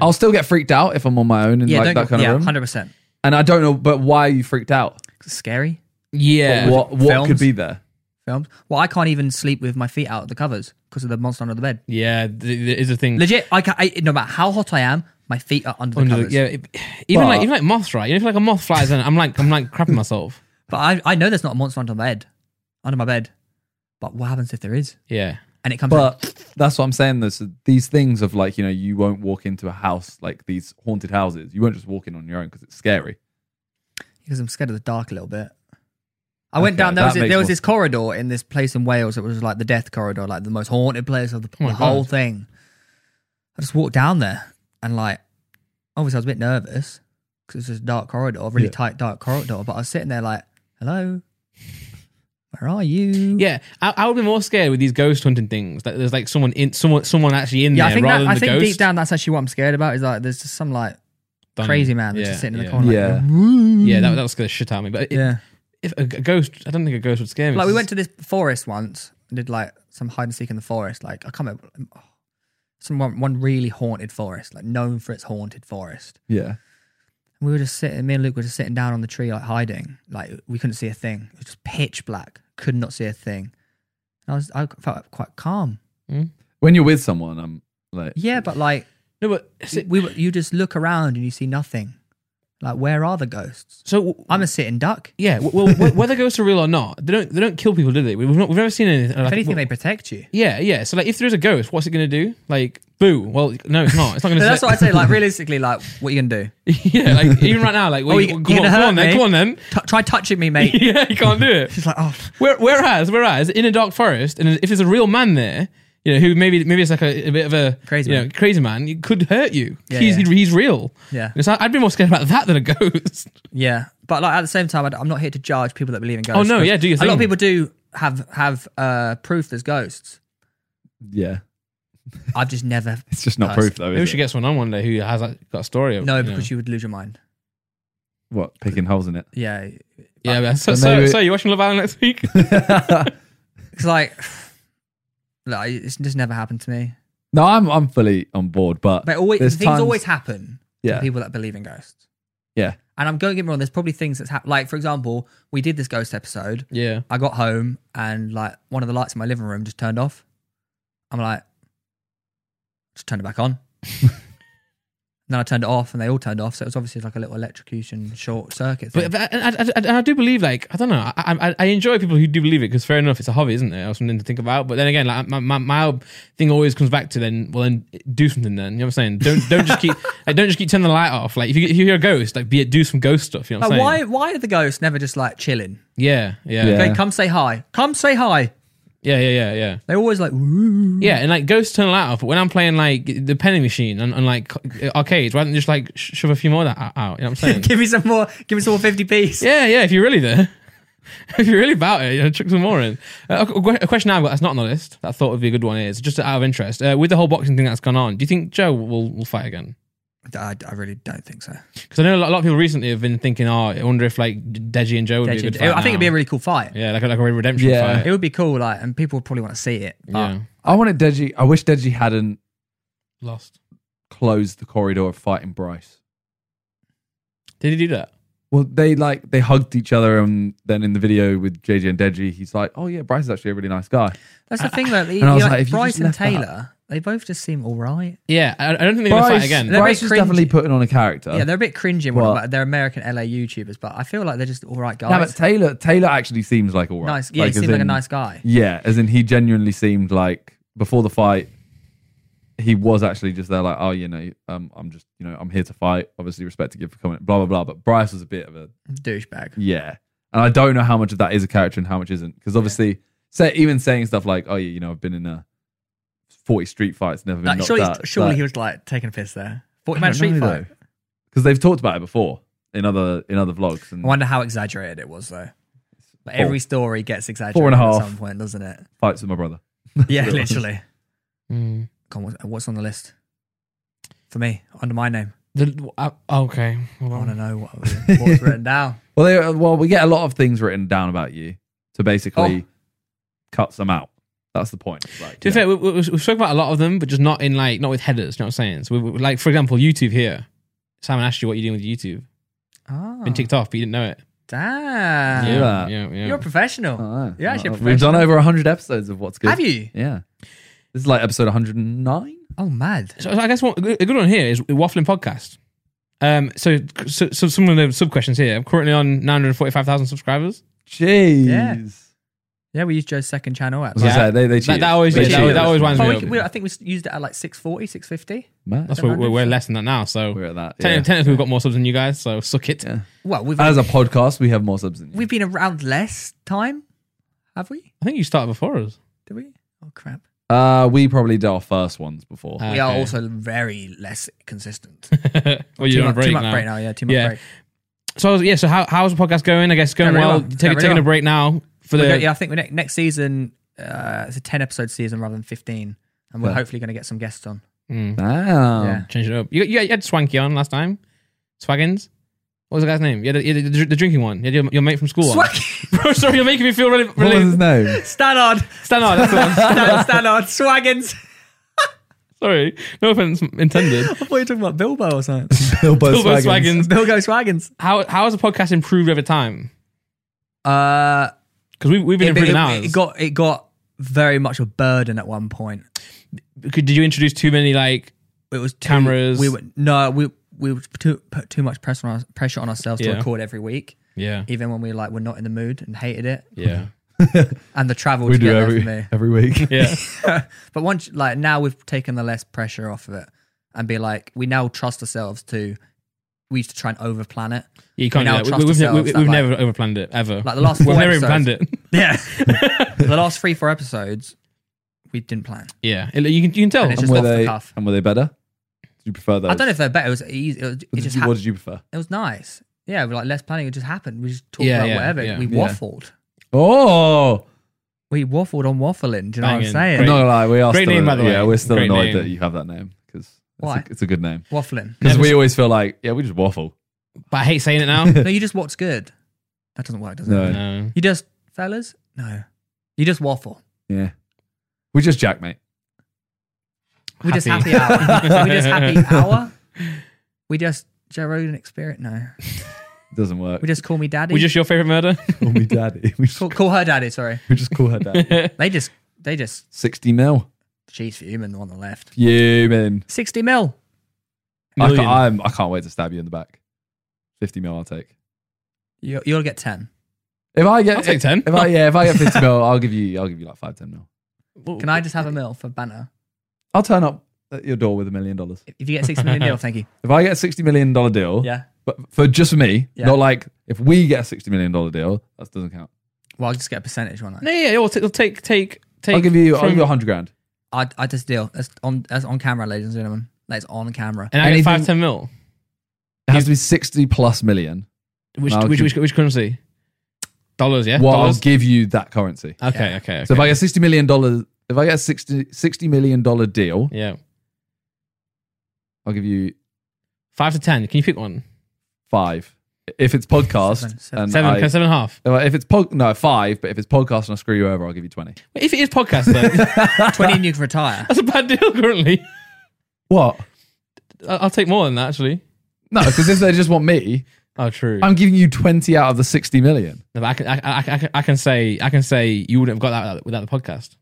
Speaker 3: I'll still get freaked out if I'm on my own in
Speaker 2: Yeah,
Speaker 3: like
Speaker 2: don't
Speaker 3: that
Speaker 2: go,
Speaker 3: kind
Speaker 2: yeah,
Speaker 3: of room.
Speaker 2: hundred percent.
Speaker 3: And I don't know, but why are you freaked out?
Speaker 2: Scary
Speaker 1: Yeah.
Speaker 3: What what
Speaker 2: Films?
Speaker 3: could be there?
Speaker 2: films. Well, I can't even sleep with my feet out of the covers because of the monster under the bed.
Speaker 1: Yeah, th- th- is a thing.
Speaker 2: Legit, I, can, I no matter how hot I am, my feet are under the
Speaker 1: Under the-
Speaker 2: covers.
Speaker 1: yeah, it- even
Speaker 3: But-
Speaker 1: like even like moths, right? You know, if like a moth flies in, I'm like I'm like crapping myself.
Speaker 2: But I, I know there's not a monster under my bed, under my bed. But what happens if there is?
Speaker 1: Yeah,
Speaker 2: And it comes. out.
Speaker 3: But that's what I'm saying. This these things of like you know you won't walk into a house like these haunted houses. You won't just walk in on your own because it's scary.
Speaker 2: because I'm scared of the dark a little bit. I went
Speaker 3: Okay,
Speaker 2: down. There was
Speaker 3: that makes
Speaker 2: there was
Speaker 3: more
Speaker 2: this corridor in this place in Wales that was like the death corridor, like the most haunted place of the,
Speaker 1: Oh my
Speaker 2: the whole
Speaker 1: God.
Speaker 2: thing. I just walked down there and like, obviously I was a bit nervous because it's just a dark corridor, a really
Speaker 3: Yeah.
Speaker 2: tight dark corridor. But I was sitting there like, hello, where are you?
Speaker 1: yeah. I, I would be more scared with these ghost hunting things. That there's like someone in someone someone actually in
Speaker 2: yeah.
Speaker 1: there
Speaker 2: I think
Speaker 1: rather
Speaker 2: that,
Speaker 1: than
Speaker 2: I
Speaker 1: the
Speaker 2: think
Speaker 1: ghost.
Speaker 2: deep down that's actually what I'm scared about. Is like there's just some like
Speaker 1: Done.
Speaker 2: crazy man that's
Speaker 1: Yeah,
Speaker 2: just sitting in
Speaker 1: yeah.
Speaker 2: the corner. like,
Speaker 3: Yeah.
Speaker 2: "Woo."
Speaker 1: Yeah, that that would scare the shit out of me. But it,
Speaker 2: yeah.
Speaker 1: if a g- ghost, I don't think a ghost would scare me.
Speaker 2: Like we went to this forest once and did like some hide and seek in the forest. Like I can't remember oh, some one, one really haunted forest, like known for its haunted forest.
Speaker 3: Yeah,
Speaker 2: And we were just sitting. Me and Luke were just sitting down on the tree, like hiding. Like we couldn't see a thing. It was just pitch black. Could not see a thing. And I was I felt quite calm.
Speaker 3: when you're with someone, I'm like
Speaker 2: Yeah, but like
Speaker 1: no, but so,
Speaker 2: we were, you just look around and you see nothing. Like where are the ghosts?
Speaker 1: so
Speaker 2: I'm a sitting duck.
Speaker 1: yeah. w- Well, w- whether ghosts are real or not, they don't they don't kill people, do they? We've not, we've never seen anything.
Speaker 2: If
Speaker 1: like,
Speaker 2: anything,
Speaker 1: well,
Speaker 2: they protect you.
Speaker 1: yeah, yeah. So like, if there is a ghost, what's it gonna do? Like, boo. Well, no, it's not. It's not gonna.
Speaker 2: No,
Speaker 1: say-
Speaker 2: that's what I say. Like realistically, like what you gonna do?
Speaker 1: yeah, like even right now, like, well,
Speaker 2: Oh,
Speaker 1: you,
Speaker 2: you-
Speaker 1: go,
Speaker 2: you're
Speaker 1: on,
Speaker 2: gonna
Speaker 1: go
Speaker 2: hurt
Speaker 1: on then,
Speaker 2: me?
Speaker 1: go on then.
Speaker 2: T- try touching me, mate.
Speaker 1: yeah, you can't do it.
Speaker 2: She's like, oh,
Speaker 1: Where, whereas, whereas in a dark forest, and if there's a real man there, you know, who maybe maybe it's like a, a bit of a
Speaker 2: Crazy
Speaker 1: you know,
Speaker 2: man.
Speaker 1: crazy man, it could hurt you.
Speaker 2: Yeah,
Speaker 1: he's
Speaker 2: yeah.
Speaker 1: he's real.
Speaker 2: Yeah.
Speaker 1: And so I'd be more scared about that than a ghost.
Speaker 2: Yeah, but like at the same time, I, am not here to judge people that believe in ghosts.
Speaker 1: Oh, no,
Speaker 2: 'cause
Speaker 1: yeah, do your
Speaker 2: a lot
Speaker 1: thing.
Speaker 2: of people do have have uh, proof there's ghosts.
Speaker 3: yeah.
Speaker 2: I've just never
Speaker 3: It's just not
Speaker 2: Nice.
Speaker 3: proof though. Is
Speaker 1: Maybe we
Speaker 3: it?
Speaker 1: should get someone on one day who has like, got a story of
Speaker 2: no
Speaker 1: you
Speaker 2: because
Speaker 1: know.
Speaker 2: you would lose your mind.
Speaker 3: what picking holes in it?
Speaker 2: Yeah,
Speaker 1: yeah. but- So,
Speaker 3: But
Speaker 1: so,
Speaker 3: maybe-
Speaker 1: so you watching Love Island next week?
Speaker 2: it's like, like it's just never happened to me.
Speaker 3: No, I'm I'm fully on board, but
Speaker 2: But always
Speaker 3: there's
Speaker 2: things
Speaker 3: times-
Speaker 2: always happen to
Speaker 3: Yeah.
Speaker 2: people that believe in ghosts.
Speaker 3: yeah.
Speaker 2: And I'm going to get me wrong. There's probably things that's happened. Like for example, we did this ghost episode.
Speaker 1: yeah.
Speaker 2: I got home and like one of the lights in my living room just turned off. I'm like, just turned it back on. and then I turned it off and they all turned off. So it was obviously like a little electrocution short circuit. Thing.
Speaker 1: But, but and I, I, and I do believe, like, I don't know, I, I, I enjoy people who do believe it because fair enough, it's a hobby, isn't it? Or something to think about. But then again, like, my, my, my thing always comes back to then, well, then do something then. You know what I'm saying? Don't don't just keep like, don't just keep turning the light off. Like, if you, if you hear a ghost, like, be it do some ghost stuff. You know what
Speaker 2: like,
Speaker 1: I'm
Speaker 2: why
Speaker 1: saying?
Speaker 2: why are the ghosts never just like chilling?
Speaker 1: Yeah, yeah,
Speaker 3: Yeah.
Speaker 1: yeah,
Speaker 2: Going, come say hi. Come say hi.
Speaker 1: yeah, yeah, yeah, yeah.
Speaker 2: They're always like, woo.
Speaker 1: Yeah, and like ghosts turn the light off. But when I'm playing like the penny machine and, and like co- arcades, why don't you just like sh- shove a few more of that out? You know what I'm saying?
Speaker 2: give me some more. Give me some more 50 piece.
Speaker 1: Yeah, yeah. If you're really there, if you're really about it, you know, chuck some more in. Uh, a que- a question I've got that's not on the list. That I thought would be a good one is just out of interest uh, with the whole boxing thing that's gone on. Do you think Joe will will fight again?
Speaker 2: I, I really don't think so.
Speaker 1: Because I know a lot, a lot of people recently have been thinking, oh, I wonder if like Deji and Joe would be a
Speaker 2: Legend.
Speaker 1: good fight.
Speaker 2: I think it'd be a
Speaker 1: now.
Speaker 2: really cool fight.
Speaker 1: yeah, like a, like a redemption
Speaker 3: Yeah.
Speaker 1: fight.
Speaker 2: It would be cool. Like, and people would probably want to see it. But
Speaker 1: yeah,
Speaker 3: I wanted Deji. I wish Deji hadn't
Speaker 1: lost.
Speaker 3: closed the corridor of fighting Bryce.
Speaker 1: Did he do that?
Speaker 3: Well, they like they hugged each other, and then in the video with JJ and Deji, he's like, "Oh yeah, Bryce is actually a really nice guy."
Speaker 2: That's the thing, though. you
Speaker 3: I was
Speaker 2: know,
Speaker 3: like, if you
Speaker 2: Bryce
Speaker 3: just
Speaker 2: and
Speaker 3: left that-
Speaker 2: Taylor, they both just seem all right.
Speaker 1: Yeah, I, I don't think they're gonna
Speaker 3: Bryce,
Speaker 1: fight again.
Speaker 2: They're a
Speaker 3: Bryce
Speaker 2: bit
Speaker 3: is
Speaker 2: cringy.
Speaker 3: definitely putting on a character.
Speaker 2: Yeah, they're a bit cringy. Well,
Speaker 3: Well-
Speaker 2: but they're American LA YouTubers, but I feel like they're just all right guys.
Speaker 3: No, but Taylor Taylor actually seems like all right.
Speaker 2: nice. Yeah, he
Speaker 3: as
Speaker 2: seems like a
Speaker 3: in-
Speaker 2: nice guy.
Speaker 3: Yeah, as in he genuinely seemed like before the fight, he was actually just there like, oh, you know, um, I'm just, you know, I'm here to fight. Obviously, respect to give for coming, blah blah blah. But Bryce was a bit of a
Speaker 2: Douchebag.
Speaker 3: yeah, and I don't know how much of that is a character and how much isn't because obviously, say even saying stuff like, oh yeah, you know, I've been in a forty street fights, never been
Speaker 2: Like,
Speaker 3: knocked
Speaker 2: surely
Speaker 3: out.
Speaker 2: surely he was like taking a piss there. 40 man street fight.
Speaker 3: because they've talked about it before in other in other vlogs. And
Speaker 2: I wonder how exaggerated it was, though. But every story gets exaggerated
Speaker 3: Four and a half.
Speaker 2: at some point, doesn't it?
Speaker 3: fights with my brother.
Speaker 2: Yeah, literally.
Speaker 1: Hmm.
Speaker 2: Come on, what's- what's on the list? For me, under my name.
Speaker 1: The, uh, okay, hold
Speaker 2: I
Speaker 1: on.
Speaker 2: want to know what, what's written down.
Speaker 3: Well, they, well, we get a lot of things written down about you to basically cut some out. That's the point. Like,
Speaker 1: Oh. To be fair, we, we, we've spoken about a lot of them, but just not in like not with headers. You know what I'm saying? So, we, we- like for example, YouTube here. Simon asked you what you're doing with YouTube.
Speaker 2: Oh,
Speaker 1: Been ticked off, but you didn't know it.
Speaker 2: damn.
Speaker 3: Yeah.
Speaker 1: yeah, yeah, yeah.
Speaker 2: You're a professional.
Speaker 3: Oh,
Speaker 2: You're actually a
Speaker 3: well,
Speaker 2: professional.
Speaker 3: we've done over 100 episodes of What's Good.
Speaker 2: Have you?
Speaker 3: Yeah. This is like episode 109.
Speaker 2: Oh, mad.
Speaker 1: So so I guess one, a good a good one here is waffling podcast. Um, so, so, so some of the sub questions here. I'm currently on 945,000 subscribers.
Speaker 3: Jeez.
Speaker 2: Yeah. Yeah, we used Joe's second channel app.
Speaker 3: I was gonna
Speaker 1: Yeah.
Speaker 3: say, they, they
Speaker 1: That,
Speaker 3: cheated.
Speaker 1: that always
Speaker 3: They
Speaker 1: that, always-
Speaker 3: cheated.
Speaker 1: that always winds
Speaker 2: Oh,
Speaker 1: me
Speaker 2: we,
Speaker 1: up.
Speaker 2: we, I think we used it at like 640, 650.
Speaker 3: Man,
Speaker 1: That's where we're, we're less than that now. So
Speaker 3: we're at that.
Speaker 1: technically,
Speaker 3: yeah.
Speaker 1: technically we've got more subs than you guys. So suck it.
Speaker 3: Yeah.
Speaker 2: Well, we've
Speaker 3: As a podcast, we have more subs than you.
Speaker 2: we've been around less time, have we?
Speaker 1: I think you started before us.
Speaker 2: Did we? Oh crap!
Speaker 3: Uh, we probably did our first ones before.
Speaker 1: Uh,
Speaker 2: We are
Speaker 1: Okay.
Speaker 2: also very less consistent.
Speaker 1: well, you're
Speaker 2: too
Speaker 1: on a
Speaker 2: much,
Speaker 1: break
Speaker 2: too much
Speaker 1: now.
Speaker 2: break now. Yeah, too much
Speaker 1: Yeah.
Speaker 2: break.
Speaker 1: So yeah. So how, how's the podcast going? I guess going
Speaker 2: Going
Speaker 1: well.
Speaker 2: really well.
Speaker 1: Take,
Speaker 2: Going really
Speaker 1: taking a
Speaker 2: well.
Speaker 1: break now for
Speaker 2: We're
Speaker 1: the
Speaker 2: go- yeah, I think we're ne- next season uh, it's a ten episode season rather than fifteen, and we're
Speaker 3: Yeah.
Speaker 2: hopefully going to get some guests on.
Speaker 1: Mm,
Speaker 3: Wow.
Speaker 2: Yeah.
Speaker 1: change it up. You, you, you had Swanky on last time. Swaggins. What was the guy's name? Yeah, the, yeah, the, the drinking one. Yeah, your, your mate from school. on. Bro, sorry, you're making me feel really.
Speaker 3: What was his
Speaker 1: really
Speaker 3: name?
Speaker 2: Stannard,
Speaker 1: Stannard, that's the one.
Speaker 2: Stannard, Stannard, Swaggins.
Speaker 1: Sorry, no offense intended.
Speaker 2: I thought you were talking about Bilbo or something.
Speaker 3: Bilbo
Speaker 1: Bilbo Swaggins.
Speaker 2: Bilbo Swaggins.
Speaker 1: How how has the podcast improved over time?
Speaker 2: Uh,
Speaker 1: Because we've, we've been
Speaker 2: it, it-
Speaker 1: improving
Speaker 2: it,
Speaker 1: ours.
Speaker 2: got it got very much a burden at one point.
Speaker 1: Could- Did you introduce too many like?
Speaker 2: It was too,
Speaker 1: Cameras.
Speaker 2: We were no, we we were too, put too much pressure on, pressure on ourselves
Speaker 1: Yeah.
Speaker 2: to record every week,
Speaker 1: Yeah,
Speaker 2: even when we like were not in the mood and hated it.
Speaker 1: yeah,
Speaker 2: And the travel
Speaker 3: We
Speaker 2: to
Speaker 3: do
Speaker 2: get there
Speaker 3: every
Speaker 2: for me.
Speaker 3: every week.
Speaker 1: yeah.
Speaker 2: But once, like now, we've taken the less pressure off of it, and be like, we now trust ourselves to. We used to try and overplan it.
Speaker 1: You can't
Speaker 2: now
Speaker 1: do that.
Speaker 2: trust
Speaker 1: We, have
Speaker 2: ourselves that, like-
Speaker 1: never overplanned it ever.
Speaker 2: Like the last
Speaker 1: we've
Speaker 2: four
Speaker 1: never
Speaker 2: episodes.
Speaker 1: planned it.
Speaker 2: Yeah. the last three, four episodes, we didn't plan.
Speaker 1: Yeah, It- you can you can tell.
Speaker 2: And it's
Speaker 3: And
Speaker 2: just
Speaker 3: were
Speaker 2: off the
Speaker 3: they?
Speaker 2: cuff.
Speaker 3: And were they better? Did you prefer those?
Speaker 2: I don't know if they're better. It was easy. It, was, it
Speaker 3: What
Speaker 2: just
Speaker 3: did, you, what
Speaker 2: happened.
Speaker 3: did you prefer?
Speaker 2: It was nice. Yeah, we like less planning. It just happened. We just talked
Speaker 1: Yeah,
Speaker 2: about
Speaker 1: yeah,
Speaker 2: whatever.
Speaker 1: yeah.
Speaker 2: we
Speaker 3: Yeah.
Speaker 2: waffled.
Speaker 3: Oh,
Speaker 2: We waffled on waffling. Do you
Speaker 1: Banging.
Speaker 2: know what I'm
Speaker 3: I'm
Speaker 2: saying?
Speaker 1: Great.
Speaker 3: not gonna lie, we are
Speaker 1: Great
Speaker 3: still
Speaker 1: name, by
Speaker 3: annoyed-
Speaker 1: the way.
Speaker 3: Yeah, we're still
Speaker 1: Great
Speaker 3: annoyed
Speaker 1: name.
Speaker 3: that you have that name because
Speaker 2: Why?
Speaker 3: it's a good name.
Speaker 2: Waffling.
Speaker 3: Because
Speaker 1: Never
Speaker 3: we always feel like yeah, we just waffle.
Speaker 1: but I hate saying it now.
Speaker 2: No, you just what's good. That doesn't work, does it?
Speaker 3: No,
Speaker 1: no.
Speaker 2: You just fellas. No, you just waffle.
Speaker 3: yeah, we just jack, mate.
Speaker 2: We just
Speaker 1: Happy.
Speaker 2: happy hour. so we just happy hour. We just Gerard and experience. No,
Speaker 3: It doesn't work.
Speaker 2: we just call me daddy.
Speaker 1: We just your favorite murder.
Speaker 3: call me daddy. We just,
Speaker 2: call, call her daddy. Sorry,
Speaker 3: we just call her daddy.
Speaker 2: they just they just
Speaker 3: Sixty mil.
Speaker 2: she's human. The one on the left,
Speaker 3: You man.
Speaker 2: sixty mil.
Speaker 3: I
Speaker 1: Million.
Speaker 3: can't, I'm, I can't wait to stab you in the back. Fifty mil, I'll take.
Speaker 2: You, you'll get ten.
Speaker 3: If I get,
Speaker 1: I'll take 10.
Speaker 3: If I yeah, if I get fifty mil, I'll give you. I'll give you like five, ten mil.
Speaker 2: Can I just have a mil for banner?
Speaker 3: I'll turn up at your door with a million dollars.
Speaker 2: If- If you get six million deal, thank you.
Speaker 3: If I get a sixty million dollar deal,
Speaker 2: Yeah.
Speaker 3: but for just me,
Speaker 2: Yeah.
Speaker 3: not like if we get a sixty million dollar deal, that doesn't count.
Speaker 2: Well, I'll just get a percentage, won't I?
Speaker 1: No, yeah, yeah. We'll, t- we'll take take take.
Speaker 3: I'll give you. I'll
Speaker 1: from-
Speaker 3: give you a hundred grand.
Speaker 2: I, I just deal. That's on that's on camera, ladies and gentlemen. That's on camera.
Speaker 1: and I get
Speaker 3: anything-
Speaker 1: five ten mil.
Speaker 3: It has to be sixty plus million.
Speaker 1: Which
Speaker 3: I'll
Speaker 1: which,
Speaker 3: give-
Speaker 1: which which currency? Dollars. Yeah.
Speaker 3: Well, I'll
Speaker 1: Dollars.
Speaker 3: give you that currency.
Speaker 1: Okay,
Speaker 2: Yeah.
Speaker 1: okay. okay.
Speaker 3: So if I get sixty million dollars, if I get a 60, 60 million dollar deal,
Speaker 1: yeah,
Speaker 3: I'll give you
Speaker 1: five to ten. Can you pick one?
Speaker 3: five. If it's podcast,
Speaker 2: Seven, seven.
Speaker 3: and
Speaker 1: Seven.
Speaker 3: Mm, I-
Speaker 1: can I- seven and a half.
Speaker 3: Well, If it's pod, no five, but if it's podcast and I screw you over, I'll give you twenty.
Speaker 1: If it is podcast, then
Speaker 2: Twenty and you can retire.
Speaker 1: that's a bad deal currently.
Speaker 3: What?
Speaker 1: I- I'll take more than that actually.
Speaker 3: No, because if they just want me,
Speaker 1: Oh, true.
Speaker 3: I'm giving you twenty out of the sixty million.
Speaker 1: No, but I can, I, I, I, can- I can say I can say you wouldn't have got that without, without the podcast.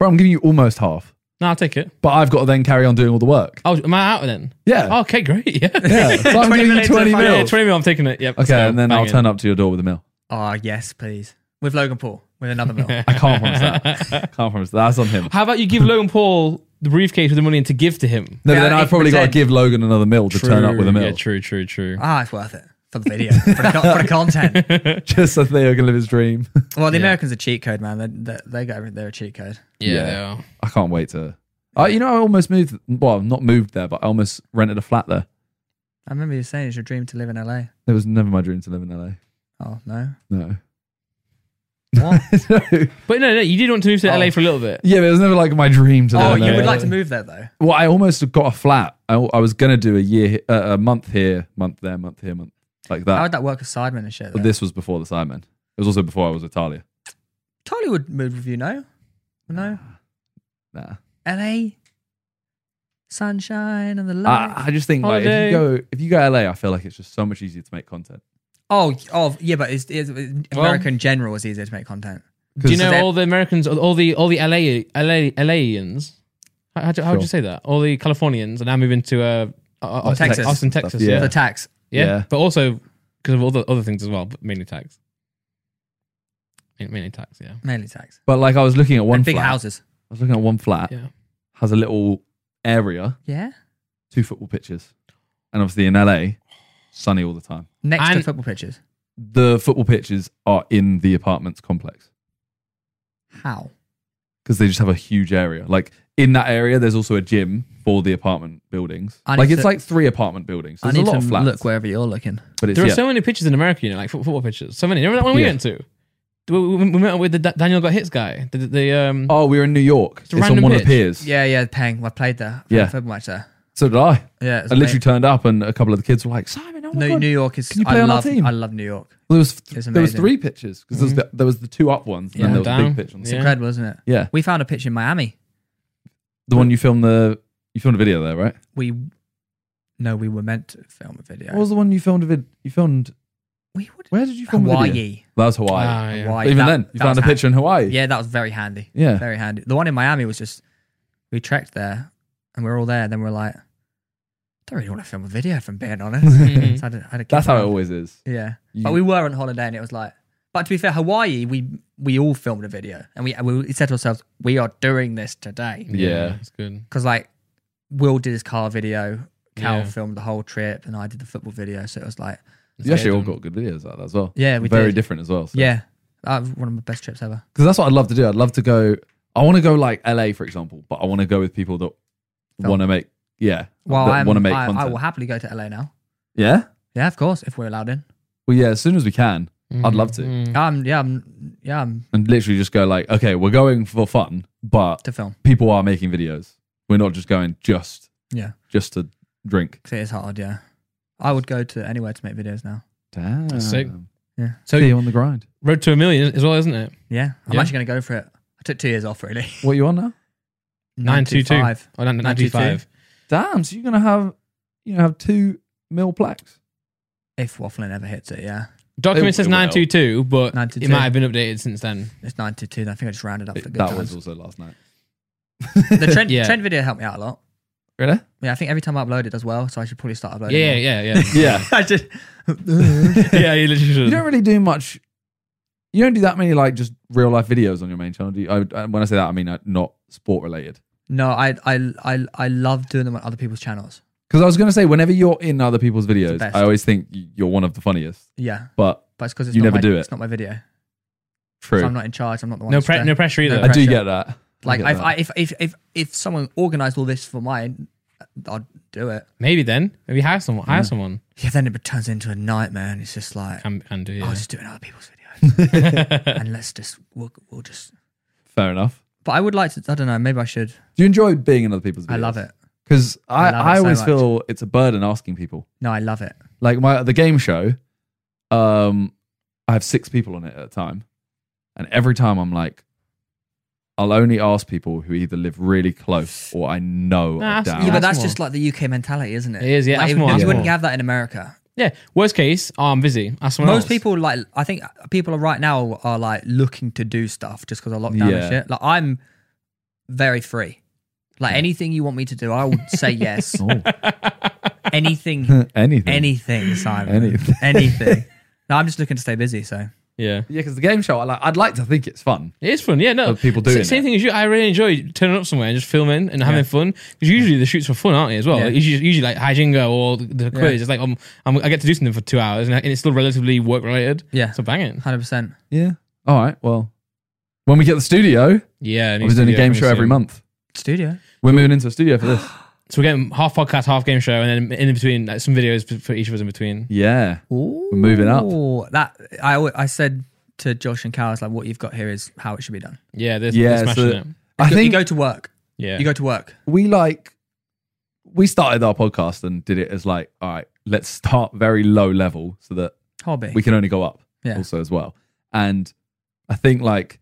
Speaker 3: Bro, I'm giving you almost half,
Speaker 1: No, I'll take it.
Speaker 3: but I've got to then carry on doing all the work.
Speaker 1: Oh, am I out then?
Speaker 3: Yeah.
Speaker 1: Oh, okay, great. Yeah.
Speaker 3: Yeah, so
Speaker 2: 20
Speaker 3: I'm giving you
Speaker 2: million to
Speaker 3: twenty
Speaker 2: the
Speaker 1: Yeah,
Speaker 3: mil.
Speaker 1: yeah, 20 mil, I'm taking it. Yep.
Speaker 3: Okay, and then I'll turn up to your door with a mill.
Speaker 2: Ah, yes, please. With Logan Paul, with another mil.
Speaker 3: I can't promise that. Can't promise that. That's on him.
Speaker 1: How about you give Logan Paul the briefcase with the money and to give to him?
Speaker 3: No, but
Speaker 2: Yeah,
Speaker 3: then I've probably got to
Speaker 2: 8%.
Speaker 3: give Logan another mill to turn up with a mill.
Speaker 1: Yeah, true, true, true.
Speaker 2: Ah, it's worth it for the video, for the, co- for the content.
Speaker 3: Just so Theo can live his dream.
Speaker 2: Well, the Americans are cheat code, man. They they, they got every- they're a cheat code.
Speaker 1: Yeah,
Speaker 3: Yeah.
Speaker 1: they are.
Speaker 3: I can't wait to. Uh, you know, I almost moved. Well, not moved there, but I almost rented a flat there.
Speaker 2: I remember you saying it's your dream to live in LA.
Speaker 3: It was never my dream to live in LA.
Speaker 2: Oh no,
Speaker 3: No.
Speaker 2: what?
Speaker 3: no.
Speaker 1: But no, no, you did want to move to
Speaker 2: Oh.
Speaker 1: LA for a little bit.
Speaker 3: Yeah, but it was never like my dream to.
Speaker 2: oh,
Speaker 3: live in
Speaker 2: you
Speaker 3: LA.
Speaker 2: would like to move there though.
Speaker 3: Well, I almost got a flat. I, I was gonna do a year, uh, a month here, month there, month here, month like
Speaker 2: How
Speaker 3: that.
Speaker 2: would that work with Sidemen and shit?
Speaker 3: But
Speaker 2: Though?
Speaker 3: this was before the Sidemen. It was also before I was with Talia.
Speaker 2: Totally would move with you, no? No,
Speaker 3: Nah.
Speaker 2: L.A. Sunshine and the light.
Speaker 3: I, I just think like if you go if you go LA, I feel like it's just so much easier to make content.
Speaker 2: oh, oh, yeah, but it's, it's America in general is easier to make content.
Speaker 1: Do you know
Speaker 2: that-
Speaker 1: all the Americans, all the all the LA LA LAians? How, how, do- how would you say that? All the Californians are now moving to uh, uh, Austin,
Speaker 2: Oh, Texas.
Speaker 1: Austin, Texas.
Speaker 3: Yeah.
Speaker 2: The tax.
Speaker 1: Yeah.
Speaker 3: Yeah.
Speaker 1: But also because of all the other things as well, but mainly tax. Main- Mainly tax, yeah.
Speaker 2: Mainly tax.
Speaker 3: But like I was looking at one
Speaker 2: and big
Speaker 3: flat.
Speaker 2: houses.
Speaker 3: I was looking at one flat
Speaker 1: Yeah.
Speaker 3: has a little area,
Speaker 2: Yeah.
Speaker 3: two football pitches, and obviously in LA, sunny all the time.
Speaker 2: Next to
Speaker 1: And-
Speaker 2: football pitches.
Speaker 3: The football pitches are in the apartments complex
Speaker 2: How?
Speaker 3: because they just have a huge area. Like in that area, there's also a gym for the apartment buildings.
Speaker 2: I need
Speaker 3: like it's
Speaker 2: to-
Speaker 3: like three apartment buildings.
Speaker 2: I
Speaker 3: There's
Speaker 2: need
Speaker 3: a lot
Speaker 2: to
Speaker 3: of flats,
Speaker 2: look wherever you're looking.
Speaker 3: but it's
Speaker 1: There are
Speaker 3: yeah,
Speaker 1: so many pictures in America, you know, like fo- football pictures. So many. Remember that one we
Speaker 3: Yeah.
Speaker 1: went to? We, we, we met with the Da- Daniel got hits guy. The, the um,
Speaker 3: Oh, we were in New York. It's, on
Speaker 1: random
Speaker 3: one of
Speaker 1: pitch.
Speaker 3: the piers.
Speaker 2: Yeah, yeah, Peng. I played there.
Speaker 3: Yeah.
Speaker 2: Football match there.
Speaker 3: So did I.
Speaker 2: Yeah. it's
Speaker 3: I literally
Speaker 2: amazing.
Speaker 3: turned up, and a couple of the kids were like, "Simon, oh my
Speaker 2: No,
Speaker 3: god,
Speaker 2: New York is.
Speaker 3: Can you play
Speaker 2: I
Speaker 3: on our
Speaker 2: love.
Speaker 3: team?
Speaker 2: I love New York.
Speaker 3: There was
Speaker 2: It's
Speaker 3: there was
Speaker 2: amazing. Mm-hmm.
Speaker 3: three pitches because there, was the, there was the two up ones and
Speaker 1: Yeah.
Speaker 3: then there was a
Speaker 1: Down.
Speaker 3: big pitch on the
Speaker 1: Yeah.
Speaker 3: side.
Speaker 2: Incredible, isn't it?
Speaker 3: Yeah,
Speaker 2: We found a pitch in Miami.
Speaker 3: the one you filmed the you filmed a video there, right?
Speaker 2: We. No, we were meant to film a video.
Speaker 3: What was the one you filmed a vid? You filmed
Speaker 2: we would.
Speaker 3: where did you film a video?
Speaker 2: Hawaii.
Speaker 3: That was Hawaii.
Speaker 1: Ah, yeah.
Speaker 2: Hawaii.
Speaker 3: But even
Speaker 2: That-
Speaker 3: then, you
Speaker 2: that
Speaker 3: found a
Speaker 2: was
Speaker 3: picture in Hawaii.
Speaker 2: Yeah, that was very handy.
Speaker 3: Yeah.
Speaker 2: Very handy. The one in Miami was just we trekked there and we were all there. Then we are like, don't really want to film a video, if I'm being honest.
Speaker 1: Mhm.
Speaker 2: So I had to- I had to
Speaker 3: that's
Speaker 2: keep
Speaker 3: how it
Speaker 2: going.
Speaker 3: always is.
Speaker 2: Yeah,
Speaker 3: You-
Speaker 2: but we were on holiday and it was like. But to be fair, Hawaii, we we all filmed a video and we we said to ourselves, we are doing this today
Speaker 3: Yeah.
Speaker 1: It's good.
Speaker 2: because like Will did his car video, Cal
Speaker 1: Yeah.
Speaker 2: filmed the whole trip, and I did the football video. So it was like,
Speaker 3: You actually all
Speaker 1: done.
Speaker 3: got good videos out of that as well.
Speaker 2: Yeah, we
Speaker 3: very
Speaker 2: did.
Speaker 3: different as well. So.
Speaker 2: yeah, that was one of my best trips ever.
Speaker 3: because that's what I'd love to do. I'd love to go. I want to go like LA, for example, but I want to go with people that
Speaker 2: Film.
Speaker 3: want to make yeah,
Speaker 2: Well,
Speaker 3: that
Speaker 2: I'm,
Speaker 3: want to make
Speaker 2: I, I
Speaker 3: content.
Speaker 2: will happily go to LA now.
Speaker 3: yeah,
Speaker 2: Yeah, of course, if we're allowed in.
Speaker 3: well, yeah. As soon as we can, I'd love to.
Speaker 1: Mm.
Speaker 2: Um, yeah, I'm, yeah, I'm
Speaker 3: and literally just go like, okay, we're going for fun, but
Speaker 2: to film.
Speaker 3: people are making videos. We're not just going just
Speaker 2: Yeah,
Speaker 3: just to drink.
Speaker 2: 'cause it is hard. Yeah, I would go to anywhere to make videos now.
Speaker 3: Damn,
Speaker 1: sick.
Speaker 2: Yeah,
Speaker 1: So
Speaker 3: you on the grind.
Speaker 1: Road to a Million as well, isn't it?
Speaker 2: yeah, I'm
Speaker 1: Yeah.
Speaker 2: actually going to go for it. I took two years off, really.
Speaker 3: What you on now?
Speaker 1: Nine two two.
Speaker 2: five.
Speaker 1: Oh, nine- nine two five.
Speaker 3: Damn, so you're gonna have you know have two mil plaques.
Speaker 2: If waffling ever hits it, yeah,
Speaker 1: Document
Speaker 3: It-
Speaker 1: says
Speaker 3: it will.
Speaker 1: 922, but
Speaker 2: 922.
Speaker 1: it might have been updated since then.
Speaker 2: it's nine two two. I think I just rounded up for
Speaker 3: It-
Speaker 2: good
Speaker 3: that was
Speaker 2: times.
Speaker 3: also last night.
Speaker 2: the trend,
Speaker 1: Yeah.
Speaker 2: trend video helped me out a lot.
Speaker 3: Really?
Speaker 2: Yeah, I think every time I upload it does well, so I should probably start uploading.
Speaker 1: Yeah, yeah, yeah.
Speaker 3: Yeah.
Speaker 2: I just
Speaker 1: yeah, you literally should.
Speaker 3: you don't really do much. You don't do that many like just real life videos on your main channel. Do you? I, I- when I say that, I mean uh, not sport related.
Speaker 2: no, I I I I love doing them on other people's channels.
Speaker 3: Because I was gonna say, whenever you're in other people's videos,
Speaker 2: best.
Speaker 3: I always think you're one of the funniest.
Speaker 2: Yeah,
Speaker 3: But
Speaker 2: but it's because it's
Speaker 3: You
Speaker 2: not
Speaker 3: never
Speaker 2: my,
Speaker 3: do it.
Speaker 2: It's not my video.
Speaker 3: true,
Speaker 2: So I'm not in charge. I'm not the one.
Speaker 1: no,
Speaker 2: that's
Speaker 1: pre-
Speaker 2: there.
Speaker 1: no pressure either.
Speaker 2: No
Speaker 3: I do
Speaker 2: pressure.
Speaker 3: get that. I
Speaker 2: Like
Speaker 3: get
Speaker 2: if,
Speaker 3: that.
Speaker 2: I, if if if if someone organised all this for mine, uh, I'd do it.
Speaker 1: Maybe then. Maybe hire someone. Hire someone.
Speaker 2: Yeah, then it turns into a nightmare, and it's just like
Speaker 1: Can, can do, yeah.
Speaker 2: I'll just do it in other people's videos, and let's just we'll, we'll just.
Speaker 3: Fair enough.
Speaker 2: But I would like to. I don't know. Maybe I should.
Speaker 3: Do you enjoy being in other people's videos?
Speaker 2: I love it.
Speaker 3: Because
Speaker 2: I
Speaker 3: I,
Speaker 2: love it
Speaker 3: I
Speaker 2: so
Speaker 3: always
Speaker 2: much.
Speaker 3: feel it's a burden asking people.
Speaker 2: No, I love it.
Speaker 3: Like my the game show, um, I have six people on it at a time. And every time I'm like, I'll only ask people who either live really close or I know
Speaker 1: No,
Speaker 3: are
Speaker 1: that's-
Speaker 3: down.
Speaker 2: Yeah, but
Speaker 1: ask
Speaker 2: that's
Speaker 1: more.
Speaker 2: just like the UK mentality, isn't it?
Speaker 1: It is, yeah,
Speaker 2: Like,
Speaker 1: ask
Speaker 2: if-
Speaker 1: more,
Speaker 2: if
Speaker 1: ask
Speaker 2: You wouldn't
Speaker 1: more.
Speaker 2: have that in America.
Speaker 1: yeah. Worst case, oh, I'm busy. Ask someone
Speaker 2: Most
Speaker 1: else.
Speaker 2: people like I think people are right now are like looking to do stuff just because of lockdown
Speaker 3: Yeah.
Speaker 2: and shit. Like I'm very free. Like anything you want me to do, I will say yes. anything,
Speaker 3: Anything.
Speaker 2: anything, Simon.
Speaker 3: Anything.
Speaker 2: Anything. No, I'm just looking to stay busy. So
Speaker 1: Yeah.
Speaker 3: yeah, because the game show, I like, I'd like to think it's fun.
Speaker 1: It is fun, yeah. No,
Speaker 3: Of people doing
Speaker 1: Sa- same
Speaker 3: it.
Speaker 1: thing as you. I really enjoy turning up somewhere and just filming and having fun because usually the shoots for fun, aren't they? As well,
Speaker 2: Yeah.
Speaker 1: Like, usually, usually like Hijingo or the, the quiz. It's like um, I'm, I get to do something for two hours and, I- and it's still relatively work related.
Speaker 2: Yeah.
Speaker 1: so banging.
Speaker 2: hundred percent.
Speaker 3: Yeah. All right. Well, when we get the studio,
Speaker 1: Yeah,
Speaker 3: we're doing a game show every month.
Speaker 2: Studio.
Speaker 3: We're moving into a studio for this.
Speaker 1: So we're getting half podcast, half game show, and then in between like, some videos for- for each of us in between.
Speaker 3: Yeah.
Speaker 2: Ooh,
Speaker 3: We're moving up.
Speaker 2: That I al- I said to Josh and Cal, I was like, what you've got here is how it should be done.
Speaker 1: Yeah, they're,
Speaker 3: Yeah,
Speaker 1: they're smashing
Speaker 3: so-
Speaker 1: it.
Speaker 3: I
Speaker 2: You go- you
Speaker 3: think
Speaker 2: go to work.
Speaker 1: Yeah,
Speaker 2: You go to work.
Speaker 3: we like we started our podcast and did it as like all right let's start very low level so that
Speaker 2: Hobby.
Speaker 3: we can only go up
Speaker 2: Yeah.
Speaker 3: also as well and i think like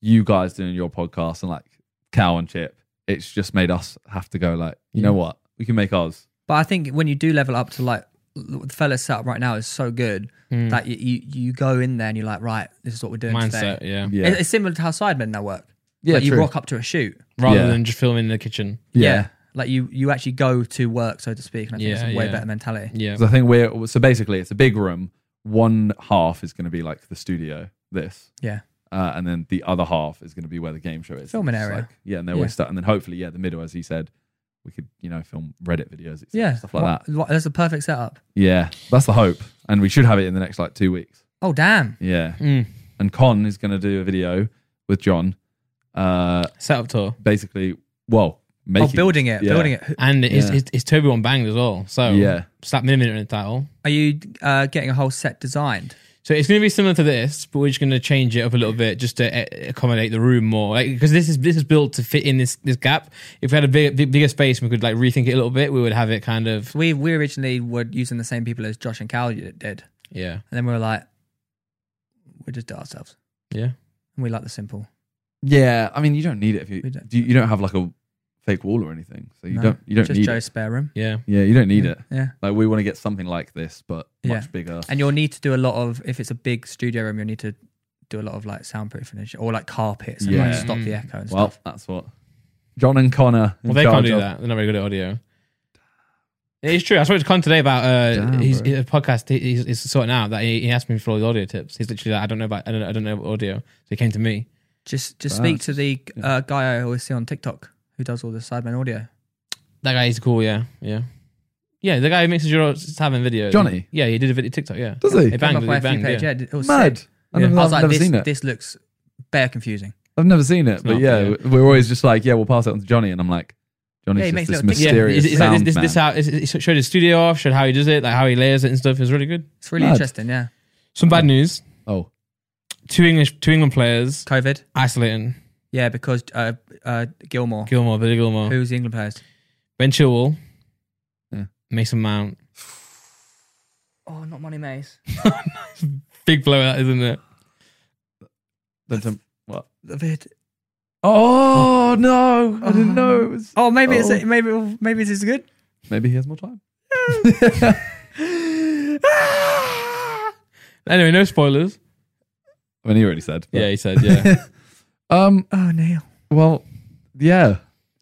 Speaker 3: you guys doing your podcast and like Cow and Chip, it's just made us have to go like, you
Speaker 2: Mm.
Speaker 3: know what? We can make ours.
Speaker 2: But I think when you do level up to like l- the fellas set up right now is so good that you, you you go in there and you're like, right, this is what we're doing
Speaker 1: mindset.
Speaker 2: today.
Speaker 1: Yeah,
Speaker 3: Yeah.
Speaker 2: It- It's similar to how sidemen now work.
Speaker 3: Yeah,
Speaker 2: like you
Speaker 3: true.
Speaker 2: rock up to a shoot.
Speaker 1: rather
Speaker 3: Yeah.
Speaker 1: than just filming in the kitchen.
Speaker 2: Like you you actually go to work, so to speak. And I think
Speaker 1: Yeah,
Speaker 2: it's a way
Speaker 1: yeah.
Speaker 2: better mentality.
Speaker 1: Yeah,
Speaker 3: 'Cause I think we're so basically it's a big room. One half is going to be like the studio, this,
Speaker 2: Yeah.
Speaker 3: uh, and then the other half is going to be where the game show is.
Speaker 2: Filming
Speaker 3: It's
Speaker 2: area.
Speaker 3: like- yeah, and then
Speaker 2: Yeah.
Speaker 3: we start, and then hopefully, yeah, the middle, as he said, we could you know film Reddit videos,
Speaker 2: Yeah.
Speaker 3: stuff like
Speaker 2: What-
Speaker 3: that.
Speaker 2: what- that's a perfect setup.
Speaker 3: Yeah, that's the hope, and we should have it in the next like two weeks.
Speaker 2: Oh damn.
Speaker 3: Yeah,
Speaker 1: Mm.
Speaker 3: and Con is going to do a video with John, uh,
Speaker 1: setup tour,
Speaker 3: basically, well,
Speaker 2: Oh,
Speaker 3: making
Speaker 2: building it,
Speaker 3: yeah.
Speaker 2: building it. Who-
Speaker 1: and it's
Speaker 3: Yeah.
Speaker 1: it's, it's Toby on banged as well. So
Speaker 3: Yeah.
Speaker 1: slap me a minute in the title.
Speaker 2: Are you uh, getting a whole set designed?
Speaker 1: So it's going to be similar to this, but we're just going to change it up a little bit just to uh, accommodate the room more. Like because this is this is built to fit in this this gap. If we had a big, big, bigger space, and we could like rethink it a little bit. We would have it kind of
Speaker 2: We we originally were using the same people as Josh and Cal did, and
Speaker 1: yeah
Speaker 2: then we were like, we just do it ourselves,
Speaker 1: yeah.
Speaker 2: and we like the simple.
Speaker 3: Yeah, I mean, you don't need it if you
Speaker 2: We
Speaker 3: do
Speaker 2: don't.
Speaker 3: you, you don't have like a fake wall or anything, so you
Speaker 2: No,
Speaker 3: don't you don't
Speaker 2: just
Speaker 3: need
Speaker 2: Joe's
Speaker 3: it.
Speaker 2: spare room.
Speaker 1: Yeah,
Speaker 3: Yeah, you don't need it.
Speaker 2: Yeah,
Speaker 3: Like we want to get something like this, but
Speaker 2: Yeah.
Speaker 3: much bigger.
Speaker 2: and you'll need to do a lot of if it's a big studio room, you'll need to do a lot of like soundproofing and shit, or like carpets and like
Speaker 3: Yeah.
Speaker 2: stop the echo and
Speaker 3: well,
Speaker 2: stuff.
Speaker 3: that's what John and Connor. in
Speaker 1: Well, they can't
Speaker 3: charge
Speaker 1: do
Speaker 3: of-
Speaker 1: that. They're not very good at audio. It's true. I spoke to Con today about uh,
Speaker 3: Damn,
Speaker 1: his,
Speaker 3: bro.
Speaker 1: his podcast. he- He's, he's sorting out that he, he asked me for all the audio tips. He's literally like, I don't know about, I don't, I don't know about audio. So he came to me.
Speaker 2: Just just
Speaker 3: Well,
Speaker 2: speak to the uh, guy I always see on TikTok who does all the sideman audio.
Speaker 1: That guy is cool. Yeah, yeah, yeah. The guy who mixes your having video.
Speaker 3: Johnny?
Speaker 1: Yeah, he did a video TikTok. Yeah,
Speaker 3: Does he?
Speaker 1: It
Speaker 2: Came
Speaker 1: banged.
Speaker 2: up by a
Speaker 1: It
Speaker 2: few
Speaker 1: banged.
Speaker 2: page,
Speaker 1: yeah.
Speaker 2: yeah. it was
Speaker 3: Mad.
Speaker 2: sick.
Speaker 3: I've
Speaker 1: Yeah.
Speaker 3: never,
Speaker 2: I was
Speaker 3: I've
Speaker 2: like,
Speaker 3: never
Speaker 2: this,
Speaker 3: seen it.
Speaker 2: this looks bare confusing.
Speaker 3: I've never seen it. But
Speaker 1: not,
Speaker 3: yeah,
Speaker 1: yeah.
Speaker 3: we're always just like, yeah, we'll pass it on to Johnny, and I'm like,
Speaker 2: Yeah, he
Speaker 3: Johnny's
Speaker 2: makes
Speaker 3: just
Speaker 2: little tics.
Speaker 3: this
Speaker 1: Yeah,
Speaker 3: mysterious
Speaker 1: is, is,
Speaker 3: sound
Speaker 1: is, this, this
Speaker 3: man.
Speaker 1: how is, is, showed his studio off, showed how he does it, like how he layers it and stuff. It was really good.
Speaker 2: It's really
Speaker 3: Mad.
Speaker 2: interesting, yeah.
Speaker 1: Some bad news:
Speaker 3: Oh,
Speaker 1: two English, two England players
Speaker 2: COVID.
Speaker 1: isolating.
Speaker 2: Yeah, because uh, uh, Gilmore.
Speaker 1: Gilmore, Billy Gilmore,
Speaker 2: Who's the England players?
Speaker 1: Ben Chilwell,
Speaker 3: Yeah.
Speaker 1: Mason Mount.
Speaker 2: Oh, not Money Mays.
Speaker 1: Big blowout, isn't it?
Speaker 3: Don't tell- what?
Speaker 2: The vid.
Speaker 3: Oh no! I
Speaker 2: Oh.
Speaker 3: didn't know. It was...
Speaker 2: Oh, maybe it's
Speaker 3: Oh.
Speaker 2: maybe maybe it's as good.
Speaker 3: Maybe he has more time.
Speaker 1: Anyway, no spoilers.
Speaker 3: I mean, he already said. but-
Speaker 1: Yeah, he said. Yeah.
Speaker 3: Um.
Speaker 2: Oh, Neil.
Speaker 3: Well. Yeah.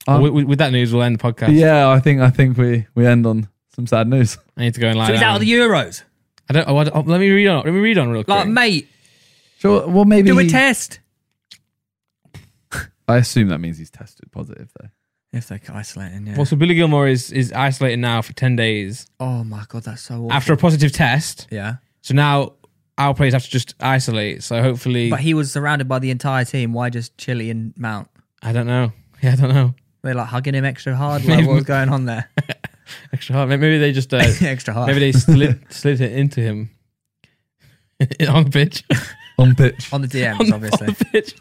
Speaker 3: Um,
Speaker 1: with, with- with that news, we'll end the podcast.
Speaker 3: Yeah. I think. I think we we end on some sad news.
Speaker 1: I need to go and lie
Speaker 2: So he's
Speaker 1: down.
Speaker 2: out of the Euros.
Speaker 1: I don't. Oh, I don't- oh, let me read on. Let me read on real quick.
Speaker 2: Like, mate,
Speaker 3: Sure. Well, maybe.
Speaker 2: do a
Speaker 3: he-
Speaker 2: test.
Speaker 3: I assume that means he's tested positive, though.
Speaker 2: If they're isolating, yeah.
Speaker 1: well, so Billy Gilmore is is isolated now for ten days
Speaker 2: Oh my god, that's so awful.
Speaker 1: after a positive test.
Speaker 2: yeah.
Speaker 1: So now our players have to just isolate. So hopefully,
Speaker 2: But he was surrounded by the entire team. Why just Chile and Mount?
Speaker 1: I don't know. Yeah, I don't know.
Speaker 2: They're like hugging him extra hard. Like, what was going on there?
Speaker 1: Extra hard. Maybe they just uh,
Speaker 2: extra hard.
Speaker 1: maybe they slid slid it into him on the pitch.
Speaker 3: On pitch.
Speaker 2: on the DMs, obviously.
Speaker 1: on the pitch.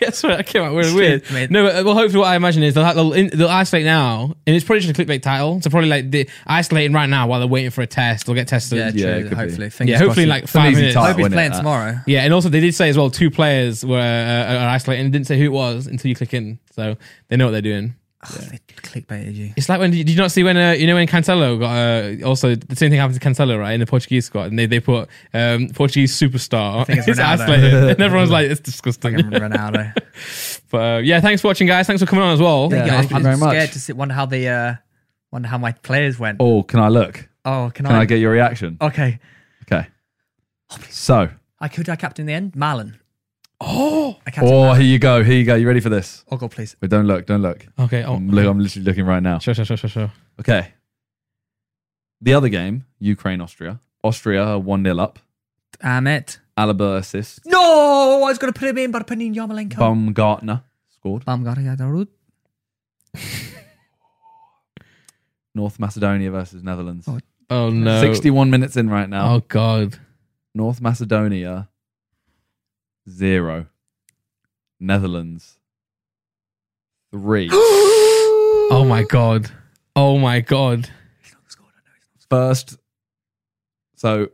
Speaker 1: Yes, right. I came out weird. weird.
Speaker 2: I mean-
Speaker 1: no, but, well, hopefully, what I imagine is they'll, have, they'll, in, they'll isolate now, and it's probably just a clickbait title. So probably like the isolating right now while they're waiting for a test. They'll get tested.
Speaker 2: yeah,
Speaker 1: Yeah,
Speaker 2: true.
Speaker 3: it could be.
Speaker 2: hopefully, fingers
Speaker 1: hopefully
Speaker 2: crossed.
Speaker 1: like
Speaker 3: Some
Speaker 1: five
Speaker 3: easy
Speaker 1: minutes.
Speaker 2: I
Speaker 3: title.
Speaker 2: hope he's
Speaker 3: Win it, uh,
Speaker 2: playing
Speaker 3: that.
Speaker 2: tomorrow.
Speaker 1: Yeah, and also they did say as well two players were uh, are isolated and didn't say who it was until you click in, so they know what they're doing.
Speaker 2: Ugh, Oh, They clickbaited you.
Speaker 1: It's like when did you not see when uh, you know when Cancelo got uh, also the same thing happened to Cancelo right in the Portuguese squad and they they put um, Portuguese superstar
Speaker 2: think it's
Speaker 1: is
Speaker 2: Ronaldo.
Speaker 1: isolated and everyone's like it's
Speaker 2: Fucking
Speaker 1: disgusting.
Speaker 2: Ronaldo.
Speaker 1: But uh, yeah, thanks for watching, guys. Thanks for coming on as well.
Speaker 3: Yeah,
Speaker 2: Yeah,
Speaker 3: thank
Speaker 2: I'm
Speaker 3: you very much.
Speaker 2: scared to sit, wonder how the uh, wonder how my players went.
Speaker 3: Oh, can I look? Can
Speaker 2: Oh, can,
Speaker 3: I get your reaction?
Speaker 2: Okay,
Speaker 3: Okay. So.
Speaker 2: I could I captain in the end. Malin,
Speaker 3: Oh.
Speaker 2: I captain.
Speaker 3: Oh, here you go. Here you go. You ready for this?
Speaker 2: Oh god, please.
Speaker 3: But don't look. Don't look.
Speaker 1: Okay. Oh,
Speaker 3: I'm, look, I'm literally looking right now.
Speaker 1: sure, sure, sure, sure, sure.
Speaker 3: Okay. The other game, Ukraine Austria. Austria are 1 0 up.
Speaker 2: Damn it.
Speaker 3: Alaba assists.
Speaker 2: No, I was going to put him in, but I put in Yarmolenko.
Speaker 3: Baumgartner scored.
Speaker 2: Baumgartner.
Speaker 3: North Macedonia versus Netherlands.
Speaker 2: Oh,
Speaker 1: Oh no.
Speaker 3: 61 minutes in right now.
Speaker 1: Oh god.
Speaker 3: North Macedonia, zero. Netherlands, three.
Speaker 1: Oh my god. Oh my god.
Speaker 3: first. So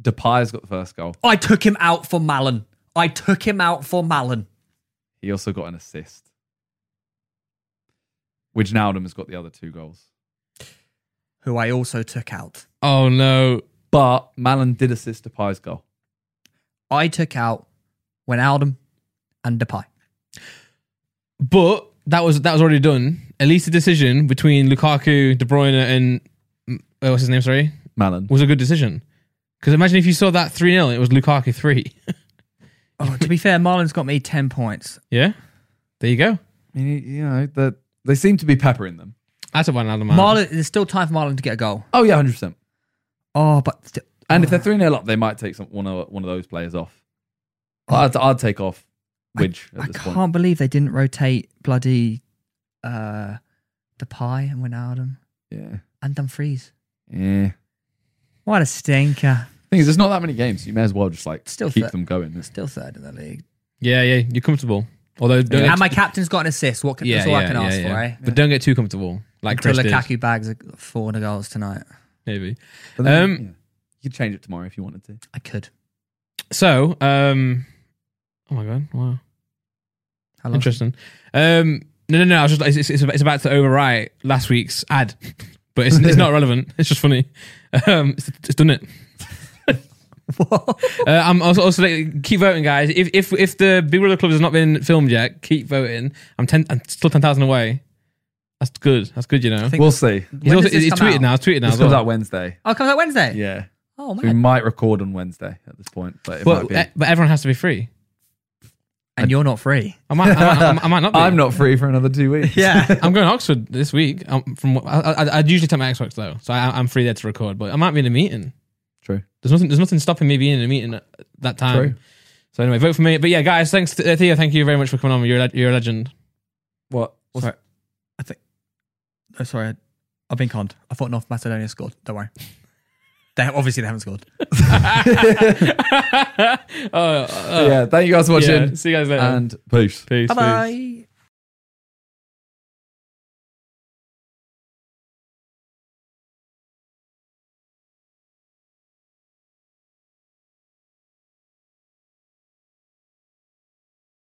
Speaker 3: Depay's got the first goal.
Speaker 2: I took him out for Malin. I took him out for Malin.
Speaker 3: He also got an assist. Wijnaldum has got the other two goals.
Speaker 2: who I also took out.
Speaker 1: Oh no.
Speaker 3: But Malin did assist Depay's goal.
Speaker 2: I took out Wijnaldum and Depay.
Speaker 1: But that was that was already done. At least the decision between Lukaku, De Bruyne, and uh, what's his name? Sorry,
Speaker 3: Malin.
Speaker 1: was a good decision. Because imagine if you saw that three 0 it was Lukaku three.
Speaker 2: Oh, to be fair, Marlon's got me 10 points.
Speaker 1: yeah, there you go.
Speaker 3: I mean, you know, that they seem to be peppering them.
Speaker 1: I took one out of mine.
Speaker 2: Marlon, there's still time for Marlon to get a goal.
Speaker 3: Oh, yeah, 100%.
Speaker 2: Oh, but st-
Speaker 3: And if they're 3 0 up, they might take some, one, of, one of those players off. I'd, I'd take off Widge at
Speaker 2: I
Speaker 3: this
Speaker 2: can't
Speaker 3: point.
Speaker 2: believe they didn't rotate bloody uh, Depay and Wijnaldum
Speaker 3: Yeah.
Speaker 2: and Dumfries.
Speaker 3: Yeah.
Speaker 2: What a stinker.
Speaker 3: Thing is, there's not that many games. So you may as well just like
Speaker 2: Still
Speaker 3: keep
Speaker 2: fit.
Speaker 3: them going. It's-
Speaker 2: Still third in the league.
Speaker 1: yeah, yeah, you're comfortable. Although don't
Speaker 2: And
Speaker 1: get,
Speaker 2: my captain's got an assist. What can,
Speaker 1: yeah,
Speaker 2: that's all
Speaker 1: yeah,
Speaker 2: I can
Speaker 1: yeah,
Speaker 2: ask
Speaker 1: yeah.
Speaker 2: for, eh?
Speaker 1: But don't get too comfortable, like
Speaker 2: Until
Speaker 1: Chris did,
Speaker 2: Lukaku bags are four goals tonight.
Speaker 1: maybe.
Speaker 3: but then,
Speaker 1: Um,
Speaker 3: yeah. You could change it tomorrow if you wanted to.
Speaker 2: I could.
Speaker 1: So, um, oh my god, wow.
Speaker 2: How long?
Speaker 1: Interesting. Um, no, no, no. I was just it's, it's, it's about to overwrite last week's ad, but it's, it's not relevant. It's just funny. Um, it's, it's done it. Uh, I'm also, also like, keep voting, guys. If if if the Big Brother Club has not been filmed yet, keep voting. I'm ten. I'm still ten thousand away. That's good. That's good. You know.
Speaker 2: think-
Speaker 3: We'll see.
Speaker 1: He's
Speaker 2: When
Speaker 1: also,
Speaker 2: does this
Speaker 1: he's
Speaker 2: come
Speaker 1: tweeted
Speaker 2: out?
Speaker 1: now. It's tweeted now.
Speaker 3: This
Speaker 1: as well.
Speaker 3: comes out Wednesday.
Speaker 2: Oh, it comes out Wednesday?
Speaker 3: Yeah.
Speaker 2: Oh,
Speaker 3: So we
Speaker 2: man.
Speaker 3: might record on Wednesday at this point, but it might
Speaker 1: But
Speaker 3: be.
Speaker 1: eh, but everyone has to be free.
Speaker 2: And you're not free.
Speaker 1: I might. I might, I might, I might not. Be.
Speaker 3: I'm not free for another two weeks.
Speaker 2: Yeah.
Speaker 1: I'm going to Oxford this week. I'm from I, I, I'd usually take my Xbox though, so I, I'm free there to record. But I might be in a meeting.
Speaker 3: True.
Speaker 1: There's nothing. There's nothing stopping me being in a meeting at that time.
Speaker 3: True.
Speaker 1: So anyway, vote for me. But yeah, guys, thanks to, uh, Theo. Thank you very much for coming on. You're a, le- you're a legend.
Speaker 3: What? What's
Speaker 2: Sorry. I think. Oh, sorry, I- I've been conned. I thought North Macedonia scored. Don't worry. They obviously they haven't scored.
Speaker 1: Oh, uh,
Speaker 3: yeah. Thank you guys for watching.
Speaker 1: Oh, yeah. See you guys later.
Speaker 3: And peace.
Speaker 1: peace.
Speaker 2: Bye
Speaker 1: peace.
Speaker 2: bye.